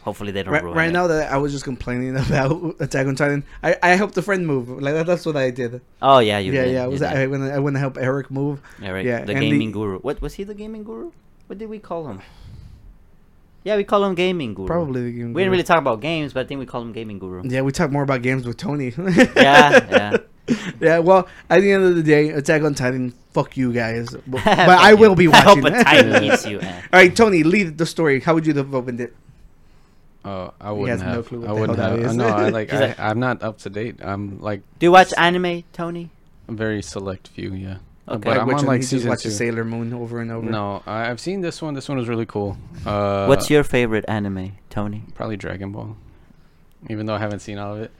Speaker 2: Hopefully they
Speaker 1: [laughs]
Speaker 2: don't
Speaker 1: Right,
Speaker 2: ruin
Speaker 1: right
Speaker 2: it.
Speaker 1: now that I was just complaining about Attack on Titan, I, I helped a friend move. Like that, that's what I did.
Speaker 2: Oh yeah, you
Speaker 1: yeah,
Speaker 2: did,
Speaker 1: yeah. I
Speaker 2: you
Speaker 1: was
Speaker 2: did.
Speaker 1: I went I went to help Eric move.
Speaker 2: Yeah, right.
Speaker 1: yeah,
Speaker 2: the
Speaker 1: and the-
Speaker 2: gaming guru. What was he? The gaming guru? What did we call him? Yeah, we call him gaming guru.
Speaker 1: Probably the game.
Speaker 2: We didn't
Speaker 1: guru.
Speaker 2: really talk about games, but I think we call him gaming guru.
Speaker 1: Yeah, we talk more about games with Tony. [laughs]
Speaker 2: yeah.
Speaker 1: Yeah, well, at the end of the day, Attack on Titan, fuck you guys.
Speaker 2: [laughs]
Speaker 1: But, but
Speaker 2: Fuck
Speaker 1: I
Speaker 2: you.
Speaker 1: will be
Speaker 2: I
Speaker 1: watching.
Speaker 2: hope a titan eats you. eh.
Speaker 1: All right, Tony, lead the story. How would you have opened it?
Speaker 6: Oh, I
Speaker 1: has
Speaker 6: wouldn't
Speaker 1: no
Speaker 6: have.
Speaker 1: clue what the
Speaker 6: I
Speaker 1: hell
Speaker 6: wouldn't
Speaker 1: that
Speaker 6: have.
Speaker 1: is.
Speaker 6: I know. I like.
Speaker 2: He's
Speaker 6: I,
Speaker 2: like-
Speaker 6: I'm not up to date. I'm like
Speaker 2: Do you watch anime, Tony?
Speaker 6: a very select few. Yeah.
Speaker 2: Okay.
Speaker 6: Uh, But
Speaker 1: Like
Speaker 6: I'm
Speaker 1: which
Speaker 6: on
Speaker 1: one?
Speaker 6: like
Speaker 1: You just
Speaker 6: season
Speaker 1: watch
Speaker 6: two.
Speaker 1: the Sailor Moon over and over. [laughs]
Speaker 6: No, I, I've seen this one. This one was really cool. Uh,
Speaker 2: What's your favorite anime, Tony?
Speaker 6: probably Dragon Ball? Even though I haven't seen all of it.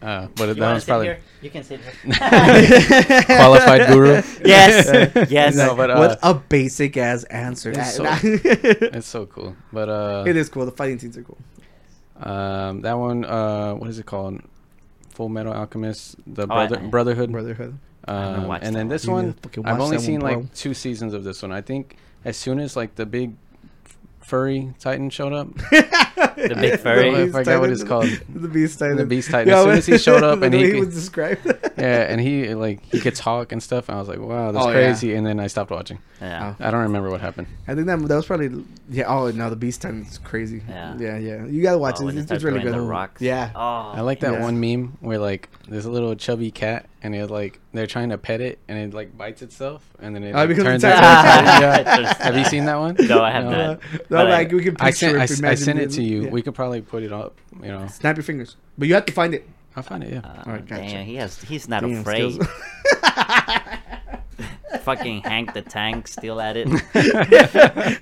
Speaker 6: Uh, but that was probably
Speaker 2: You can sit here.
Speaker 1: [laughs]
Speaker 6: qualified guru.
Speaker 2: yes, yes.
Speaker 6: No, but uh,
Speaker 1: what a basic ass answer.
Speaker 6: It's
Speaker 1: [laughs]
Speaker 6: so- [laughs]
Speaker 1: it
Speaker 6: it's so cool. But uh,
Speaker 1: is cool. The fighting scenes are cool.
Speaker 6: um, that one. Uh, what is it called? Full Metal Alchemist, the
Speaker 2: Oh, I-
Speaker 6: brother,
Speaker 2: I-
Speaker 6: Brotherhood.
Speaker 1: Brotherhood.
Speaker 6: Um,
Speaker 2: watched
Speaker 6: and then
Speaker 2: that
Speaker 6: this
Speaker 1: one. You
Speaker 6: one,
Speaker 1: need to fucking
Speaker 6: I've
Speaker 1: watch
Speaker 6: only
Speaker 1: that one,
Speaker 6: seen
Speaker 1: bro.
Speaker 6: like two seasons of this one. I think as soon as like the big furry titan
Speaker 1: [laughs]
Speaker 6: showed up,
Speaker 2: the big
Speaker 6: I
Speaker 2: furry.
Speaker 1: Beast
Speaker 6: forgot what it's
Speaker 1: Titan.
Speaker 6: called.
Speaker 1: the Beast Titan.
Speaker 6: The Beast Titan. As soon as he showed
Speaker 1: [laughs]
Speaker 6: up
Speaker 1: the
Speaker 6: and
Speaker 1: way
Speaker 6: he-
Speaker 1: he was described.
Speaker 6: [laughs] yeah, and he like he could talk and stuff, and I was like, wow, that's
Speaker 1: Oh, yeah.
Speaker 6: crazy. And then I stopped watching.
Speaker 2: [laughs] Yeah.
Speaker 1: Oh,
Speaker 6: I don't remember what happened.
Speaker 1: I think that that was probably yeah. Oh no, the Beast Titan is crazy.
Speaker 2: Yeah.
Speaker 1: yeah, yeah. You gotta watch
Speaker 2: Oh,
Speaker 1: it.
Speaker 2: when they
Speaker 1: It's,
Speaker 2: start
Speaker 1: it's really
Speaker 2: throwing
Speaker 1: good.
Speaker 2: The rocks.
Speaker 1: Yeah.
Speaker 2: Oh,
Speaker 6: I like that
Speaker 1: Yeah.
Speaker 6: one meme where like there's a little chubby cat, and it like they're trying to pet it, and it like bites itself, and then it
Speaker 1: Oh,
Speaker 6: like,
Speaker 1: because
Speaker 6: turns
Speaker 1: it's
Speaker 6: into a
Speaker 1: a titan.
Speaker 2: [laughs]
Speaker 6: titan. Yeah.
Speaker 2: Just-
Speaker 6: Have you seen that one?
Speaker 2: No, I have not.
Speaker 1: Uh, [laughs] no,
Speaker 2: But I-
Speaker 1: like we can picture
Speaker 6: I sent, I,
Speaker 1: it.
Speaker 6: s- I
Speaker 1: imagine
Speaker 6: sent it
Speaker 1: it.
Speaker 6: to you.
Speaker 1: Yeah.
Speaker 6: We could probably put it up. You know,
Speaker 1: Snap your fingers, but you have to find it. [laughs]
Speaker 6: [laughs] I'll find it. Yeah.
Speaker 2: Uh,
Speaker 1: Alright, gotcha.
Speaker 2: Damn, he has. He's not
Speaker 1: Damn,
Speaker 2: afraid.
Speaker 1: skills.
Speaker 2: [laughs] Fucking Hank the Tank still
Speaker 1: [laughs]
Speaker 2: at it.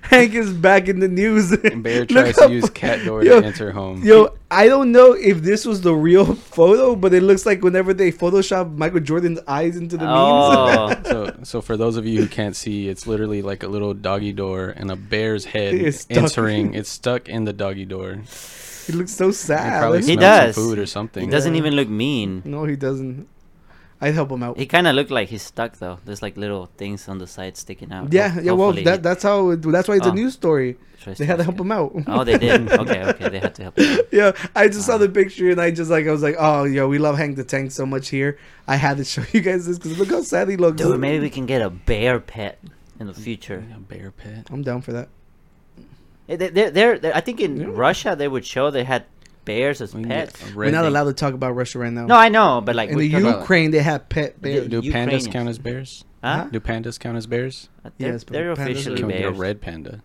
Speaker 1: Hank is back in the news. [laughs]
Speaker 6: Bear
Speaker 1: Look
Speaker 6: tries to
Speaker 1: up-
Speaker 6: use
Speaker 1: [laughs]
Speaker 6: cat door
Speaker 1: Yo,
Speaker 6: to enter home.
Speaker 1: Yo, I don't know if this was the real [laughs] photo, but it looks like whenever they Photoshop Michael Jordan's eyes into the [laughs]
Speaker 2: Oh.
Speaker 1: memes.
Speaker 6: So, so for those of you who can't see, it's literally like a little doggy door and a bear's head
Speaker 1: It's stuck.
Speaker 6: entering. It's stuck in the doggy door.
Speaker 1: he looks so
Speaker 6: It
Speaker 1: sad.
Speaker 6: probably
Speaker 2: He
Speaker 6: smells
Speaker 2: does.
Speaker 6: some food or
Speaker 2: He
Speaker 6: something.
Speaker 2: doesn't even look mean.
Speaker 1: no, he doesn't. I'd help him out.
Speaker 2: He kind of looked like he's stuck though. There's like little things on the side sticking out.
Speaker 1: yeah,
Speaker 2: Ho-
Speaker 1: yeah. Well,
Speaker 2: hopefully
Speaker 1: that
Speaker 2: he-
Speaker 1: that's how. It, that's why it's
Speaker 2: Oh.
Speaker 1: a news story.
Speaker 2: Should I
Speaker 1: They had to
Speaker 2: still
Speaker 1: help
Speaker 2: stick
Speaker 1: him out.
Speaker 2: it? Oh, they
Speaker 1: [laughs]
Speaker 2: did. okay, okay, they had to help. Him.
Speaker 1: yeah, I just saw the picture and I just like I was like, oh, yo, we love Hank the Tank so much here. I had to show [laughs] you guys this because look how sad he looks.
Speaker 2: Dude, maybe we can get a bear pet in the future.
Speaker 6: A bear pet.
Speaker 1: I'm down for that.
Speaker 2: Eh, they- They're, they're, they're- I think in
Speaker 1: Yeah.
Speaker 2: Russia they would show they had bears as
Speaker 6: We can get
Speaker 2: pets.
Speaker 6: a
Speaker 1: We're
Speaker 6: red
Speaker 1: not
Speaker 6: thing.
Speaker 1: allowed to talk about Russia right now.
Speaker 2: No, I know, but like
Speaker 1: um, in the
Speaker 2: we talk about-
Speaker 1: Ukraine, they have pet bears.
Speaker 6: Do
Speaker 2: Ukrainians.
Speaker 6: pandas count as bears?
Speaker 2: Huh?
Speaker 6: Do pandas count as bears?
Speaker 2: They're,
Speaker 1: Yes, but
Speaker 2: they're
Speaker 1: pandas are
Speaker 2: officially
Speaker 6: Can we get a
Speaker 2: bears.
Speaker 6: red panda?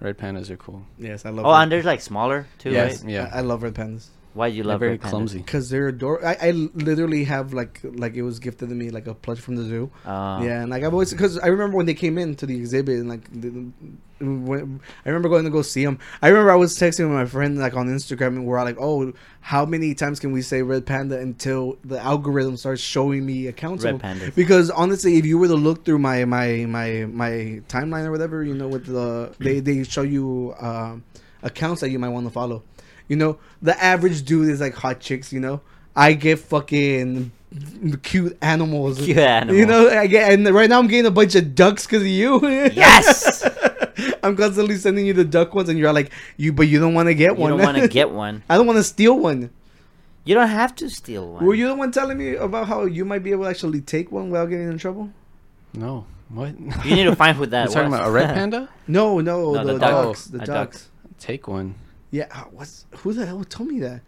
Speaker 6: Red pandas are cool.
Speaker 1: Yes, I love.
Speaker 2: Oh,
Speaker 1: red-
Speaker 2: and they're like smaller too,
Speaker 6: Yes.
Speaker 2: right?
Speaker 6: Yeah.
Speaker 1: I, I love red pandas
Speaker 2: Why do you
Speaker 6: They're
Speaker 2: love
Speaker 6: very
Speaker 2: red pandas?
Speaker 6: clumsy.
Speaker 1: because they're adorable. I, I literally have like like it was gifted to me like a plush from the zoo.
Speaker 2: Uh,
Speaker 1: Yeah, and like I've always because I remember when they came into the exhibit and like the- when, I remember going to go see them. I remember I was texting with my friend like on Instagram and we're all like, "Oh, how many times can we say red panda until the algorithm starts showing me accounts?"
Speaker 2: Red
Speaker 1: of 'em?"
Speaker 2: pandas.
Speaker 1: Because honestly, if you were to look through my my my my timeline or whatever, you know, with the they they show you um, accounts that you might want to follow. You know, the average dude is like hot chicks. You know, I get fucking cute animals.
Speaker 2: Cute animals.
Speaker 1: You know, I get and right now I'm getting a bunch of ducks because of you.
Speaker 2: Yes.
Speaker 1: [laughs] I'm constantly sending you the duck ones, and you're like, you, but you don't want to get
Speaker 2: You
Speaker 1: one.
Speaker 2: don't want
Speaker 1: [laughs]
Speaker 2: to get one.
Speaker 1: I don't want to steal one.
Speaker 2: You don't have to steal one.
Speaker 1: Were you the one telling me about how you might be able to actually take one without getting in trouble?
Speaker 6: No. What?
Speaker 2: You need to
Speaker 6: [laughs]
Speaker 2: find
Speaker 1: [laughs]
Speaker 2: who that
Speaker 6: You're
Speaker 2: was.
Speaker 6: talking about a red panda?
Speaker 1: No, no,
Speaker 2: No,
Speaker 1: the,
Speaker 2: the duck. Oh,
Speaker 1: ducks, the
Speaker 2: A
Speaker 1: ducks.
Speaker 2: duck.
Speaker 6: Take one.
Speaker 1: Yeah, uh, what's who the hell told me that?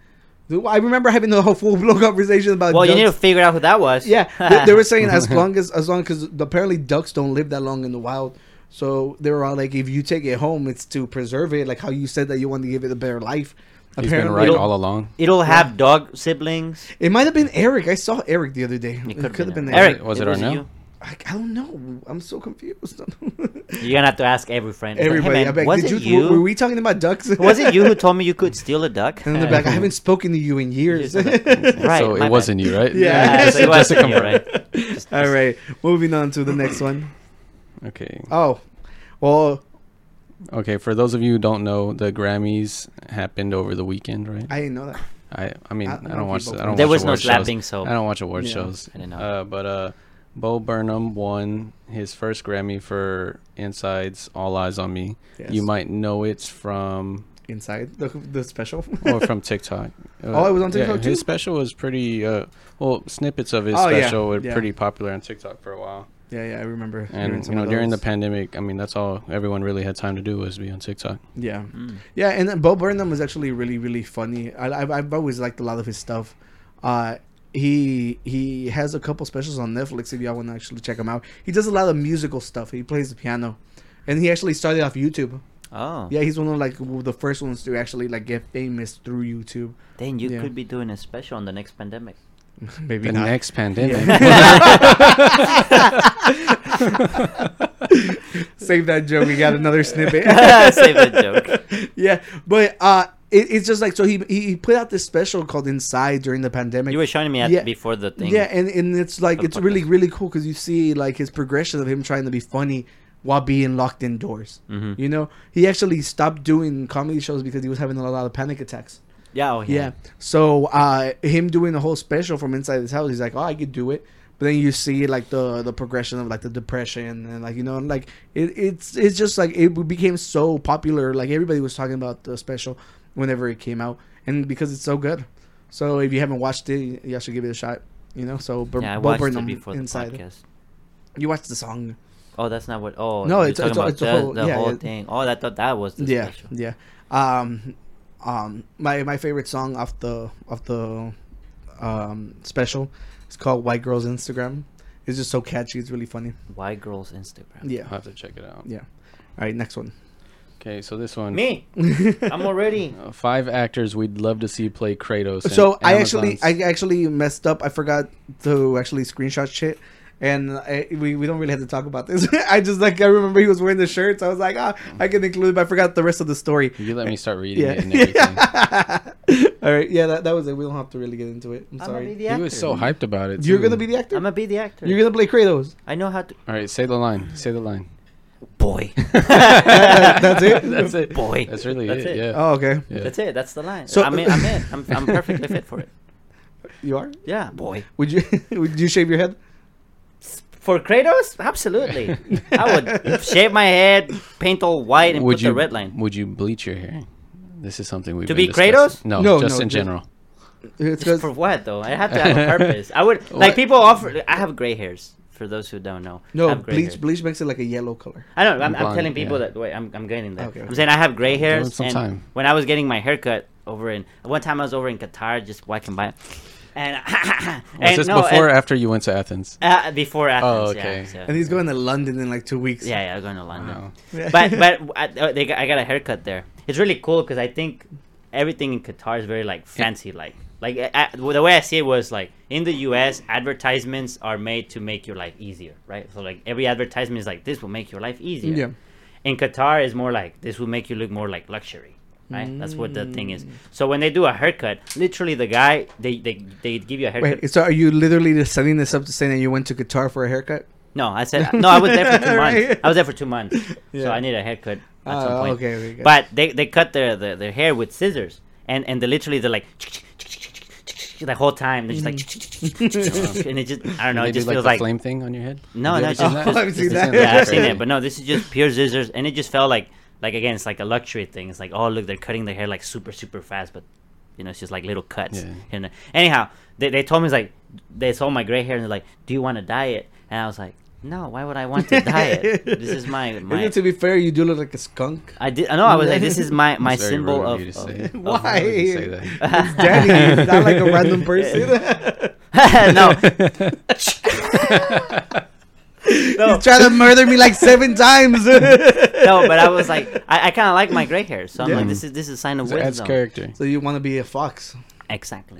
Speaker 1: The- [laughs] I remember having a whole full blown conversation about.
Speaker 2: well, you
Speaker 1: ducks.
Speaker 2: need to figure out who that
Speaker 1: [laughs]
Speaker 2: was. [laughs]
Speaker 1: Yeah, they, they were saying as long as as long because apparently ducks don't live that long in the wild. So they were all like, if you take it home, it's to preserve it, like how you said that you want to give it a better life.
Speaker 6: He's been
Speaker 1: Apparently,
Speaker 6: right all along.
Speaker 2: It'll have dog siblings.
Speaker 1: it might have been Eric. I saw Eric the other day. It
Speaker 2: could've
Speaker 1: could have been,
Speaker 6: Eric.
Speaker 1: Eric.
Speaker 6: Was it
Speaker 2: wasn't
Speaker 6: Arnell?
Speaker 1: I, I don't know. I'm so confused. [laughs]
Speaker 2: you? You're gonna have to ask every friend. It's like,
Speaker 1: Everybody,
Speaker 2: hey,
Speaker 1: I
Speaker 2: man,
Speaker 1: bet.
Speaker 2: was
Speaker 1: Did
Speaker 2: it
Speaker 1: you,
Speaker 2: you?
Speaker 1: Were, were we talking about ducks?
Speaker 2: [laughs] was it you who told me you could steal a duck?
Speaker 1: And in the back, I haven't spoken to you in years. [laughs]
Speaker 2: You're right.
Speaker 6: so
Speaker 2: my
Speaker 6: it
Speaker 2: bad.
Speaker 6: wasn't you, right?
Speaker 1: Yeah. [laughs]
Speaker 2: Yeah, so it
Speaker 6: Just to
Speaker 2: wasn't you,
Speaker 6: confirm.
Speaker 2: right?
Speaker 1: All right, moving on to the next one.
Speaker 6: Okay.
Speaker 1: Oh, well,
Speaker 6: Okay, for those of you who don't know, the Grammys happened over the weekend, right?
Speaker 1: I didn't know that.
Speaker 6: I, I mean,
Speaker 1: I- I
Speaker 6: I,
Speaker 1: don't
Speaker 6: don't watch.
Speaker 1: keep
Speaker 6: the-
Speaker 1: up
Speaker 6: I
Speaker 1: with
Speaker 6: don't
Speaker 1: it.
Speaker 2: There
Speaker 6: watch
Speaker 2: was no
Speaker 6: award shows.
Speaker 2: slapping, so-
Speaker 6: I don't watch award
Speaker 1: Yeah.
Speaker 6: shows.
Speaker 2: I didn't know.
Speaker 6: Uh, but uh, Bo Burnham won his first Grammy for Inside's All Eyes on Me.
Speaker 1: Yes.
Speaker 6: You might know it from
Speaker 1: inside the the special. [laughs]
Speaker 6: or from TikTok. Uh,
Speaker 1: Oh, it was on TikTok too?
Speaker 6: His special was pretty uh, well. Snippets of his
Speaker 1: Oh, yeah,
Speaker 6: special were
Speaker 1: yeah.
Speaker 6: pretty popular on TikTok for a while.
Speaker 1: yeah, yeah, I remember. hearing
Speaker 6: And
Speaker 1: some
Speaker 6: you know,
Speaker 1: of
Speaker 6: during the
Speaker 1: those.
Speaker 6: pandemic, I mean, that's all everyone really had time to do was be on TikTok.
Speaker 1: Yeah,
Speaker 2: Hmm. Mm.
Speaker 1: yeah, and then Bo Burnham was actually really, really funny. I, I've, I've always liked a lot of his stuff. Uh, he he has a couple specials on Netflix if y'all want to actually check him out. He does a lot of musical stuff. He plays the piano, and he actually started off YouTube.
Speaker 2: Oh,
Speaker 1: Yeah, he's one of like w- the first ones to actually like get famous through YouTube. [laughs]
Speaker 2: Then you
Speaker 1: Yeah.
Speaker 2: could be doing a special on the
Speaker 1: [laughs]
Speaker 2: next pandemic. [laughs]
Speaker 1: Maybe
Speaker 6: The
Speaker 1: not.
Speaker 6: next pandemic.
Speaker 1: [laughs] Save that joke. We got another snippet. [laughs]
Speaker 2: Save that joke.
Speaker 1: yeah, but uh, it, it's just like so. He he he put out this special called Inside during the pandemic.
Speaker 2: You were showing me at,
Speaker 1: Yeah.
Speaker 2: before the thing.
Speaker 1: Yeah, and, and it's like
Speaker 2: For the
Speaker 1: it's really
Speaker 2: podcast.
Speaker 1: really cool because you see like his progression of him trying to be funny while being locked indoors. You know, he actually stopped doing comedy shows because he was having a lot of panic attacks.
Speaker 2: Yeah. Oh, yeah.
Speaker 1: Yeah. So uh, him doing the whole special from inside his house, he's like, "Oh, I could do it." But then you see like the the progression of like the depression and like you know and, like it, it's it's just like it became so popular. Like everybody was talking about the special whenever it came out, and because it's so good. So if you haven't watched it, you should give it a shot. You know. So Bur-
Speaker 2: Yeah, I
Speaker 1: Bo
Speaker 2: watched
Speaker 1: Burnham
Speaker 2: it before
Speaker 1: inside.
Speaker 2: the podcast.
Speaker 1: You watched the song.
Speaker 2: Oh, that's not what. Oh,
Speaker 1: No,
Speaker 2: you're
Speaker 1: it's- it's-
Speaker 2: talking about
Speaker 1: it's a
Speaker 2: the,
Speaker 1: whole-
Speaker 2: the
Speaker 1: yeah,
Speaker 2: whole
Speaker 1: it-
Speaker 2: thing. Oh, I thought that was the
Speaker 1: yeah.
Speaker 2: special.
Speaker 1: Yeah. Um, um, my my favorite song off the off the um special is called White Girls Instagram. It's just so catchy. It's really funny.
Speaker 2: White girls Instagram.
Speaker 6: [laughs] I'll
Speaker 1: Yeah.
Speaker 6: have to check it out.
Speaker 1: Yeah. All right, next one.
Speaker 6: Okay, so this
Speaker 1: [laughs]
Speaker 6: one.
Speaker 2: Me, I'm already.
Speaker 6: Uh, Five actors we'd love to see play Kratos. in
Speaker 1: So I actually
Speaker 6: Amazon's-
Speaker 1: I actually messed up. I forgot to actually screenshot shit. And I, we, we don't really have to talk about this. [laughs] I just like I remember he was wearing the shirts. I was like, ah, I can include. it, But I forgot the rest of the story. [laughs]
Speaker 6: you let me start reading it and everything.
Speaker 1: Yeah. All right. Yeah, that, that was it. We don't have to really get into it. I'm
Speaker 2: I'm gonna be
Speaker 1: sorry.
Speaker 2: the actor.
Speaker 6: He was so hyped about it.
Speaker 1: You're
Speaker 6: too.
Speaker 1: gonna be the actor.
Speaker 2: I'm gonna be the actor.
Speaker 1: You're gonna play Kratos.
Speaker 2: I know how to.
Speaker 6: All right, say the line. Say the line.
Speaker 2: [laughs] Boy,
Speaker 1: [laughs] That's it.
Speaker 6: [laughs] That's it.
Speaker 2: boy.
Speaker 6: That's really
Speaker 2: That's
Speaker 6: it.
Speaker 2: it.
Speaker 6: Yeah.
Speaker 1: Oh, okay.
Speaker 6: Yeah.
Speaker 2: That's it. That's the line.
Speaker 1: So-
Speaker 2: I'm in. I'm in. I'm, I'm perfectly fit
Speaker 1: [laughs]
Speaker 2: for it.
Speaker 1: You are.
Speaker 2: Yeah, boy.
Speaker 1: Would you [laughs] would you shave your head?
Speaker 2: For Kratos, absolutely. I would shave my head, paint all white, and
Speaker 6: would
Speaker 2: put
Speaker 6: you
Speaker 2: the red line.
Speaker 6: Would you bleach your hair? This is something we've
Speaker 2: To
Speaker 6: been
Speaker 2: be
Speaker 6: discussing.
Speaker 2: Kratos?
Speaker 6: No,
Speaker 1: No,
Speaker 6: just
Speaker 1: no,
Speaker 6: in
Speaker 1: just-
Speaker 6: general.
Speaker 1: It's 'cause-
Speaker 2: For what though? I have to have [laughs] a purpose. I would like people offer. I have gray hairs. For those who don't know, I
Speaker 1: no
Speaker 2: have gray
Speaker 1: bleach.
Speaker 2: hair.
Speaker 1: Bleach makes it like a yellow color.
Speaker 2: I know. I'm, I'm
Speaker 6: Blonde,
Speaker 2: telling people
Speaker 6: yeah.
Speaker 2: that. Wait, I'm, I'm getting there.
Speaker 1: Okay, okay.
Speaker 2: I'm saying I have gray
Speaker 6: Give it
Speaker 2: hairs.
Speaker 6: some
Speaker 2: And
Speaker 6: time.
Speaker 2: when I was getting my haircut over in one time, I was over in Qatar just walking by, and [laughs]
Speaker 6: Was
Speaker 2: and
Speaker 6: this
Speaker 2: no,
Speaker 6: before or
Speaker 2: and,
Speaker 6: after you went to Athens?
Speaker 2: uh, before Athens?
Speaker 6: okay.
Speaker 2: Yeah, so-
Speaker 1: And he's going to London in like two weeks. [laughs]
Speaker 2: yeah, yeah, I was going to London.
Speaker 6: Wow.
Speaker 2: but but I, oh, they got, I got a haircut there. It's really cool because I think everything in Qatar is very like fancy like. Like I, I- the way I see it was like in the U.S. advertisements are made to make your life easier, right? So like every advertisement is like this will make your life easier.
Speaker 1: Yeah.
Speaker 2: In Qatar is more like this will make you look more like luxury, right? That's what the thing
Speaker 1: Mm.
Speaker 2: is. So when they do a haircut, literally the guy they they, they give you a haircut.
Speaker 1: [laughs] Wait. So are you literally just setting this up to say that you went to Qatar for a haircut?
Speaker 2: No, I said no. I was there
Speaker 1: [laughs]
Speaker 2: for two
Speaker 1: Right.
Speaker 2: months. I was there for two months,
Speaker 1: Yeah.
Speaker 2: so I need a haircut at
Speaker 1: Ah,
Speaker 2: some point.
Speaker 1: okay, okay, gotcha.
Speaker 2: But they, they cut their, their their hair with scissors, and and they literally they're like [laughs] the whole time they're just
Speaker 1: Mm.
Speaker 2: like [laughs] and it just I don't know.
Speaker 6: They
Speaker 2: It
Speaker 6: do
Speaker 2: just
Speaker 6: like
Speaker 2: feels
Speaker 6: the
Speaker 2: like
Speaker 6: flame thing on your head.
Speaker 2: No,
Speaker 6: Have you
Speaker 2: no,
Speaker 6: ever
Speaker 2: it's [laughs]
Speaker 6: seen
Speaker 2: just-
Speaker 1: I've seen
Speaker 6: that? This
Speaker 1: that.
Speaker 6: isn't
Speaker 2: yeah, I've seen
Speaker 6: crazy. [laughs]
Speaker 2: it, but no, this is just pure scissors, and it just felt like like again, it's like a luxury thing. It's like oh look, they're cutting their hair like super super fast, but you know it's just like little cuts.
Speaker 6: Yeah.
Speaker 2: here And there. anyhow, they they told me it's like they saw my gray hair and they're like, do you want to dye it? And I was like, no, why would I want to dye
Speaker 6: [laughs]
Speaker 1: [laughs]
Speaker 2: it? This is my my.
Speaker 1: to be fair, you do look like a
Speaker 2: [laughs]
Speaker 1: skunk.
Speaker 2: I did. No, I was like, this is my my
Speaker 6: [laughs] It's very
Speaker 2: symbol
Speaker 6: rude
Speaker 2: of.
Speaker 6: you to
Speaker 1: [laughs]
Speaker 2: of-
Speaker 6: say.
Speaker 2: of-
Speaker 6: [laughs]
Speaker 1: Why?
Speaker 6: Why would you
Speaker 2: [laughs]
Speaker 6: say [laughs] that?
Speaker 1: Daddy, you're not like a random person.
Speaker 2: [laughs] no,
Speaker 6: [laughs]
Speaker 1: He's trying to murder me like seven times.
Speaker 2: no, but I was like, I, I kind of like my gray hair, so I'm
Speaker 1: Yeah.
Speaker 2: like, this is this is a sign of
Speaker 6: It adds
Speaker 2: wisdom.
Speaker 6: character.
Speaker 1: [laughs] so you want to be a fox? Mm.
Speaker 2: Exactly.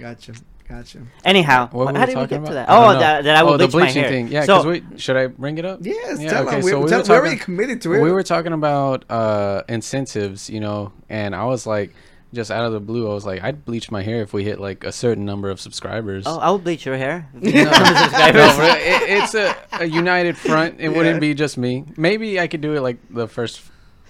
Speaker 1: Gotcha. Gotcha.
Speaker 2: Anyhow,
Speaker 6: What were
Speaker 2: how
Speaker 6: we
Speaker 2: did we
Speaker 6: talking
Speaker 2: get
Speaker 6: about?
Speaker 2: to that?
Speaker 6: I
Speaker 2: Oh,
Speaker 6: don't know.
Speaker 2: that, that I
Speaker 6: Oh,
Speaker 2: would
Speaker 6: the
Speaker 2: bleach my
Speaker 6: bleaching
Speaker 2: hair.
Speaker 6: thing. Yeah,
Speaker 2: so,
Speaker 6: because we should I bring it up?
Speaker 1: Yes.
Speaker 6: Yeah,
Speaker 1: tell
Speaker 6: okay,
Speaker 1: him. We're,
Speaker 6: so we
Speaker 1: tell-
Speaker 6: were
Speaker 1: we're already
Speaker 6: talking-
Speaker 1: committed to it.
Speaker 6: we were talking about uh incentives you know and i was like just out of the blue i was like i'd bleach my hair if we hit like a certain number of subscribers [laughs]
Speaker 2: oh, I would bleach your hair. [laughs]
Speaker 6: No, but it- it's a, a united front it wouldn't be just me maybe i could do it like the first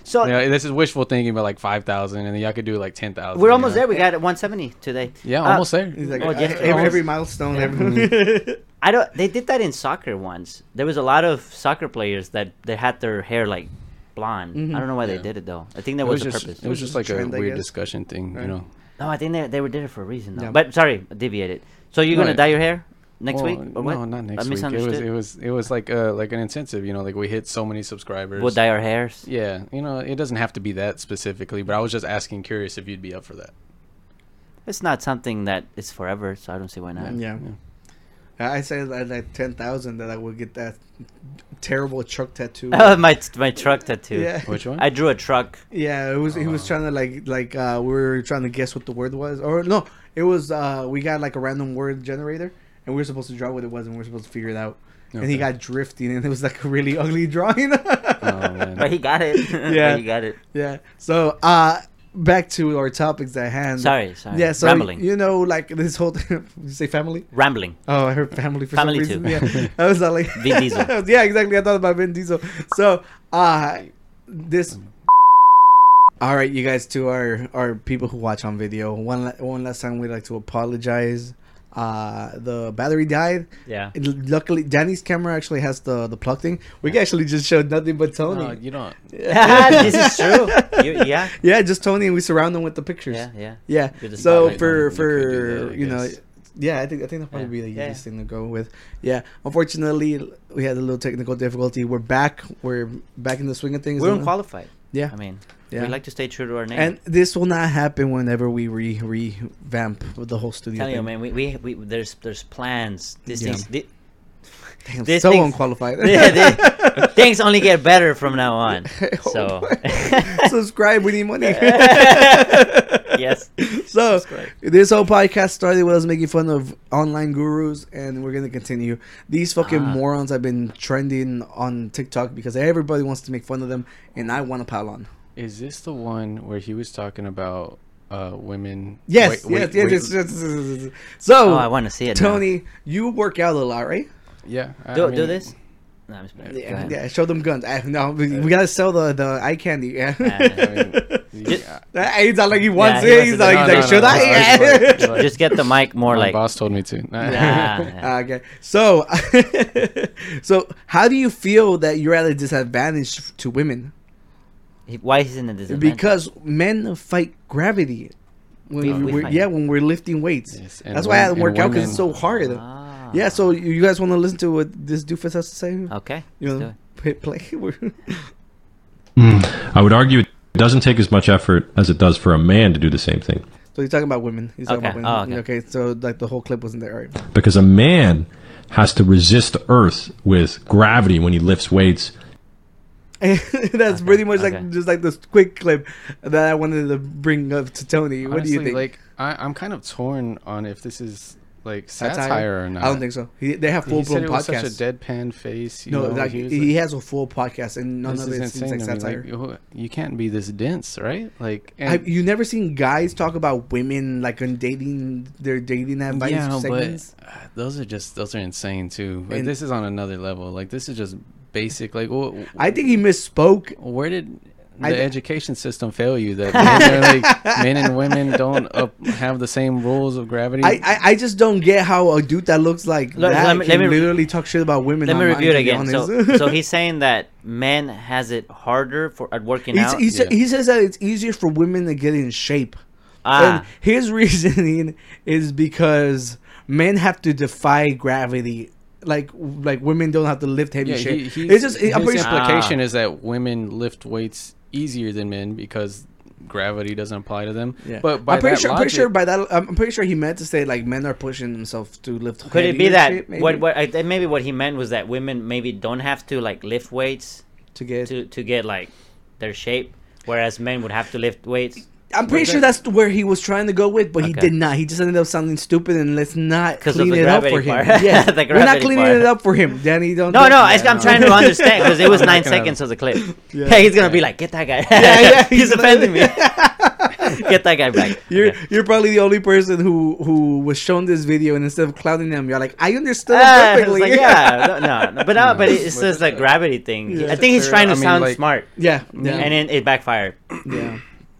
Speaker 2: so
Speaker 6: you know, this is wishful thinking but like 5000 and then y'all could do like 10000
Speaker 2: we're
Speaker 6: you
Speaker 2: almost
Speaker 6: know?
Speaker 2: there. We got 170 today.
Speaker 6: yeah
Speaker 2: Uh,
Speaker 6: almost there
Speaker 1: Ah, He's like,
Speaker 2: Oh,
Speaker 1: uh,
Speaker 2: yes,
Speaker 1: every,
Speaker 2: almost. [laughs]
Speaker 1: every milestone. Every,
Speaker 2: I don't. They did that in soccer once. There was a lot of soccer players that they had their hair like blonde. I don't know why they
Speaker 6: Mm-hmm. Yeah.
Speaker 2: did it though. I think that
Speaker 6: It was
Speaker 2: was, the
Speaker 6: just
Speaker 2: purpose.
Speaker 6: it was just like
Speaker 1: Trend, I
Speaker 6: a weird
Speaker 1: guess.
Speaker 6: discussion thing,
Speaker 1: Right.
Speaker 6: you know.
Speaker 2: no, I think they they were did it for a reason
Speaker 1: Yeah.
Speaker 2: though. But sorry, I deviated. So you're gonna
Speaker 6: Right.
Speaker 2: dye your hair next
Speaker 6: Well,
Speaker 2: week? Or what?
Speaker 6: No, not
Speaker 2: I
Speaker 6: next week. It was
Speaker 2: misunderstood.
Speaker 6: it was it was like uh like an incentive, you know, like we hit so many subscribers.
Speaker 2: We'll dye our hairs.
Speaker 6: yeah, you know, it doesn't have to be that specifically, but I was just asking, curious if you'd be up for that.
Speaker 2: It's not something that is forever, so I don't see why not.
Speaker 1: Yeah. I said at like ten thousand that I would get that terrible truck tattoo.
Speaker 2: [laughs] Oh, [laughs] my my truck tattoo.
Speaker 1: yeah.
Speaker 6: Which one?
Speaker 2: I drew a truck.
Speaker 1: Yeah, it was he
Speaker 2: Uh-huh.
Speaker 1: was trying to like like uh we were trying to guess what the word was. Or no, it was uh we got like a random word generator and we were supposed to draw what it was and we were supposed to figure it out. And he
Speaker 6: Okay.
Speaker 1: got drifting and it was like a really ugly drawing. [laughs]
Speaker 6: oh, man.
Speaker 2: But he got it. [laughs]
Speaker 1: Yeah.
Speaker 2: he got it.
Speaker 1: yeah. So uh back to our topics at hand.
Speaker 2: Sorry, sorry.
Speaker 1: Yeah, so
Speaker 2: Rambling.
Speaker 1: you know like this whole [laughs] thing, you say family?
Speaker 2: Rambling.
Speaker 1: Oh, I heard family for
Speaker 2: Family
Speaker 1: some
Speaker 2: too.
Speaker 1: reason. Yeah, I was not like
Speaker 2: [laughs] Vin Diesel.
Speaker 1: yeah, exactly. [laughs] I thought about Vin Diesel. So, uh this. All right, you guys, to our our people who watch on video, one la- one last time, we'd like to apologize. Uh, the battery died.
Speaker 2: Yeah.
Speaker 1: And l- Luckily, Danny's camera actually has the the plug thing. We actually just showed nothing but Tony.
Speaker 6: No, you don't.
Speaker 2: Oh, [laughs] this is true. You, yeah.
Speaker 1: [laughs] yeah, just Tony, and we surround them with the pictures.
Speaker 2: Yeah, yeah.
Speaker 1: Yeah.
Speaker 2: You're the
Speaker 1: So
Speaker 2: spotlight
Speaker 1: for
Speaker 6: on it. You could do
Speaker 1: for
Speaker 6: that, I
Speaker 1: you know,
Speaker 6: guess.
Speaker 1: yeah, I think I think that probably
Speaker 2: Yeah.
Speaker 1: be the
Speaker 2: Yeah,
Speaker 1: easiest thing to go with. Yeah. Unfortunately, we had a little technical difficulty. We're back. We're back in the swing of things.
Speaker 2: We're
Speaker 1: And-
Speaker 2: unqualified.
Speaker 1: Yeah.
Speaker 2: I mean,
Speaker 1: Yeah.
Speaker 2: we like to stay true to our name.
Speaker 1: and this will not happen whenever we re revamp the whole studio.
Speaker 2: Tell you,
Speaker 1: thing.
Speaker 2: man, we, we, we there's there's plans. These
Speaker 1: Yeah.
Speaker 2: things, thi-
Speaker 1: Damn,
Speaker 2: this
Speaker 1: so
Speaker 2: thing's-
Speaker 1: unqualified.
Speaker 2: [laughs] yeah,
Speaker 1: [laughs]
Speaker 2: thi- things only get better from now on.
Speaker 1: Oh,
Speaker 2: [laughs] So,
Speaker 1: boy. [laughs] subscribe. We need money.
Speaker 2: [laughs] yes,
Speaker 1: so this whole podcast started with us making fun of online gurus and we're gonna continue these fucking
Speaker 2: Ah.
Speaker 1: morons have been trending on tiktok because everybody wants to make fun of them and i want to pile on
Speaker 6: Is this the one where he was talking about uh women?
Speaker 1: yes yes,
Speaker 6: wait- wait-
Speaker 1: yes,
Speaker 6: wait-
Speaker 1: yes, yes, yes, yes. so
Speaker 2: Oh, I wanna see it now.
Speaker 1: tony you work out a lot right
Speaker 6: Yeah. I
Speaker 2: do, do
Speaker 6: mean,
Speaker 2: this. No, I'm just playing. Go
Speaker 1: yeah,
Speaker 2: ahead.
Speaker 1: yeah show them guns I, no we, we gotta sell the the eye candy yeah
Speaker 2: Yeah.
Speaker 6: I mean, yeah.
Speaker 1: Hey, he's not like he wants
Speaker 2: he
Speaker 1: it.
Speaker 2: wants
Speaker 1: He's
Speaker 2: it.
Speaker 1: not like,
Speaker 2: No,
Speaker 1: he's like,
Speaker 6: no,
Speaker 1: should
Speaker 6: no, no,
Speaker 1: I?
Speaker 6: no, no, no, no.
Speaker 2: Just get the mic more
Speaker 6: My
Speaker 2: like.
Speaker 6: boss told me to.
Speaker 2: [laughs]
Speaker 6: [laughs]
Speaker 2: Ah, yeah.
Speaker 1: Ah, okay. So, [laughs] so how do you feel that you're at a disadvantage f- to women
Speaker 2: He- Why is it a disadvantage?
Speaker 1: because men fight gravity? When we,
Speaker 2: We- we
Speaker 1: are
Speaker 2: fight.
Speaker 1: yeah, when we're lifting weights,
Speaker 6: Yes, and
Speaker 1: that's why I
Speaker 6: wom- and
Speaker 1: work out because it's so
Speaker 6: women-
Speaker 1: hard.
Speaker 2: Ah.
Speaker 1: Yeah, so you you guys want to listen to what this doofus has to say?
Speaker 2: Okay.
Speaker 1: you
Speaker 2: let's do
Speaker 1: know, [laughs]
Speaker 2: it.
Speaker 1: hit play. We're-
Speaker 7: I would argue it doesn't take as much effort as it does for a man to do the same thing.
Speaker 1: so he's talking about women. He's talking
Speaker 2: Okay.
Speaker 1: about women.
Speaker 2: Oh,
Speaker 1: okay. so like the whole clip wasn't there. All right.
Speaker 7: Because a man has to resist the earth with gravity when he lifts weights.
Speaker 1: [laughs] that's pretty much
Speaker 2: okay.
Speaker 1: like just like this quick clip that I wanted to bring up to Tony. what do you
Speaker 6: Honestly,
Speaker 1: think?
Speaker 6: Like, I, I'm kind of torn on if this is like satire, or not.
Speaker 1: I don't think so. He, they have
Speaker 6: He
Speaker 1: full
Speaker 6: said
Speaker 1: blown
Speaker 6: it was such a
Speaker 1: podcasts.
Speaker 6: deadpan face. You
Speaker 1: no,
Speaker 6: know,
Speaker 1: like,
Speaker 6: he
Speaker 1: he,
Speaker 6: was like,
Speaker 1: has a full podcast, and none
Speaker 6: this
Speaker 1: of
Speaker 6: is
Speaker 1: it seems
Speaker 6: insane.
Speaker 1: like
Speaker 6: to me,
Speaker 1: satire.
Speaker 6: Like, who- you can't be this dense, right? Like, and,
Speaker 1: have you never seen guys talk about women like on dating their dating advice
Speaker 6: yeah,
Speaker 1: segments?
Speaker 6: but uh, those are just those are insane too. Like,
Speaker 1: And-
Speaker 6: this is on another level. Like, this is just basic. Like, wh-
Speaker 1: I think he misspoke.
Speaker 6: where did the
Speaker 1: I th-
Speaker 6: education system fail
Speaker 1: [laughs]
Speaker 6: you that men, are like, men and women don't up, have the same rules of gravity?
Speaker 1: I, I, I just don't get how a dude that looks like
Speaker 2: Look,
Speaker 1: that
Speaker 2: let me-
Speaker 1: can
Speaker 2: let me-
Speaker 1: literally talk shit about women.
Speaker 2: Let me
Speaker 1: online,
Speaker 2: review it
Speaker 1: to be
Speaker 2: again. So,
Speaker 1: honest. [laughs]
Speaker 2: so he's saying that men has it harder for at working
Speaker 1: He's,
Speaker 2: out.
Speaker 1: he's,
Speaker 6: Yeah.
Speaker 1: He says that it's easier for women to get in shape.
Speaker 2: ah,
Speaker 1: And his [laughs] reasoning is because men have to defy gravity. Like like women don't have to lift heavy
Speaker 6: yeah,
Speaker 1: shit.
Speaker 6: he,
Speaker 1: it's
Speaker 6: he's,
Speaker 1: just I'm pretty
Speaker 6: his
Speaker 1: sure,
Speaker 6: implication is that women lift weights easier than men because gravity doesn't apply to them.
Speaker 1: yeah.
Speaker 6: But by
Speaker 1: I'm pretty
Speaker 6: that
Speaker 1: sure I'm pretty
Speaker 6: logic-
Speaker 1: sure by that I'm pretty sure he meant to say like men are pushing themselves to lift.
Speaker 2: Could it be
Speaker 1: heavier
Speaker 2: that
Speaker 1: shit, maybe,
Speaker 2: what what I, think maybe what he meant was that women maybe don't have to like lift weights
Speaker 1: to get?
Speaker 2: to to get like their shape, whereas men would have to lift weights
Speaker 1: I'm pretty sure that's where he was trying to go with, but he
Speaker 2: Okay.
Speaker 1: did not. He just ended up sounding stupid, and let's not
Speaker 2: 'Cause of
Speaker 1: clean
Speaker 2: the
Speaker 1: it up for
Speaker 2: gravity
Speaker 1: him.
Speaker 2: part. [laughs]
Speaker 1: Yeah,
Speaker 2: The
Speaker 1: we're not
Speaker 2: gravity
Speaker 1: cleaning
Speaker 2: part.
Speaker 1: it up for him, Danny. Don't.
Speaker 2: No,
Speaker 1: don't-
Speaker 2: no, I,
Speaker 1: [laughs]
Speaker 2: I'm
Speaker 6: no.
Speaker 2: trying to understand because it was
Speaker 6: I'm not
Speaker 2: nine
Speaker 6: gonna-
Speaker 2: seconds of the clip.
Speaker 1: Yeah.
Speaker 2: Hey, he's gonna be like, "Get that guy!
Speaker 1: [laughs] yeah,
Speaker 2: [laughs] he's
Speaker 1: he's
Speaker 2: offending me. Get that guy back."
Speaker 1: [laughs] You're
Speaker 2: Okay.
Speaker 1: you're probably the only person who who was shown this video, and instead of clowning him, you're like, I understood it
Speaker 2: Ah, it's
Speaker 1: perfectly. [laughs]
Speaker 2: like, yeah, no, no, no, but uh, but it- it's
Speaker 6: But
Speaker 2: just like gravity thing.
Speaker 1: Yeah.
Speaker 2: I think he's
Speaker 6: Fair,
Speaker 2: trying to
Speaker 6: I mean,
Speaker 2: sound
Speaker 6: like-
Speaker 2: smart,
Speaker 1: yeah,
Speaker 2: and then it backfired.
Speaker 1: yeah.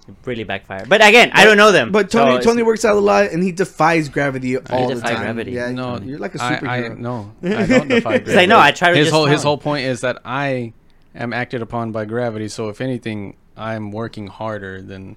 Speaker 2: It really backfire. But again, I don't know them.
Speaker 1: But
Speaker 2: so
Speaker 1: Tony
Speaker 2: it's-
Speaker 1: Tony works out a lot and he defies gravity all the
Speaker 2: defy
Speaker 1: time.
Speaker 2: gravity.
Speaker 1: Yeah,
Speaker 6: No,
Speaker 1: you're like a
Speaker 6: I, I,
Speaker 1: superhero. [laughs]
Speaker 6: no, I don't defy gravity.
Speaker 2: It's like no, I try to
Speaker 6: his
Speaker 2: just
Speaker 6: whole
Speaker 2: tell
Speaker 6: his
Speaker 2: him.
Speaker 6: whole point is that I am acted upon by gravity. So if anything, I'm working harder than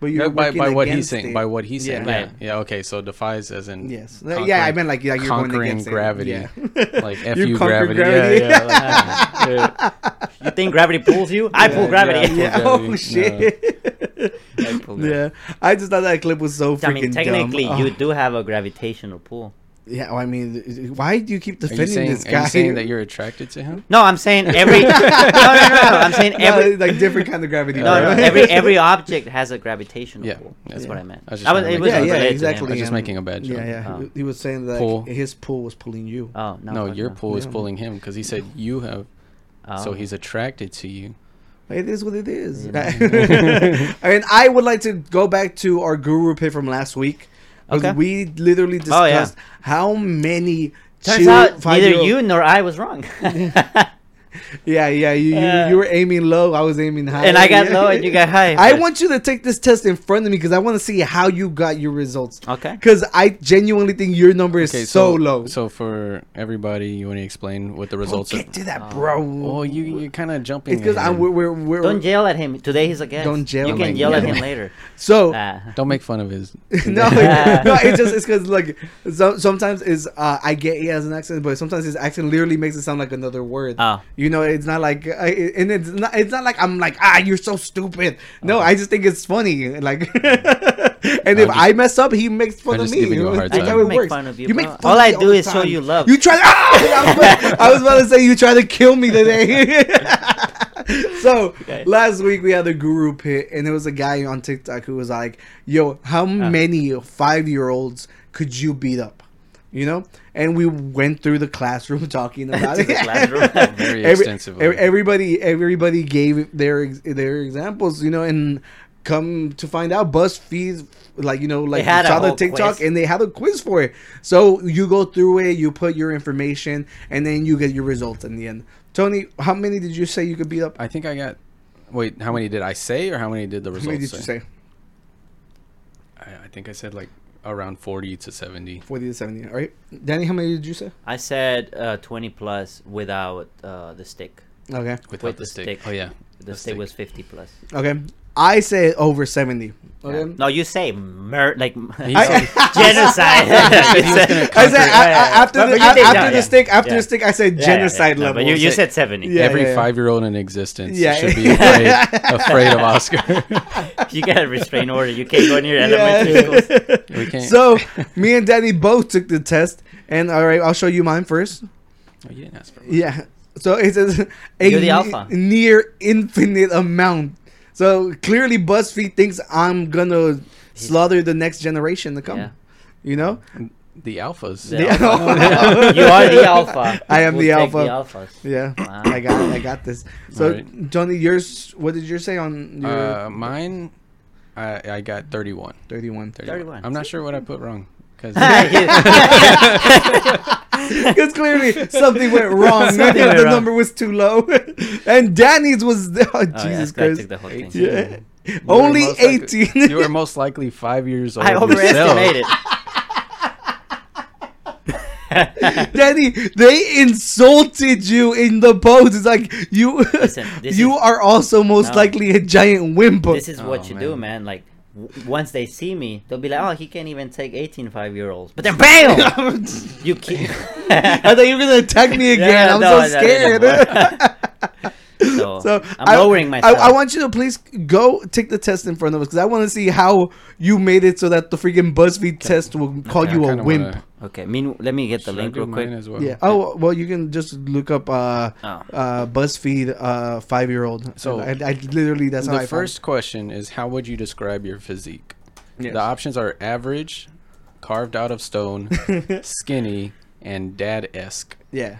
Speaker 1: but you're
Speaker 6: by,
Speaker 1: working
Speaker 6: by what he's
Speaker 1: against
Speaker 6: saying.
Speaker 1: it.
Speaker 6: By what he's saying.
Speaker 1: Yeah.
Speaker 6: Yeah.
Speaker 2: Right.
Speaker 6: yeah. Okay. So defies as in
Speaker 1: Yes. yeah, I meant like, like you're going
Speaker 6: conquering
Speaker 1: against it.
Speaker 6: gravity.
Speaker 1: Yeah.
Speaker 6: [laughs] Like f
Speaker 1: You
Speaker 6: you,
Speaker 1: conquered
Speaker 6: gravity.
Speaker 1: gravity.
Speaker 6: Yeah, yeah, like, yeah.
Speaker 2: You think gravity pulls you? I [laughs] pull gravity.
Speaker 6: yeah,
Speaker 1: Yeah.
Speaker 6: Gravity,
Speaker 1: Oh
Speaker 6: no.
Speaker 1: shit.
Speaker 2: I pull gravity.
Speaker 1: [laughs] yeah. I just thought that clip was so freaking
Speaker 2: I mean, technically,
Speaker 1: dumb. Oh.
Speaker 2: you do have a gravitational pull.
Speaker 1: Yeah, well, I mean, why do you keep
Speaker 6: Are
Speaker 1: [laughs]
Speaker 6: you
Speaker 1: defending
Speaker 6: saying,
Speaker 1: this
Speaker 6: are
Speaker 1: guy?
Speaker 6: you saying
Speaker 1: [laughs]
Speaker 6: that you're attracted to him?
Speaker 2: No, I'm saying every. [laughs] no, no, no, no. I'm saying
Speaker 1: No,
Speaker 2: every.
Speaker 1: like different kind of gravity?
Speaker 2: No, no,
Speaker 1: right?
Speaker 2: every
Speaker 1: [laughs]
Speaker 2: every [laughs] object has a gravitational
Speaker 6: Yeah,
Speaker 2: pull.
Speaker 6: yeah.
Speaker 2: That's what I meant.
Speaker 6: I was just
Speaker 2: I was,
Speaker 6: trying to
Speaker 2: it
Speaker 6: make
Speaker 2: was
Speaker 6: sense.
Speaker 2: related
Speaker 1: Yeah,
Speaker 2: to
Speaker 1: yeah,
Speaker 2: him.
Speaker 1: exactly.
Speaker 6: I'm just
Speaker 1: Yeah.
Speaker 6: making a bad joke.
Speaker 1: yeah, yeah.
Speaker 2: Oh.
Speaker 1: He was saying that
Speaker 6: Pull.
Speaker 1: his pull was pulling you.
Speaker 2: Oh no,
Speaker 6: No,
Speaker 2: fuck
Speaker 6: your pull is
Speaker 1: No.
Speaker 6: pulling him because he said you have.
Speaker 2: Oh.
Speaker 6: So he's attracted to you.
Speaker 1: It is what it is. [laughs]
Speaker 2: [laughs]
Speaker 1: I mean, I would like to go back to our guru pit from last week. 'cause
Speaker 2: Okay.
Speaker 1: We literally
Speaker 2: Oh, yeah.
Speaker 1: discussed how many.
Speaker 2: Turns
Speaker 1: two-
Speaker 2: out neither
Speaker 1: five-year-old-
Speaker 2: you nor I was wrong, and
Speaker 1: [laughs] Yeah, yeah. You, you
Speaker 2: Yeah.
Speaker 1: you were aiming low. I was aiming high.
Speaker 2: I got
Speaker 1: Yeah. [laughs]
Speaker 2: low [laughs] Uh. and you got high.
Speaker 1: I want you to take this test in front of me because I want to see how you got your results.
Speaker 2: [laughs] Okay.
Speaker 1: Because I genuinely think your number is so, low.
Speaker 6: So for everybody, you want to explain what the
Speaker 1: Don't
Speaker 6: results are?
Speaker 1: get to that, bro.
Speaker 6: Oh, you you're kind of jumping.
Speaker 1: it's because I'm
Speaker 6: ahead.
Speaker 1: we're we're, we're
Speaker 2: Don't yell at him today. He's a guest.
Speaker 1: Don't yell
Speaker 2: You
Speaker 1: at
Speaker 2: can
Speaker 1: me.
Speaker 2: yell at
Speaker 1: Yeah. [laughs]
Speaker 2: him later.
Speaker 1: so
Speaker 2: Ah. [laughs]
Speaker 6: Don't make fun
Speaker 1: [laughs]
Speaker 6: of his.
Speaker 1: no, like, no, it's just it's because like so, sometimes is uh, I get he has an accent, but sometimes his accent literally makes it sound like another word.
Speaker 2: Oh.
Speaker 1: You know, it's not like I, and it's not it's not like I'm like ah you're so stupid.
Speaker 2: Oh.
Speaker 1: No, I just think it's funny. Like, [laughs] and if
Speaker 6: I'm just-
Speaker 1: I mess up, he makes fun
Speaker 6: I'm
Speaker 1: of
Speaker 6: just
Speaker 1: me.
Speaker 6: giving you a
Speaker 1: It's
Speaker 6: hard
Speaker 1: like
Speaker 6: time.
Speaker 1: how
Speaker 6: I
Speaker 1: it
Speaker 2: make
Speaker 1: works.
Speaker 2: fun of you,
Speaker 1: You
Speaker 2: bro.
Speaker 1: make fun
Speaker 2: All
Speaker 1: of
Speaker 2: I
Speaker 1: me
Speaker 2: do
Speaker 1: the
Speaker 2: is show
Speaker 1: time.
Speaker 2: you love.
Speaker 1: You try to. [laughs] Ah! I was about to say you try to kill me today.
Speaker 2: [laughs]
Speaker 1: [laughs] so last week we had the guru pit and there was a guy on tiktok who was like yo how
Speaker 2: Ah.
Speaker 1: many five year olds could you beat up you know and we went through the classroom [laughs] talking about it
Speaker 2: the
Speaker 1: [laughs]
Speaker 2: classroom.
Speaker 6: Very
Speaker 1: Every-
Speaker 6: extensively.
Speaker 1: ev- everybody everybody gave their ex- their examples you know and come to find out buzzfeed like you know like
Speaker 2: had a
Speaker 1: saw the
Speaker 2: whole
Speaker 1: tiktok
Speaker 2: quiz.
Speaker 1: and they had a quiz for it so you go through it you put your information and then you get your results in the end tony how many did you say you could beat up
Speaker 6: I think I got. Wait, how many did I say, or how many did the
Speaker 1: How
Speaker 6: results?
Speaker 1: many did you say?
Speaker 6: I, I think I said like around forty to seventy.
Speaker 1: 40 to 70. All right. Danny, how many did you say?
Speaker 2: I said uh, 20 plus without uh, the stick.
Speaker 1: Okay.
Speaker 6: Without
Speaker 2: With
Speaker 6: the
Speaker 2: the
Speaker 6: stick.
Speaker 2: stick.
Speaker 6: Oh yeah,
Speaker 2: The stick, was 50 plus.
Speaker 1: Okay. I say over 70. Okay.
Speaker 2: No, you say mur- [laughs] like
Speaker 6: He
Speaker 1: [laughs]
Speaker 2: genocide. [laughs]
Speaker 6: said-
Speaker 2: You said-
Speaker 1: I said a- a- after
Speaker 2: But-
Speaker 1: the,
Speaker 2: but you
Speaker 1: after
Speaker 2: did
Speaker 1: the
Speaker 2: that, yeah.
Speaker 1: stick after
Speaker 2: Yeah.
Speaker 1: the stick I said
Speaker 2: Yeah, yeah, yeah.
Speaker 1: genocide
Speaker 2: No,
Speaker 1: level.
Speaker 2: But you, you
Speaker 6: It's like-
Speaker 2: said 70.
Speaker 1: Yeah,
Speaker 6: Every
Speaker 1: yeah, yeah.
Speaker 6: five-year-old in existence
Speaker 1: Yeah. [laughs]
Speaker 6: should be afraid, afraid of Oscar.
Speaker 2: You got a restrain order. You can't go near elementary schools.
Speaker 1: [laughs] Yeah.
Speaker 6: [laughs] We can't.
Speaker 1: so me and Danny both took the test, and all right, I'll show you mine first.
Speaker 6: Oh, you didn't ask for mine.
Speaker 1: Yeah. So it says a
Speaker 2: You're the
Speaker 1: ne-
Speaker 2: alpha.
Speaker 1: near infinite amount. So clearly, BuzzFeed thinks I'm gonna slaughter the next generation to come.
Speaker 2: Yeah.
Speaker 1: You know,
Speaker 6: the alphas. [laughs]
Speaker 2: The alpha. [laughs]
Speaker 1: [laughs]
Speaker 2: you are the alpha.
Speaker 1: I am the
Speaker 2: take
Speaker 1: alpha. [laughs]
Speaker 2: alphas.
Speaker 1: Yeah,
Speaker 2: Wow.
Speaker 1: I got I got this. So
Speaker 6: Alright.
Speaker 1: Johnny, yours. What did you say on your
Speaker 6: Uh, mine, I, I got 31.
Speaker 1: thirty-one? [laughs]
Speaker 6: 31.
Speaker 2: 31.
Speaker 6: I'm not sure what I put wrong. Cause
Speaker 1: Because clearly something
Speaker 2: [laughs]
Speaker 1: went wrong.
Speaker 2: Something went
Speaker 1: the
Speaker 2: wrong.
Speaker 1: number was too low, [laughs] and Danny's was oh,
Speaker 2: Oh, yeah,
Speaker 1: Jesus
Speaker 2: I took
Speaker 1: Christ.
Speaker 2: the whole thing. [laughs]
Speaker 1: Yeah.
Speaker 6: you were
Speaker 1: Only
Speaker 6: most likely-
Speaker 1: eighteen.
Speaker 6: you were most likely five years old.
Speaker 2: I overestimated.
Speaker 1: [laughs] Danny, they insulted you in the post. It's like you, [laughs]
Speaker 2: Listen, this
Speaker 1: you
Speaker 2: is-
Speaker 1: are also most
Speaker 2: No.
Speaker 1: likely a giant whimper.
Speaker 2: this is what
Speaker 6: Oh,
Speaker 2: you
Speaker 6: man.
Speaker 2: do, man. Like, w- once they see me, they'll be like, "Oh, he can't even take 18 five-year-olds."
Speaker 1: [laughs]
Speaker 2: But then, bam! you [laughs] keep.
Speaker 1: I thought you were gonna attack me again. I'm
Speaker 2: no,
Speaker 1: so
Speaker 2: no, no,
Speaker 1: scared. [laughs]
Speaker 2: so,
Speaker 1: So
Speaker 2: I'm lowering
Speaker 1: I-
Speaker 2: myself.
Speaker 1: I, want you to please go take the test in front of us because I want to see how you made it so that the freaking BuzzFeed test will call you a wimp.
Speaker 2: okay, mean, let me get the link real quick.
Speaker 6: As well?
Speaker 1: Yeah. Oh well, you can just look up uh,
Speaker 2: Oh.
Speaker 1: uh, BuzzFeed uh, five year old.
Speaker 6: So-
Speaker 1: So I, I literally that's how
Speaker 6: the
Speaker 1: I
Speaker 6: first question is how would you describe your physique?
Speaker 1: Yes.
Speaker 6: The options are average, carved out of
Speaker 1: [laughs]
Speaker 6: stone, skinny, and dad esque.
Speaker 1: Found. Yeah.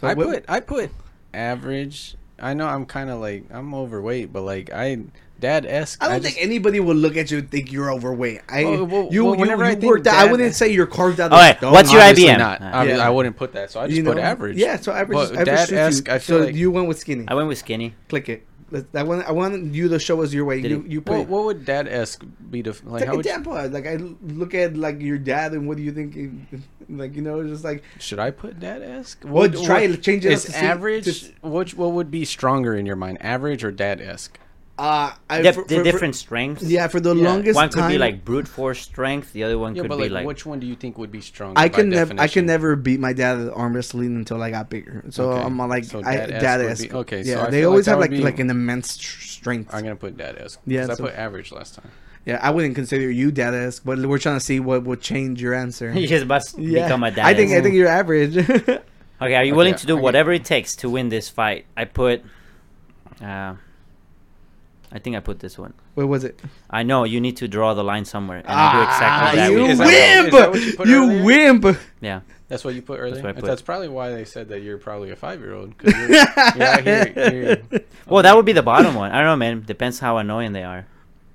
Speaker 1: So
Speaker 6: I
Speaker 1: what-
Speaker 6: put I put average. I know I'm kind of like I'm overweight, but like I dad esque.
Speaker 1: I don't think anybody will look at you and think you're overweight. I
Speaker 6: Well, well,
Speaker 1: you
Speaker 6: well,
Speaker 1: you,
Speaker 6: whenever I
Speaker 1: you
Speaker 6: think
Speaker 1: worked out. I
Speaker 6: that-
Speaker 1: wouldn't say you're carved out.
Speaker 2: Alright,
Speaker 1: stone.
Speaker 2: what's your
Speaker 6: Obviously
Speaker 2: IBM?
Speaker 6: not.
Speaker 2: Uh,
Speaker 6: Obvi-
Speaker 1: yeah.
Speaker 6: I wouldn't put that. So I just
Speaker 1: You
Speaker 6: put
Speaker 1: know?
Speaker 6: average.
Speaker 1: Yeah, so average.
Speaker 6: But
Speaker 1: is- average
Speaker 6: dad
Speaker 1: suits you.
Speaker 6: esque. I feel
Speaker 1: so
Speaker 6: like
Speaker 1: you went with skinny.
Speaker 2: I went with skinny.
Speaker 1: Click it. That that one, I want you to show us your way.
Speaker 2: Did
Speaker 1: you
Speaker 2: it-
Speaker 1: you put
Speaker 6: What, what would dad esque be to like?
Speaker 1: take
Speaker 6: how
Speaker 1: a
Speaker 6: would
Speaker 1: example. Like I l- look at like your dad, and what do you think? [laughs] Like you know, it's just like
Speaker 6: should I put dad esque?
Speaker 1: Well, try to change it up
Speaker 6: Is
Speaker 1: to see-
Speaker 6: average?
Speaker 1: to-
Speaker 6: Which what would be stronger in your mind, average or dad esque?
Speaker 1: uh, I,
Speaker 2: Dif-
Speaker 1: for-
Speaker 2: the
Speaker 1: for- for-
Speaker 2: different strengths.
Speaker 1: yeah, for the
Speaker 6: Yeah.
Speaker 1: longest
Speaker 2: one could
Speaker 1: time,
Speaker 2: be like brute force strength. The other one
Speaker 6: Yeah,
Speaker 2: could
Speaker 6: but
Speaker 2: be
Speaker 6: like,
Speaker 2: like
Speaker 6: which one do you think would be stronger?
Speaker 1: I
Speaker 6: by
Speaker 1: can never, I
Speaker 6: definition?
Speaker 1: can never beat my dad at arm wrestling until I got bigger. So
Speaker 6: Okay.
Speaker 1: I'm uh, like,
Speaker 6: So
Speaker 1: I,
Speaker 6: dad-esque
Speaker 1: dad
Speaker 6: would
Speaker 1: esque.
Speaker 6: be- okay, so
Speaker 1: yeah,
Speaker 6: I
Speaker 1: they
Speaker 6: feel like
Speaker 1: always
Speaker 6: that
Speaker 1: have
Speaker 6: would
Speaker 1: like
Speaker 6: be-
Speaker 1: like an immense tr- strength.
Speaker 6: I'm gonna put dad esque.
Speaker 1: Yeah,
Speaker 6: Yeah, I
Speaker 1: so-
Speaker 6: put average last time.
Speaker 1: Yeah, I wouldn't consider you dad esque, but we're trying to see what would change your answer.
Speaker 2: [laughs] [laughs] you just must become a dad.
Speaker 1: I think I think you're average. [laughs]
Speaker 2: Okay, are you willing
Speaker 6: Okay,
Speaker 2: to do
Speaker 6: okay.
Speaker 2: whatever it takes to win this fight? I put. Uh, I think I put this one.
Speaker 1: what was it?
Speaker 2: I know you need to draw the line somewhere, and I do exactly
Speaker 1: ah,
Speaker 2: that.
Speaker 1: you
Speaker 6: Is that- is that what you
Speaker 1: wimp!
Speaker 6: put
Speaker 1: You,
Speaker 6: earlier?
Speaker 1: wimp!
Speaker 2: yeah,
Speaker 6: That's what you put earlier.
Speaker 2: what I
Speaker 6: That's,
Speaker 2: put.
Speaker 6: probably why they said that you're probably a five year old.
Speaker 1: [laughs]
Speaker 6: You're, you're out here, you're-
Speaker 2: Well, that would be the bottom one. I don't know, man. Depends how annoying they are.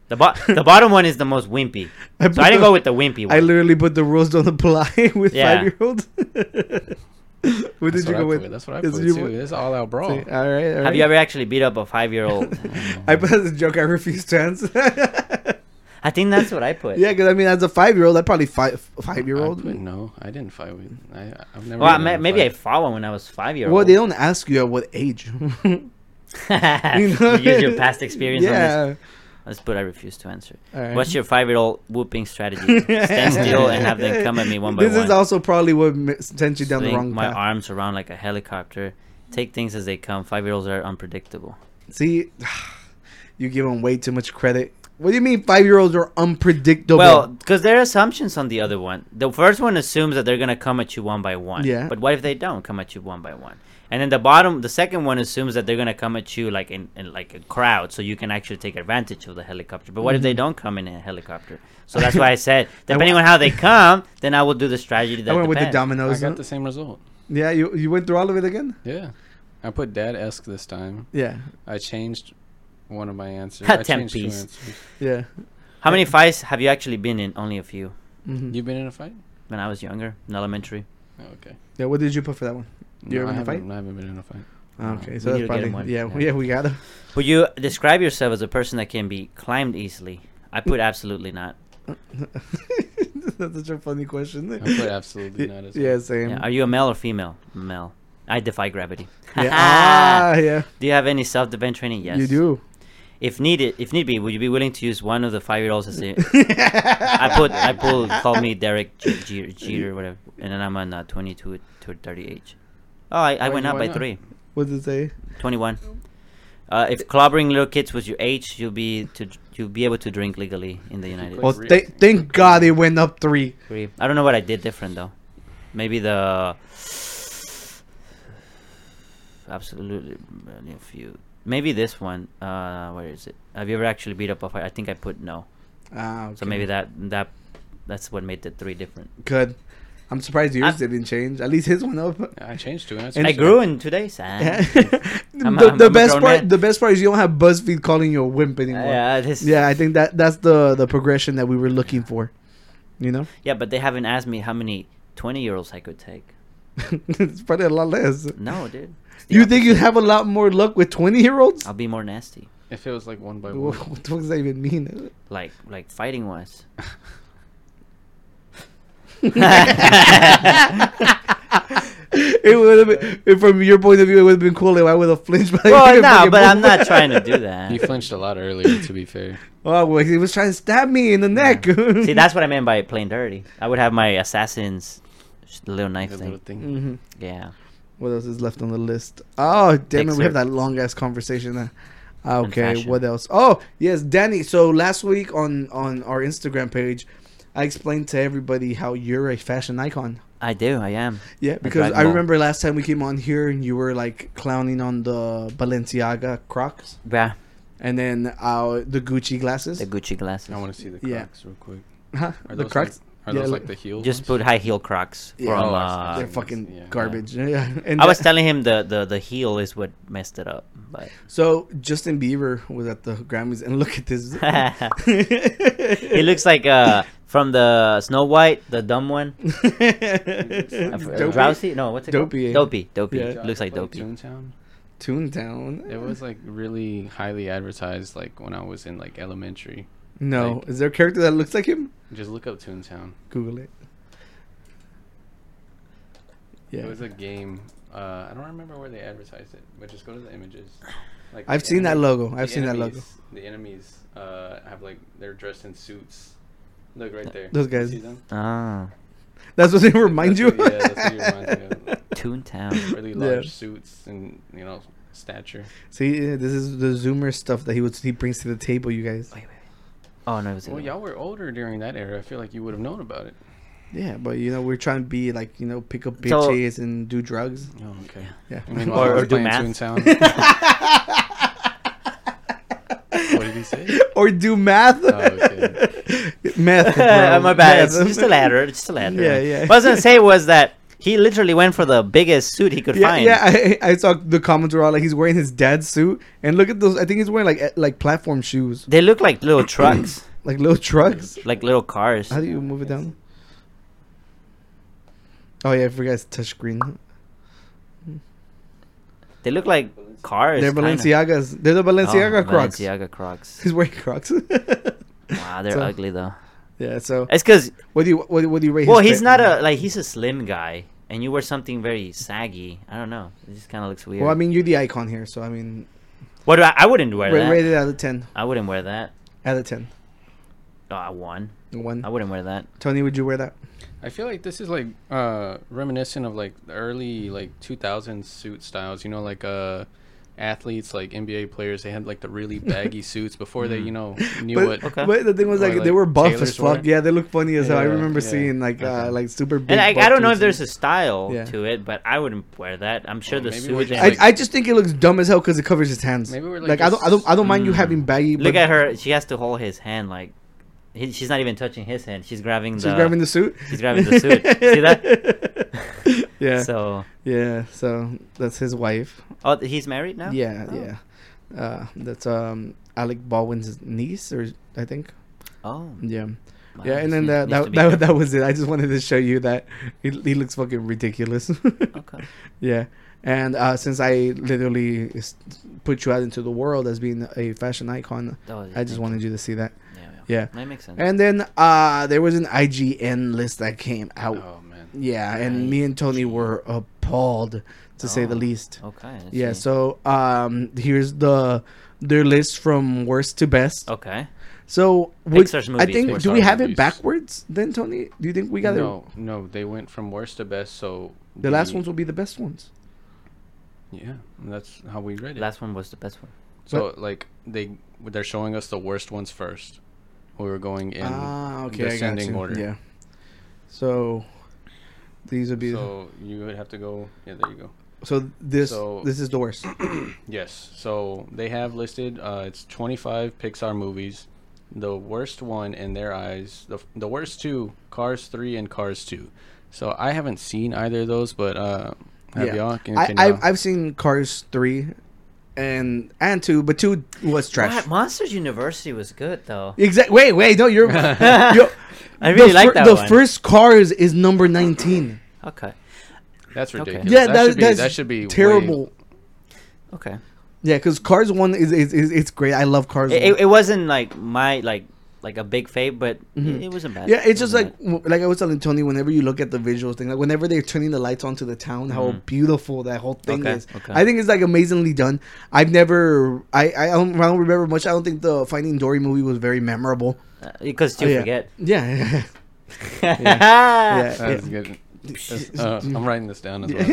Speaker 2: The bo-
Speaker 1: [laughs]
Speaker 2: the bottom one is the most wimpy.
Speaker 1: I
Speaker 2: So I didn't
Speaker 1: put-
Speaker 2: go with the wimpy one.
Speaker 1: I literally put the rules don't apply [laughs] with
Speaker 2: Yeah.
Speaker 1: five year olds. what
Speaker 6: that's
Speaker 1: did you
Speaker 6: what I
Speaker 1: go with?
Speaker 6: put. That's what I
Speaker 1: Is
Speaker 6: put
Speaker 1: you-
Speaker 6: too. It's all out brawl.
Speaker 1: All right, all right.
Speaker 2: Have you ever actually beat up a five
Speaker 1: [laughs]
Speaker 2: year old?
Speaker 1: I put as a joke. I refuse to answer. [laughs]
Speaker 2: I think that's what I put.
Speaker 1: yeah, because I mean, as a five year old, I probably five five year
Speaker 6: I
Speaker 1: old.
Speaker 6: put- no, I didn't fight with. I, I've never.
Speaker 2: Well, I
Speaker 6: been
Speaker 2: ma-
Speaker 6: in a
Speaker 2: maybe I
Speaker 6: fight.
Speaker 2: fought one when I was five year old.
Speaker 1: Well, they
Speaker 2: [laughs]
Speaker 1: don't ask you at what age. [laughs]
Speaker 2: you
Speaker 1: know?
Speaker 2: use your past experience on this.
Speaker 1: yeah.
Speaker 2: Let's put I refuse to answer.
Speaker 1: Alright.
Speaker 2: What's your five year old whooping strategy?
Speaker 1: [laughs]
Speaker 2: Stand still and have them come at me one by
Speaker 1: This
Speaker 2: one.
Speaker 1: is also probably what m- sent you down the
Speaker 2: Swing
Speaker 1: wrong
Speaker 2: my
Speaker 1: path.
Speaker 2: arms around like a helicopter. Take things as they come. Five year olds are unpredictable.
Speaker 1: See, [sighs] you give them way too much credit. What do you mean five year olds are unpredictable?
Speaker 2: Well, because there are assumptions on the other one. The first one assumes that they're gonna come at you one by one.
Speaker 1: Yeah.
Speaker 2: But what if they don't come at you one by one? And then the bottom, the second one assumes that they're gonna come at you like in, in like a crowd, so you can actually take advantage of the helicopter. But what if they
Speaker 1: Mm-hmm.
Speaker 2: don't come in a helicopter? So that's why I
Speaker 1: [laughs]
Speaker 2: said, depending on how they come, then I will do the strategy. That
Speaker 1: I went with the
Speaker 2: depends.
Speaker 6: I
Speaker 1: dominoes.
Speaker 6: got
Speaker 1: huh?
Speaker 6: the same result.
Speaker 1: Yeah, you you went through all of it again.
Speaker 6: Yeah, I put dad esque this time.
Speaker 1: Yeah,
Speaker 6: I changed one of my answers.
Speaker 2: Ha,
Speaker 6: I changed two
Speaker 2: Tempe's.
Speaker 6: answers.
Speaker 2: [laughs]
Speaker 1: yeah.
Speaker 2: How many fights have you actually been in? Only a few.
Speaker 1: hmm
Speaker 6: You been in a fight?
Speaker 2: When I was younger, in elementary.
Speaker 6: Oh, okay.
Speaker 1: Yeah. What did you put for that one? You ever
Speaker 6: no,
Speaker 1: in
Speaker 6: I
Speaker 1: a
Speaker 6: haven't-
Speaker 1: fight?
Speaker 6: I haven't been in a
Speaker 1: [laughs]
Speaker 6: fight.
Speaker 1: Okay,
Speaker 2: Oh, We
Speaker 1: so
Speaker 2: need
Speaker 1: that's
Speaker 2: to get him
Speaker 1: probably
Speaker 2: one.
Speaker 1: yeah,
Speaker 2: Yeah.
Speaker 1: yeah. We got it.
Speaker 2: Would you describe yourself as a person that can be climbed easily? I put absolutely not.
Speaker 1: [laughs] that's such a funny question.
Speaker 6: I put absolutely not as well.
Speaker 1: yeah, same.
Speaker 2: Yeah,
Speaker 1: Yeah.
Speaker 2: Are you a male or female? Male. I
Speaker 1: [laughs]
Speaker 2: defy gravity. [laughs]
Speaker 1: Ah, yeah.
Speaker 2: Do you have any self-defense training? Yes.
Speaker 1: You do.
Speaker 2: If needed, if need be, would you be willing to use one of the five-year-olds
Speaker 1: [laughs]
Speaker 2: as a? I put I pull call me Derek J- Jeter, Jeter whatever, and then I'm on uh, 22 to 30 age. Oh, I, I
Speaker 6: Why-
Speaker 2: went up
Speaker 6: why
Speaker 2: by
Speaker 6: not?
Speaker 2: three.
Speaker 1: What does it say?
Speaker 2: 21. Uh, if clobbering little kids was your age, you'll be to you'll be able to drink legally in the United
Speaker 6: Like
Speaker 1: Well,
Speaker 6: re-
Speaker 1: th- Oh, thank God it went up three.
Speaker 2: Agree. I don't know what I did different though. Maybe the absolutely many of you. Maybe this one. Uh, where is it? Have you ever actually beat up a fight? I think I put no.
Speaker 1: Ah, okay.
Speaker 2: So maybe that that that's what made the three different.
Speaker 1: good. I'm surprised yours
Speaker 2: I-
Speaker 1: didn't change. At least his went up. [laughs]
Speaker 6: I changed two answers.
Speaker 2: I grew in two days. ah.
Speaker 1: Yeah.
Speaker 2: I'm
Speaker 1: the
Speaker 2: a
Speaker 1: the best
Speaker 2: grown
Speaker 1: part,
Speaker 2: man.
Speaker 1: the best part is you don't have BuzzFeed calling you a wimp anymore. yeah.
Speaker 2: [laughs] Yeah, this,
Speaker 1: I think that that's the the progression that we were looking for. You know, [laughs]
Speaker 2: yeah, but they haven't asked me how many twenty year olds I could take.
Speaker 1: it's probably a lot less.
Speaker 2: No, dude. It's the
Speaker 1: you think you'd
Speaker 2: opposite.
Speaker 1: have a lot more luck with twenty year olds? [laughs]
Speaker 2: I'll be more nasty,
Speaker 6: If it was like one by one.
Speaker 1: What,
Speaker 2: [laughs]
Speaker 1: what does that even mean? [laughs]
Speaker 2: like like fighting was. [laughs]
Speaker 1: It would have been from your point of view. It would have been cool if I would have flinched. But I [laughs]
Speaker 2: well,
Speaker 1: couldn't
Speaker 2: no,
Speaker 1: fucking
Speaker 2: but I'm
Speaker 1: move.
Speaker 2: not trying to do that.
Speaker 6: [laughs] You flinched a lot earlier, to
Speaker 2: [laughs]
Speaker 6: be fair.
Speaker 1: [laughs] Oh, well, he was trying to stab me in the neck. [laughs]
Speaker 2: See, that's what I meant by playing dirty. I would have my assassins, sh- the little knife
Speaker 6: That
Speaker 2: thing.
Speaker 6: little thing.
Speaker 1: Mhm.
Speaker 2: Yeah,
Speaker 1: What else is left on the list? Oh, damn it. We have
Speaker 2: Excerpt.
Speaker 1: that long ass conversation. uh, Okay,
Speaker 2: fashion.
Speaker 1: what else? Oh, yes, Danny. So last week on on our Instagram page, I explained to everybody how you're a fashion icon.
Speaker 2: I do. I am.
Speaker 1: Yeah, because
Speaker 2: Dragon
Speaker 1: I
Speaker 2: Ball.
Speaker 1: remember last time we came on here and you were like clowning on the Balenciaga Crocs
Speaker 2: Yeah,
Speaker 1: and then uh, the Gucci glasses.
Speaker 2: the Gucci glasses.
Speaker 6: I want to see the Crocs
Speaker 1: Yeah.
Speaker 6: real quick.
Speaker 1: Huh?
Speaker 6: Are
Speaker 1: the
Speaker 6: those
Speaker 1: Crocs.
Speaker 6: Like, are
Speaker 1: Yeah,
Speaker 6: those
Speaker 1: look-
Speaker 6: like the heels?
Speaker 2: Just put high heel Crocs
Speaker 1: Yeah.
Speaker 2: from.
Speaker 1: Oh,
Speaker 6: I see.
Speaker 2: uh,
Speaker 1: They're fucking
Speaker 6: Yeah.
Speaker 1: garbage. [laughs]
Speaker 6: [laughs]
Speaker 1: Yeah. And
Speaker 2: I was
Speaker 1: that-
Speaker 2: telling him the, the the heel is what messed it up, but
Speaker 1: so Justin Bieber was at the Grammys and look at
Speaker 6: [laughs]
Speaker 1: this.
Speaker 2: he
Speaker 1: [laughs]
Speaker 2: looks like uh from the Snow White, the dumb one. Uh,
Speaker 1: Dopey?
Speaker 2: Drowsy? No, what's it
Speaker 1: Dopey.
Speaker 2: called? Dopey. Dopey.
Speaker 1: Yeah.
Speaker 2: Looks like Dopey.
Speaker 6: Toontown?
Speaker 1: Toontown.
Speaker 6: It was like really highly advertised, like when I was in like elementary.
Speaker 1: No,
Speaker 6: like-
Speaker 1: is there a character that looks like him?
Speaker 6: Just look up Toontown.
Speaker 1: Google it. Yeah,
Speaker 6: It was a game. Uh, I don't remember where they advertised it, but just go to the images. Like
Speaker 1: I've
Speaker 6: the
Speaker 1: seen that
Speaker 6: enemy-
Speaker 1: logo.
Speaker 6: the
Speaker 1: I've seen that logo.
Speaker 6: enemies- The enemies uh, have like they're dressed in suits. Look right there.
Speaker 1: Those
Speaker 6: You
Speaker 1: guys.
Speaker 6: see
Speaker 1: [laughs]
Speaker 6: them?
Speaker 2: Ah,
Speaker 1: That's what they remind
Speaker 6: That's
Speaker 1: you.
Speaker 6: what- yeah, that's what you remind me of.
Speaker 2: Toontown.
Speaker 6: Really
Speaker 1: Yeah.
Speaker 6: large suits and you know stature.
Speaker 1: See, yeah, this is the Zoomer stuff that he would he brings to the table, you guys.
Speaker 2: wait, wait. Oh no, it was.
Speaker 6: Well, y'all were older during that era. I feel like you would have known about it.
Speaker 1: Yeah, but you know we're trying to be like you know pick up
Speaker 2: So-
Speaker 1: bitches and do drugs.
Speaker 6: Oh, okay.
Speaker 1: Yeah.
Speaker 6: I mean,
Speaker 2: Or-
Speaker 6: while I
Speaker 2: or
Speaker 6: was
Speaker 2: do
Speaker 6: playing
Speaker 2: math.
Speaker 6: Toontown. what did
Speaker 1: [laughs]
Speaker 6: he say?
Speaker 1: [laughs] or do math.
Speaker 6: okay.
Speaker 1: [laughs]
Speaker 2: [laughs]
Speaker 1: Meth.
Speaker 2: Uh,
Speaker 1: bro.
Speaker 2: Oh, my bad. It's
Speaker 1: Meth.
Speaker 2: just
Speaker 1: [laughs]
Speaker 2: a ladder. It's just a ladder.
Speaker 1: Yeah, yeah.
Speaker 2: What I was gonna
Speaker 1: [laughs]
Speaker 2: say was that he literally went for the biggest suit he could
Speaker 1: Yeah,
Speaker 2: find.
Speaker 1: yeah. I, I saw the comments were all like he's wearing his dad's suit, and look at those. I think he's wearing like eh, like platform shoes,
Speaker 2: They look like little trucks,
Speaker 1: like little trucks.
Speaker 2: like little cars.
Speaker 1: How do you move it down? Oh yeah, I forgot it's touchscreen.
Speaker 2: They look like cars.
Speaker 1: They're
Speaker 2: kinda.
Speaker 1: Balenciagas. They're the Balenciaga
Speaker 2: oh,
Speaker 1: Crocs.
Speaker 2: Balenciaga Crocs.
Speaker 1: [laughs] He's wearing Crocs.
Speaker 2: Wow, they're
Speaker 1: So-
Speaker 2: ugly though.
Speaker 1: yeah. So
Speaker 2: It's because
Speaker 1: what do you what, do- what do you rate?
Speaker 2: well,
Speaker 1: his
Speaker 2: he's
Speaker 1: fit?
Speaker 2: not a like he's a slim guy, and you wear something very saggy. I don't know. It just kind of looks weird.
Speaker 1: Well, I mean, you're the icon here, so I mean,
Speaker 2: what do I, I wouldn't wear
Speaker 1: ra-
Speaker 2: that.
Speaker 1: rate it out of ten.
Speaker 2: I wouldn't wear that.
Speaker 1: Out of ten.
Speaker 2: Oh, I won.
Speaker 1: One.
Speaker 2: I wouldn't wear that.
Speaker 1: Tony, would you wear that?
Speaker 6: I feel like this is like uh reminiscent of like the early like 2000s suit styles, you know, like uh athletes like NBA players they had like the really baggy suits before they, you know,
Speaker 1: Mm. [laughs]
Speaker 6: knew
Speaker 1: But,
Speaker 6: what
Speaker 2: Okay.
Speaker 1: but the thing was
Speaker 6: Or,
Speaker 1: like, they
Speaker 6: like,
Speaker 1: were buff
Speaker 6: Taylor's
Speaker 1: as fuck.
Speaker 6: wear?
Speaker 1: Yeah, they look funny as hell. I
Speaker 6: Yeah,
Speaker 1: remember
Speaker 6: yeah.
Speaker 1: seeing like uh,
Speaker 6: Okay.
Speaker 1: like super big.
Speaker 2: And I,
Speaker 1: buff
Speaker 2: I don't know
Speaker 1: dudes
Speaker 2: if there's
Speaker 1: and-
Speaker 2: a style
Speaker 1: Yeah.
Speaker 2: to it, but I wouldn't wear that. I'm sure the
Speaker 6: Well, maybe
Speaker 2: suit.
Speaker 6: we're just
Speaker 2: and-
Speaker 1: I,
Speaker 6: like-
Speaker 1: I just think it looks dumb as hell because it covers his hands.
Speaker 6: Maybe we're,
Speaker 1: like,
Speaker 6: like,
Speaker 1: I don't I don't I don't mind you
Speaker 2: Mm.
Speaker 1: having baggy.
Speaker 2: Look
Speaker 1: but
Speaker 2: at her. She has to hold his hand like. He, she's not even touching his hand. She's grabbing the.
Speaker 1: She's
Speaker 2: [laughs]
Speaker 1: grabbing the suit.
Speaker 2: uh, She's grabbing the suit. See that?
Speaker 1: [laughs]
Speaker 2: [laughs]
Speaker 1: yeah.
Speaker 2: So,
Speaker 1: Yeah. So that's his wife.
Speaker 2: oh, th- he's married now.
Speaker 1: Yeah.
Speaker 2: Oh.
Speaker 1: Yeah. Uh, that's um Alec Baldwin's niece, or I think.
Speaker 2: Oh.
Speaker 1: Yeah.
Speaker 2: wow,
Speaker 1: Yeah, and then
Speaker 2: this needs-
Speaker 1: that
Speaker 2: needs to
Speaker 1: that,
Speaker 2: be
Speaker 1: that, that
Speaker 2: careful.
Speaker 1: was it. I just wanted to show you that he, he looks fucking ridiculous. [laughs]
Speaker 2: Okay.
Speaker 1: Yeah. And uh, since I literally s- put you out into the world as being a fashion icon,
Speaker 2: That was-
Speaker 1: I just wanted you to see that.
Speaker 2: Yeah, yeah.
Speaker 1: Yeah.
Speaker 2: That makes sense.
Speaker 1: And then uh, there was an IGN list that came out.
Speaker 6: Oh man.
Speaker 1: Yeah, and me and Tony were appalled, to say the
Speaker 2: Oh,
Speaker 1: least.
Speaker 2: okay. I
Speaker 1: Yeah,
Speaker 2: see.
Speaker 1: so um, here's the their list from worst to best.
Speaker 2: Okay.
Speaker 1: So would,
Speaker 2: Oh. Pixar's
Speaker 1: I
Speaker 2: movies,
Speaker 1: think
Speaker 2: Pixar's
Speaker 1: do we have it
Speaker 6: movies.
Speaker 1: backwards then, Tony? Do you think we got
Speaker 6: No,
Speaker 1: it?
Speaker 6: no, they went from worst to best, so
Speaker 1: The last ones will be the best ones.
Speaker 6: Yeah, that's how we read it.
Speaker 2: Last one was the best one.
Speaker 6: so like they they're showing us the worst ones first. We were going in
Speaker 1: Ah, okay,
Speaker 6: descending
Speaker 1: I got you.
Speaker 6: order.
Speaker 1: Yeah. So these would be so,
Speaker 6: So you would have to go. Yeah, there you go.
Speaker 1: this
Speaker 6: so-
Speaker 1: this is the worst.
Speaker 6: Yes. So they have listed uh, it's 25 Pixar movies. The worst one in their eyes, the the worst two, Cars 3 and Cars 2. So I haven't seen either of those, but uh, have
Speaker 1: yeah.
Speaker 6: y'all? Can,
Speaker 1: I
Speaker 6: can uh,
Speaker 1: I've,
Speaker 6: y'all-
Speaker 1: I've seen Cars three, and and two, but two was trash.
Speaker 2: What? Monsters University was good though.
Speaker 1: Exactly. Wait, wait. No,
Speaker 2: [laughs]
Speaker 1: you're. you're-
Speaker 2: I really
Speaker 1: the
Speaker 2: like
Speaker 1: fir-
Speaker 2: that
Speaker 1: The
Speaker 2: one.
Speaker 1: first Cars is number nineteen.
Speaker 2: Okay.
Speaker 6: that's ridiculous.
Speaker 1: Yeah,
Speaker 6: that,
Speaker 1: that-
Speaker 6: should be,
Speaker 1: that's
Speaker 6: that should be way-
Speaker 1: terrible.
Speaker 2: Okay.
Speaker 1: Yeah, because Cars One is, is is it's great. I love Cars.
Speaker 2: It,
Speaker 1: 1.
Speaker 2: it, it wasn't like my like like a big fave, but it, it wasn't bad.
Speaker 1: Mm-hmm. yeah,
Speaker 2: It
Speaker 1: it's just like
Speaker 2: wasn't
Speaker 1: w- like I was telling Tony. Whenever you look at the visuals thing, like whenever they're turning the lights onto the town, how
Speaker 6: Mm-hmm.
Speaker 1: beautiful that whole thing
Speaker 2: Okay,
Speaker 1: is.
Speaker 2: okay.
Speaker 1: I think it's like amazingly done. I've never, I I don't, I don't remember much. I don't think the Finding Dory movie was very memorable.
Speaker 2: bad. Uh, because you
Speaker 1: Oh, yeah.
Speaker 2: forget.
Speaker 1: Yeah, [laughs]
Speaker 2: [laughs]
Speaker 1: yeah, yeah.
Speaker 6: That's good. That's-
Speaker 1: [laughs]
Speaker 6: uh, I'm writing this down as well.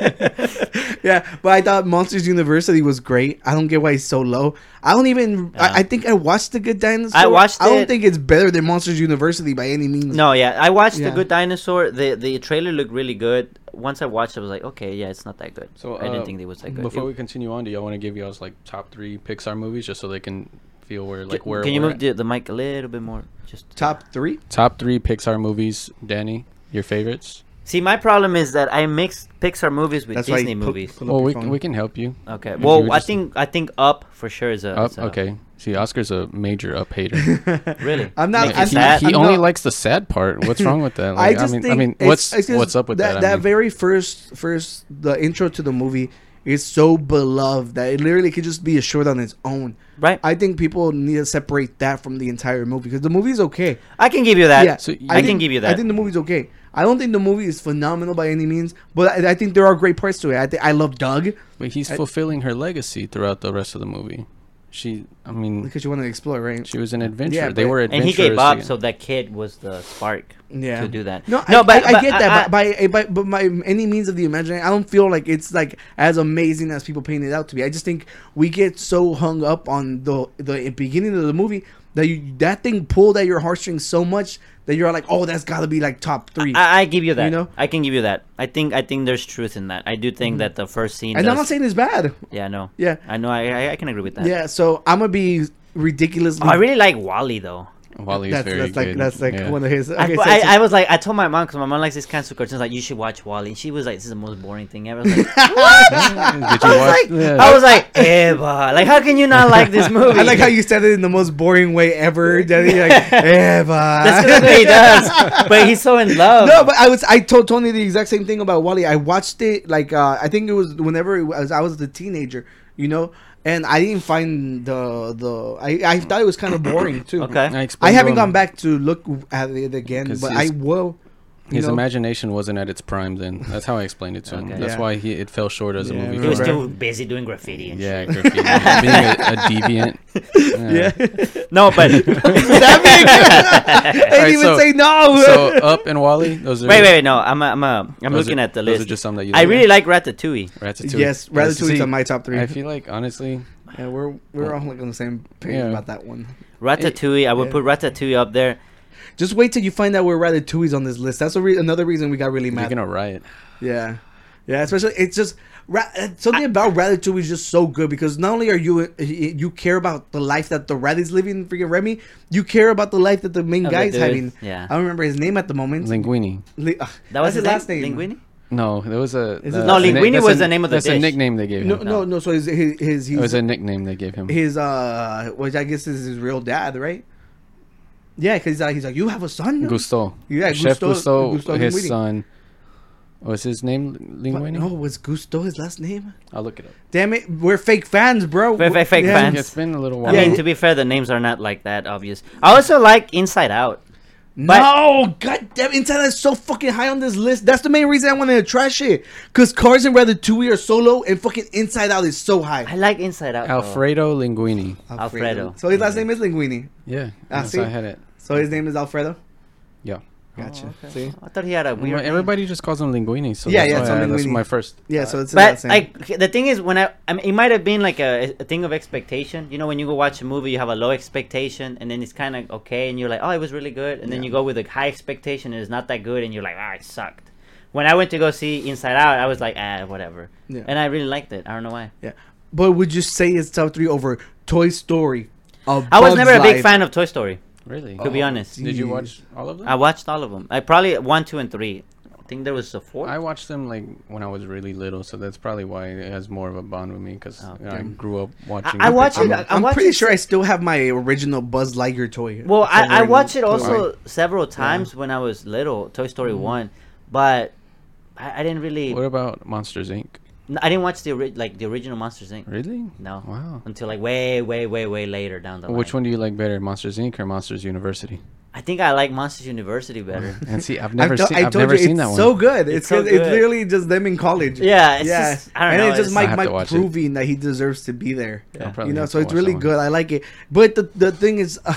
Speaker 1: yeah, but I thought Monsters University was great. I don't get why it's so low. I don't even.
Speaker 2: Yeah.
Speaker 1: I, I think I watched The Good Dinosaur.
Speaker 2: I watched
Speaker 1: I don't
Speaker 2: it.
Speaker 1: think it's better than Monsters University by any means.
Speaker 2: No, yeah, I watched
Speaker 1: Yeah.
Speaker 2: The Good Dinosaur. the The trailer looked really good. Once I watched, it, I was like, okay, yeah, it's not that good.
Speaker 6: So
Speaker 2: I
Speaker 6: uh,
Speaker 2: didn't think it was that good.
Speaker 6: Before
Speaker 2: It-
Speaker 6: we continue on, do y'all want to give y'all's like top three Pixar movies just so they can feel where like where
Speaker 2: can you
Speaker 6: we're
Speaker 2: move
Speaker 6: at?
Speaker 2: the, the mic a little bit more? Just
Speaker 1: top three.
Speaker 6: top three Pixar movies? Danny, your favorites?
Speaker 2: see, my problem is that I mix Pixar movies with
Speaker 1: That's why
Speaker 2: Disney
Speaker 1: you pu-
Speaker 2: movies.
Speaker 1: pull up
Speaker 6: Well,
Speaker 1: your
Speaker 6: we
Speaker 1: phone.
Speaker 6: we can help you.
Speaker 2: okay,
Speaker 6: If
Speaker 2: well,
Speaker 6: you would
Speaker 2: I
Speaker 6: just-
Speaker 2: think I think Up for sure is a.
Speaker 6: Up,
Speaker 2: is a-
Speaker 6: okay. See, Oscar's a major up
Speaker 2: [laughs]
Speaker 6: hater.
Speaker 2: really.
Speaker 1: I'm not.
Speaker 2: Make it
Speaker 1: I'm
Speaker 6: he
Speaker 1: not
Speaker 2: sad.
Speaker 6: he
Speaker 1: I'm
Speaker 6: only
Speaker 1: not-
Speaker 6: likes the sad part. What's wrong with that?
Speaker 1: [laughs]
Speaker 6: Like,
Speaker 1: I just
Speaker 6: mean,
Speaker 1: think
Speaker 6: I mean,
Speaker 1: it's-
Speaker 6: what's
Speaker 1: it's just
Speaker 6: what's up with that?
Speaker 1: That,
Speaker 6: I mean,
Speaker 1: very first, first the intro to the movie is so beloved that it literally could just be a short on its own.
Speaker 2: Right.
Speaker 1: I think people need to separate that from the entire movie because the movie's okay.
Speaker 2: I can give you that.
Speaker 1: yeah,
Speaker 6: So
Speaker 2: I,
Speaker 6: you-
Speaker 2: can
Speaker 1: think-
Speaker 2: give you
Speaker 1: I
Speaker 2: that.
Speaker 1: think the movie's okay. I don't think the movie is phenomenal by any means, but I, I think there are great parts to it. I think I love Doug
Speaker 6: But he's
Speaker 1: I-
Speaker 6: fulfilling her legacy throughout the rest of the movie. She, I mean,
Speaker 1: because you want to explore, right?
Speaker 6: she was an adventurer.
Speaker 1: Yeah,
Speaker 6: they
Speaker 1: but-
Speaker 6: were
Speaker 2: and
Speaker 6: adventurers.
Speaker 2: he gave up,
Speaker 6: together.
Speaker 2: so that kid was the spark
Speaker 1: yeah.
Speaker 2: to do that.
Speaker 1: No, I, I, I get that. but by, by but by any means of the imagination, I don't feel like it's like as amazing as people paint it out to be. I just think we get so hung up on the the beginning of the movie that you that thing pulled at your heartstrings so much that you're like, oh, that's got to be like top three.
Speaker 2: I, I give you that.
Speaker 1: You know? Mm-hmm.
Speaker 2: I can give you that. I think I think there's truth in that. I do think that the first scene.
Speaker 1: and I'm not
Speaker 2: does-
Speaker 1: saying it's bad.
Speaker 2: yeah, I know.
Speaker 1: Yeah.
Speaker 2: I know. I I, I can agree with that.
Speaker 1: Yeah, so I'm gonna be ridiculously.
Speaker 2: Oh, I really like Wally though.
Speaker 6: Wally's
Speaker 1: that's,
Speaker 6: very
Speaker 1: that's like
Speaker 6: good.
Speaker 1: that's like
Speaker 6: Yeah.
Speaker 1: one of his.
Speaker 2: I,
Speaker 1: Okay, so-
Speaker 2: I,
Speaker 1: so-
Speaker 2: I was like, I told my mom because my mom likes these kinds of cartoons. Like, you should watch Wally. And she was like, "This is the most boring thing ever." I was like,
Speaker 1: [laughs]
Speaker 6: Did you
Speaker 2: I was like,
Speaker 6: watch? yeah.
Speaker 2: I was like, Eva, like, how can you not like this
Speaker 1: [laughs]
Speaker 2: movie?
Speaker 1: I
Speaker 2: [laughs]
Speaker 1: like how you said it in the most boring way ever. Daddy, like, Eva.
Speaker 2: That's 'cause
Speaker 1: [laughs]
Speaker 2: that's what he does. But he's so in love.
Speaker 1: No, but I was I told Tony the exact same thing about Wally. I watched it like uh, I think it was whenever it was, I was a teenager, you know, and I didn't find the the I, I thought it was kind of boring too.
Speaker 2: okay.
Speaker 6: I,
Speaker 1: I
Speaker 6: explained to
Speaker 1: haven't
Speaker 6: him
Speaker 1: gone back to look at it again,
Speaker 6: um, 'Cause
Speaker 1: but I
Speaker 6: his-
Speaker 1: will. you
Speaker 6: His
Speaker 1: know.
Speaker 6: imagination wasn't at its prime then. That's how I explained it to him.
Speaker 2: Okay.
Speaker 6: That's
Speaker 1: Yeah.
Speaker 6: why he, it fell short as
Speaker 1: Yeah,
Speaker 6: a movie.
Speaker 2: He was
Speaker 1: Right.
Speaker 6: for him.
Speaker 2: still busy doing graffiti and
Speaker 6: yeah, graffiti. being a,
Speaker 1: [laughs]
Speaker 6: a deviant.
Speaker 2: [laughs]
Speaker 6: Yeah.
Speaker 2: shit. No,
Speaker 6: [laughs]
Speaker 2: but wait,
Speaker 1: that big. I didn't
Speaker 6: Alright,
Speaker 1: even
Speaker 6: so-
Speaker 1: say no. [laughs]
Speaker 6: So uh, up and Wally, those
Speaker 2: [laughs]
Speaker 6: are
Speaker 2: wait, wait. No, I'm, I'm, I'm
Speaker 6: Those
Speaker 2: looking
Speaker 6: are-
Speaker 2: at the
Speaker 6: those
Speaker 2: list.
Speaker 6: are just some that you
Speaker 2: I
Speaker 6: like.
Speaker 2: really like Ratatouille.
Speaker 6: Ratatouille.
Speaker 1: Yes, Ratatouille's
Speaker 6: See,
Speaker 1: on my top three.
Speaker 6: I feel like honestly,
Speaker 1: yeah, we're we're all like on the same page
Speaker 6: Yeah.
Speaker 1: about that one.
Speaker 2: Ratatouille. I would
Speaker 1: yeah.
Speaker 2: put Ratatouille up there.
Speaker 1: Just wait till you find out where Ratatouille's on this list. That's a re- another reason we got really
Speaker 6: you're
Speaker 1: mad.
Speaker 6: gonna riot.
Speaker 1: Yeah, yeah. Especially, it's just ra- uh, something about Ratatouille is just so good because not only are you uh, you care about the life that the rat is living, freaking Remy, you care about the life that the main
Speaker 2: Of the
Speaker 1: guy is
Speaker 2: dude,
Speaker 1: having.
Speaker 2: yeah.
Speaker 1: I don't remember his name at the moment.
Speaker 6: Linguini.
Speaker 1: Li- uh,
Speaker 2: That was
Speaker 1: that's
Speaker 2: his last name. Linguini.
Speaker 6: No, there was a
Speaker 1: Is it-
Speaker 6: uh,
Speaker 1: No,
Speaker 6: a ni-
Speaker 2: Linguini
Speaker 6: that's
Speaker 2: was
Speaker 6: a-
Speaker 2: the name of the
Speaker 6: That's a
Speaker 2: dish.
Speaker 6: nickname they gave
Speaker 1: No,
Speaker 6: him.
Speaker 1: no, no. So his his his
Speaker 2: Oh,
Speaker 6: It was
Speaker 1: he's,
Speaker 6: a nickname they gave him.
Speaker 1: his uh, which I guess is his real dad, right? Yeah, because uh, he's like, you have a son. now?"
Speaker 6: Gusto.
Speaker 1: Yeah,
Speaker 6: Chef
Speaker 1: Gusto-
Speaker 6: Gusto,
Speaker 1: Gusto
Speaker 6: his
Speaker 1: Linguini.
Speaker 6: son. Was his name
Speaker 1: But
Speaker 6: Linguini?
Speaker 1: No, was Gusto his last name?
Speaker 6: I'll look it up.
Speaker 1: Damn it, we're fake fans, bro.
Speaker 2: We're fake- fake
Speaker 1: Yeah.
Speaker 2: fans.
Speaker 6: It's been a little
Speaker 2: I
Speaker 6: while.
Speaker 1: Yeah,
Speaker 2: mean,
Speaker 1: it-
Speaker 2: to be fair, the names are not like that obvious. I also like Inside Out. But-
Speaker 1: no, goddamn, Inside Out is so fucking high on this list. That's the main reason I wanted to trash it. Cause Cars and Ratatouille are so low, and fucking Inside Out is so
Speaker 2: I
Speaker 1: high.
Speaker 2: like Inside Out. though.
Speaker 6: Alfredo Linguini.
Speaker 2: Alfredo.
Speaker 1: So his last name is Linguini.
Speaker 6: Yeah,
Speaker 1: Ah,
Speaker 6: that's
Speaker 1: see?
Speaker 6: how I had it.
Speaker 1: So his name is Alfredo.
Speaker 2: Oh,
Speaker 6: Yeah.
Speaker 1: Gotcha. See.
Speaker 2: I thought he had a
Speaker 6: We
Speaker 2: weird. name.
Speaker 6: everybody just calls him Linguini. So
Speaker 1: Yeah,
Speaker 6: that's
Speaker 1: yeah, it's
Speaker 6: why I-
Speaker 1: on
Speaker 6: that's
Speaker 1: Linguini.
Speaker 6: my first.
Speaker 1: Yeah. So it's
Speaker 2: But
Speaker 1: his last name.
Speaker 2: like the thing is, when I, I mean, it might have been like a, a thing of expectation. You know, when you go watch a movie, you have a low expectation, and then it's kind of okay, and you're like, oh, it was really good, and then you go with a high expectation, and it's not that good, and you're like, ah, it sucked. When I went to go see Inside Out, I was like, ah, whatever,
Speaker 1: Yeah.
Speaker 2: and I really liked it. I don't know why.
Speaker 1: yeah. But would you say it's top three over Toy Story? A
Speaker 2: I was
Speaker 1: Bug's
Speaker 2: never a big
Speaker 1: Life?
Speaker 2: fan of Toy Story.
Speaker 6: Really? Oh.
Speaker 2: To be honest,
Speaker 6: Did you
Speaker 1: Jeez.
Speaker 6: watch all of them?
Speaker 2: I watched all of them. I probably one, two, and three. I think there was a four.
Speaker 6: I watched them like when I was really little, so that's probably why it has more of a bond with me because
Speaker 2: Oh,
Speaker 6: I grew up watching.
Speaker 2: I watch it.
Speaker 6: Pixar.
Speaker 2: I, I
Speaker 1: I'm
Speaker 2: watch
Speaker 1: pretty
Speaker 2: it
Speaker 1: sure I still have my original Buzz Lightyear toy.
Speaker 2: Well, I, I
Speaker 1: somewhere in-
Speaker 2: watched it also several times when I was little, Toy Story one, but I, I didn't really.
Speaker 6: Mm-hmm. What about Monsters Inc?
Speaker 2: n- I didn't watch the ori- like the original Monsters Inc.
Speaker 6: Really?
Speaker 2: No.
Speaker 6: Wow.
Speaker 2: Until like way, way, way, way later down the line.
Speaker 6: Which one do you like better, Monsters Inc. or Monsters University?
Speaker 2: I think I like Monsters University better.
Speaker 6: [laughs] And see, I've
Speaker 1: I've
Speaker 6: never
Speaker 1: to-
Speaker 6: seen.
Speaker 1: I
Speaker 6: I've
Speaker 1: told
Speaker 6: never
Speaker 1: you,
Speaker 6: seen
Speaker 1: it's
Speaker 6: that one.
Speaker 1: so good. It's
Speaker 2: It's so
Speaker 1: good- it's
Speaker 2: good.
Speaker 1: literally just them in college.
Speaker 2: Yeah, it's just- I don't
Speaker 1: and
Speaker 2: know,
Speaker 1: it's just
Speaker 2: it's-
Speaker 6: I
Speaker 1: Mike,
Speaker 6: have to
Speaker 1: Mike
Speaker 6: watch it.
Speaker 1: proving that he deserves to be there.
Speaker 6: I'll probably
Speaker 1: You know,
Speaker 6: have
Speaker 1: so
Speaker 6: to
Speaker 1: it's
Speaker 6: watch
Speaker 1: really
Speaker 6: that one.
Speaker 1: good. I like it. But the the thing is, [laughs]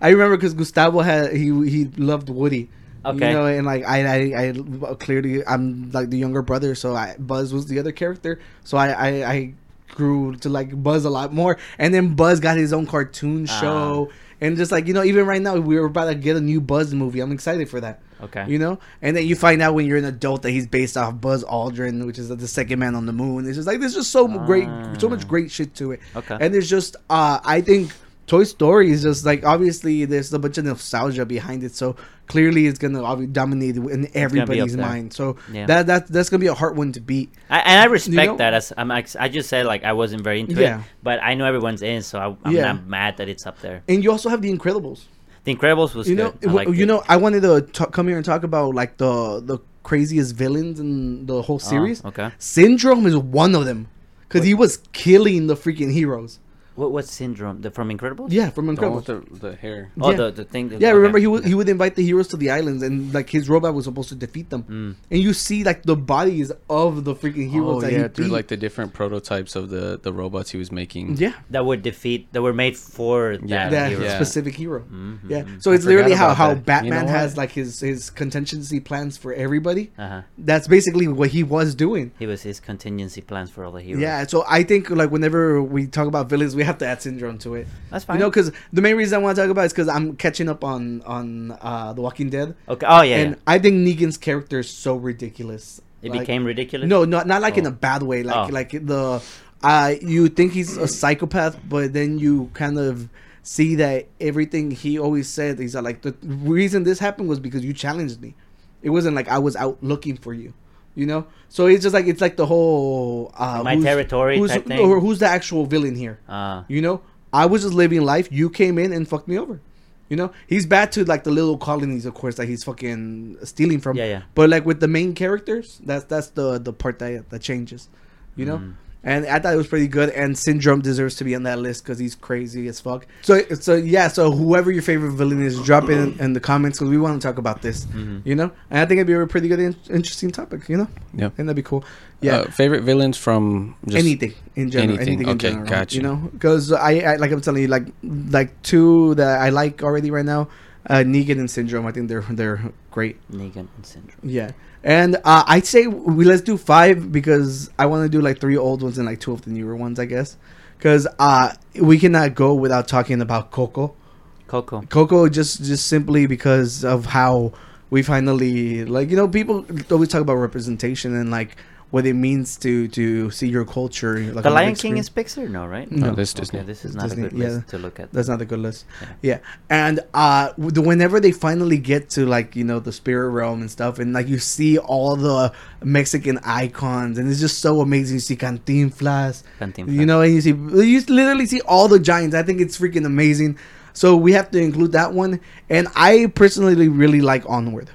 Speaker 1: I remember because Gustavo had he he loved Woody.
Speaker 2: Okay.
Speaker 1: You know, and like I, I, I clearly I'm like the younger brother, so I, Buzz was the other character. So I, I, I grew to like Buzz a lot more, and then Buzz got his own cartoon
Speaker 2: Ah.
Speaker 1: show, and just like you know, even right now we were about to get a new Buzz movie. I'm excited for that.
Speaker 2: Okay.
Speaker 1: You know, and then you find out when you're an adult that he's based off Buzz Aldrin, which is the second man on the moon. It's just like there's just so great, so much great shit to it.
Speaker 2: Ah. Okay.
Speaker 1: and there's just uh, I think Toy Story is just like obviously there's a bunch of nostalgia behind it, so clearly it's gonna obvi- dominate in everybody's
Speaker 2: there.
Speaker 1: mind. So
Speaker 2: Yeah.
Speaker 1: that that that's gonna be a hard one to beat.
Speaker 2: I, and I respect
Speaker 1: know-
Speaker 2: that. As I'm, ex- I just said like I wasn't very into
Speaker 1: Yeah.
Speaker 2: it, but I know everyone's in, so I, I'm
Speaker 1: Yeah.
Speaker 2: not mad that it's up there.
Speaker 1: And you also have The Incredibles.
Speaker 2: The Incredibles was
Speaker 1: you know,
Speaker 2: good. I
Speaker 1: w-
Speaker 2: liked
Speaker 1: you
Speaker 2: it.
Speaker 1: know, I wanted to t- come here and talk about like the the craziest villains in the
Speaker 6: Oh,
Speaker 1: whole series.
Speaker 2: okay.
Speaker 1: Syndrome is one of them because he was killing the freaking heroes.
Speaker 2: What what syndrome? The from Incredibles?
Speaker 1: Yeah, from
Speaker 6: The one
Speaker 1: Incredible.
Speaker 6: with the, the hair.
Speaker 2: Oh,
Speaker 1: Yeah.
Speaker 2: the the thing. that-
Speaker 1: Yeah,
Speaker 2: okay.
Speaker 1: remember he would he would invite the heroes to the islands and like his robot was supposed to defeat them. And you see like the bodies of the freaking heroes
Speaker 6: Mm. Oh
Speaker 1: that
Speaker 6: yeah,
Speaker 1: he
Speaker 6: through
Speaker 1: beat.
Speaker 6: like the different prototypes of the the robots he was making.
Speaker 1: yeah.
Speaker 2: that would defeat that were made for that.
Speaker 6: Yeah.
Speaker 1: That
Speaker 2: hero.
Speaker 6: Yeah.
Speaker 1: specific hero. Yeah. So it's literally
Speaker 6: Mm-hmm, forgot
Speaker 1: how,
Speaker 6: about
Speaker 1: how
Speaker 6: that. You
Speaker 1: Batman
Speaker 6: know
Speaker 1: has
Speaker 6: what? Uh.
Speaker 1: like his his contingency plans for everybody.
Speaker 2: Uh-huh.
Speaker 1: That's basically what he was doing.
Speaker 2: He was his contingency plans for all the heroes.
Speaker 1: Yeah, so I think like whenever we talk about villains, we have to add syndrome to it.
Speaker 2: That's
Speaker 1: You
Speaker 2: fine.
Speaker 1: know, because the main reason I want to talk about is because I'm catching up on on uh, The Walking Dead,
Speaker 2: Okay. Oh yeah.
Speaker 1: and
Speaker 2: yeah.
Speaker 1: I think Negan's character is so ridiculous.
Speaker 2: It
Speaker 1: Like-
Speaker 2: became ridiculous.
Speaker 1: No, not not like in
Speaker 2: Oh.
Speaker 1: a bad way. Like
Speaker 2: Oh.
Speaker 1: like the uh, you think he's a psychopath, but then you kind of see that everything he always said is that, like the reason this happened was because you challenged me. It wasn't like I was out looking for you. You know, so it's just like it's like the whole uh,
Speaker 2: My territory
Speaker 1: who's,
Speaker 2: type thing.
Speaker 1: or who's the actual villain here?
Speaker 2: Uh,
Speaker 1: You know, I was just living life. You came in and fucked me over. You know, he's bad to like the little colonies, of course, that he's fucking stealing from.
Speaker 2: Yeah, yeah.
Speaker 1: But like with the main characters, that's that's the the part that that changes. You know.
Speaker 2: Mm.
Speaker 1: And I thought it was pretty good. And Syndrome deserves to be on that list because he's crazy as fuck. So, so yeah. So whoever your favorite villain is, drop it in, in the comments because we want to talk about this.
Speaker 2: Mm-hmm.
Speaker 1: You know, and I think it'd be a pretty good, in- interesting topic. You know,
Speaker 6: Yeah.
Speaker 1: and that'd be cool.
Speaker 6: Yeah.
Speaker 1: Yeah,
Speaker 6: Uh, favorite villains from just
Speaker 1: anything in general.
Speaker 6: anything.
Speaker 1: Anything. in
Speaker 6: Okay,
Speaker 1: general,
Speaker 6: gotcha.
Speaker 1: You know, because I, I like I'm telling you, like like two that I like already right now, uh, Negan and Syndrome. I think they're they're great.
Speaker 2: Negan and syndrome.
Speaker 1: Yeah, and uh, I'd say we let's do five because I want to do like three old ones and like two of the newer ones, I guess. Because uh, we cannot go without talking about Coco.
Speaker 2: Coco.
Speaker 1: Coco just just simply because of how we finally like you know people always talk about representation and like what it means to to see your culture. Like on
Speaker 2: The Lion
Speaker 1: big
Speaker 2: King
Speaker 1: screen.
Speaker 2: is Pixar, no, right? Oh,
Speaker 1: No.
Speaker 6: No, this
Speaker 2: Okay,
Speaker 6: Disney.
Speaker 2: this is not
Speaker 1: Disney,
Speaker 2: a good list
Speaker 1: yeah.
Speaker 2: to look at.
Speaker 1: That's not a good list. Yeah, and uh, w- the- whenever they finally get to like you know the spirit realm and stuff, and like you see all the Mexican icons, and it's just so amazing. You see Cantinflas,
Speaker 2: Cantinflas.
Speaker 1: you know, and you see you literally see all the giants. I think it's freaking amazing. So we have to include that one, and I personally really like Onward.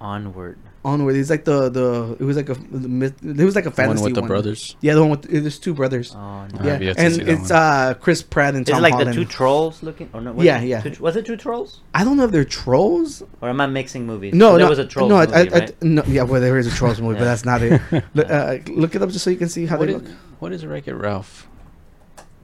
Speaker 2: Onward.
Speaker 1: Onward, it's like the the it was like a the myth- it was like a fantasy
Speaker 6: with the brothers?
Speaker 1: Yeah, the one with there's two brothers.
Speaker 2: Oh no.
Speaker 6: I've
Speaker 1: yeah,
Speaker 6: yet to
Speaker 1: and
Speaker 6: see that
Speaker 1: it's
Speaker 6: one.
Speaker 1: uh Chris Pratt and
Speaker 2: Is
Speaker 1: Tom
Speaker 2: it like
Speaker 1: Holland.
Speaker 2: the two trolls looking? Or no, was
Speaker 1: Yeah,
Speaker 2: it
Speaker 1: yeah.
Speaker 2: two- was it two trolls?
Speaker 1: I don't know if they're trolls
Speaker 2: Or am I mixing movies?
Speaker 1: No,
Speaker 2: So
Speaker 1: no,
Speaker 2: there was a troll
Speaker 1: No, I-
Speaker 2: movie,
Speaker 1: I, I,
Speaker 2: right?
Speaker 1: no, yeah, well, there is a trolls movie, but
Speaker 2: Yeah.
Speaker 1: that's not
Speaker 2: [laughs]
Speaker 1: it. look, uh, look it up just so you can see how
Speaker 6: What
Speaker 1: they
Speaker 6: is,
Speaker 1: look.
Speaker 6: what is Wreck-It Ralph?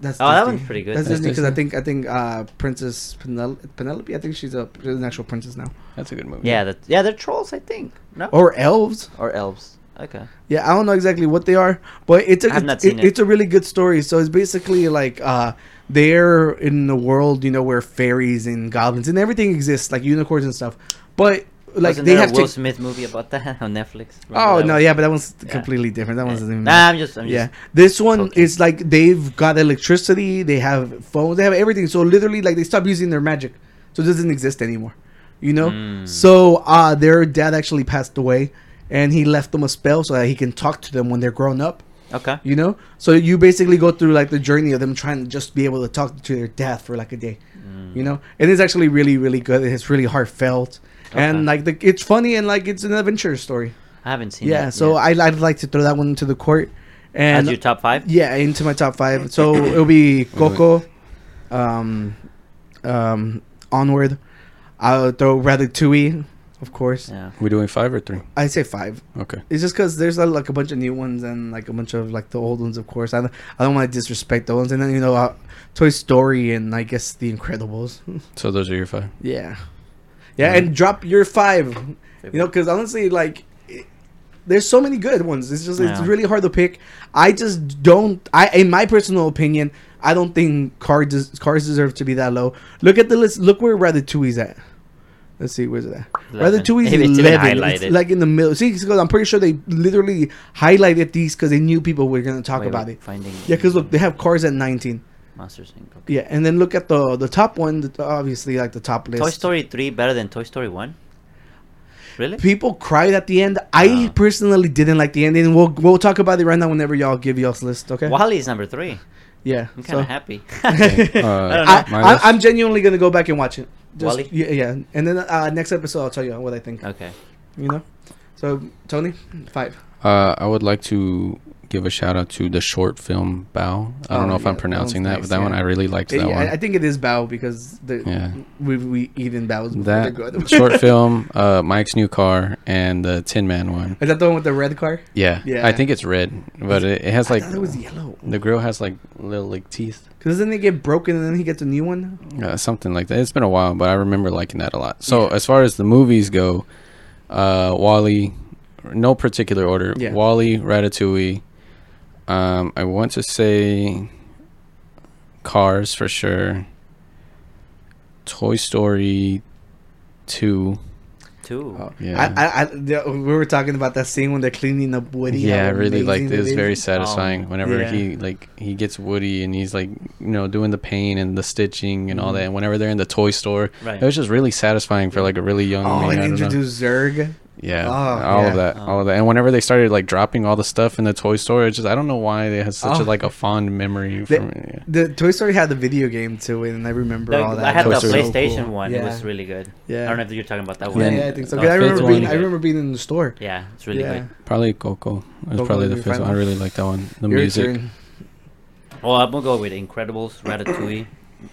Speaker 1: That's
Speaker 2: Oh, that
Speaker 1: Disney.
Speaker 2: one's pretty good.
Speaker 1: That's,
Speaker 6: That's
Speaker 1: Disney because I
Speaker 6: Disney.
Speaker 1: think I think uh, Princess Penel- Penelope. I think she's a she's an actual princess now,
Speaker 6: That's a good movie.
Speaker 2: yeah, that, yeah, they're trolls, I think. No, or,
Speaker 1: or elves.
Speaker 2: elves. Okay.
Speaker 1: Yeah, I don't know exactly what they are, but it's a
Speaker 2: I have not
Speaker 1: it's-
Speaker 2: seen
Speaker 1: it-
Speaker 2: it.
Speaker 1: it's a really good story. So it's basically like uh they're in the world, you know, where fairies and goblins and everything exists, like unicorns and stuff. But like
Speaker 2: Wasn't
Speaker 1: they
Speaker 2: there
Speaker 1: have
Speaker 2: a Will
Speaker 1: changed-
Speaker 2: Smith movie about that [laughs] on Netflix? Remember
Speaker 1: Oh
Speaker 2: that
Speaker 1: no,
Speaker 2: one?
Speaker 1: yeah, but that one's completely different. That one's
Speaker 2: Yeah.
Speaker 1: even-
Speaker 2: Nah, I'm just, I'm
Speaker 1: yeah,
Speaker 2: just.
Speaker 1: this one
Speaker 2: Okay.
Speaker 1: is like they've got electricity, they have phones, they have everything. So literally, like they stop using their magic, so it doesn't exist anymore. You know.
Speaker 2: Hmm.
Speaker 1: So uh their dad actually passed away, and he left them a spell so that he can talk to them when they're grown up.
Speaker 2: Okay.
Speaker 1: You know. So you basically go through like the journey of them trying to just be able to talk to their dad for like a day.
Speaker 2: Hmm.
Speaker 1: You know, and it's actually really, really good. It's really heartfelt,
Speaker 2: Okay.
Speaker 1: and like the, it's funny and like it's an adventure story.
Speaker 2: I haven't seen.
Speaker 1: Yeah,
Speaker 2: that
Speaker 1: so
Speaker 2: yet.
Speaker 1: I'd, I'd like to throw that one into the court.
Speaker 2: As
Speaker 1: And
Speaker 2: your top five.
Speaker 1: yeah, into my top five.
Speaker 2: [clears throat]
Speaker 1: So it'll be Coco, um, um, Onward. I'll throw Ratatouille, of course.
Speaker 2: Yeah.
Speaker 6: we doing five or three?
Speaker 1: I say five.
Speaker 6: Okay.
Speaker 1: It's just because there's uh, like a bunch of new ones and like a bunch of like the old ones, of course. I don't, I don't want to disrespect the ones. And then you know, uh, Toy Story and I guess The Incredibles.
Speaker 6: So those are your five.
Speaker 1: Yeah. Yeah, and drop your five. You know, because honestly, like, it- there's so many good ones. It's just, it's
Speaker 2: Yeah.
Speaker 1: really hard to pick. I just don't, I, in my personal opinion, I don't think car des- cars deserve to be that low. Look at the list. Look where Ratatouille's at. Let's see, where's it at?
Speaker 2: Eleven.
Speaker 1: Ratatouille's
Speaker 2: It's even
Speaker 1: 11. It's
Speaker 2: highlighted.
Speaker 1: like in the middle. See, because I'm pretty sure they literally highlighted these because they knew people were going to talk
Speaker 2: Wait,
Speaker 1: about
Speaker 2: wait,
Speaker 1: it.
Speaker 2: Finding.
Speaker 1: Yeah, because look, they have cars at 19.
Speaker 2: Monsters Inc. Okay.
Speaker 1: Yeah, and then look at the the top one, the, obviously, like the top list.
Speaker 2: Toy Story three better than Toy Story one. Really?
Speaker 1: people cried at the end. I
Speaker 2: Wow.
Speaker 1: personally didn't like the ending. We'll we'll talk about it right now whenever y'all give y'all's list. Okay.
Speaker 2: Wally is number three.
Speaker 1: Yeah.
Speaker 2: I'm
Speaker 1: so-
Speaker 2: kind of
Speaker 1: [laughs]
Speaker 2: happy. [laughs]
Speaker 6: Okay, uh,
Speaker 1: I,
Speaker 6: My
Speaker 1: I,
Speaker 6: list?
Speaker 1: I'm genuinely gonna go back and watch it. Just,
Speaker 2: Wally?
Speaker 1: Yeah, yeah. And then uh, next episode, I'll tell you what I think.
Speaker 2: okay.
Speaker 1: You know. So Tony, five.
Speaker 6: Uh, I would like to give a shout out to the short film Bow. I don't
Speaker 1: Oh,
Speaker 6: know if
Speaker 1: yeah,
Speaker 6: I'm
Speaker 1: that
Speaker 6: pronouncing
Speaker 1: one's
Speaker 6: that,
Speaker 1: nice,
Speaker 6: but that one
Speaker 1: yeah.
Speaker 6: I really liked that
Speaker 1: Yeah,
Speaker 6: one.
Speaker 1: I, I think it is Bao because the
Speaker 6: Yeah.
Speaker 1: we we even Bao's before they're
Speaker 6: that
Speaker 1: good.
Speaker 6: [laughs] short film, uh, Mike's new car, and the Tin Man one.
Speaker 1: [laughs] Is that the one with the red car?
Speaker 6: Yeah,
Speaker 1: Yeah.
Speaker 6: I think it's red, but it, it has
Speaker 1: I
Speaker 6: like
Speaker 1: thought it was yellow.
Speaker 6: the grill has like little like teeth,
Speaker 1: Cause doesn't it get broken and then he gets a new one?
Speaker 6: uh, something like that. It's been a while, but I remember liking that a lot. So as far as the movies go, uh, Wally, no particular order.
Speaker 1: Yeah.
Speaker 6: Wally, Ratatouille. Um, I want to say Cars for sure. Toy Story, two.
Speaker 2: Two.
Speaker 1: Oh,
Speaker 6: Yeah.
Speaker 1: I, I, I, the, we were talking about that scene when they're cleaning up Woody.
Speaker 6: yeah,
Speaker 1: how
Speaker 6: I really
Speaker 1: amazing
Speaker 6: liked it. It was
Speaker 1: is.
Speaker 6: very satisfying whenever
Speaker 1: Yeah.
Speaker 6: he like he gets Woody and he's like you know doing the paint and the stitching and
Speaker 1: Mm-hmm.
Speaker 6: all that. And whenever they're in the toy store,
Speaker 2: Right.
Speaker 6: it was just really satisfying for like a really young
Speaker 1: Oh,
Speaker 6: man.
Speaker 1: and
Speaker 6: I don't know.
Speaker 1: introduce Zerg.
Speaker 6: yeah,
Speaker 1: Oh,
Speaker 6: all
Speaker 1: yeah.
Speaker 6: of that, all of that. And whenever they started like dropping all the stuff in the toy store, it's just I don't know why they had such
Speaker 1: Oh.
Speaker 6: a, like a fond memory.
Speaker 1: The,
Speaker 6: From it. Yeah.
Speaker 1: the Toy Story had the video game too, and I remember
Speaker 2: The-
Speaker 1: all that.
Speaker 2: I
Speaker 1: That
Speaker 2: had the
Speaker 1: was so cool.
Speaker 2: PlayStation one. It
Speaker 1: Yeah.
Speaker 2: was really good.
Speaker 1: Yeah.
Speaker 2: I don't know if you're talking about that
Speaker 1: Yeah,
Speaker 2: one. Oh,
Speaker 1: yeah, I think so.
Speaker 6: Uh,
Speaker 1: 'Cause I
Speaker 6: fifth
Speaker 1: remember being,
Speaker 6: one.
Speaker 1: I remember being in the store.
Speaker 2: Yeah, it's really
Speaker 1: Yeah.
Speaker 2: good.
Speaker 6: Probably Coco. It was
Speaker 1: Coco
Speaker 6: probably
Speaker 1: was
Speaker 6: the
Speaker 1: your
Speaker 6: first one. I
Speaker 1: final?
Speaker 6: really liked that one. The
Speaker 1: Your
Speaker 6: music.
Speaker 1: turn.
Speaker 2: Well, I'm gonna go with Incredibles, Ratatouille.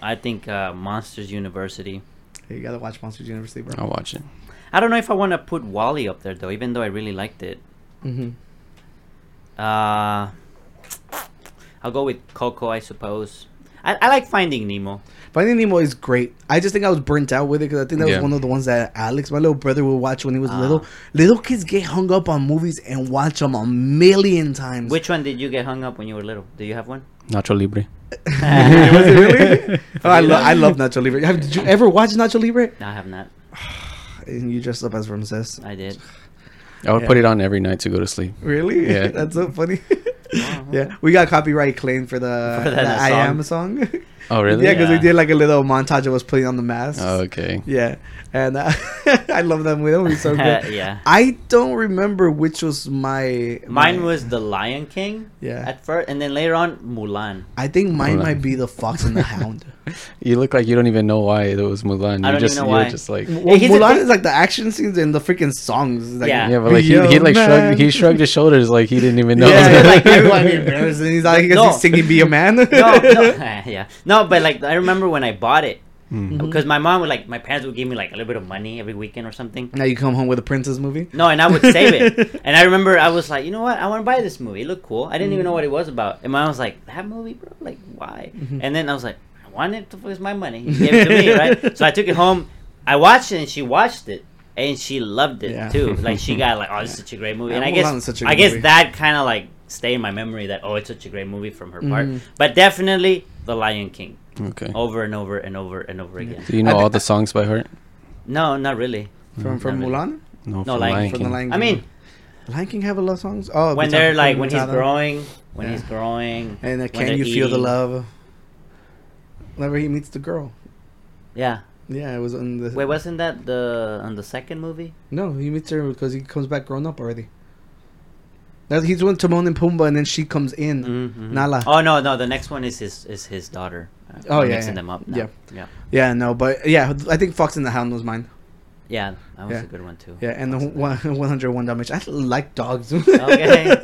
Speaker 2: I think uh, Monsters University.
Speaker 1: You gotta watch Monsters University, bro.
Speaker 6: I'll watch it.
Speaker 2: I don't know if I want to put Wally up there though, even though I really liked it.
Speaker 6: Oh.
Speaker 1: Mm-hmm.
Speaker 2: Uh, I'll go with Coco, I suppose. I, I like Finding Nemo.
Speaker 1: Finding Nemo is great. I just think I was burnt out with it because I think that
Speaker 6: Yeah.
Speaker 1: was one of the ones that Alex, my little brother, would watch when he was
Speaker 2: Ah.
Speaker 1: little. Little kids get hung up on movies and watch them a million times. [laughs]
Speaker 2: Which one did you get hung up when you were little? Do you have one?
Speaker 6: Nacho Libre.
Speaker 1: Was it really? oh, I, lo- I love Nacho Libre. Have, did you ever watch Nacho Libre?
Speaker 2: No, I have not.
Speaker 1: And you dressed up as Ramses.
Speaker 2: I did.
Speaker 6: I would
Speaker 1: Yeah.
Speaker 6: put it on every night to go to sleep.
Speaker 1: Really? [laughs]
Speaker 6: Yeah.
Speaker 1: That's so funny. yeah, we got copyright claim for the,
Speaker 2: For
Speaker 1: the
Speaker 2: that
Speaker 1: I
Speaker 2: song.
Speaker 1: Am song.
Speaker 6: Oh really?
Speaker 1: yeah, because we
Speaker 2: Yeah.
Speaker 1: did like a little montage of us putting on the masks.
Speaker 6: Oh, okay.
Speaker 1: Yeah, and uh, [laughs] I love that movie. That movie's
Speaker 2: [laughs]
Speaker 1: so good.
Speaker 2: yeah.
Speaker 1: I don't remember which was my
Speaker 2: Mine
Speaker 1: my-
Speaker 2: was The Lion King.
Speaker 1: Yeah.
Speaker 2: At first, and then later on
Speaker 1: [laughs]
Speaker 2: Mulan.
Speaker 1: I think mine
Speaker 6: Mulan.
Speaker 1: might be the Fox and the
Speaker 2: [laughs]
Speaker 1: Hound.
Speaker 6: You look like you don't even know why it was Mulan.
Speaker 2: I
Speaker 6: You
Speaker 2: don't
Speaker 6: just,
Speaker 2: even know
Speaker 6: you're
Speaker 2: why.
Speaker 6: just like
Speaker 1: well,
Speaker 2: here's the
Speaker 1: Mulan
Speaker 2: thing-
Speaker 1: is like the action scenes and the freaking songs. Like,
Speaker 2: Yeah.
Speaker 6: yeah, but like he,
Speaker 1: Be
Speaker 6: he
Speaker 1: a
Speaker 6: like shrugged,
Speaker 1: man.
Speaker 6: he shrugged his shoulders like he
Speaker 2: [laughs]
Speaker 6: didn't even know.
Speaker 1: Yeah,
Speaker 2: Yeah.
Speaker 6: [laughs]
Speaker 1: like everyone embarrassed, and he's like, because
Speaker 2: No.
Speaker 1: he's singing "Be a Man."
Speaker 2: no, no, [laughs] yeah, no. But like, I remember when I bought it
Speaker 1: Hmm.
Speaker 2: because my mom would like my parents would give me like a little bit of money every weekend or something.
Speaker 1: [laughs] Now you come home with a princess movie.
Speaker 2: No, and I would save
Speaker 1: [laughs]
Speaker 2: it. and I remember I was like, you know what? I want to buy this movie. It looked cool. I didn't even
Speaker 1: Mm-hmm.
Speaker 2: know what it was about. And my mom was like, that movie, bro? Like, why?
Speaker 1: Mm-hmm.
Speaker 2: And then I was like, I want it to was my money. You gave it to me,
Speaker 1: [laughs]
Speaker 2: right? So I took it home. I watched it, and she watched it, and she loved it
Speaker 1: Yeah.
Speaker 2: too. Like she
Speaker 1: [laughs]
Speaker 2: got like, oh, it's such a great movie.
Speaker 1: Yeah,
Speaker 2: And I
Speaker 1: Mulan
Speaker 2: guess
Speaker 1: is such a
Speaker 2: I
Speaker 1: good
Speaker 2: guess
Speaker 1: movie.
Speaker 2: that kind of like stayed in my memory that oh, it's such a great movie from her part.
Speaker 1: Mm-hmm.
Speaker 2: But definitely The Lion King,
Speaker 6: Okay.
Speaker 2: over and over and over and over again.
Speaker 6: Do you know all the songs by heart?
Speaker 2: No, not really.
Speaker 1: From from
Speaker 2: Not really.
Speaker 1: Mulan,
Speaker 2: No, like,
Speaker 1: from the Lion King.
Speaker 2: I mean,
Speaker 1: Lion King have a lot of songs. Oh,
Speaker 2: when
Speaker 1: Bita-
Speaker 2: they're
Speaker 1: from
Speaker 2: like when he's
Speaker 1: Bita-
Speaker 2: growing, when
Speaker 1: Yeah.
Speaker 2: he's growing,
Speaker 1: and uh,
Speaker 2: when
Speaker 1: can
Speaker 2: they're
Speaker 1: you feel the
Speaker 2: eating.
Speaker 1: love? Whenever he meets the girl.
Speaker 2: Yeah.
Speaker 1: Yeah, it was on the.
Speaker 2: Wait, wasn't that the on the second movie?
Speaker 1: No, he meets her because he comes back grown up already. That's, he's doing Timon and Pumbaa, and then she comes in.
Speaker 2: Mm-hmm.
Speaker 1: Nala.
Speaker 2: Oh no, no, the next one is his is his daughter. Uh,
Speaker 1: Oh,
Speaker 2: I'm
Speaker 1: yeah,
Speaker 2: mixing
Speaker 1: yeah.
Speaker 2: them up. Now.
Speaker 1: Yeah.
Speaker 2: yeah,
Speaker 1: Yeah, no, but yeah, I think Fox and the Hound was mine.
Speaker 2: yeah, that was
Speaker 1: Yeah.
Speaker 2: a good one too.
Speaker 1: Yeah, and the
Speaker 2: Awesome.
Speaker 1: one, [laughs] 101 Dalmatians. I like dogs.
Speaker 2: Okay.
Speaker 1: [laughs]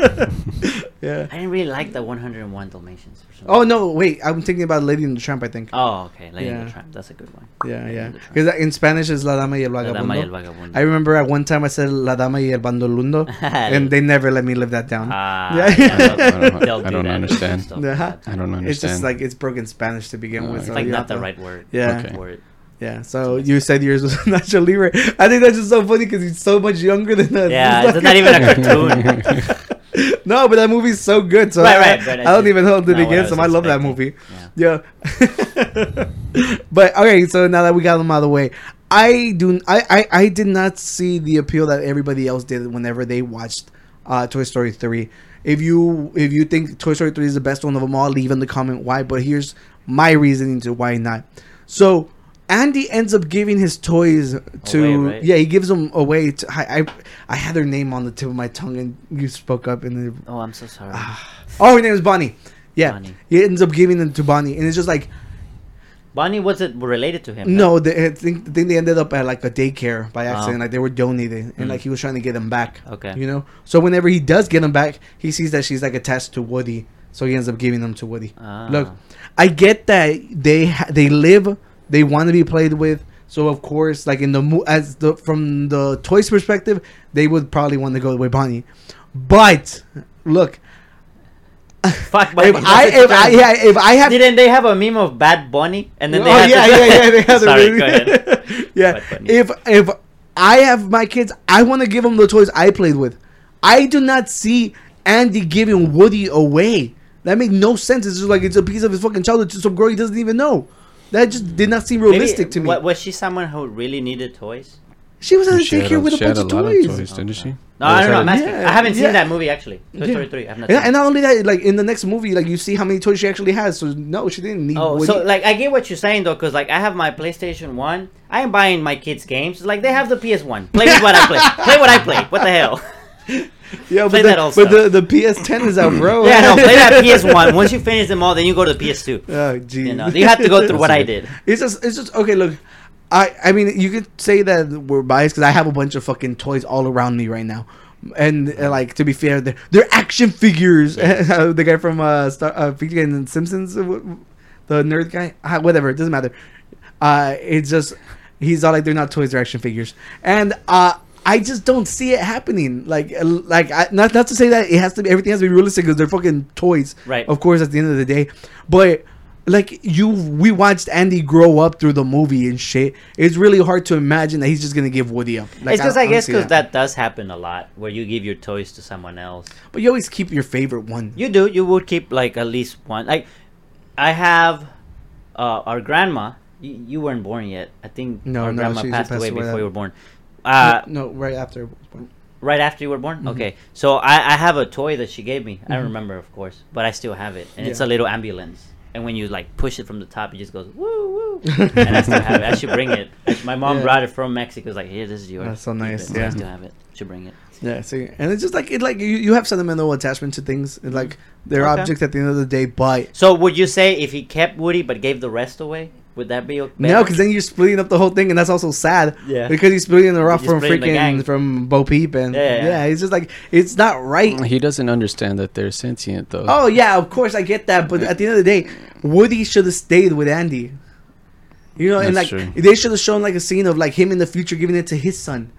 Speaker 1: yeah.
Speaker 2: I didn't really like the 101 Dalmatians. For some
Speaker 1: Oh
Speaker 2: reason.
Speaker 1: no, wait. I'm thinking about Lady and the Tramp. I think.
Speaker 2: Oh, okay, Lady yeah.
Speaker 1: Yeah.
Speaker 2: Tramp. That's a good one.
Speaker 1: yeah,
Speaker 2: Lady
Speaker 1: yeah.
Speaker 2: and the Tramp.
Speaker 1: Because in Spanish is La Dama y el
Speaker 2: La Dama y el
Speaker 1: Vagabundo.
Speaker 2: Vagabundo.
Speaker 1: I
Speaker 2: [laughs]
Speaker 1: remember at one time I said La Dama y el Bandolundo, and they never let me live that down.
Speaker 2: Ah,
Speaker 1: Yeah.
Speaker 2: yeah, they'll-
Speaker 1: [laughs]
Speaker 6: I don't-
Speaker 2: they'll
Speaker 6: I
Speaker 2: do
Speaker 6: don't
Speaker 2: that.
Speaker 6: understand.
Speaker 2: Stuff like
Speaker 1: Uh-huh.
Speaker 2: that.
Speaker 6: I don't understand.
Speaker 1: It's just like it's broken Spanish to begin
Speaker 6: Oh,
Speaker 1: with.
Speaker 2: Ah, It's
Speaker 6: okay.
Speaker 1: so
Speaker 2: like
Speaker 1: you
Speaker 2: not
Speaker 1: have
Speaker 2: the
Speaker 1: to-
Speaker 2: right word.
Speaker 1: Yeah.
Speaker 6: Okay.
Speaker 2: For it.
Speaker 1: Yeah, so you said yours was [laughs] Nacho Libre. I think that's just so funny because he's so much younger than us.
Speaker 2: Yeah,
Speaker 1: It's
Speaker 2: it's not
Speaker 1: [laughs]
Speaker 2: even a cartoon.
Speaker 1: no, but that movie's so good. So
Speaker 2: Right,
Speaker 1: I,
Speaker 2: right, but
Speaker 1: I
Speaker 2: I
Speaker 1: don't
Speaker 2: did-
Speaker 1: even hold it
Speaker 2: not what I
Speaker 1: against him. I
Speaker 2: was
Speaker 1: love that movie.
Speaker 2: expecting.
Speaker 1: Yeah. [laughs] but okay, so now that we got them out of the way, I do. I, I I did not see the appeal that everybody else did whenever they watched uh, Toy Story three. If you if you think Toy Story three is the best one of them all, leave in the comment why. But here's my reasoning to why not. So Andy ends up giving his toys to
Speaker 2: Away, right?
Speaker 1: yeah he gives them away to I, I I had their name on the tip of my tongue and you spoke up and then
Speaker 2: [laughs] Oh, I'm so sorry. [sighs]
Speaker 1: Oh, her name is Bonnie. Yeah,
Speaker 2: Bonnie.
Speaker 1: he ends up giving them to Bonnie, and it's just like
Speaker 2: Bonnie wasn't related to him.
Speaker 1: No, they, I think, I think they ended up at like a daycare by accident.
Speaker 2: Oh. Mm.
Speaker 1: Like they were donated, and like he was trying to get them back.
Speaker 2: Okay.
Speaker 1: you know. So whenever he does get them back, he sees that she's like attached to Woody, so he ends up giving them to Woody.
Speaker 2: Ah.
Speaker 1: Look, I get that they ha- they live, they want to be played with. So of course, like in the mo- as the from the toys perspective, they would probably want to go with Bonnie. But look,
Speaker 2: Fuck Bonnie.
Speaker 1: if I if I yeah if I have
Speaker 2: Didn't they have a meme of Bad Bunny? And then they
Speaker 1: oh
Speaker 2: had
Speaker 1: yeah,
Speaker 2: the-
Speaker 1: yeah,
Speaker 2: [laughs]
Speaker 1: yeah, they have the
Speaker 2: Sorry,
Speaker 1: baby.
Speaker 2: go ahead.
Speaker 1: yeah,
Speaker 2: Bad Bunny.
Speaker 1: if if I have my kids, I want to give them the toys I played with. I do not see Andy giving Woody away. That makes no sense. It's just like it's a piece of his fucking childhood to some girl he doesn't even know. That just did not seem [laughs]
Speaker 2: Maybe-
Speaker 1: realistic to me.
Speaker 2: wa- was she someone who really needed toys?
Speaker 1: she was at the
Speaker 6: She had
Speaker 1: daycare with a
Speaker 6: she had
Speaker 1: bunch of
Speaker 6: lot
Speaker 1: toys.
Speaker 6: didn't she?
Speaker 2: No, I don't know. I'm
Speaker 6: Or was
Speaker 2: asking.
Speaker 1: Oh, Yeah,
Speaker 2: I haven't seen
Speaker 1: yeah.
Speaker 2: that movie actually. Toy
Speaker 1: Yeah.
Speaker 2: Story 3. I've
Speaker 1: And,
Speaker 2: not seen
Speaker 1: and
Speaker 2: it.
Speaker 1: not only that, like in the next movie, like you see how many toys she actually has. So no, she didn't need.
Speaker 2: Oh,
Speaker 1: Woody.
Speaker 2: so like I get what you're saying though, because like I have my PlayStation One. I am buying my kids games. Like they have the PS One. Play with what I
Speaker 1: [laughs]
Speaker 2: play. Play what I play. What the hell?
Speaker 1: yeah,
Speaker 2: play
Speaker 1: but, the,
Speaker 2: that also.
Speaker 1: but the the PS10 is out, bro.
Speaker 2: Yeah, no.
Speaker 1: [laughs]
Speaker 2: Play that PS One. Once you finish them all, then you go to the PS Two.
Speaker 1: Oh, geez.
Speaker 2: You know, you have to go through
Speaker 1: [laughs]
Speaker 2: what I did.
Speaker 1: It's just, it's just okay. Look, I, I mean, you could say that we're biased because I have a bunch of fucking toys all around me right now, and uh, like to be fair, they're, they're action figures. the guy from [laughs] uh, Star, uh Featuring in Simpsons, uh, w- w- the nerd guy, Ah, whatever, it doesn't matter. Uh, it's just he's all like they're not toys, they're action figures, and uh. I just don't see it happening. Like, uh, like I, not not to say that it has to be everything has to be realistic because they're fucking toys.
Speaker 2: Right.
Speaker 1: Of course, at the end of the day, but like you, we watched Andy grow up through the movie and shit. It's really hard to imagine that he's just gonna give Woody up. Like,
Speaker 2: it's because I,
Speaker 1: don't
Speaker 2: guess
Speaker 1: see
Speaker 2: because that. does happen a lot, where you give your toys to someone else.
Speaker 1: But you always keep your favorite one.
Speaker 2: You do. You would keep like at least one. Like I have uh, our grandma. You, you weren't born yet. I think
Speaker 1: No,
Speaker 2: our
Speaker 1: no,
Speaker 2: grandma
Speaker 1: she
Speaker 2: passed, away, before
Speaker 1: that-
Speaker 2: you were born. Uh,
Speaker 1: no, right after.
Speaker 2: Right after you were born?
Speaker 1: mm-hmm.
Speaker 2: Okay. So I, I have a toy that she gave me. I don't remember, of course, but I still have it. And it's a
Speaker 1: Yeah.
Speaker 2: little ambulance. And when you like push it from the top, it just goes
Speaker 1: [laughs]
Speaker 2: woo woo. and I still have it. I should bring it. My mom
Speaker 1: Yeah.
Speaker 2: brought it from Mexico. It's like, here, this is yours.
Speaker 1: That's so
Speaker 2: Keep
Speaker 1: nice,
Speaker 2: it."
Speaker 1: yeah.
Speaker 2: I still have it. Should bring it.
Speaker 1: Yeah, see, and it's just like it, like you, you have sentimental attachment to things. It, like they're
Speaker 2: Okay.
Speaker 1: objects at the end of the day, but
Speaker 2: So would you say if he kept Woody but gave the rest away, would that be okay?
Speaker 1: No, because then you're splitting up the whole thing, and that's also sad.
Speaker 2: Yeah.
Speaker 1: Because you're splitting it off
Speaker 2: You're
Speaker 1: from
Speaker 2: splitting the gang.
Speaker 1: freaking from Bo Peep, and
Speaker 2: Yeah, yeah,
Speaker 1: yeah,
Speaker 2: yeah.
Speaker 1: it's just like it's not right.
Speaker 6: He doesn't understand that they're sentient, though.
Speaker 1: Oh yeah, of course I get that, but at the end of the day, Woody should have stayed with Andy. You know, and like
Speaker 6: That's true.
Speaker 1: they should have shown like a scene of like him in the future giving it to his son.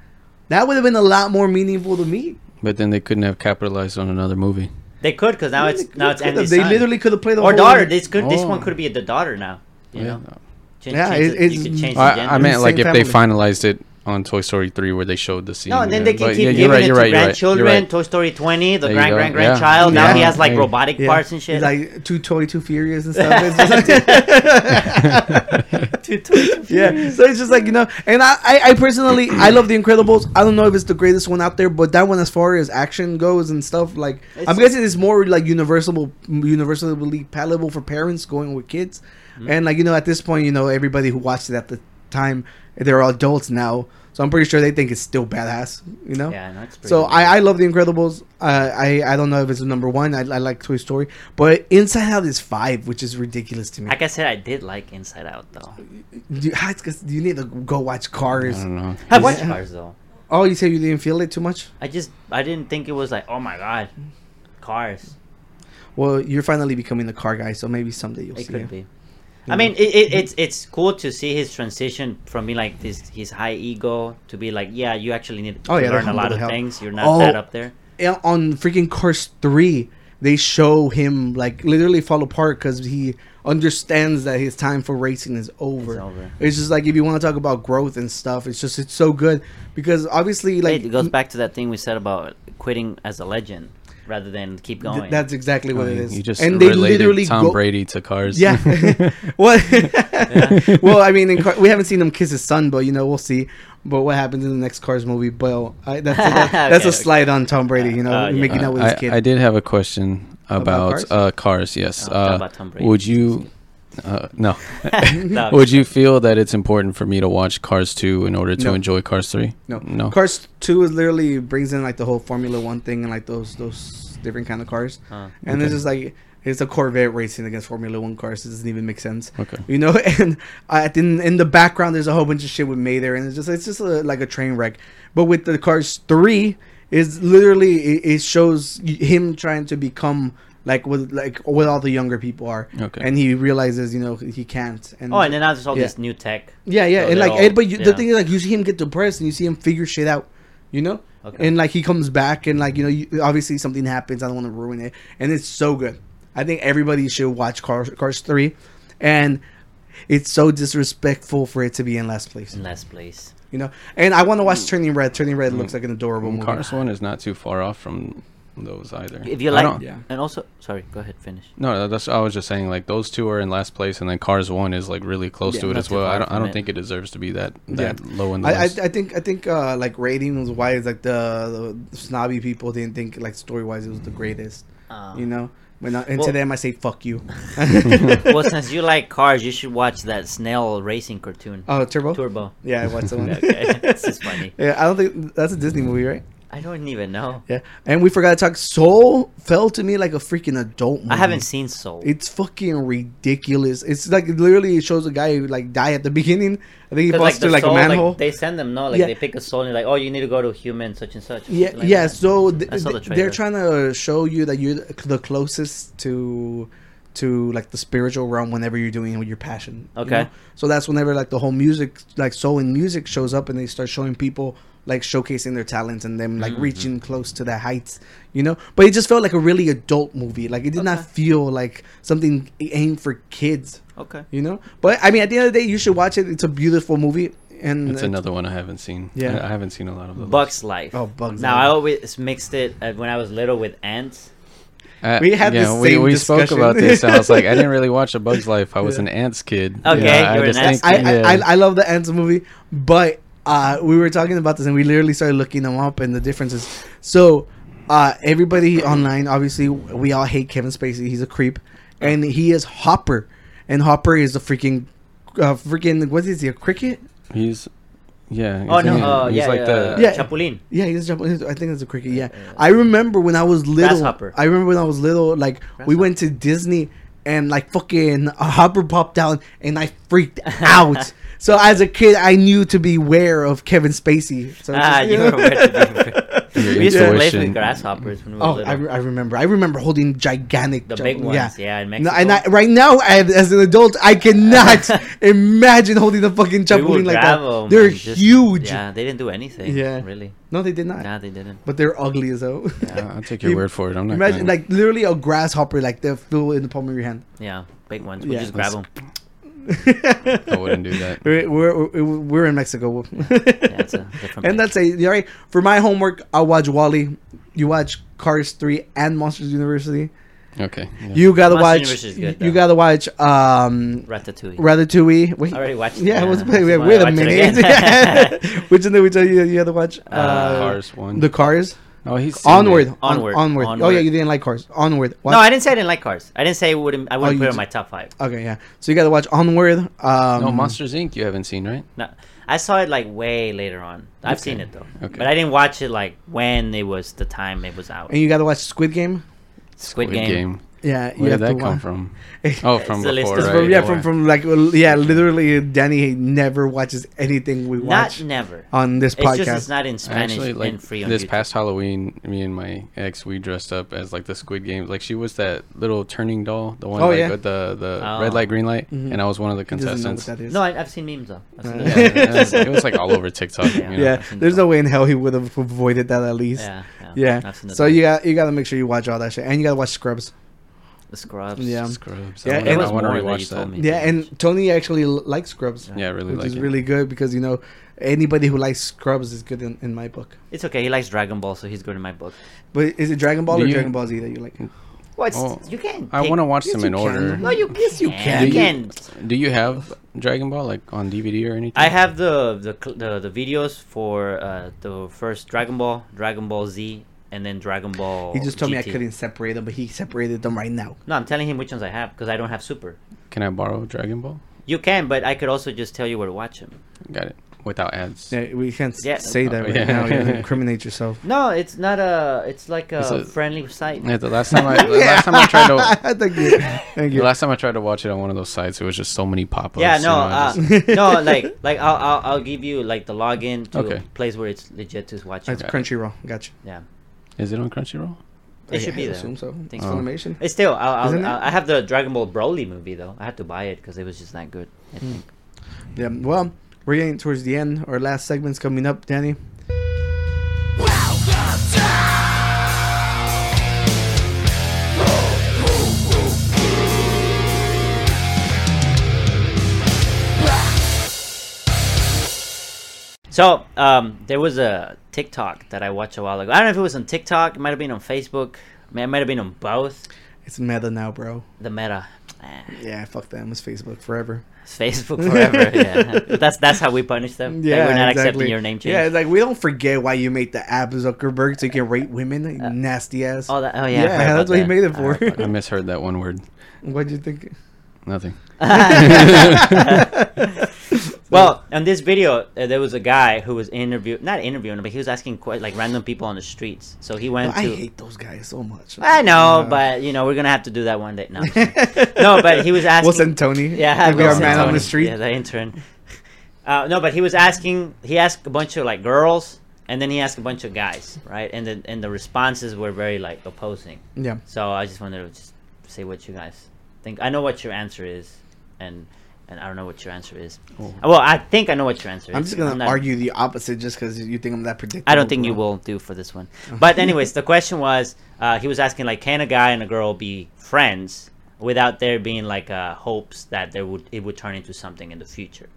Speaker 1: That would have been a lot more meaningful to me.
Speaker 6: But then they couldn't have capitalized on another movie.
Speaker 2: They could because now
Speaker 1: They
Speaker 2: it's now it's
Speaker 1: could've-
Speaker 2: Andy's
Speaker 1: They
Speaker 2: son.
Speaker 1: literally could have played the
Speaker 2: or
Speaker 1: whole-
Speaker 2: daughter. This could this one
Speaker 6: Oh.
Speaker 2: could be the daughter now. You know, Change-
Speaker 1: Yeah,
Speaker 2: change
Speaker 1: it-
Speaker 2: the- you
Speaker 1: it's-
Speaker 2: could change the
Speaker 6: I, I
Speaker 2: gender.
Speaker 1: the
Speaker 6: meant like
Speaker 1: same
Speaker 6: if they
Speaker 1: family.
Speaker 6: finalized it on Toy Story three where they showed the scene.
Speaker 2: No, and then
Speaker 6: yeah.
Speaker 2: they can
Speaker 6: But
Speaker 2: keep
Speaker 6: yeah,
Speaker 2: giving it to
Speaker 6: right, you're right.
Speaker 2: grandchildren. Toy Story 20, the
Speaker 6: There you
Speaker 2: grand
Speaker 6: go.
Speaker 2: grand
Speaker 6: Yeah.
Speaker 2: grandchild. Now he
Speaker 1: Yeah.
Speaker 2: has like
Speaker 6: Hey.
Speaker 2: robotic
Speaker 1: Yeah.
Speaker 2: parts and shit. [laughs]
Speaker 1: Like [laughs] too toy, too furious and stuff. It's just like- [laughs]
Speaker 2: Too- too-
Speaker 1: yeah so it's just like you know and I, I i personally i love the incredibles i don't know if it's the greatest one out there but that one as far as action goes and stuff like i'm
Speaker 2: It's-
Speaker 1: guessing it's more like universal universally palatable for parents going with kids
Speaker 2: Mm-hmm.
Speaker 1: and like you know at this point you know everybody who watched it at the time they're all adults now so i'm pretty sure they think it's still badass you know
Speaker 2: yeah, no, it's pretty
Speaker 1: so
Speaker 2: good.
Speaker 1: I, I love The Incredibles. Uh, I I don't know if it's number one. I, I like Toy Story, but Inside Out is five, which is ridiculous to me.
Speaker 2: like I said, I did like Inside Out though.
Speaker 1: Do you, [laughs] it's 'cause you need to go watch Cars.
Speaker 6: [laughs] I don't know.
Speaker 2: I watched Cars though.
Speaker 1: Oh, you say you didn't feel it too much?
Speaker 2: I just I didn't think it was like oh my god, Cars.
Speaker 1: Well, you're finally becoming the car guy, so maybe someday you'll
Speaker 2: It
Speaker 1: see
Speaker 2: could
Speaker 1: it.
Speaker 2: be. I mean, it, it, it's it's cool to see his transition from being like this his high ego to be like yeah you actually need
Speaker 1: Oh,
Speaker 2: to
Speaker 1: yeah, they're
Speaker 2: learn a lot
Speaker 1: humble
Speaker 2: of
Speaker 1: hell.
Speaker 2: things you're not
Speaker 1: Oh.
Speaker 2: that up there.
Speaker 1: Yeah, On freaking Cars 3, they show him like literally fall apart because he understands that his time for racing is over.
Speaker 2: It's over.
Speaker 1: just like if you want to talk about growth and stuff, it's just it's so good because obviously like
Speaker 2: it goes back to that thing we said about quitting as a legend rather than keep
Speaker 1: th-
Speaker 2: going.
Speaker 1: that's exactly what it is.
Speaker 6: Oh, You just and related Tom Brady to Cars. [laughs]
Speaker 2: [laughs]
Speaker 1: Yeah. well, well, I mean, in Car- we haven't seen him kiss his son, but you know, we'll see. But what happens in the next Cars movie? But I, that's that's,
Speaker 2: [laughs]
Speaker 1: that's
Speaker 2: Okay, okay.
Speaker 1: a slide on Tom Brady. You know,
Speaker 2: Uh, yeah.
Speaker 1: making
Speaker 6: Uh,
Speaker 1: out with his
Speaker 6: I,
Speaker 1: kid.
Speaker 6: I did have a question about,
Speaker 1: Cars?
Speaker 6: uh, cars.
Speaker 2: Oh,
Speaker 6: Yes.
Speaker 2: I thought
Speaker 6: uh,
Speaker 2: about Tom Brady.
Speaker 6: Would you? Uh, no.
Speaker 2: No,
Speaker 6: would you feel that it's important for me to watch Cars two in order to
Speaker 1: No.
Speaker 6: enjoy Cars three?
Speaker 1: no,
Speaker 6: No.
Speaker 1: Cars Two is literally brings in like the whole Formula One thing and like those those different kind of cars,
Speaker 2: Huh.
Speaker 1: and it's just like It's a Corvette racing against Formula One cars. It doesn't even make sense.
Speaker 6: Okay.
Speaker 1: You know, [laughs] and I in in the background there's a whole bunch of shit with Mayder, and it's just it's just a, like a train wreck. But with the Cars Three, is literally it, it shows y- him trying to become like what like what all the younger people are.
Speaker 6: Okay.
Speaker 1: And he realizes you know he can't. And
Speaker 2: Oh, and then now there's all
Speaker 1: Yeah.
Speaker 2: this new tech.
Speaker 1: yeah, yeah,
Speaker 2: So
Speaker 1: and
Speaker 2: they're
Speaker 1: like,
Speaker 2: all-
Speaker 1: and, but you, the
Speaker 2: yeah.
Speaker 1: thing is, like, you see him get depressed, and you see him figure shit out, you know.
Speaker 2: Okay.
Speaker 1: And like, he comes back, and like, you know, you, obviously something happens. I don't want to ruin it, and it's so good. I think everybody should watch Cars, Cars Three, and it's so disrespectful for it to be in last place,
Speaker 2: in last place.
Speaker 1: you know. And I want to
Speaker 2: Mm.
Speaker 1: watch Turning Red. Turning Red looks like an adorable
Speaker 6: And
Speaker 1: movie.
Speaker 6: Cars one is not too far off from those either.
Speaker 2: If you
Speaker 6: I
Speaker 2: like,
Speaker 6: don't-
Speaker 1: Yeah.
Speaker 2: and also, sorry, go ahead,
Speaker 1: [laughs]
Speaker 2: finish.
Speaker 6: No, that's I was just saying like those two are in last place, and then Cars One is like really close
Speaker 1: Yeah,
Speaker 6: to it
Speaker 2: not
Speaker 6: as
Speaker 2: too
Speaker 6: well. I
Speaker 2: far
Speaker 6: don't I
Speaker 2: from
Speaker 6: don't
Speaker 2: it.
Speaker 6: think it deserves to be that
Speaker 1: Yeah.
Speaker 6: that low in the
Speaker 1: I, I, I
Speaker 6: list.
Speaker 1: think I think uh, like ratings wise, like the, the snobby people didn't think like story wise it was the greatest, you know. When I, and
Speaker 2: Ah. Well-
Speaker 1: to them I say fuck you.
Speaker 2: [laughs] well, since you like cars, you should watch that snail racing cartoon.
Speaker 1: Oh, Turbo.
Speaker 2: Turbo.
Speaker 1: Yeah, I watched that one.
Speaker 2: [laughs] Okay, this is funny.
Speaker 1: [laughs] Yeah, I don't think that's a Disney movie, right?
Speaker 2: I don't even know.
Speaker 1: Yeah, and we forgot to talk. Soul fell to me like a freaking adult. Movie.
Speaker 2: I haven't seen Soul.
Speaker 1: It's fucking ridiculous. It's like literally it shows a guy who like die at the beginning. I think he
Speaker 2: 'Cause,
Speaker 1: falls through
Speaker 2: the
Speaker 1: like
Speaker 2: soul,
Speaker 1: a manhole.
Speaker 2: they send them no, like
Speaker 1: Yeah.
Speaker 2: they pick a soul and like, oh, you need to go to human such and such. or
Speaker 1: yeah,
Speaker 2: something like
Speaker 1: yeah.
Speaker 2: that.
Speaker 1: So th-
Speaker 2: I saw the
Speaker 1: th- they're
Speaker 2: trailer.
Speaker 1: trying to show you that you're the closest to to like the spiritual realm whenever you're doing it with your passion. you
Speaker 2: Okay.
Speaker 1: know? So that's whenever like the whole music, like soul and music, shows up, and they start showing people like showcasing their talents and them like
Speaker 2: Mm-hmm.
Speaker 1: reaching close to the heights, you know. But it just felt like a really adult movie. Like it did not feel like something aimed for kids.
Speaker 2: okay.
Speaker 1: You know, but I mean, at the end of the day, you should watch it. It's a beautiful movie, and
Speaker 6: It's another one I haven't seen.
Speaker 1: Yeah.
Speaker 6: I, I haven't seen a lot of those.
Speaker 2: Bugs Life.
Speaker 1: Oh, Bugs
Speaker 2: Now
Speaker 1: Life.
Speaker 2: I always mixed it uh, when I was little with ants.
Speaker 6: Uh,
Speaker 1: We had the
Speaker 6: we,
Speaker 1: same
Speaker 6: we spoke
Speaker 1: discussion.
Speaker 6: about this, and I was
Speaker 1: [laughs]
Speaker 6: like, I didn't really watch A Bug's Life. I was an ants kid.
Speaker 2: Okay,
Speaker 6: I
Speaker 2: you were an ants
Speaker 1: I,
Speaker 6: distinctly-
Speaker 1: I, I,
Speaker 6: yeah.
Speaker 1: I love the ants movie, but uh, we were talking about this and we literally started looking them up and the differences. So uh, everybody online, obviously, we all hate Kevin Spacey. He's a creep, and he is Hopper, and Hopper is a freaking, uh, freaking what is he? A cricket?
Speaker 6: he's yeah.
Speaker 2: Oh
Speaker 6: he's
Speaker 2: no,
Speaker 6: in-
Speaker 2: uh, yeah, yeah, uh,
Speaker 1: Yeah.
Speaker 2: Chapulín.
Speaker 1: Yeah, he's a jump. I think it's a cricket. Yeah, I remember when I was little.
Speaker 2: Grasshopper.
Speaker 1: I remember when I was little. Like we went to Disney and like fucking a hopper popped out and I freaked
Speaker 2: [laughs]
Speaker 1: out. so as a kid, I knew to beware of Kevin Spacey. So it's
Speaker 2: Ah,
Speaker 1: just-
Speaker 2: you were weird to
Speaker 1: [laughs]
Speaker 2: be
Speaker 6: Your
Speaker 2: We used to play
Speaker 6: intuition.
Speaker 2: with grasshoppers when we were
Speaker 1: Oh, I,
Speaker 2: little.
Speaker 1: re- I remember. I remember holding gigantic,
Speaker 2: the
Speaker 1: jump-
Speaker 2: big ones, yeah,
Speaker 1: No,
Speaker 2: in Mexico.
Speaker 1: and I, right now, I, as an adult, I
Speaker 2: [laughs]
Speaker 1: cannot [laughs] imagine holding the fucking
Speaker 2: We would
Speaker 1: trampoline like that.
Speaker 2: grab 'em
Speaker 1: They're
Speaker 2: and just-
Speaker 1: huge.
Speaker 2: Yeah, they didn't do anything.
Speaker 1: Yeah.
Speaker 2: really.
Speaker 1: No, they did not.
Speaker 2: Nah, they didn't.
Speaker 1: But they're ugly as hell.
Speaker 6: I- uh, I'll take your word for it. I'm not
Speaker 1: Imagine
Speaker 6: gonna-
Speaker 1: like literally a grasshopper like that flew in the palm of your hand.
Speaker 2: Yeah, big ones. We
Speaker 1: Yeah.
Speaker 2: just grab them.
Speaker 6: I wouldn't do
Speaker 1: [laughs]
Speaker 6: that.
Speaker 1: We're we're, we're- we're in Mexico. [laughs]
Speaker 2: it's a different
Speaker 1: and that's a all right. For my homework, I watch Wally. You watch Cars Three and Monsters University.
Speaker 6: Okay. yeah.
Speaker 1: You gotta
Speaker 2: Monsters
Speaker 1: watch.
Speaker 2: University is good,
Speaker 1: you
Speaker 2: though.
Speaker 1: gotta watch. Um,
Speaker 2: Ratatouille.
Speaker 1: Ratatouille. Wait,
Speaker 2: I already watched it.
Speaker 1: Yeah,
Speaker 2: Yeah,
Speaker 1: what's
Speaker 2: [laughs] that's
Speaker 1: wait,
Speaker 2: why I
Speaker 1: wait a
Speaker 2: watched it
Speaker 1: minute.
Speaker 2: again.
Speaker 1: [laughs] Which one did we tell you you had to watch? Uh,
Speaker 6: Cars one.
Speaker 1: The Cars.
Speaker 6: oh, he's seen it.
Speaker 1: Onward. On-
Speaker 2: Onward,
Speaker 1: Onward. Oh
Speaker 2: Onward.
Speaker 1: yeah, you didn't like Cars. Onward. Watch-
Speaker 2: No, I didn't say I didn't like cars. I didn't say it wouldn't. I wouldn't
Speaker 1: Oh, you
Speaker 2: put it
Speaker 1: d-
Speaker 2: in my top five.
Speaker 1: Okay, yeah. So you gotta watch Onward. Um,
Speaker 6: No, Monsters Inc. You haven't seen, right?
Speaker 2: No, I saw it like way later on. I've seen it though,
Speaker 6: Okay.
Speaker 2: but I didn't watch it like when it was the time it was out.
Speaker 1: And you gotta watch Squid Game.
Speaker 2: Squid,
Speaker 6: Good
Speaker 2: Game.
Speaker 1: Yeah, you
Speaker 6: Where
Speaker 1: have
Speaker 6: did
Speaker 1: to
Speaker 6: that come
Speaker 1: watch. [laughs]
Speaker 6: from? Oh, from
Speaker 2: the list
Speaker 6: before,
Speaker 2: is
Speaker 1: It's
Speaker 6: right?
Speaker 1: from, yeah, from from like well, yeah, literally Danny never watches anything we watch
Speaker 2: Not never.
Speaker 1: on this
Speaker 2: it's
Speaker 1: podcast.
Speaker 2: just it's not in Spanish
Speaker 6: Actually, like
Speaker 2: and free on
Speaker 6: this
Speaker 2: YouTube.
Speaker 6: past Halloween, me and my ex, we dressed up as like the Squid Game. Like she was that little turning doll, the one
Speaker 1: Oh,
Speaker 6: like,
Speaker 1: yeah. Mm-hmm.
Speaker 6: with the the
Speaker 2: Oh.
Speaker 6: red light, green light, and I was one of the
Speaker 1: He doesn't know what
Speaker 6: contestants.
Speaker 1: that is.
Speaker 2: No, I, I've seen memes though. I've seen
Speaker 6: Yeah,
Speaker 2: memes.
Speaker 6: it [laughs] was- it was like all over TikTok.
Speaker 2: Yeah.
Speaker 6: you know?
Speaker 1: yeah, there's no way in hell he would have avoided that at least.
Speaker 2: Yeah,
Speaker 1: Yeah.
Speaker 2: I've seen the
Speaker 1: So you got you got to make sure you watch all that shit, and you got to watch Scrubs.
Speaker 2: the Scrubs.
Speaker 1: Yeah.
Speaker 6: Scrubs.
Speaker 1: Yeah,
Speaker 6: I
Speaker 1: and-
Speaker 6: want, I want to
Speaker 2: There was
Speaker 6: rewatch
Speaker 2: more that you told
Speaker 6: that.
Speaker 2: me.
Speaker 1: Yeah, and Tony actually l- likes Scrubs.
Speaker 6: Yeah, I really
Speaker 1: which
Speaker 6: like
Speaker 1: is
Speaker 6: it.
Speaker 1: really good because you know anybody who likes Scrubs is good in, in my book.
Speaker 2: It's okay. He likes Dragon Ball, so he's good in my book.
Speaker 1: But is it Dragon Ball
Speaker 6: Do
Speaker 1: or
Speaker 6: you-
Speaker 1: Dragon Ball Z that you like?
Speaker 2: What's
Speaker 6: Oh.
Speaker 2: you can?
Speaker 6: I
Speaker 2: pick-
Speaker 6: want to watch
Speaker 1: Yes,
Speaker 6: them
Speaker 1: you
Speaker 6: in
Speaker 1: can.
Speaker 6: order.
Speaker 2: No, you yes you
Speaker 1: can.
Speaker 2: You can.
Speaker 6: Do you have
Speaker 1: uh,
Speaker 6: Dragon Ball like on DVD or anything?
Speaker 2: I have the the cl- the, the videos for uh, the first Dragon Ball, Dragon Ball Z, and then Dragon Ball.
Speaker 1: He just told me I
Speaker 2: GT.
Speaker 1: couldn't separate them, but he separated them right now.
Speaker 2: No, I'm telling him which ones I have because I don't have Super.
Speaker 6: Can I borrow Dragon Ball?
Speaker 2: You can, but I could also just tell you where to watch them.
Speaker 6: Got it. without ads.
Speaker 1: Yeah, we can't s
Speaker 2: Yeah.
Speaker 1: say that right
Speaker 6: Yeah.
Speaker 1: now. You incriminate yourself.
Speaker 2: No, it's not a. It's like a,
Speaker 6: It's a-
Speaker 2: friendly site.
Speaker 6: Yeah, the last time I
Speaker 1: [laughs]
Speaker 6: the last time I tried to
Speaker 1: [laughs] thank you. Thank
Speaker 6: the
Speaker 1: you.
Speaker 6: last time I tried to watch it on one of those sites, it was just so many pop-ups.
Speaker 2: yeah,
Speaker 6: you
Speaker 2: no,
Speaker 6: know, I
Speaker 2: uh,
Speaker 6: just-
Speaker 2: [laughs]
Speaker 6: [laughs]
Speaker 2: no, like, like I'll, I'll, I'll give you like the login to
Speaker 6: Okay.
Speaker 2: a place where it's legit to watch.
Speaker 1: That's
Speaker 2: it.
Speaker 6: Okay.
Speaker 1: Crunchyroll. Gotcha.
Speaker 2: Yeah,
Speaker 6: is it on Crunchyroll?
Speaker 2: it should
Speaker 1: I
Speaker 2: be there.
Speaker 1: assume so. Uh,
Speaker 2: Think
Speaker 1: It's
Speaker 2: so.
Speaker 1: Funimation.
Speaker 2: It's still, I'll,
Speaker 1: Isn't it?
Speaker 2: I'll, I'll, I have the Dragon Ball Broly movie though. I had to buy it because it was just that good. I think.
Speaker 1: Yeah. Well, we're getting towards the end. Our last segment's coming up, Danny.
Speaker 2: So um, there was a TikTok that I watched a while ago. I don't know if it was on TikTok. It might have been on Facebook. ma- It might have been on both.
Speaker 1: It's meta now, bro.
Speaker 2: The Meta. Eh,
Speaker 1: Yeah, fuck them. It's Facebook forever. [laughs]
Speaker 2: It's Facebook forever. yeah, [laughs] that's that's how we punish them. Like,
Speaker 1: Yeah,
Speaker 2: we're not
Speaker 1: exactly.
Speaker 2: accepting your name change.
Speaker 1: Yeah, it's like we don't forget why you made the app Zuckerberg so you can rate women. you nasty ass.
Speaker 2: Uh, Oh, that, oh yeah. I
Speaker 1: yeah,
Speaker 2: heard about
Speaker 1: that's what he
Speaker 2: that.
Speaker 1: made it
Speaker 2: I heard
Speaker 1: for. [laughs]
Speaker 2: about
Speaker 6: [laughs] I misheard that one word.
Speaker 1: What'd you think?
Speaker 6: Nothing.
Speaker 2: Well, on this video, uh, there was a guy who was interview not interviewing, but he was asking que- like random people on the streets. So he went
Speaker 1: I
Speaker 2: to.
Speaker 1: hate those guys so much.
Speaker 2: I know,
Speaker 1: Uh,
Speaker 2: but you know, we're gonna have to do that
Speaker 1: [laughs]
Speaker 2: one day. No, I'm kidding. [laughs] no, but he was asking.
Speaker 1: we'll send Tony.
Speaker 2: Yeah,
Speaker 1: He'll be our
Speaker 2: Wilson
Speaker 1: man on
Speaker 2: Tony.
Speaker 1: the street.
Speaker 2: Yeah, the intern. Uh, no, but he was asking. He asked a bunch of like girls, and then he asked a bunch of guys, right? And the and the responses were very like opposing.
Speaker 1: Yeah.
Speaker 2: So I just wanted to just say what you guys think. I know what your answer is, and and I don't know what your answer is. Well, I think I know what your answer is.
Speaker 1: Oh. I'm just gonna
Speaker 2: not-
Speaker 1: argue the opposite just because you think I'm that predictable.
Speaker 2: I don't think you
Speaker 1: bro.
Speaker 2: will do for this one.
Speaker 1: [laughs]
Speaker 2: But anyways, the question was, uh, he was asking like, can a guy and a girl be friends without there being like uh, hopes that there would it would turn into something in the future?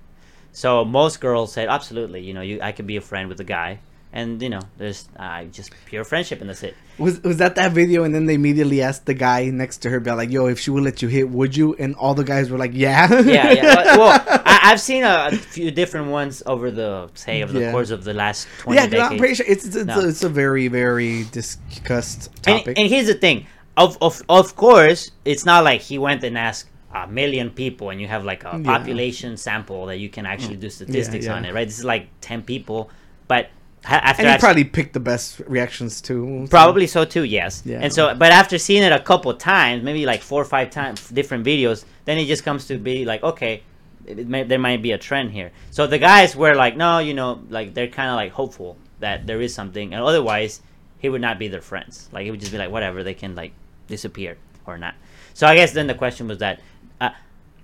Speaker 2: So most girls said, absolutely, you know, you I could be a friend with a guy, and you know, there's uh, just pure friendship, and that's
Speaker 1: [laughs]
Speaker 2: it.
Speaker 1: Was was that that video? And then they immediately asked the guy next to her, be like, "Yo, if she would let you hit, would you?" And all the guys were like, [laughs] "Yeah."
Speaker 2: yeah, yeah. But, well, I, I've seen a, a few different ones over the say over the
Speaker 1: Yeah.
Speaker 2: course of the last twenty.
Speaker 1: Yeah, 'cause I'm
Speaker 2: decades.
Speaker 1: pretty sure it's it's, it's,
Speaker 2: No.
Speaker 1: a, it's a very very discussed
Speaker 2: and,
Speaker 1: topic.
Speaker 2: and here's the thing of, of of course it's not like he went and asked a million people and you have like a
Speaker 1: Yeah. Mm.
Speaker 2: population sample that you can actually do statistics on
Speaker 1: yeah.
Speaker 2: it right this is like 10 people but ha- after
Speaker 1: And he
Speaker 2: I've-
Speaker 1: probably picked the best reactions too. so-
Speaker 2: probably so too yes
Speaker 1: Yeah.
Speaker 2: and so but after seeing it a couple times maybe like four or five times different videos then it just comes to be like okay it may, there might be a trend here so the guys were like no you know like they're kind of like hopeful that there is something and otherwise he would not be their friends like it would just be like whatever they can like disappear or not so i guess then the question was that uh,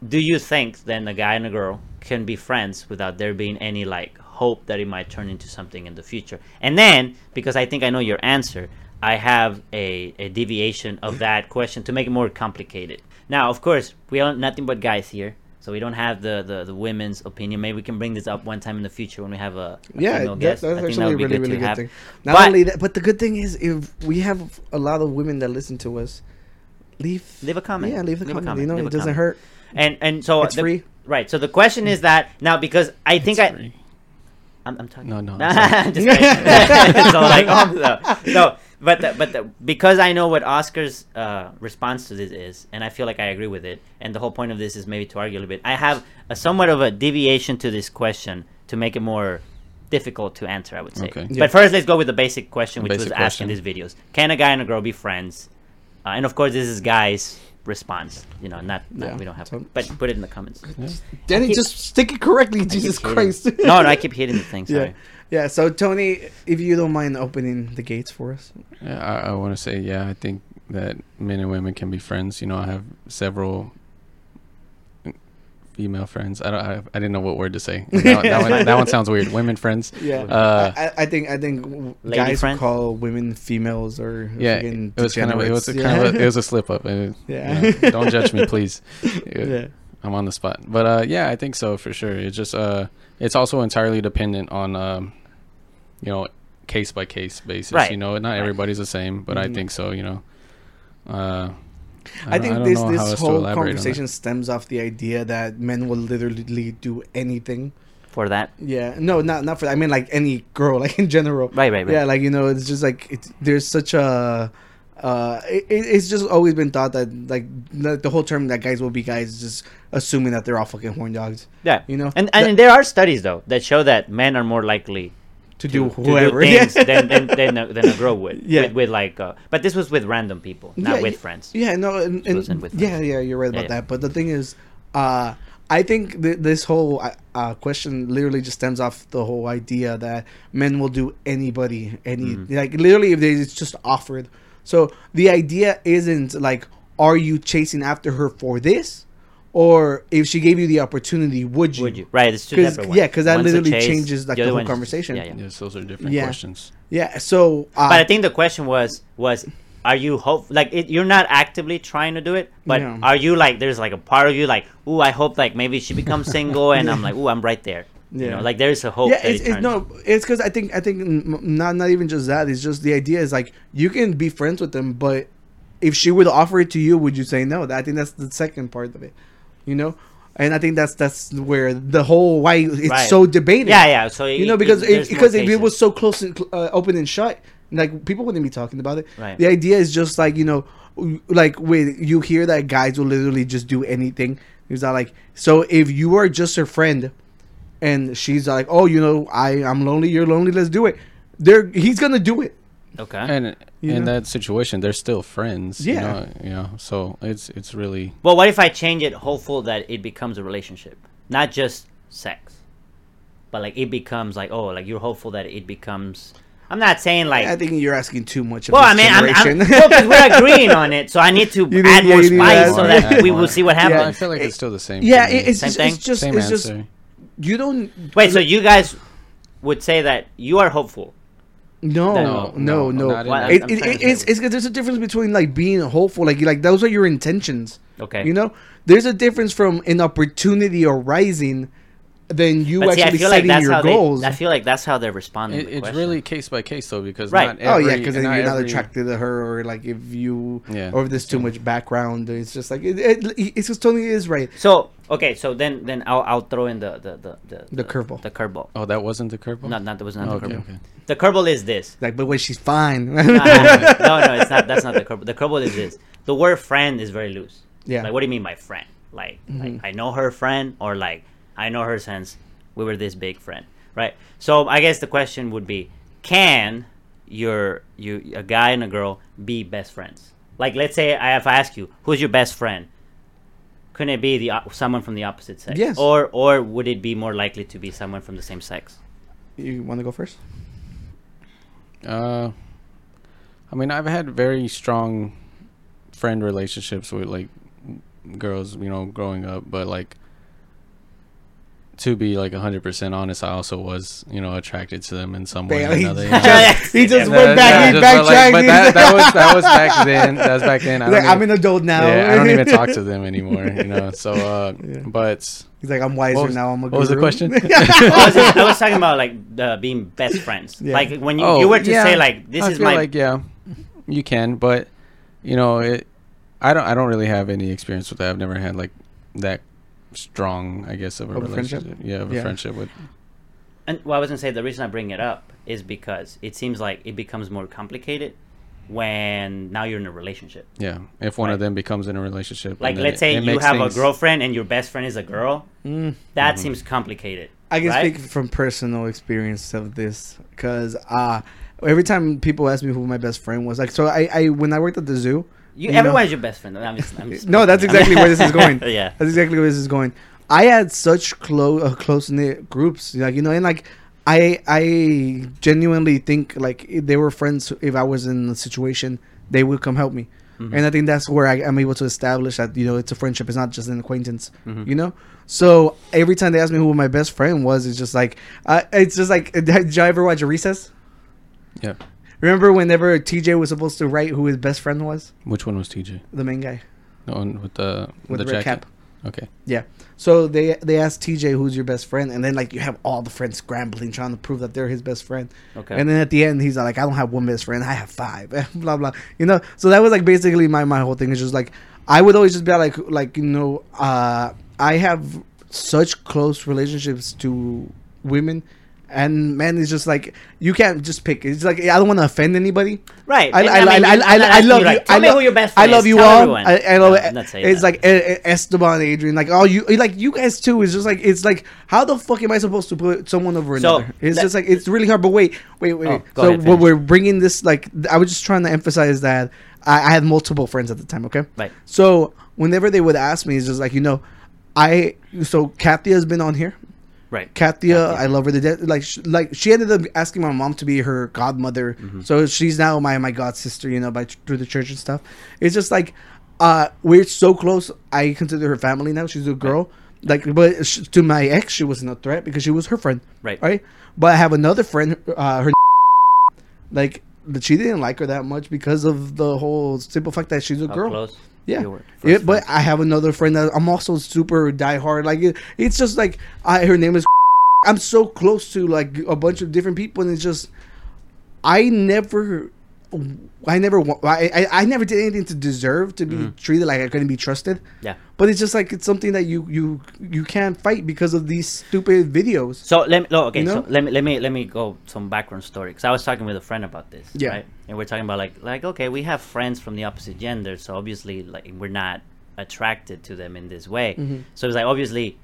Speaker 2: do you think then a guy and a girl can be friends without there being any like hope that it might turn into something in the future and then because i think i know your answer i have a, a deviation
Speaker 1: [laughs]
Speaker 2: of that question to make it more complicated now of course we are nothing but guys here so we don't have the, the, the women's opinion. Maybe we can bring this up one time in the future when we have a, a
Speaker 1: Yeah,
Speaker 2: female
Speaker 1: that,
Speaker 2: guest.
Speaker 1: that's
Speaker 2: I
Speaker 1: actually
Speaker 2: think that would be
Speaker 1: really
Speaker 2: good
Speaker 1: really
Speaker 2: to
Speaker 1: good
Speaker 2: have.
Speaker 1: thing. Not
Speaker 2: But-
Speaker 1: only that, but the good thing is if we have a lot of women that listen to us, leave
Speaker 2: Leave a comment.
Speaker 1: Yeah, leave the
Speaker 2: Leave a
Speaker 1: comment. You
Speaker 2: comment.
Speaker 1: know,
Speaker 2: Leave
Speaker 1: it
Speaker 2: a
Speaker 1: doesn't hurt.
Speaker 2: comment. and and so
Speaker 1: It's
Speaker 2: the-
Speaker 1: free.
Speaker 2: right? So the question is that now because I think I
Speaker 6: Sorry.
Speaker 2: I'm, I'm talking.
Speaker 6: No, no,
Speaker 2: [laughs]
Speaker 6: I'm [laughs]
Speaker 2: Just kidding. [laughs] so like, oh, no, no, but the, but the, because I know what Oscar's uh, response to this is, and I feel like I agree with it, and the whole point of this is maybe to argue a little bit. I have a somewhat of a deviation to this question to make it more difficult to answer. I would say.
Speaker 6: Okay.
Speaker 1: Yeah.
Speaker 2: But first, let's go with the basic question, which
Speaker 6: Basic
Speaker 2: was asked in these
Speaker 6: question.
Speaker 2: videos: Can a guy and a girl be friends? Uh, and of course, this is guys' response. You know, not, not-
Speaker 1: Yeah.
Speaker 2: we don't have,
Speaker 1: So-
Speaker 2: but put it in the comments.
Speaker 1: Danny,
Speaker 2: keep-
Speaker 1: just stick it correctly, Jesus
Speaker 2: hitting-
Speaker 6: [laughs]
Speaker 1: Christ.
Speaker 2: no, no, I keep hitting the thing. Sorry.
Speaker 1: [laughs] yeah, yeah. So Tony, if you don't mind opening the gates for us,
Speaker 6: Yeah, I, I want to say, yeah, I think that men and women can be friends. You know, I have several female friends. I don't, I, I didn't know what word
Speaker 1: [laughs]
Speaker 6: to say. That, one- that one, that one sounds weird. Women friends.
Speaker 1: yeah,
Speaker 6: Uh,
Speaker 1: I, I- I think I think w-
Speaker 2: Lady
Speaker 1: guys
Speaker 2: friend?
Speaker 1: call women females or
Speaker 6: yeah,
Speaker 1: friggin'
Speaker 6: it was kind of it was a, kind of a,
Speaker 1: [laughs]
Speaker 6: it was a slip up. and, you
Speaker 1: Yeah.
Speaker 6: know, don't judge me, please.
Speaker 1: [laughs]
Speaker 6: It-
Speaker 1: degenerates.
Speaker 6: I'm on the spot. But uh, yeah, I think so for sure. It's just uh, it's also entirely dependent on um, you know, case by case basis.
Speaker 2: Right.
Speaker 6: You know, not
Speaker 2: Right.
Speaker 6: everybody's the same, but I think so. You know, uh,
Speaker 1: Mm-hmm. I
Speaker 6: don't-
Speaker 1: think
Speaker 6: don't
Speaker 1: this
Speaker 6: know how
Speaker 1: this
Speaker 6: else to
Speaker 1: whole
Speaker 6: elaborate on that.
Speaker 1: conversation stems off the idea that men will literally do anything.
Speaker 2: For that,
Speaker 1: Yeah, no, not not for. I mean, like any girl, [laughs] like in general.
Speaker 2: Right, right, right.
Speaker 1: Yeah, like you know, it's just like it's, there's such a uh, it, it- it's just always been thought that like the, the whole term that guys will be guys is just assuming that they're all fucking horn dogs
Speaker 2: Yeah,
Speaker 1: You know,
Speaker 2: and
Speaker 1: that-
Speaker 2: and there are studies though that show that men are more likely
Speaker 1: to,
Speaker 2: to,
Speaker 1: do
Speaker 2: to
Speaker 1: whoever. [laughs]
Speaker 2: things
Speaker 1: Yeah.
Speaker 2: than, than, than, a, than a girl
Speaker 1: [laughs]
Speaker 2: would.
Speaker 1: Yeah.
Speaker 2: with, with like, uh, but this was with random people, not
Speaker 1: Yeah,
Speaker 2: with
Speaker 1: y-
Speaker 2: friends.
Speaker 1: Yeah, no, and, and-
Speaker 2: wasn't with
Speaker 1: yeah,
Speaker 2: friends.
Speaker 1: yeah, you're right
Speaker 2: Yeah,
Speaker 1: about
Speaker 2: yeah.
Speaker 1: that. But the thing is, uh, I think th- this whole uh, uh, question literally just stems off the whole idea that men will do anybody, any
Speaker 2: Mm-hmm.
Speaker 1: like literally if they, it's just offered. So the idea isn't like, are you chasing after her for this? Or if she gave you the opportunity, would you?
Speaker 2: Would you? Right, it's two
Speaker 1: 'Cause-
Speaker 2: separate ones.
Speaker 1: yeah, 'cause that
Speaker 2: One's a
Speaker 1: literally
Speaker 2: chase,
Speaker 1: changes, like, the
Speaker 2: other
Speaker 1: whole
Speaker 2: one's-
Speaker 1: conversation.
Speaker 2: Yeah, yeah.
Speaker 6: Yes, those are different
Speaker 1: Yeah.
Speaker 6: questions.
Speaker 1: Yeah. So, uh,
Speaker 2: But I think the question was was are you hope like it, you're not actively trying to do it, but
Speaker 1: Yeah.
Speaker 2: are you like there's like a part of you like ooh I hope like maybe she becomes single and I'm like ooh I'm right there. You
Speaker 1: Yeah.
Speaker 2: know, like there's a hope.
Speaker 1: yeah,
Speaker 2: that
Speaker 1: it's,
Speaker 2: he
Speaker 1: it's
Speaker 2: turns-
Speaker 1: no, it's because I think I think n- m- not not even just that. It's just the idea is like you can be friends with them, but if she would offer it to you, would you say no? I think that's the second part of it, you know. And I think that's that's where the whole why it's
Speaker 2: Right.
Speaker 1: so debated.
Speaker 2: Yeah, yeah. So
Speaker 1: you know
Speaker 2: it-
Speaker 1: because
Speaker 2: it-
Speaker 1: if,
Speaker 2: there's more
Speaker 1: because if it
Speaker 2: cases.
Speaker 1: was so close and cl- uh, open and shut like people wouldn't be talking about it
Speaker 2: Right.
Speaker 1: the idea is just like you know w- like with you hear that guys will literally just do anything it's not like so if you are just her friend and she's like oh you know i i'm lonely you're lonely let's do it there he's gonna do it
Speaker 2: okay.
Speaker 6: And
Speaker 1: You
Speaker 6: in
Speaker 1: know?
Speaker 6: that situation, they're still friends.
Speaker 1: Yeah.
Speaker 6: Yeah, you know, you know, so it's it's really
Speaker 2: well, what if I change it hopeful that it becomes a relationship, not just sex, but like it becomes like oh like you're hopeful that it becomes. I'm not saying like
Speaker 1: i think you're asking too much of
Speaker 2: Well, I
Speaker 1: this
Speaker 2: mean, I'm, I'm,
Speaker 1: generation.
Speaker 2: [laughs]
Speaker 1: [laughs]
Speaker 2: well, because we're agreeing on it, so I need to
Speaker 1: need-
Speaker 2: add
Speaker 1: yeah,
Speaker 2: more
Speaker 1: [laughs] you need to
Speaker 2: spice
Speaker 1: add
Speaker 2: so
Speaker 1: more.
Speaker 2: that we
Speaker 6: Add
Speaker 2: will
Speaker 6: more.
Speaker 2: see what
Speaker 1: Yeah.
Speaker 6: I
Speaker 2: happens.
Speaker 6: feel like it's still the same.
Speaker 1: yeah
Speaker 6: for me.
Speaker 1: it, it's,
Speaker 2: Same
Speaker 1: just,
Speaker 2: thing?
Speaker 1: it's just
Speaker 6: same
Speaker 1: it's just
Speaker 6: answer.
Speaker 1: you don't
Speaker 2: Wait, so you guys would say that you are hopeful?
Speaker 1: No,
Speaker 2: No,
Speaker 1: no, no.
Speaker 6: no, not in
Speaker 2: Well, that.
Speaker 1: It,
Speaker 2: I'm
Speaker 1: it,
Speaker 2: trying
Speaker 1: it,
Speaker 2: to
Speaker 1: it's
Speaker 2: say-
Speaker 1: it's 'cause there's a difference between like being hopeful, like you like those are your intentions.
Speaker 2: Okay.
Speaker 1: You know, there's a difference from an opportunity arising than you
Speaker 2: But see, I
Speaker 1: actually
Speaker 2: feel like
Speaker 1: setting
Speaker 2: that's how
Speaker 1: your goals.
Speaker 2: they. I feel like that's how they're responding.
Speaker 6: It,
Speaker 2: to the
Speaker 6: it's
Speaker 2: question.
Speaker 6: really case by case though, because
Speaker 2: Right.
Speaker 6: not
Speaker 1: oh
Speaker 6: every,
Speaker 1: yeah, because then you're not
Speaker 6: every-
Speaker 1: attracted to her, or like if you,
Speaker 6: Yeah,
Speaker 1: or if there's too much background, it's just like it, it, it's just totally is right.
Speaker 2: So okay, so then then I'll I'll throw in the the the the,
Speaker 1: The curveball.
Speaker 2: The curveball.
Speaker 6: Oh, that wasn't the curveball.
Speaker 2: No, not that was not
Speaker 6: Oh,
Speaker 2: the
Speaker 6: okay,
Speaker 2: curveball.
Speaker 6: okay.
Speaker 2: The curveball is this.
Speaker 1: Like, but when she's fine,
Speaker 2: no, no, no, it's not. That's not the curveball. The curveball is this. The word friend is very loose.
Speaker 1: Yeah. Mm-hmm.
Speaker 2: Like, what do you mean by friend? Like, like I know her friend, or like I know her since we were this big friend, right? So I guess the question would be, can your you a guy and a girl be best friends? Like, let's say I if I ask you, who's your best friend? Couldn't it be the op- someone from the opposite sex?
Speaker 1: Yes.
Speaker 2: Or or would it be more likely to be someone from the same sex?
Speaker 1: [laughs] you want to go first?
Speaker 6: Uh, I mean, I've had very strong friend relationships with like girls, you know, growing up, but like to be like 100% honest, I also was, you know, attracted to them in some way or
Speaker 1: Damn, [laughs] he
Speaker 6: another. you know?
Speaker 1: just, he just
Speaker 6: No,
Speaker 1: went
Speaker 6: no,
Speaker 1: back. he
Speaker 6: just but, like,
Speaker 1: backtracked.
Speaker 6: but that,
Speaker 1: he's
Speaker 6: that was that was back then. That was back then. I don't
Speaker 1: like,
Speaker 6: even,
Speaker 1: I'm an adult now.
Speaker 6: yeah, I don't even talk
Speaker 1: [laughs]
Speaker 6: to them anymore. You know, so uh, but
Speaker 1: He's like, I'm wiser
Speaker 6: what was,
Speaker 1: now. I'm a
Speaker 6: what was the
Speaker 1: guru."
Speaker 6: question?
Speaker 2: I was, I was talking about like the, being best friends.
Speaker 1: Yeah.
Speaker 2: Like when you,
Speaker 6: Oh,
Speaker 2: you were to
Speaker 6: yeah.
Speaker 2: say like this
Speaker 6: I
Speaker 2: is
Speaker 6: feel
Speaker 2: my
Speaker 6: like yeah, you can, but you know it. I don't. I don't really have any experience with that. I've never had like that strong, I guess, of a
Speaker 1: Of a friendship?
Speaker 6: relationship. Yeah, of a
Speaker 1: Yeah.
Speaker 6: friendship with.
Speaker 2: and well, I was gonna say the reason I bring it up is because it seems like it becomes more complicated when now you're in a relationship.
Speaker 6: Yeah, if one
Speaker 2: Right.
Speaker 6: of them becomes in a relationship,
Speaker 2: Like
Speaker 6: and then
Speaker 2: let's
Speaker 6: it-
Speaker 2: say
Speaker 6: it
Speaker 2: you
Speaker 6: makes
Speaker 2: have
Speaker 6: things- Mm.
Speaker 2: a girlfriend and your best friend is a girl. That seems complicated.
Speaker 1: [laughs] Mm-hmm. I can
Speaker 2: right?
Speaker 1: speak from personal experience of this because uh, every time people ask me who my best friend was, like, so I, I when I worked at the zoo,
Speaker 2: You,
Speaker 1: know-
Speaker 2: everyone's your best friend. I'm just, I'm
Speaker 1: [laughs]
Speaker 2: just
Speaker 1: no, that's exactly where this
Speaker 2: [laughs]
Speaker 1: is going.
Speaker 2: Yeah.
Speaker 1: that's exactly where this is going. I had such close, uh, close knit groups, like you know, and like I, I genuinely think like if they were friends. If I was in a situation, they would come help me, and I think that's where I, I'm able to establish that you know it's a friendship. It's not just an acquaintance, you know. So every time they ask me who my best friend was, it's just like, uh, it's just like, [laughs] did y'all ever watch Recess?
Speaker 6: Yeah,
Speaker 1: Remember whenever TJ was supposed to write who his best friend was,
Speaker 6: which one was TJ?
Speaker 1: the main guy.
Speaker 6: The one with the
Speaker 1: With
Speaker 6: the
Speaker 1: the red
Speaker 6: jacket.
Speaker 1: cap.
Speaker 6: Okay.
Speaker 1: Yeah. So they they asked TJ who's your best friend, and then like you have all the friends scrambling trying to prove that they're his best friend.
Speaker 2: Okay.
Speaker 1: And then at the end he's like, I don't have one best friend, I have five. [laughs] blah blah. You know. So that was like basically my my whole thing is just like I would always just be like like you know uh I have such close relationships to women And man, it's just like you can't just pick. It's like I don't want to offend anybody.
Speaker 2: Right.
Speaker 1: I,
Speaker 2: And
Speaker 1: I,
Speaker 2: I
Speaker 1: I,
Speaker 2: mean,
Speaker 1: I,
Speaker 2: you're
Speaker 1: I,
Speaker 2: not
Speaker 1: I
Speaker 2: asking
Speaker 1: love
Speaker 2: me,
Speaker 1: you.
Speaker 2: like,
Speaker 1: I
Speaker 2: tell me
Speaker 1: love,
Speaker 2: who your best
Speaker 1: I
Speaker 2: friend
Speaker 1: love
Speaker 2: is.
Speaker 1: you
Speaker 2: Tell
Speaker 1: all.
Speaker 2: everyone.
Speaker 1: I, I love
Speaker 2: No,
Speaker 1: it.
Speaker 2: I'm not saying
Speaker 1: It's
Speaker 2: that.
Speaker 1: like eh, eh, Esteban, Adrian, like all you, like you guys too. It's just like it's like how the fuck am I supposed to put someone over
Speaker 2: So,
Speaker 1: another? It's
Speaker 2: let-
Speaker 1: just like it's really hard. But wait, wait, wait.
Speaker 2: Oh,
Speaker 1: wait.
Speaker 2: go
Speaker 1: so
Speaker 2: ahead,
Speaker 1: what
Speaker 2: finish.
Speaker 1: we're bringing this like th- I was just trying to emphasize that I, I had multiple friends at the time. Okay.
Speaker 2: Right.
Speaker 1: So whenever they would ask me, it's just like you know, I so Kathy has been on here.
Speaker 2: Right.
Speaker 1: Katia, I love her to death. Like, sh- like she ended up asking my mom to be her godmother,
Speaker 2: Mm-hmm.
Speaker 1: so she's now my my god sister. You know, by through the church and stuff. It's just like, uh, we're so close. I consider her family now. She's a girl. Like, but sh- to my ex, she was not threat because she was her friend.
Speaker 2: Right.
Speaker 1: Right. But I have another friend. Uh, her [laughs] like that she didn't like her that much because of the whole simple fact that she's a
Speaker 2: How
Speaker 1: girl.
Speaker 2: close you
Speaker 1: Yeah.
Speaker 2: were first
Speaker 1: yeah, but
Speaker 2: friends.
Speaker 1: I have another friend that I'm also super diehard. Like it, it's just like I her name is. I'm so close to like a bunch of different people, and it's just I never, I never, wa- I I, I never did anything to deserve to be treated like I couldn't be trusted.
Speaker 2: Yeah.
Speaker 1: But it's just like it's something that you you you can't fight because of these stupid videos.
Speaker 2: So let me. No, okay.
Speaker 1: You know?
Speaker 2: So let me. Let me. Let me go some background story because I was talking with a friend about this.
Speaker 1: Yeah.
Speaker 2: Right? And we're talking about like like okay, we have friends from the opposite gender, so obviously like we're not attracted to them in this way.
Speaker 1: Mm-hmm.
Speaker 2: So it's like obviously,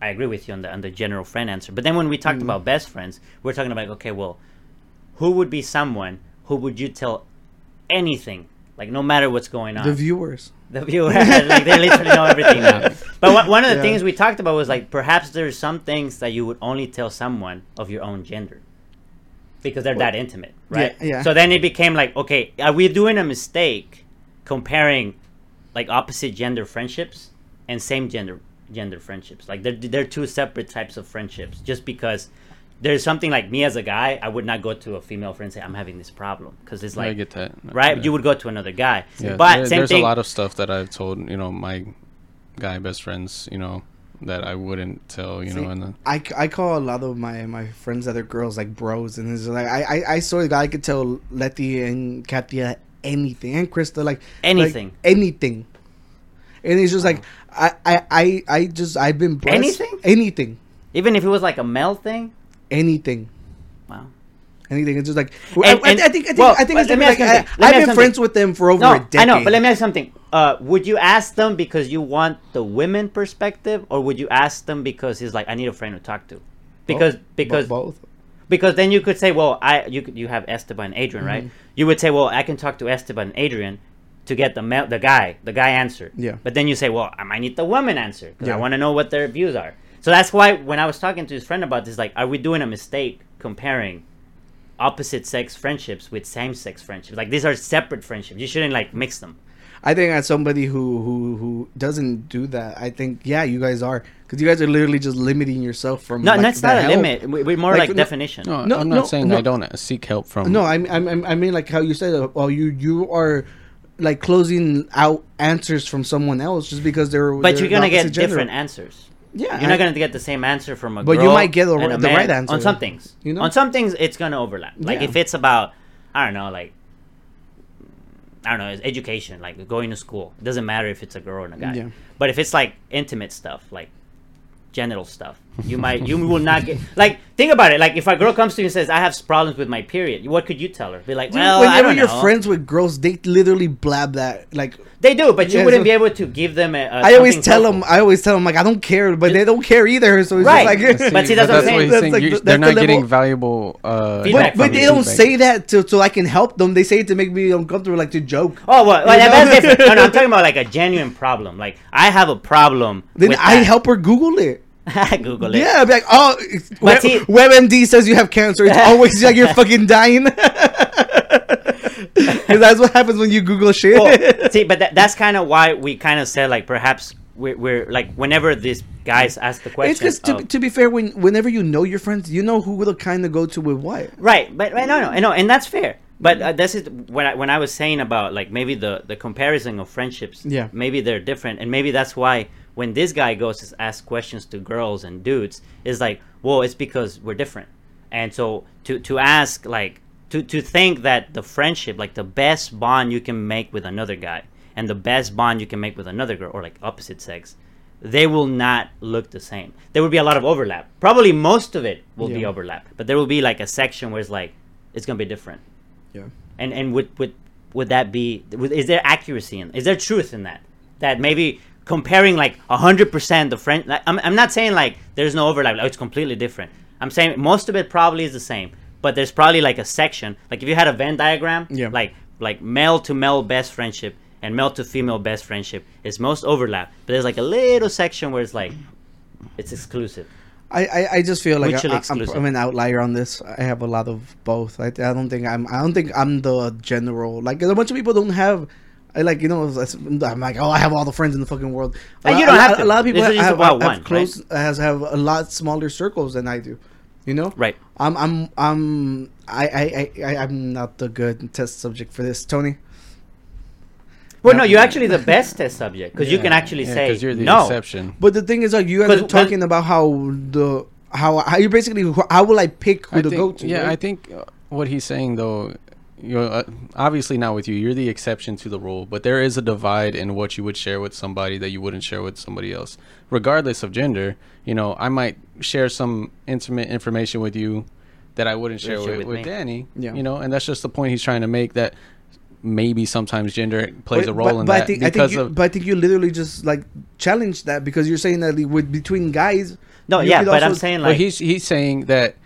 Speaker 2: I agree with you on the on the general friend answer. But then when we
Speaker 1: Mm-hmm.
Speaker 2: talked about best friends, we're talking about okay, well, who would be someone who would you tell anything like no matter what's going on
Speaker 1: The viewers.
Speaker 2: the viewer [laughs] like they literally know everything
Speaker 6: [laughs]
Speaker 2: now but one- one of the
Speaker 1: Yeah.
Speaker 2: things we talked about was like perhaps there's some things that you would only tell someone of your own gender because they're that intimate right
Speaker 1: yeah.
Speaker 2: so then it became like okay are we doing a mistake comparing like opposite gender friendships and same gender gender friendships like they're, they're two separate types of friendships just because there's something like me as a guy i would not go to a female friend and say i'm having this problem because it's like
Speaker 6: I get that.
Speaker 2: right
Speaker 6: Yeah.
Speaker 2: you would go to another guy
Speaker 6: Yeah,
Speaker 2: but
Speaker 6: there-
Speaker 2: same
Speaker 6: there's
Speaker 2: thing
Speaker 6: a lot of stuff that I've told, you know, my guy best friends, you know, that I wouldn't tell, you know, and the,
Speaker 1: I, I call a lot of my, my friends that are girls like bros, and it's like I I, I swear to God, I could tell Letty and Katia anything, and Krista like
Speaker 2: Anything.
Speaker 1: like, anything, and it's just like I, I I I just I've been blessed.
Speaker 2: Anything?
Speaker 1: anything,
Speaker 2: Even if it was like a male thing.
Speaker 1: anything.
Speaker 2: Wow.
Speaker 1: Anything. It's just like
Speaker 2: And-
Speaker 1: I, I-
Speaker 2: and-
Speaker 1: I think I think
Speaker 2: well,
Speaker 1: I think it's
Speaker 2: let me
Speaker 1: like,
Speaker 2: ask you
Speaker 1: I,
Speaker 2: something. Let me ask
Speaker 1: I've been
Speaker 2: something.
Speaker 1: friends with them for over a
Speaker 2: No,
Speaker 1: decade.
Speaker 2: I know, but let me ask you something. Uh, would you ask them because you want the women perspective, or would you ask them because he's like, I need a friend to talk to? Because because
Speaker 1: both.
Speaker 2: because then you could say, well, I you could- you have Esteban and Adrian, right?
Speaker 1: Mm-hmm.
Speaker 2: You would say, well, I can talk to Esteban and Adrian to get the male, the guy, the guy answer.
Speaker 1: Yeah.
Speaker 2: But then you say, well, I might need the woman answer 'cause I
Speaker 1: Yeah.
Speaker 2: want to know what their views are. So that's why when I was talking to his friend about this, like, are we doing a mistake comparing opposite sex friendships with same sex friendships? Like these are separate friendships. You shouldn't like mix them.
Speaker 1: I think as somebody who who who doesn't do that, I think yeah, you guys are because you guys are literally just limiting yourself from
Speaker 2: No,
Speaker 1: like,
Speaker 2: that's
Speaker 1: the
Speaker 2: not a
Speaker 1: help.
Speaker 2: limit. We- We're more
Speaker 1: Like,
Speaker 2: like,
Speaker 1: no-
Speaker 2: definition.
Speaker 6: no,
Speaker 1: No,
Speaker 6: I'm not
Speaker 1: no,
Speaker 6: saying
Speaker 1: no.
Speaker 6: I don't seek help from.
Speaker 1: No, I'm, I'm I'm- I mean like how you said. uh, Oh, you you are like closing out answers from someone else just because they're.
Speaker 2: But
Speaker 1: they're
Speaker 2: you're gonna
Speaker 1: the
Speaker 2: get
Speaker 1: opposite gender.
Speaker 2: different answers.
Speaker 1: Yeah,
Speaker 2: you're not
Speaker 1: I-
Speaker 2: gonna get the same answer from a
Speaker 1: But you
Speaker 2: girl
Speaker 1: might get the
Speaker 2: and
Speaker 1: ri-
Speaker 2: a
Speaker 1: the
Speaker 2: man
Speaker 1: right answer,
Speaker 2: on some things.
Speaker 1: you know?
Speaker 2: on some things it's gonna overlap. Like
Speaker 1: Yeah.
Speaker 2: if it's about, I don't know, like I don't know, it's education, like going to school. It doesn't matter if it's a girl and a guy.
Speaker 1: Yeah.
Speaker 2: But if it's like intimate stuff, like genital stuff, you might you will not get [laughs] like think about it. Like if a girl comes to you and says, "I have problems with my period," what could you tell her? Be like,
Speaker 1: Dude,
Speaker 2: "Well,
Speaker 1: whenever
Speaker 2: I don't
Speaker 1: you're
Speaker 2: know."
Speaker 1: friends with girls, they literally blab that like.
Speaker 2: they do, but you
Speaker 1: Yeah,
Speaker 2: wouldn't
Speaker 1: so-
Speaker 2: be able to give them. A, a
Speaker 1: I always
Speaker 2: something
Speaker 1: tell
Speaker 2: helpful.
Speaker 1: them. I always tell them like I don't care, but they don't care either. So it's [laughs]
Speaker 2: Right.
Speaker 1: just like.
Speaker 2: But see, that's what I'm saying.
Speaker 6: he's
Speaker 1: That's
Speaker 6: saying.
Speaker 1: like
Speaker 6: you
Speaker 1: the-
Speaker 6: they're
Speaker 1: that's the
Speaker 6: not getting
Speaker 1: level-
Speaker 6: valuable uh,
Speaker 2: Feedback
Speaker 1: But,
Speaker 2: from
Speaker 6: from
Speaker 1: but
Speaker 2: you.
Speaker 1: they don't
Speaker 6: feedback.
Speaker 1: say that to so I can help them. They say it to make me uncomfortable, like to joke.
Speaker 2: Oh well, well
Speaker 1: You
Speaker 2: that's
Speaker 1: know?
Speaker 2: different. No, no, I'm talking about
Speaker 1: [laughs]
Speaker 2: like a genuine problem. Like I have a problem.
Speaker 1: Then
Speaker 2: with
Speaker 1: I
Speaker 2: that.
Speaker 1: help her Google it.
Speaker 2: [laughs] Google it.
Speaker 1: Yeah, I'd be like, oh, it's- Web,
Speaker 2: But see-
Speaker 1: WebMD says you have cancer. It's always like you're fucking dying. [laughs] 'Cause that's what happens when you Google shit.
Speaker 2: Well, Oh, see, but that, that's kind of why we kind of said like perhaps we're, we're like whenever these guys ask
Speaker 1: [laughs]
Speaker 2: the
Speaker 1: it's
Speaker 2: question.
Speaker 1: because to,
Speaker 2: of-
Speaker 1: to be fair, when whenever you know your friends, you know who the kind to go to with what.
Speaker 2: right, but right, no, no, no, and that's fair. But uh, this is when I, when I was saying about like maybe the the comparison of friendships.
Speaker 1: Yeah.
Speaker 2: Maybe they're different, and maybe that's why when this guy goes to ask questions to girls and dudes, it's like, well, it's because we're different, and so to to ask like to to think that the friendship, like the best bond you can make with another guy, and the best bond you can make with another girl, or like opposite sex, they will not look the same. There will be a lot of overlap. Probably most of it will be
Speaker 1: Yeah.
Speaker 2: overlap, but there will be like a section where it's like it's gonna be different.
Speaker 1: Yeah.
Speaker 2: And and would would would that be? would- Is there accuracy in? Is there truth in that? That maybe comparing like hundred percent the French. Like, I'm I'm not saying like there's no overlap. Like, it's completely different. I'm saying most of it probably is the same, but there's probably like a section. Like if you had a Venn diagram,
Speaker 1: Yeah.
Speaker 2: like like male to male best friendship and male to female best friendship is most overlap. But there's like a little section where it's like it's exclusive.
Speaker 1: I, I, I just feel like I,
Speaker 2: Mutually
Speaker 1: I, I'm,
Speaker 2: exclusive.
Speaker 1: I'm an outlier on this. I have a lot of both. I, I don't think I'm I don't think I'm the general. Like a bunch of people don't have. I like you know it's- I'm like oh I have all the friends in the fucking world. A
Speaker 2: And
Speaker 1: lot-
Speaker 2: you don't
Speaker 1: a,
Speaker 2: have
Speaker 1: lot-
Speaker 2: to.
Speaker 1: A lot of people
Speaker 2: This
Speaker 1: have,
Speaker 2: is just
Speaker 1: have,
Speaker 2: about one,
Speaker 1: have close has have a lot smaller circles than I do. You know.
Speaker 2: Right.
Speaker 1: I'm I'm I'm I I I I- I'm not the good test subject for this, Tony.
Speaker 2: Well,
Speaker 1: Yeah.
Speaker 2: no, you're actually the best test subject because you can actually
Speaker 6: Yeah,
Speaker 2: say
Speaker 6: you're the
Speaker 2: no.
Speaker 6: exception.
Speaker 1: But the thing is, like you guys
Speaker 2: 'Cause-
Speaker 1: are talking about how the how how you basically who- how will I pick who
Speaker 6: I
Speaker 1: to
Speaker 6: think,
Speaker 1: go to?
Speaker 6: yeah, I
Speaker 1: right?
Speaker 6: think uh, what he's saying though, you know, uh, obviously not with you. You're the exception to the rule, but there is a divide in what you would share with somebody that you wouldn't share with somebody else, regardless of gender. You know, I might share some intimate information with you that I wouldn't share
Speaker 2: share
Speaker 6: with,
Speaker 2: with
Speaker 6: with
Speaker 2: me.
Speaker 6: Danny.
Speaker 1: Yeah.
Speaker 6: You know, and that's just the point he's trying to make that maybe sometimes gender plays
Speaker 1: But-
Speaker 6: a role
Speaker 1: but,
Speaker 6: in
Speaker 1: but
Speaker 6: that
Speaker 1: I think, I
Speaker 6: because
Speaker 1: think you,
Speaker 6: of
Speaker 1: but I think you literally just like challenged that because you're saying that with between guys.
Speaker 2: No,
Speaker 1: you
Speaker 2: yeah,
Speaker 1: could
Speaker 2: but I'm
Speaker 1: also-
Speaker 2: saying
Speaker 6: Well,
Speaker 2: like
Speaker 6: he's he's saying that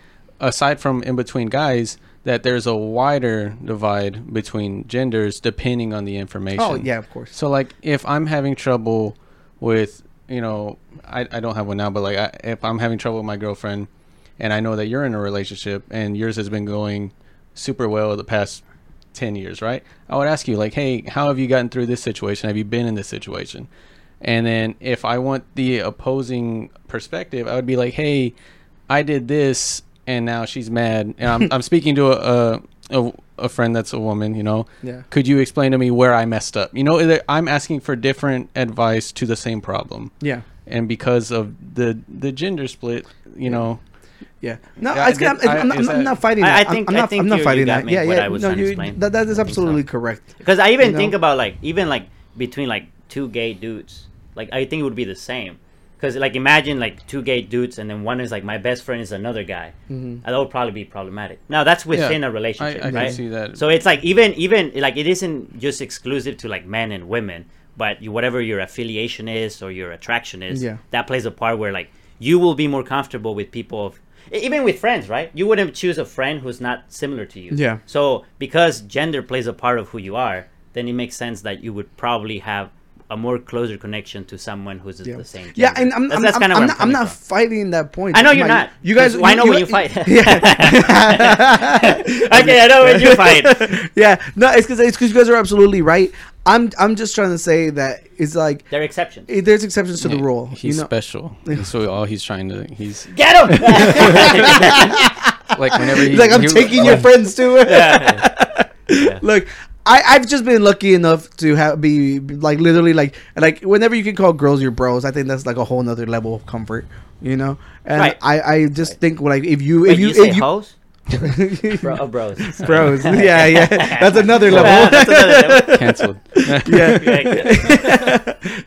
Speaker 6: aside from in between guys, that there's a wider divide between genders depending on the information.
Speaker 1: Oh yeah, of course.
Speaker 6: So like, if I'm having trouble with you know, I I don't have one now, but like, I, if I'm having trouble with my girlfriend, and I know that you're in a relationship and yours has been going super well the past. 10 years right i would ask you like hey how have you gotten through this situation have you been in this situation and then if I want the opposing perspective, I would be like, hey, I did this and now she's mad. And I'm, [laughs] I'm speaking to a, a, a, a friend that's a woman, you know?
Speaker 1: Yeah.
Speaker 6: Could you explain to me where I messed up? You know, there- I'm asking for different advice to the same problem.
Speaker 1: Yeah,
Speaker 6: And because of the, the gender split, you know,
Speaker 1: yeah. No,
Speaker 6: Yeah,
Speaker 1: I, am
Speaker 6: I did- I-
Speaker 1: I'm, not-
Speaker 6: is
Speaker 1: I'm
Speaker 6: that-
Speaker 1: not fighting.
Speaker 2: I-
Speaker 1: that.
Speaker 2: I think-
Speaker 1: I'm,
Speaker 2: I
Speaker 1: I'm not,
Speaker 2: think
Speaker 1: I'm not
Speaker 2: you- you
Speaker 1: fighting
Speaker 2: got
Speaker 1: that.
Speaker 2: me
Speaker 1: Yeah,
Speaker 2: what
Speaker 1: yeah.
Speaker 2: I was
Speaker 1: no,
Speaker 2: trying to
Speaker 1: you,
Speaker 2: explain.
Speaker 1: that, that is
Speaker 2: I think so.
Speaker 1: absolutely correct.
Speaker 2: Because I even
Speaker 1: You know?
Speaker 2: think about like even like between like two gay dudes, like I think it would be the same. Because like imagine like two gay dudes and then one is like my best friend is another guy. That would probably be problematic. Now that's within
Speaker 6: I-
Speaker 2: a relationship,
Speaker 6: Mm-hmm. I can
Speaker 2: right?
Speaker 6: see that.
Speaker 2: So it's like even even like it isn't just exclusive to like men and women, but you, whatever your affiliation is or your attraction is,
Speaker 1: Yeah.
Speaker 2: that plays a part where like you will be more comfortable with people of e- even with friends, right? You wouldn't choose a friend who's not similar to you.
Speaker 1: Yeah.
Speaker 2: So because gender plays a part of who you are, then it makes sense that you would probably have a more closer connection to someone who's
Speaker 1: Yeah.
Speaker 2: the same. Gender.
Speaker 1: Yeah, and I'm,
Speaker 2: That's-
Speaker 1: I'm,
Speaker 2: that's
Speaker 1: I'm,
Speaker 2: kinda
Speaker 1: I'm
Speaker 2: where
Speaker 1: not, I'm
Speaker 2: coming
Speaker 1: not
Speaker 2: from.
Speaker 1: fighting that point.
Speaker 2: I know
Speaker 1: I'm
Speaker 2: you're
Speaker 1: like,
Speaker 2: not.
Speaker 1: You guys,
Speaker 2: 'cause I know when you
Speaker 1: [laughs]
Speaker 2: fight. [laughs] okay, I know
Speaker 1: [laughs]
Speaker 2: when you fight.
Speaker 1: yeah, no, it's because it's because you guys are absolutely right. I'm I'm just trying to say that it's like
Speaker 2: They're exceptions.
Speaker 1: it- eh, there's exceptions to the rule.
Speaker 6: he's
Speaker 1: you know? [laughs]
Speaker 6: special. so all he's trying to, he's
Speaker 2: Get [laughs] him.
Speaker 6: like, whenever he,
Speaker 1: He's like, I'm
Speaker 6: he-
Speaker 1: taking
Speaker 2: [laughs]
Speaker 6: [laughs]
Speaker 1: your friends to it.
Speaker 2: Yeah.
Speaker 1: [laughs] Look, I, I've just been lucky enough to have be like literally like like whenever you can call girls your bros, I think that's like a whole nother level of comfort, you know. And
Speaker 2: Right.
Speaker 1: I, I just think like if you if
Speaker 2: Wait,
Speaker 1: you,
Speaker 2: you, say
Speaker 1: if you
Speaker 2: hoes?
Speaker 1: [laughs]
Speaker 2: Bro, oh, bros. Sorry.
Speaker 1: bros, yeah, yeah, that's another
Speaker 2: [laughs] Yeah,
Speaker 1: level.
Speaker 2: that's another level.
Speaker 6: canceled.
Speaker 1: [laughs]
Speaker 6: [laughs]
Speaker 1: yeah,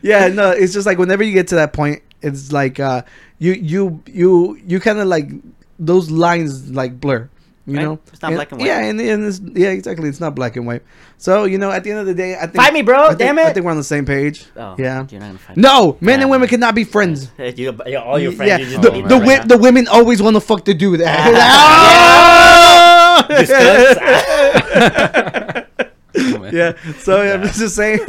Speaker 1: [laughs]
Speaker 2: [laughs] Yeah,
Speaker 1: yeah, no, it's just like whenever you get to that point, it's like uh, you you you you kind of like those lines like blur. You
Speaker 2: Right.
Speaker 1: know,
Speaker 2: It's not black and white.
Speaker 1: Yeah, and, and it's, yeah, exactly. It's not black and white. So you know, at the end of the day, I think
Speaker 2: Fight me, bro,
Speaker 1: I think-
Speaker 2: damn
Speaker 1: I
Speaker 2: it.
Speaker 1: think we're on the same page.
Speaker 2: Oh,
Speaker 1: yeah.
Speaker 2: you're not gonna fight.
Speaker 1: No, men
Speaker 2: Yeah.
Speaker 1: and women cannot be friends.
Speaker 2: You, yeah, all your friends. Oh,
Speaker 1: yeah,
Speaker 2: you just
Speaker 1: the,
Speaker 2: beat
Speaker 1: the,
Speaker 2: them
Speaker 1: wi-
Speaker 2: up. [laughs]
Speaker 1: the women always want to fuck the dude. [laughs]
Speaker 2: Ah.
Speaker 1: Ah! [laughs] yeah. So I'm just saying. [laughs]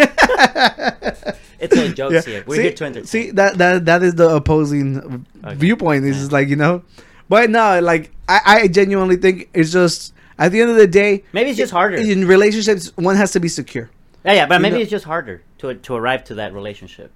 Speaker 2: It's all jokes here. We're
Speaker 1: see,
Speaker 2: here to entertain.
Speaker 1: See that that that is the opposing viewpoint. It's just like you know, but no, like I, I genuinely think it's just at the end of the day,
Speaker 2: Maybe it's just harder.
Speaker 1: in relationships, one has to be secure.
Speaker 2: Yeah, yeah, but maybe
Speaker 1: know-
Speaker 2: it's just harder to to arrive to that relationship.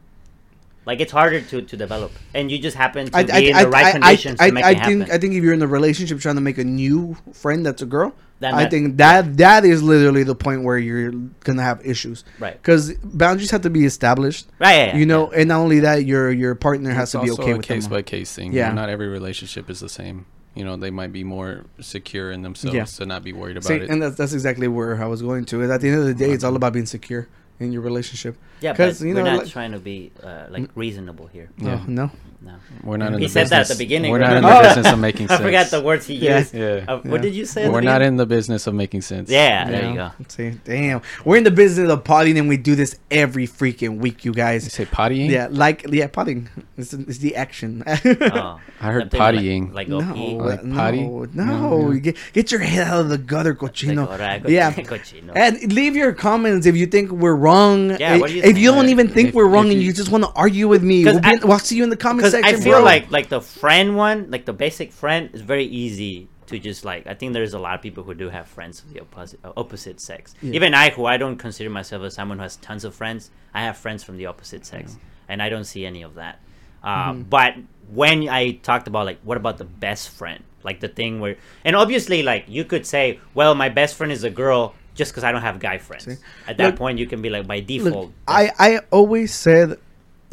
Speaker 2: Like it's harder to, to develop, and you just happen to
Speaker 1: I,
Speaker 2: be
Speaker 1: I,
Speaker 2: in
Speaker 1: I,
Speaker 2: the right
Speaker 1: I,
Speaker 2: conditions
Speaker 1: I,
Speaker 2: to make
Speaker 1: I
Speaker 2: it happen.
Speaker 1: think I think if you're in a relationship trying to make a new friend that's a girl,
Speaker 2: Then
Speaker 1: I
Speaker 2: that-
Speaker 1: think that that is literally the point where you're gonna have issues,
Speaker 2: Right.
Speaker 1: Because boundaries have to be established,
Speaker 2: Right, yeah, yeah,
Speaker 1: you know, and not only that, your your partner has
Speaker 6: It's
Speaker 1: to be
Speaker 6: also
Speaker 1: okay
Speaker 6: a
Speaker 1: with
Speaker 6: case
Speaker 1: them.
Speaker 6: by case thing.
Speaker 1: Yeah.
Speaker 6: Yeah, not every relationship is the same. You know, they might be more secure in themselves
Speaker 1: Yeah.
Speaker 6: to not be worried about
Speaker 1: See,
Speaker 6: it.
Speaker 1: and that's, that's exactly where I was going to. Is at the end of the day, it's all about being secure. in your relationship.
Speaker 2: Yeah, but
Speaker 1: 'Cause,
Speaker 2: we're not
Speaker 1: like- Mm.
Speaker 2: trying to be uh, like reasonable here.
Speaker 6: Yeah.
Speaker 1: Oh, no.
Speaker 2: No,
Speaker 6: We're not
Speaker 2: he
Speaker 6: in the
Speaker 2: said that
Speaker 6: business.
Speaker 2: at the beginning.
Speaker 6: We're
Speaker 2: [laughs]
Speaker 6: not in
Speaker 2: remember?
Speaker 6: the business of making sense.
Speaker 2: I forgot the words he
Speaker 1: Yeah.
Speaker 2: used.
Speaker 6: Yeah.
Speaker 2: Uh,
Speaker 1: Yeah.
Speaker 2: What did you say? at the
Speaker 6: We're not
Speaker 2: beginning?
Speaker 6: in the business of making sense.
Speaker 2: Yeah, there you go.
Speaker 1: See, damn, we're in the business of potting, and we do this every freaking week, you
Speaker 6: You
Speaker 1: guys.
Speaker 6: say pottying?
Speaker 1: Yeah, like yeah, potting. It's, it's the action. [laughs]
Speaker 2: Oh,
Speaker 6: I
Speaker 2: I'm thinking
Speaker 6: heard pottying.
Speaker 2: Like, like
Speaker 1: No,
Speaker 2: go pee.
Speaker 6: Like
Speaker 1: no,
Speaker 6: potty?
Speaker 1: no,
Speaker 6: No, yeah.
Speaker 1: Get, get your head out of the gutter, cochino.
Speaker 2: Like, "Alright,
Speaker 1: yeah,
Speaker 2: cochino."
Speaker 1: and leave your comments if you think we're wrong.
Speaker 2: Yeah,
Speaker 1: if,
Speaker 2: what do you
Speaker 1: if
Speaker 2: think?
Speaker 1: you don't even think
Speaker 6: If-
Speaker 1: we're wrong
Speaker 6: if
Speaker 1: and
Speaker 6: you-
Speaker 1: you just want to argue with me,
Speaker 2: 'Cause
Speaker 1: we'll, be,
Speaker 2: I-
Speaker 1: in- we'll see you in the comment
Speaker 2: Because
Speaker 1: section.
Speaker 2: I feel
Speaker 1: bro.
Speaker 2: like like the friend one, like the basic friend, is very easy to just like. I think there's a lot of people who do have friends of the opposite uh, opposite sex. Even I, who I don't consider myself as someone who has tons of friends, I have friends from the opposite sex, and I don't see any of that. Uh,
Speaker 1: Mm-hmm.
Speaker 2: But when I talked about like, what about the best friend? Like the thing where, and obviously, like you could say, well, my best friend is a girl, just because I don't have guy friends. At that
Speaker 1: Look-
Speaker 2: point, you can be like, by
Speaker 1: Look,
Speaker 2: default,
Speaker 1: I, I always said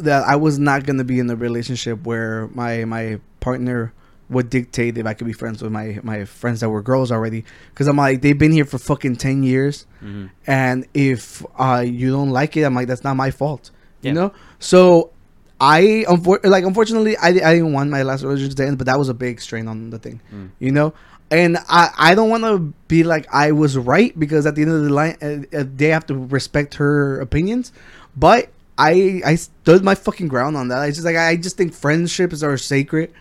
Speaker 1: that I was not gonna be in a relationship where my my partner would dictate if I could be friends with my my friends that were girls already. Because I'm like, they've been here for fucking ten years,
Speaker 2: Mm-hmm.
Speaker 1: and if uh, you don't like it, I'm like, that's not my fault.
Speaker 2: Yeah.
Speaker 1: You know. So I unfor- like unfortunately I, I didn't want my last relationship to end, but that was a big strain on the thing, you know. And I, I don't want to be like I was right because at the end of the line uh, uh, they have to respect her opinions, but I I stood my fucking ground on that. I just like I just think friendships are sacred,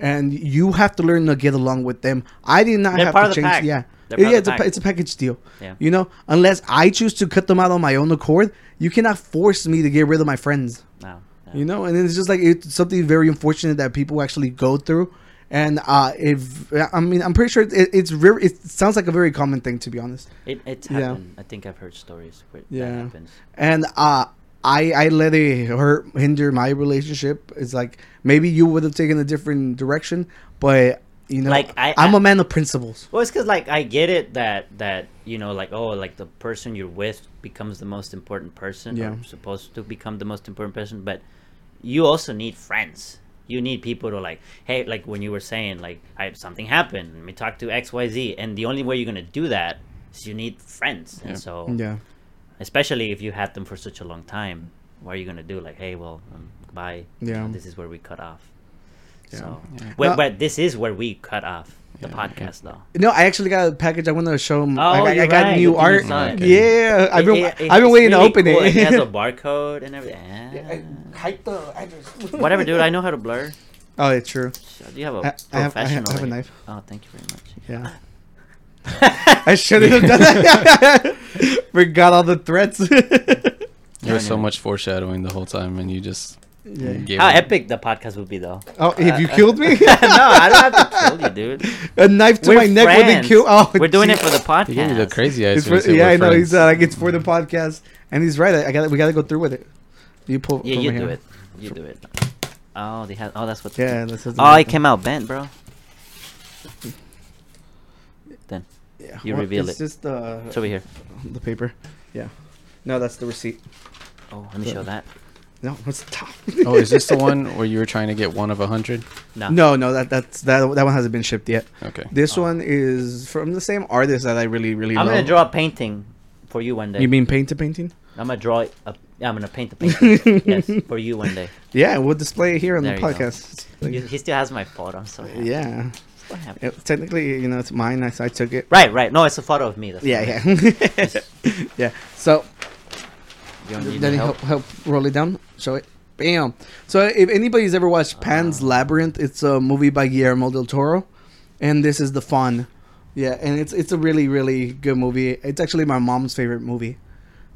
Speaker 1: and you have to learn to get along with them. I did not
Speaker 2: They're
Speaker 1: have
Speaker 2: part of
Speaker 1: to
Speaker 2: the
Speaker 1: change.
Speaker 2: pack.
Speaker 1: Yeah,
Speaker 2: They're part of
Speaker 1: yeah,
Speaker 2: the
Speaker 1: it's a, pa-
Speaker 2: pack.
Speaker 1: it's a package deal.
Speaker 2: Yeah.
Speaker 1: you know, unless I choose to cut them out on my own accord, you cannot force me to get rid of my friends.
Speaker 2: no, no.
Speaker 1: You know, and it's just like it's something very unfortunate that people actually go through. And uh, if I mean, I'm pretty sure it, it's very, it sounds like a very common thing to be honest.
Speaker 2: It, it's
Speaker 1: Yeah.
Speaker 2: happened. I think I've heard stories where that
Speaker 1: Yeah.
Speaker 2: happens.
Speaker 1: And uh, I I let it hurt hinder my relationship. It's like maybe you would have taken a different direction, but you know,
Speaker 2: Like, I-
Speaker 1: I'm
Speaker 2: I-
Speaker 1: a man of principles.
Speaker 2: Well, it's because like I get it that that you know like oh like the person you're with becomes the most important person.
Speaker 1: Yeah.
Speaker 2: Or supposed to become the most important person, but you also need friends. You need people to like hey like when you were saying like I something happened. Let me talk to X Y Z, and the only way you're gonna do that is you need friends. And so
Speaker 1: Yeah,
Speaker 2: especially if you had them for such a long time, what are you gonna do? Like hey well um, bye.
Speaker 1: Yeah.
Speaker 2: This is where we cut off.
Speaker 1: Yeah.
Speaker 2: So, Well,
Speaker 1: Now-
Speaker 2: but this is where we cut off the podcast, though.
Speaker 1: no, I actually got a package. I want to show them. I, I, I
Speaker 2: Oh, you're
Speaker 1: got
Speaker 2: right.
Speaker 1: new
Speaker 2: Look at you
Speaker 1: art.
Speaker 2: saw it.
Speaker 1: Yeah, [laughs] I've been
Speaker 2: It- it-
Speaker 1: I've been
Speaker 2: it's
Speaker 1: waiting
Speaker 2: really
Speaker 1: to open
Speaker 2: cool.
Speaker 1: it.
Speaker 2: has
Speaker 1: [laughs]
Speaker 2: a barcode and everything. Ah. [laughs] Whatever, dude. I know how to blur.
Speaker 1: oh, it's true.
Speaker 2: So, Do you have a
Speaker 1: I- I have- I have- I
Speaker 2: professional?
Speaker 1: have a
Speaker 2: here?
Speaker 1: knife.
Speaker 2: Oh, thank you very much.
Speaker 1: Yeah.
Speaker 2: [laughs]
Speaker 1: I shouldn't have done that. [laughs] Forgot all the threats. [laughs]
Speaker 6: There was so much foreshadowing the whole time, and you just gave
Speaker 2: How
Speaker 6: it.
Speaker 2: epic the podcast would
Speaker 1: [laughs]
Speaker 2: be, though.
Speaker 1: Oh, have you
Speaker 2: Uh,
Speaker 1: killed
Speaker 2: [laughs]
Speaker 1: me?
Speaker 2: no, I don't have to kill you, dude.
Speaker 1: a knife to
Speaker 2: We're
Speaker 1: my neck wouldn't
Speaker 2: friends.
Speaker 1: kill. Oh,
Speaker 2: We're doing it
Speaker 1: jeez.
Speaker 2: for the podcast.
Speaker 6: You gave me the crazy eyes.
Speaker 1: It's
Speaker 6: when
Speaker 1: for,
Speaker 6: you said
Speaker 1: yeah,
Speaker 6: we're
Speaker 1: I know. He's
Speaker 6: friends.
Speaker 1: uh, like it's for the podcast, and he's right. I got to We got to go through with it. You pull.
Speaker 2: Yeah,
Speaker 1: pull
Speaker 2: you
Speaker 1: my
Speaker 2: do
Speaker 1: hand.
Speaker 2: it. You do it. Oh, they have. Oh, that's what.
Speaker 1: Yeah, that's what
Speaker 2: Oh, it came out bent, bro.
Speaker 1: [laughs]
Speaker 2: Then
Speaker 1: Yeah,
Speaker 2: you reveal
Speaker 1: it's
Speaker 2: it.
Speaker 1: just uh,
Speaker 2: it's over here.
Speaker 1: the paper. Yeah. No, that's the receipt.
Speaker 2: Oh, let me show that.
Speaker 1: No, it's
Speaker 2: [laughs]
Speaker 1: top.
Speaker 6: oh, is this the one where you were trying to get one of a hundred?
Speaker 2: No.
Speaker 1: [laughs] No, no, that that's that that one hasn't been shipped yet.
Speaker 6: Okay.
Speaker 1: This one is from the same artist that I really really
Speaker 2: Oh. I'm
Speaker 1: love.
Speaker 2: gonna draw a painting for you one day.
Speaker 1: You mean paint to painting?
Speaker 2: I'm gonna draw it. A, I'm gonna
Speaker 1: [laughs]
Speaker 2: paint the painting. yes, for you one day.
Speaker 1: Yeah, we'll display it here on
Speaker 2: There
Speaker 1: the
Speaker 2: you go.
Speaker 1: podcast.
Speaker 2: You- he still has my photo. I'm so happy.
Speaker 1: Yeah.
Speaker 2: What happened?
Speaker 1: It- technically, you know, it's mine. I, so I took it.
Speaker 2: Right, right. No, it's a photo of me. That's
Speaker 1: Yeah,
Speaker 2: what it [laughs]
Speaker 1: yeah. [laughs] yeah. So,
Speaker 2: is. You don't need
Speaker 1: Danny,
Speaker 2: any
Speaker 1: help.
Speaker 2: help.
Speaker 1: help roll it down. Show it. Bam. So, if anybody's ever
Speaker 2: Uh,
Speaker 1: watched Pan's Labyrinth, it's a movie by Guillermo del Toro, and this is the fun. Yeah, and it's it's a really really good movie. It's actually my mom's favorite movie.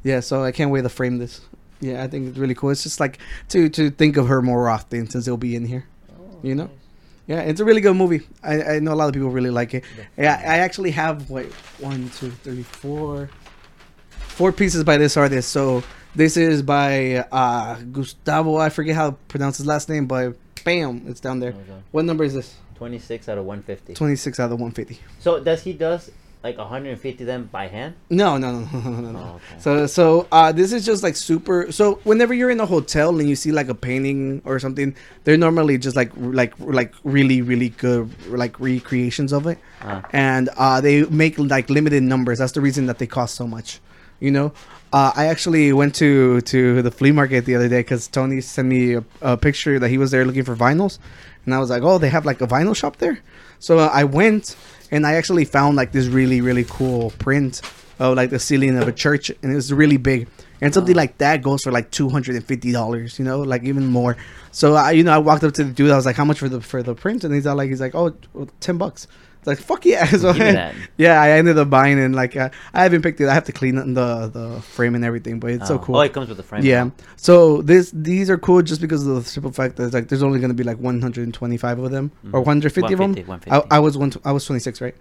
Speaker 1: Yeah, so I can't wait to frame this. Yeah, I think it's really cool. It's just like to to think of her more often since it'll be in here.
Speaker 2: Oh,
Speaker 1: you know. Yeah, it's a really good movie. I, I know a lot of people really like it. Yeah, I actually have wait one, two, three, four, four pieces by this artist. So this is by uh, Gustavo. I forget how to pronounce his last name, but bam, it's down there.
Speaker 2: There we go.
Speaker 1: What number is this?
Speaker 2: 26 out of 150.
Speaker 1: Twenty six out of one fifty.
Speaker 2: So does he does like 150 them by hand?
Speaker 1: No, no, [laughs] no, no, no, no. no.
Speaker 2: Oh, okay.
Speaker 1: So, so uh, this is just like super. So, whenever you're in a hotel and you see like a painting or something, they're normally just like, r- like, like really, really good like recreations of it,
Speaker 2: Ah.
Speaker 1: and uh, they make like limited numbers. That's the reason that they cost so much, you know. Uh, I actually went to to the flea market the other day because Tony sent me a, a picture that he was there looking for vinyls, and I was like, "Oh, they have like a vinyl shop there." So uh, I went, and I actually found like this really really cool print of like the ceiling of a church, and it was really big. And something like that goes for like two hundred and fifty dollars, you know, like even more. So I, you know, I walked up to the dude. I was like, "How much for the for the print?" And he's all like, "He's like, oh, well, 10 bucks." It's like fuck yeah. [laughs] So,
Speaker 2: Give me that.
Speaker 1: yeah, I ended up buying it. And, like uh, I haven't picked it. I have to clean up the the frame and everything, but it's so
Speaker 2: Oh.
Speaker 1: cool.
Speaker 2: Oh, it comes with the frame.
Speaker 1: yeah. So this these are cool just because of the simple fact that like there's only gonna be like 125 of them or
Speaker 2: Mm.
Speaker 1: 150 of them.
Speaker 2: 150,
Speaker 1: I, I was one. I was 26, right?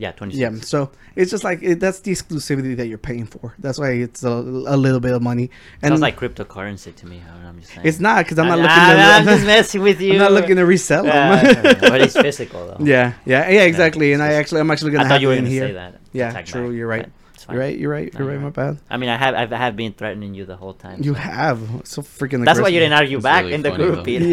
Speaker 2: Yeah, 26.
Speaker 1: Yeah. So it's just like it, that's the exclusivity that you're paying for. That's why it's a, a little bit of money. And
Speaker 2: Sounds like cryptocurrency to me. I- I'm just saying.
Speaker 1: it's not because I'm not
Speaker 2: I'm,
Speaker 1: looking. [laughs]
Speaker 2: I'm-
Speaker 1: to,
Speaker 2: I'm just messing with you.
Speaker 1: I'm not looking to resell
Speaker 2: Yeah,
Speaker 1: them. [laughs]
Speaker 2: yeah, yeah. but it's physical though.
Speaker 1: yeah. Yeah. Yeah. Exactly. And I actually I'm actually gonna
Speaker 2: I
Speaker 1: have
Speaker 2: thought you were
Speaker 1: it in
Speaker 2: gonna
Speaker 1: here.
Speaker 2: say that.
Speaker 1: Yeah,
Speaker 2: Attack
Speaker 1: true.
Speaker 2: back,
Speaker 1: You're right.
Speaker 2: but it's fine.
Speaker 1: You're right. You're right. You're
Speaker 2: No,
Speaker 1: right.
Speaker 2: you're
Speaker 1: My
Speaker 2: right.
Speaker 1: bad.
Speaker 2: I mean, I have I've- I have been threatening you the whole time.
Speaker 1: You
Speaker 2: so-
Speaker 1: have so freaking.
Speaker 2: That's why
Speaker 1: aggressive.
Speaker 2: you didn't argue
Speaker 6: It's
Speaker 2: back
Speaker 6: really
Speaker 2: in the
Speaker 6: funny,
Speaker 2: group.
Speaker 6: though.
Speaker 2: Peter.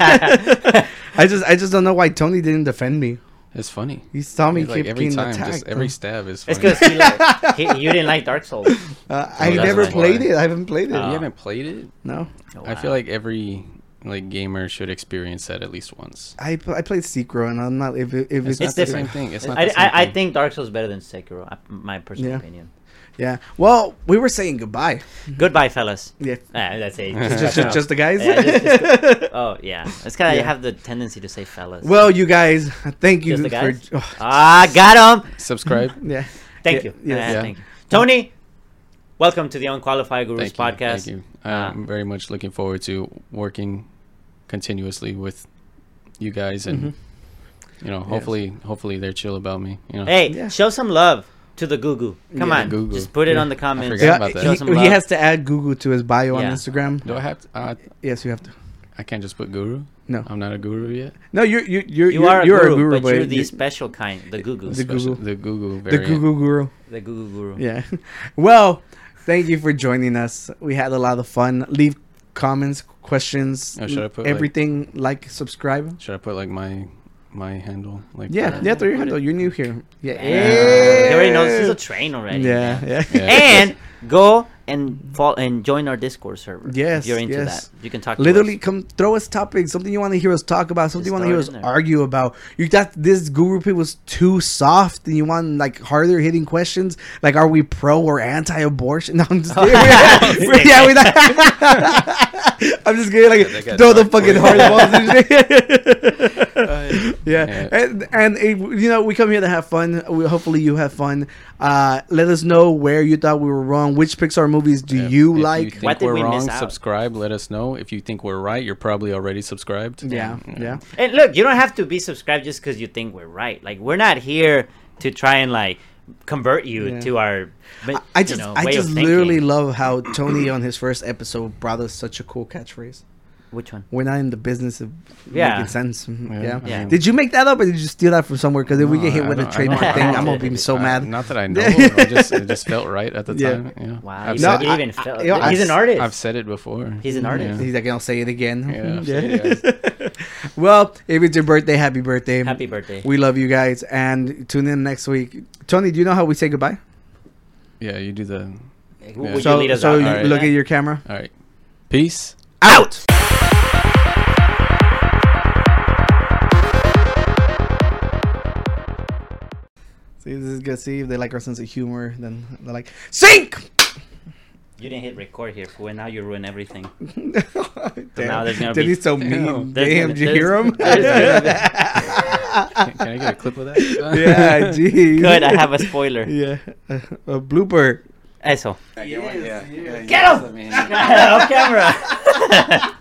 Speaker 1: Yeah. I just I just don't know why Tony didn't defend me.
Speaker 6: It's funny.
Speaker 1: He saw me
Speaker 6: It's like
Speaker 1: keep
Speaker 6: every
Speaker 1: getting
Speaker 6: time,
Speaker 1: attacked.
Speaker 6: just every stab is
Speaker 2: [laughs] It's
Speaker 6: funny.
Speaker 2: because he like, he, you didn't like
Speaker 1: [laughs]
Speaker 2: Dark Souls.
Speaker 1: uh, I
Speaker 6: Oh, that's
Speaker 1: never
Speaker 6: why.
Speaker 1: played it. I haven't played it.
Speaker 6: [laughs] you
Speaker 2: Oh.
Speaker 6: haven't played it.
Speaker 1: no,
Speaker 6: I feel like every like gamer should experience that at least once.
Speaker 1: I pl- I played Secro, and I'm not if it, if it's,
Speaker 6: It's, not the same
Speaker 2: different.
Speaker 6: thing. It's not
Speaker 2: I,
Speaker 6: the same
Speaker 2: I, I
Speaker 6: thing.
Speaker 2: think Dark Souls is better than Sekiro. I- My personal
Speaker 1: Yeah. Mm-hmm.
Speaker 2: opinion.
Speaker 1: yeah. Well, we were saying goodbye.
Speaker 2: Goodbye,
Speaker 1: [laughs]
Speaker 2: fellas. [laughs]
Speaker 1: Yeah,
Speaker 2: Ah, that's it.
Speaker 1: just, just, just the guys.
Speaker 2: Yeah,
Speaker 1: [laughs]
Speaker 2: just- just- [laughs] oh yeah, it's kind of
Speaker 1: Yeah.
Speaker 2: you have the tendency to say fellas.
Speaker 1: well, you guys, thank you
Speaker 2: Just the
Speaker 1: for.
Speaker 2: guys?
Speaker 1: oh,
Speaker 2: ah, got him.
Speaker 6: subscribe.
Speaker 1: yeah, Yeah,
Speaker 2: Thank you.
Speaker 1: yes.
Speaker 2: Ah,
Speaker 6: Yeah.
Speaker 2: Thank you, Tony. Welcome to the Unqualified Gurus
Speaker 6: Thank you.
Speaker 2: podcast.
Speaker 6: Thank you.
Speaker 1: Uh,
Speaker 6: I'm very much looking forward to working continuously with you guys and
Speaker 1: Mm-hmm.
Speaker 6: you know, hopefully hopefully they're chill about me. You know.
Speaker 2: Hey,
Speaker 1: Yeah.
Speaker 2: show some love to the Goo Goo. Come
Speaker 1: Yeah.
Speaker 2: on,
Speaker 6: Goo Goo.
Speaker 2: just put it
Speaker 6: Yeah.
Speaker 2: on the
Speaker 6: I
Speaker 2: comments.
Speaker 6: forgot
Speaker 1: yeah.
Speaker 6: about that.
Speaker 1: He,
Speaker 2: Show some
Speaker 1: he
Speaker 2: love.
Speaker 1: has to add Google to his bio on
Speaker 2: Yeah.
Speaker 1: Instagram.
Speaker 6: Do I have to uh,
Speaker 1: Yes, you have to.
Speaker 6: I can't just put guru?
Speaker 1: No.
Speaker 6: I'm not a guru yet.
Speaker 1: No, you you you
Speaker 2: You are a
Speaker 1: you're
Speaker 2: guru, but, you're
Speaker 1: you-
Speaker 2: the special kind, the Goo Goo,
Speaker 1: The
Speaker 2: the,
Speaker 1: Goo Guru.
Speaker 6: The Google
Speaker 1: the
Speaker 6: variant.
Speaker 1: Google guru.
Speaker 2: Goo Goo Guru.
Speaker 1: Yeah. [laughs] Well, thank you for joining us. We had a lot of fun. Leave comments, questions,
Speaker 6: Oh, should I put, like-
Speaker 1: everything. Like, subscribe.
Speaker 6: Should I put like my my handle like
Speaker 1: Yeah,
Speaker 6: that?
Speaker 1: yeah. Throw your handle. You're new here. Yeah.
Speaker 2: Yeah. He already knows this is a train already.
Speaker 1: Yeah, yeah.
Speaker 6: Yeah.
Speaker 2: And go and fall and join our Discord server.
Speaker 1: Yes,
Speaker 2: if you're into
Speaker 1: yes.
Speaker 2: that. You can talk. to
Speaker 1: Literally,
Speaker 2: us.
Speaker 1: come throw us topics. Something you want to hear us talk about. Something you want to
Speaker 2: throw
Speaker 1: hear us
Speaker 2: it in there.
Speaker 1: argue about. You thought this guru pit was too soft, and you want like harder hitting questions, like are we pro or anti-abortion? [laughs] No, I'm just kidding. [laughs] We're- yeah, we're not. [laughs] I'm just kidding. Like
Speaker 6: got
Speaker 1: throw the
Speaker 6: dark
Speaker 1: fucking hard
Speaker 6: quick.
Speaker 1: balls. and shit. [laughs] yeah.
Speaker 6: Yeah.
Speaker 1: and and eh, you know we come here to have fun. We, hopefully you have fun. Uh, let us know where you thought we were wrong. Which Pixar movies do
Speaker 6: If-
Speaker 1: you
Speaker 6: if
Speaker 1: like?
Speaker 6: think
Speaker 2: What did
Speaker 6: we're
Speaker 2: we miss
Speaker 6: wrong,
Speaker 2: out?
Speaker 6: subscribe. Let us know. If you think we're right, you're probably already subscribed. Uh,
Speaker 1: yeah, yeah.
Speaker 2: And look, you don't have to be subscribed just because you think we're right. Like we're not here to try and like convert you
Speaker 1: Yeah.
Speaker 2: to our. But,
Speaker 1: I just
Speaker 2: you know,
Speaker 1: I
Speaker 2: way
Speaker 1: just
Speaker 2: of
Speaker 1: literally
Speaker 2: thinking.
Speaker 1: love how Tony on his first episode brought us such a cool catchphrase.
Speaker 2: Which one?
Speaker 1: We're not in the business of
Speaker 2: Yeah.
Speaker 1: making sense. Mm, Yeah.
Speaker 2: Yeah.
Speaker 1: Did you make that up or did you steal that from somewhere? Because if we
Speaker 6: No,
Speaker 1: get hit
Speaker 6: I
Speaker 1: with a
Speaker 6: don't- I
Speaker 1: trademark
Speaker 2: don't-
Speaker 1: thing, I'm gonna be so
Speaker 6: Uh,
Speaker 1: mad.
Speaker 6: Not
Speaker 1: [laughs]
Speaker 6: that I know. I just, it just felt right at the
Speaker 1: Yeah.
Speaker 6: time. Yeah.
Speaker 2: Wow,
Speaker 6: I've,
Speaker 2: you,
Speaker 1: No,
Speaker 6: said,
Speaker 2: you
Speaker 1: I-
Speaker 2: even
Speaker 1: I-
Speaker 2: felt-
Speaker 1: you know,
Speaker 2: he's
Speaker 1: I-
Speaker 2: an artist.
Speaker 6: I've said it before.
Speaker 2: He's an artist.
Speaker 1: He's like, I'll say it again.
Speaker 6: Yeah,
Speaker 1: [laughs]
Speaker 6: I've
Speaker 1: Yeah.
Speaker 6: said it, guys.
Speaker 1: [laughs] Well, if it's your birthday, happy birthday.
Speaker 2: Happy birthday.
Speaker 1: We love you guys and tune in next week. Tony, do you know how we say goodbye?
Speaker 6: yeah, you do the.
Speaker 2: Who-
Speaker 6: Yeah.
Speaker 2: would
Speaker 1: so
Speaker 2: you lead us
Speaker 1: so
Speaker 2: out?
Speaker 1: you
Speaker 6: Alright.
Speaker 1: look at your camera.
Speaker 6: All right. Peace.
Speaker 1: Out! See, this is good. See, if they like our sense of humor, then they're like, [laughs] SYNC!
Speaker 2: You didn't hit record here, fool, and now you
Speaker 1: [laughs]
Speaker 2: ruin everything. now
Speaker 1: Damn.
Speaker 2: there's gonna
Speaker 1: Dude,
Speaker 2: be-
Speaker 1: he's so mean.
Speaker 6: Damn.
Speaker 2: There's
Speaker 1: Damn,
Speaker 2: gonna-
Speaker 1: did you
Speaker 2: there's-
Speaker 1: hear him?
Speaker 2: there's gonna
Speaker 6: Can, can I get a clip of that?
Speaker 1: [laughs] yeah, geez.
Speaker 2: be- Good, I have a spoiler.
Speaker 1: Yeah, a blooper.
Speaker 2: Eso.
Speaker 6: yeah.
Speaker 2: [laughs] Get him! on camera.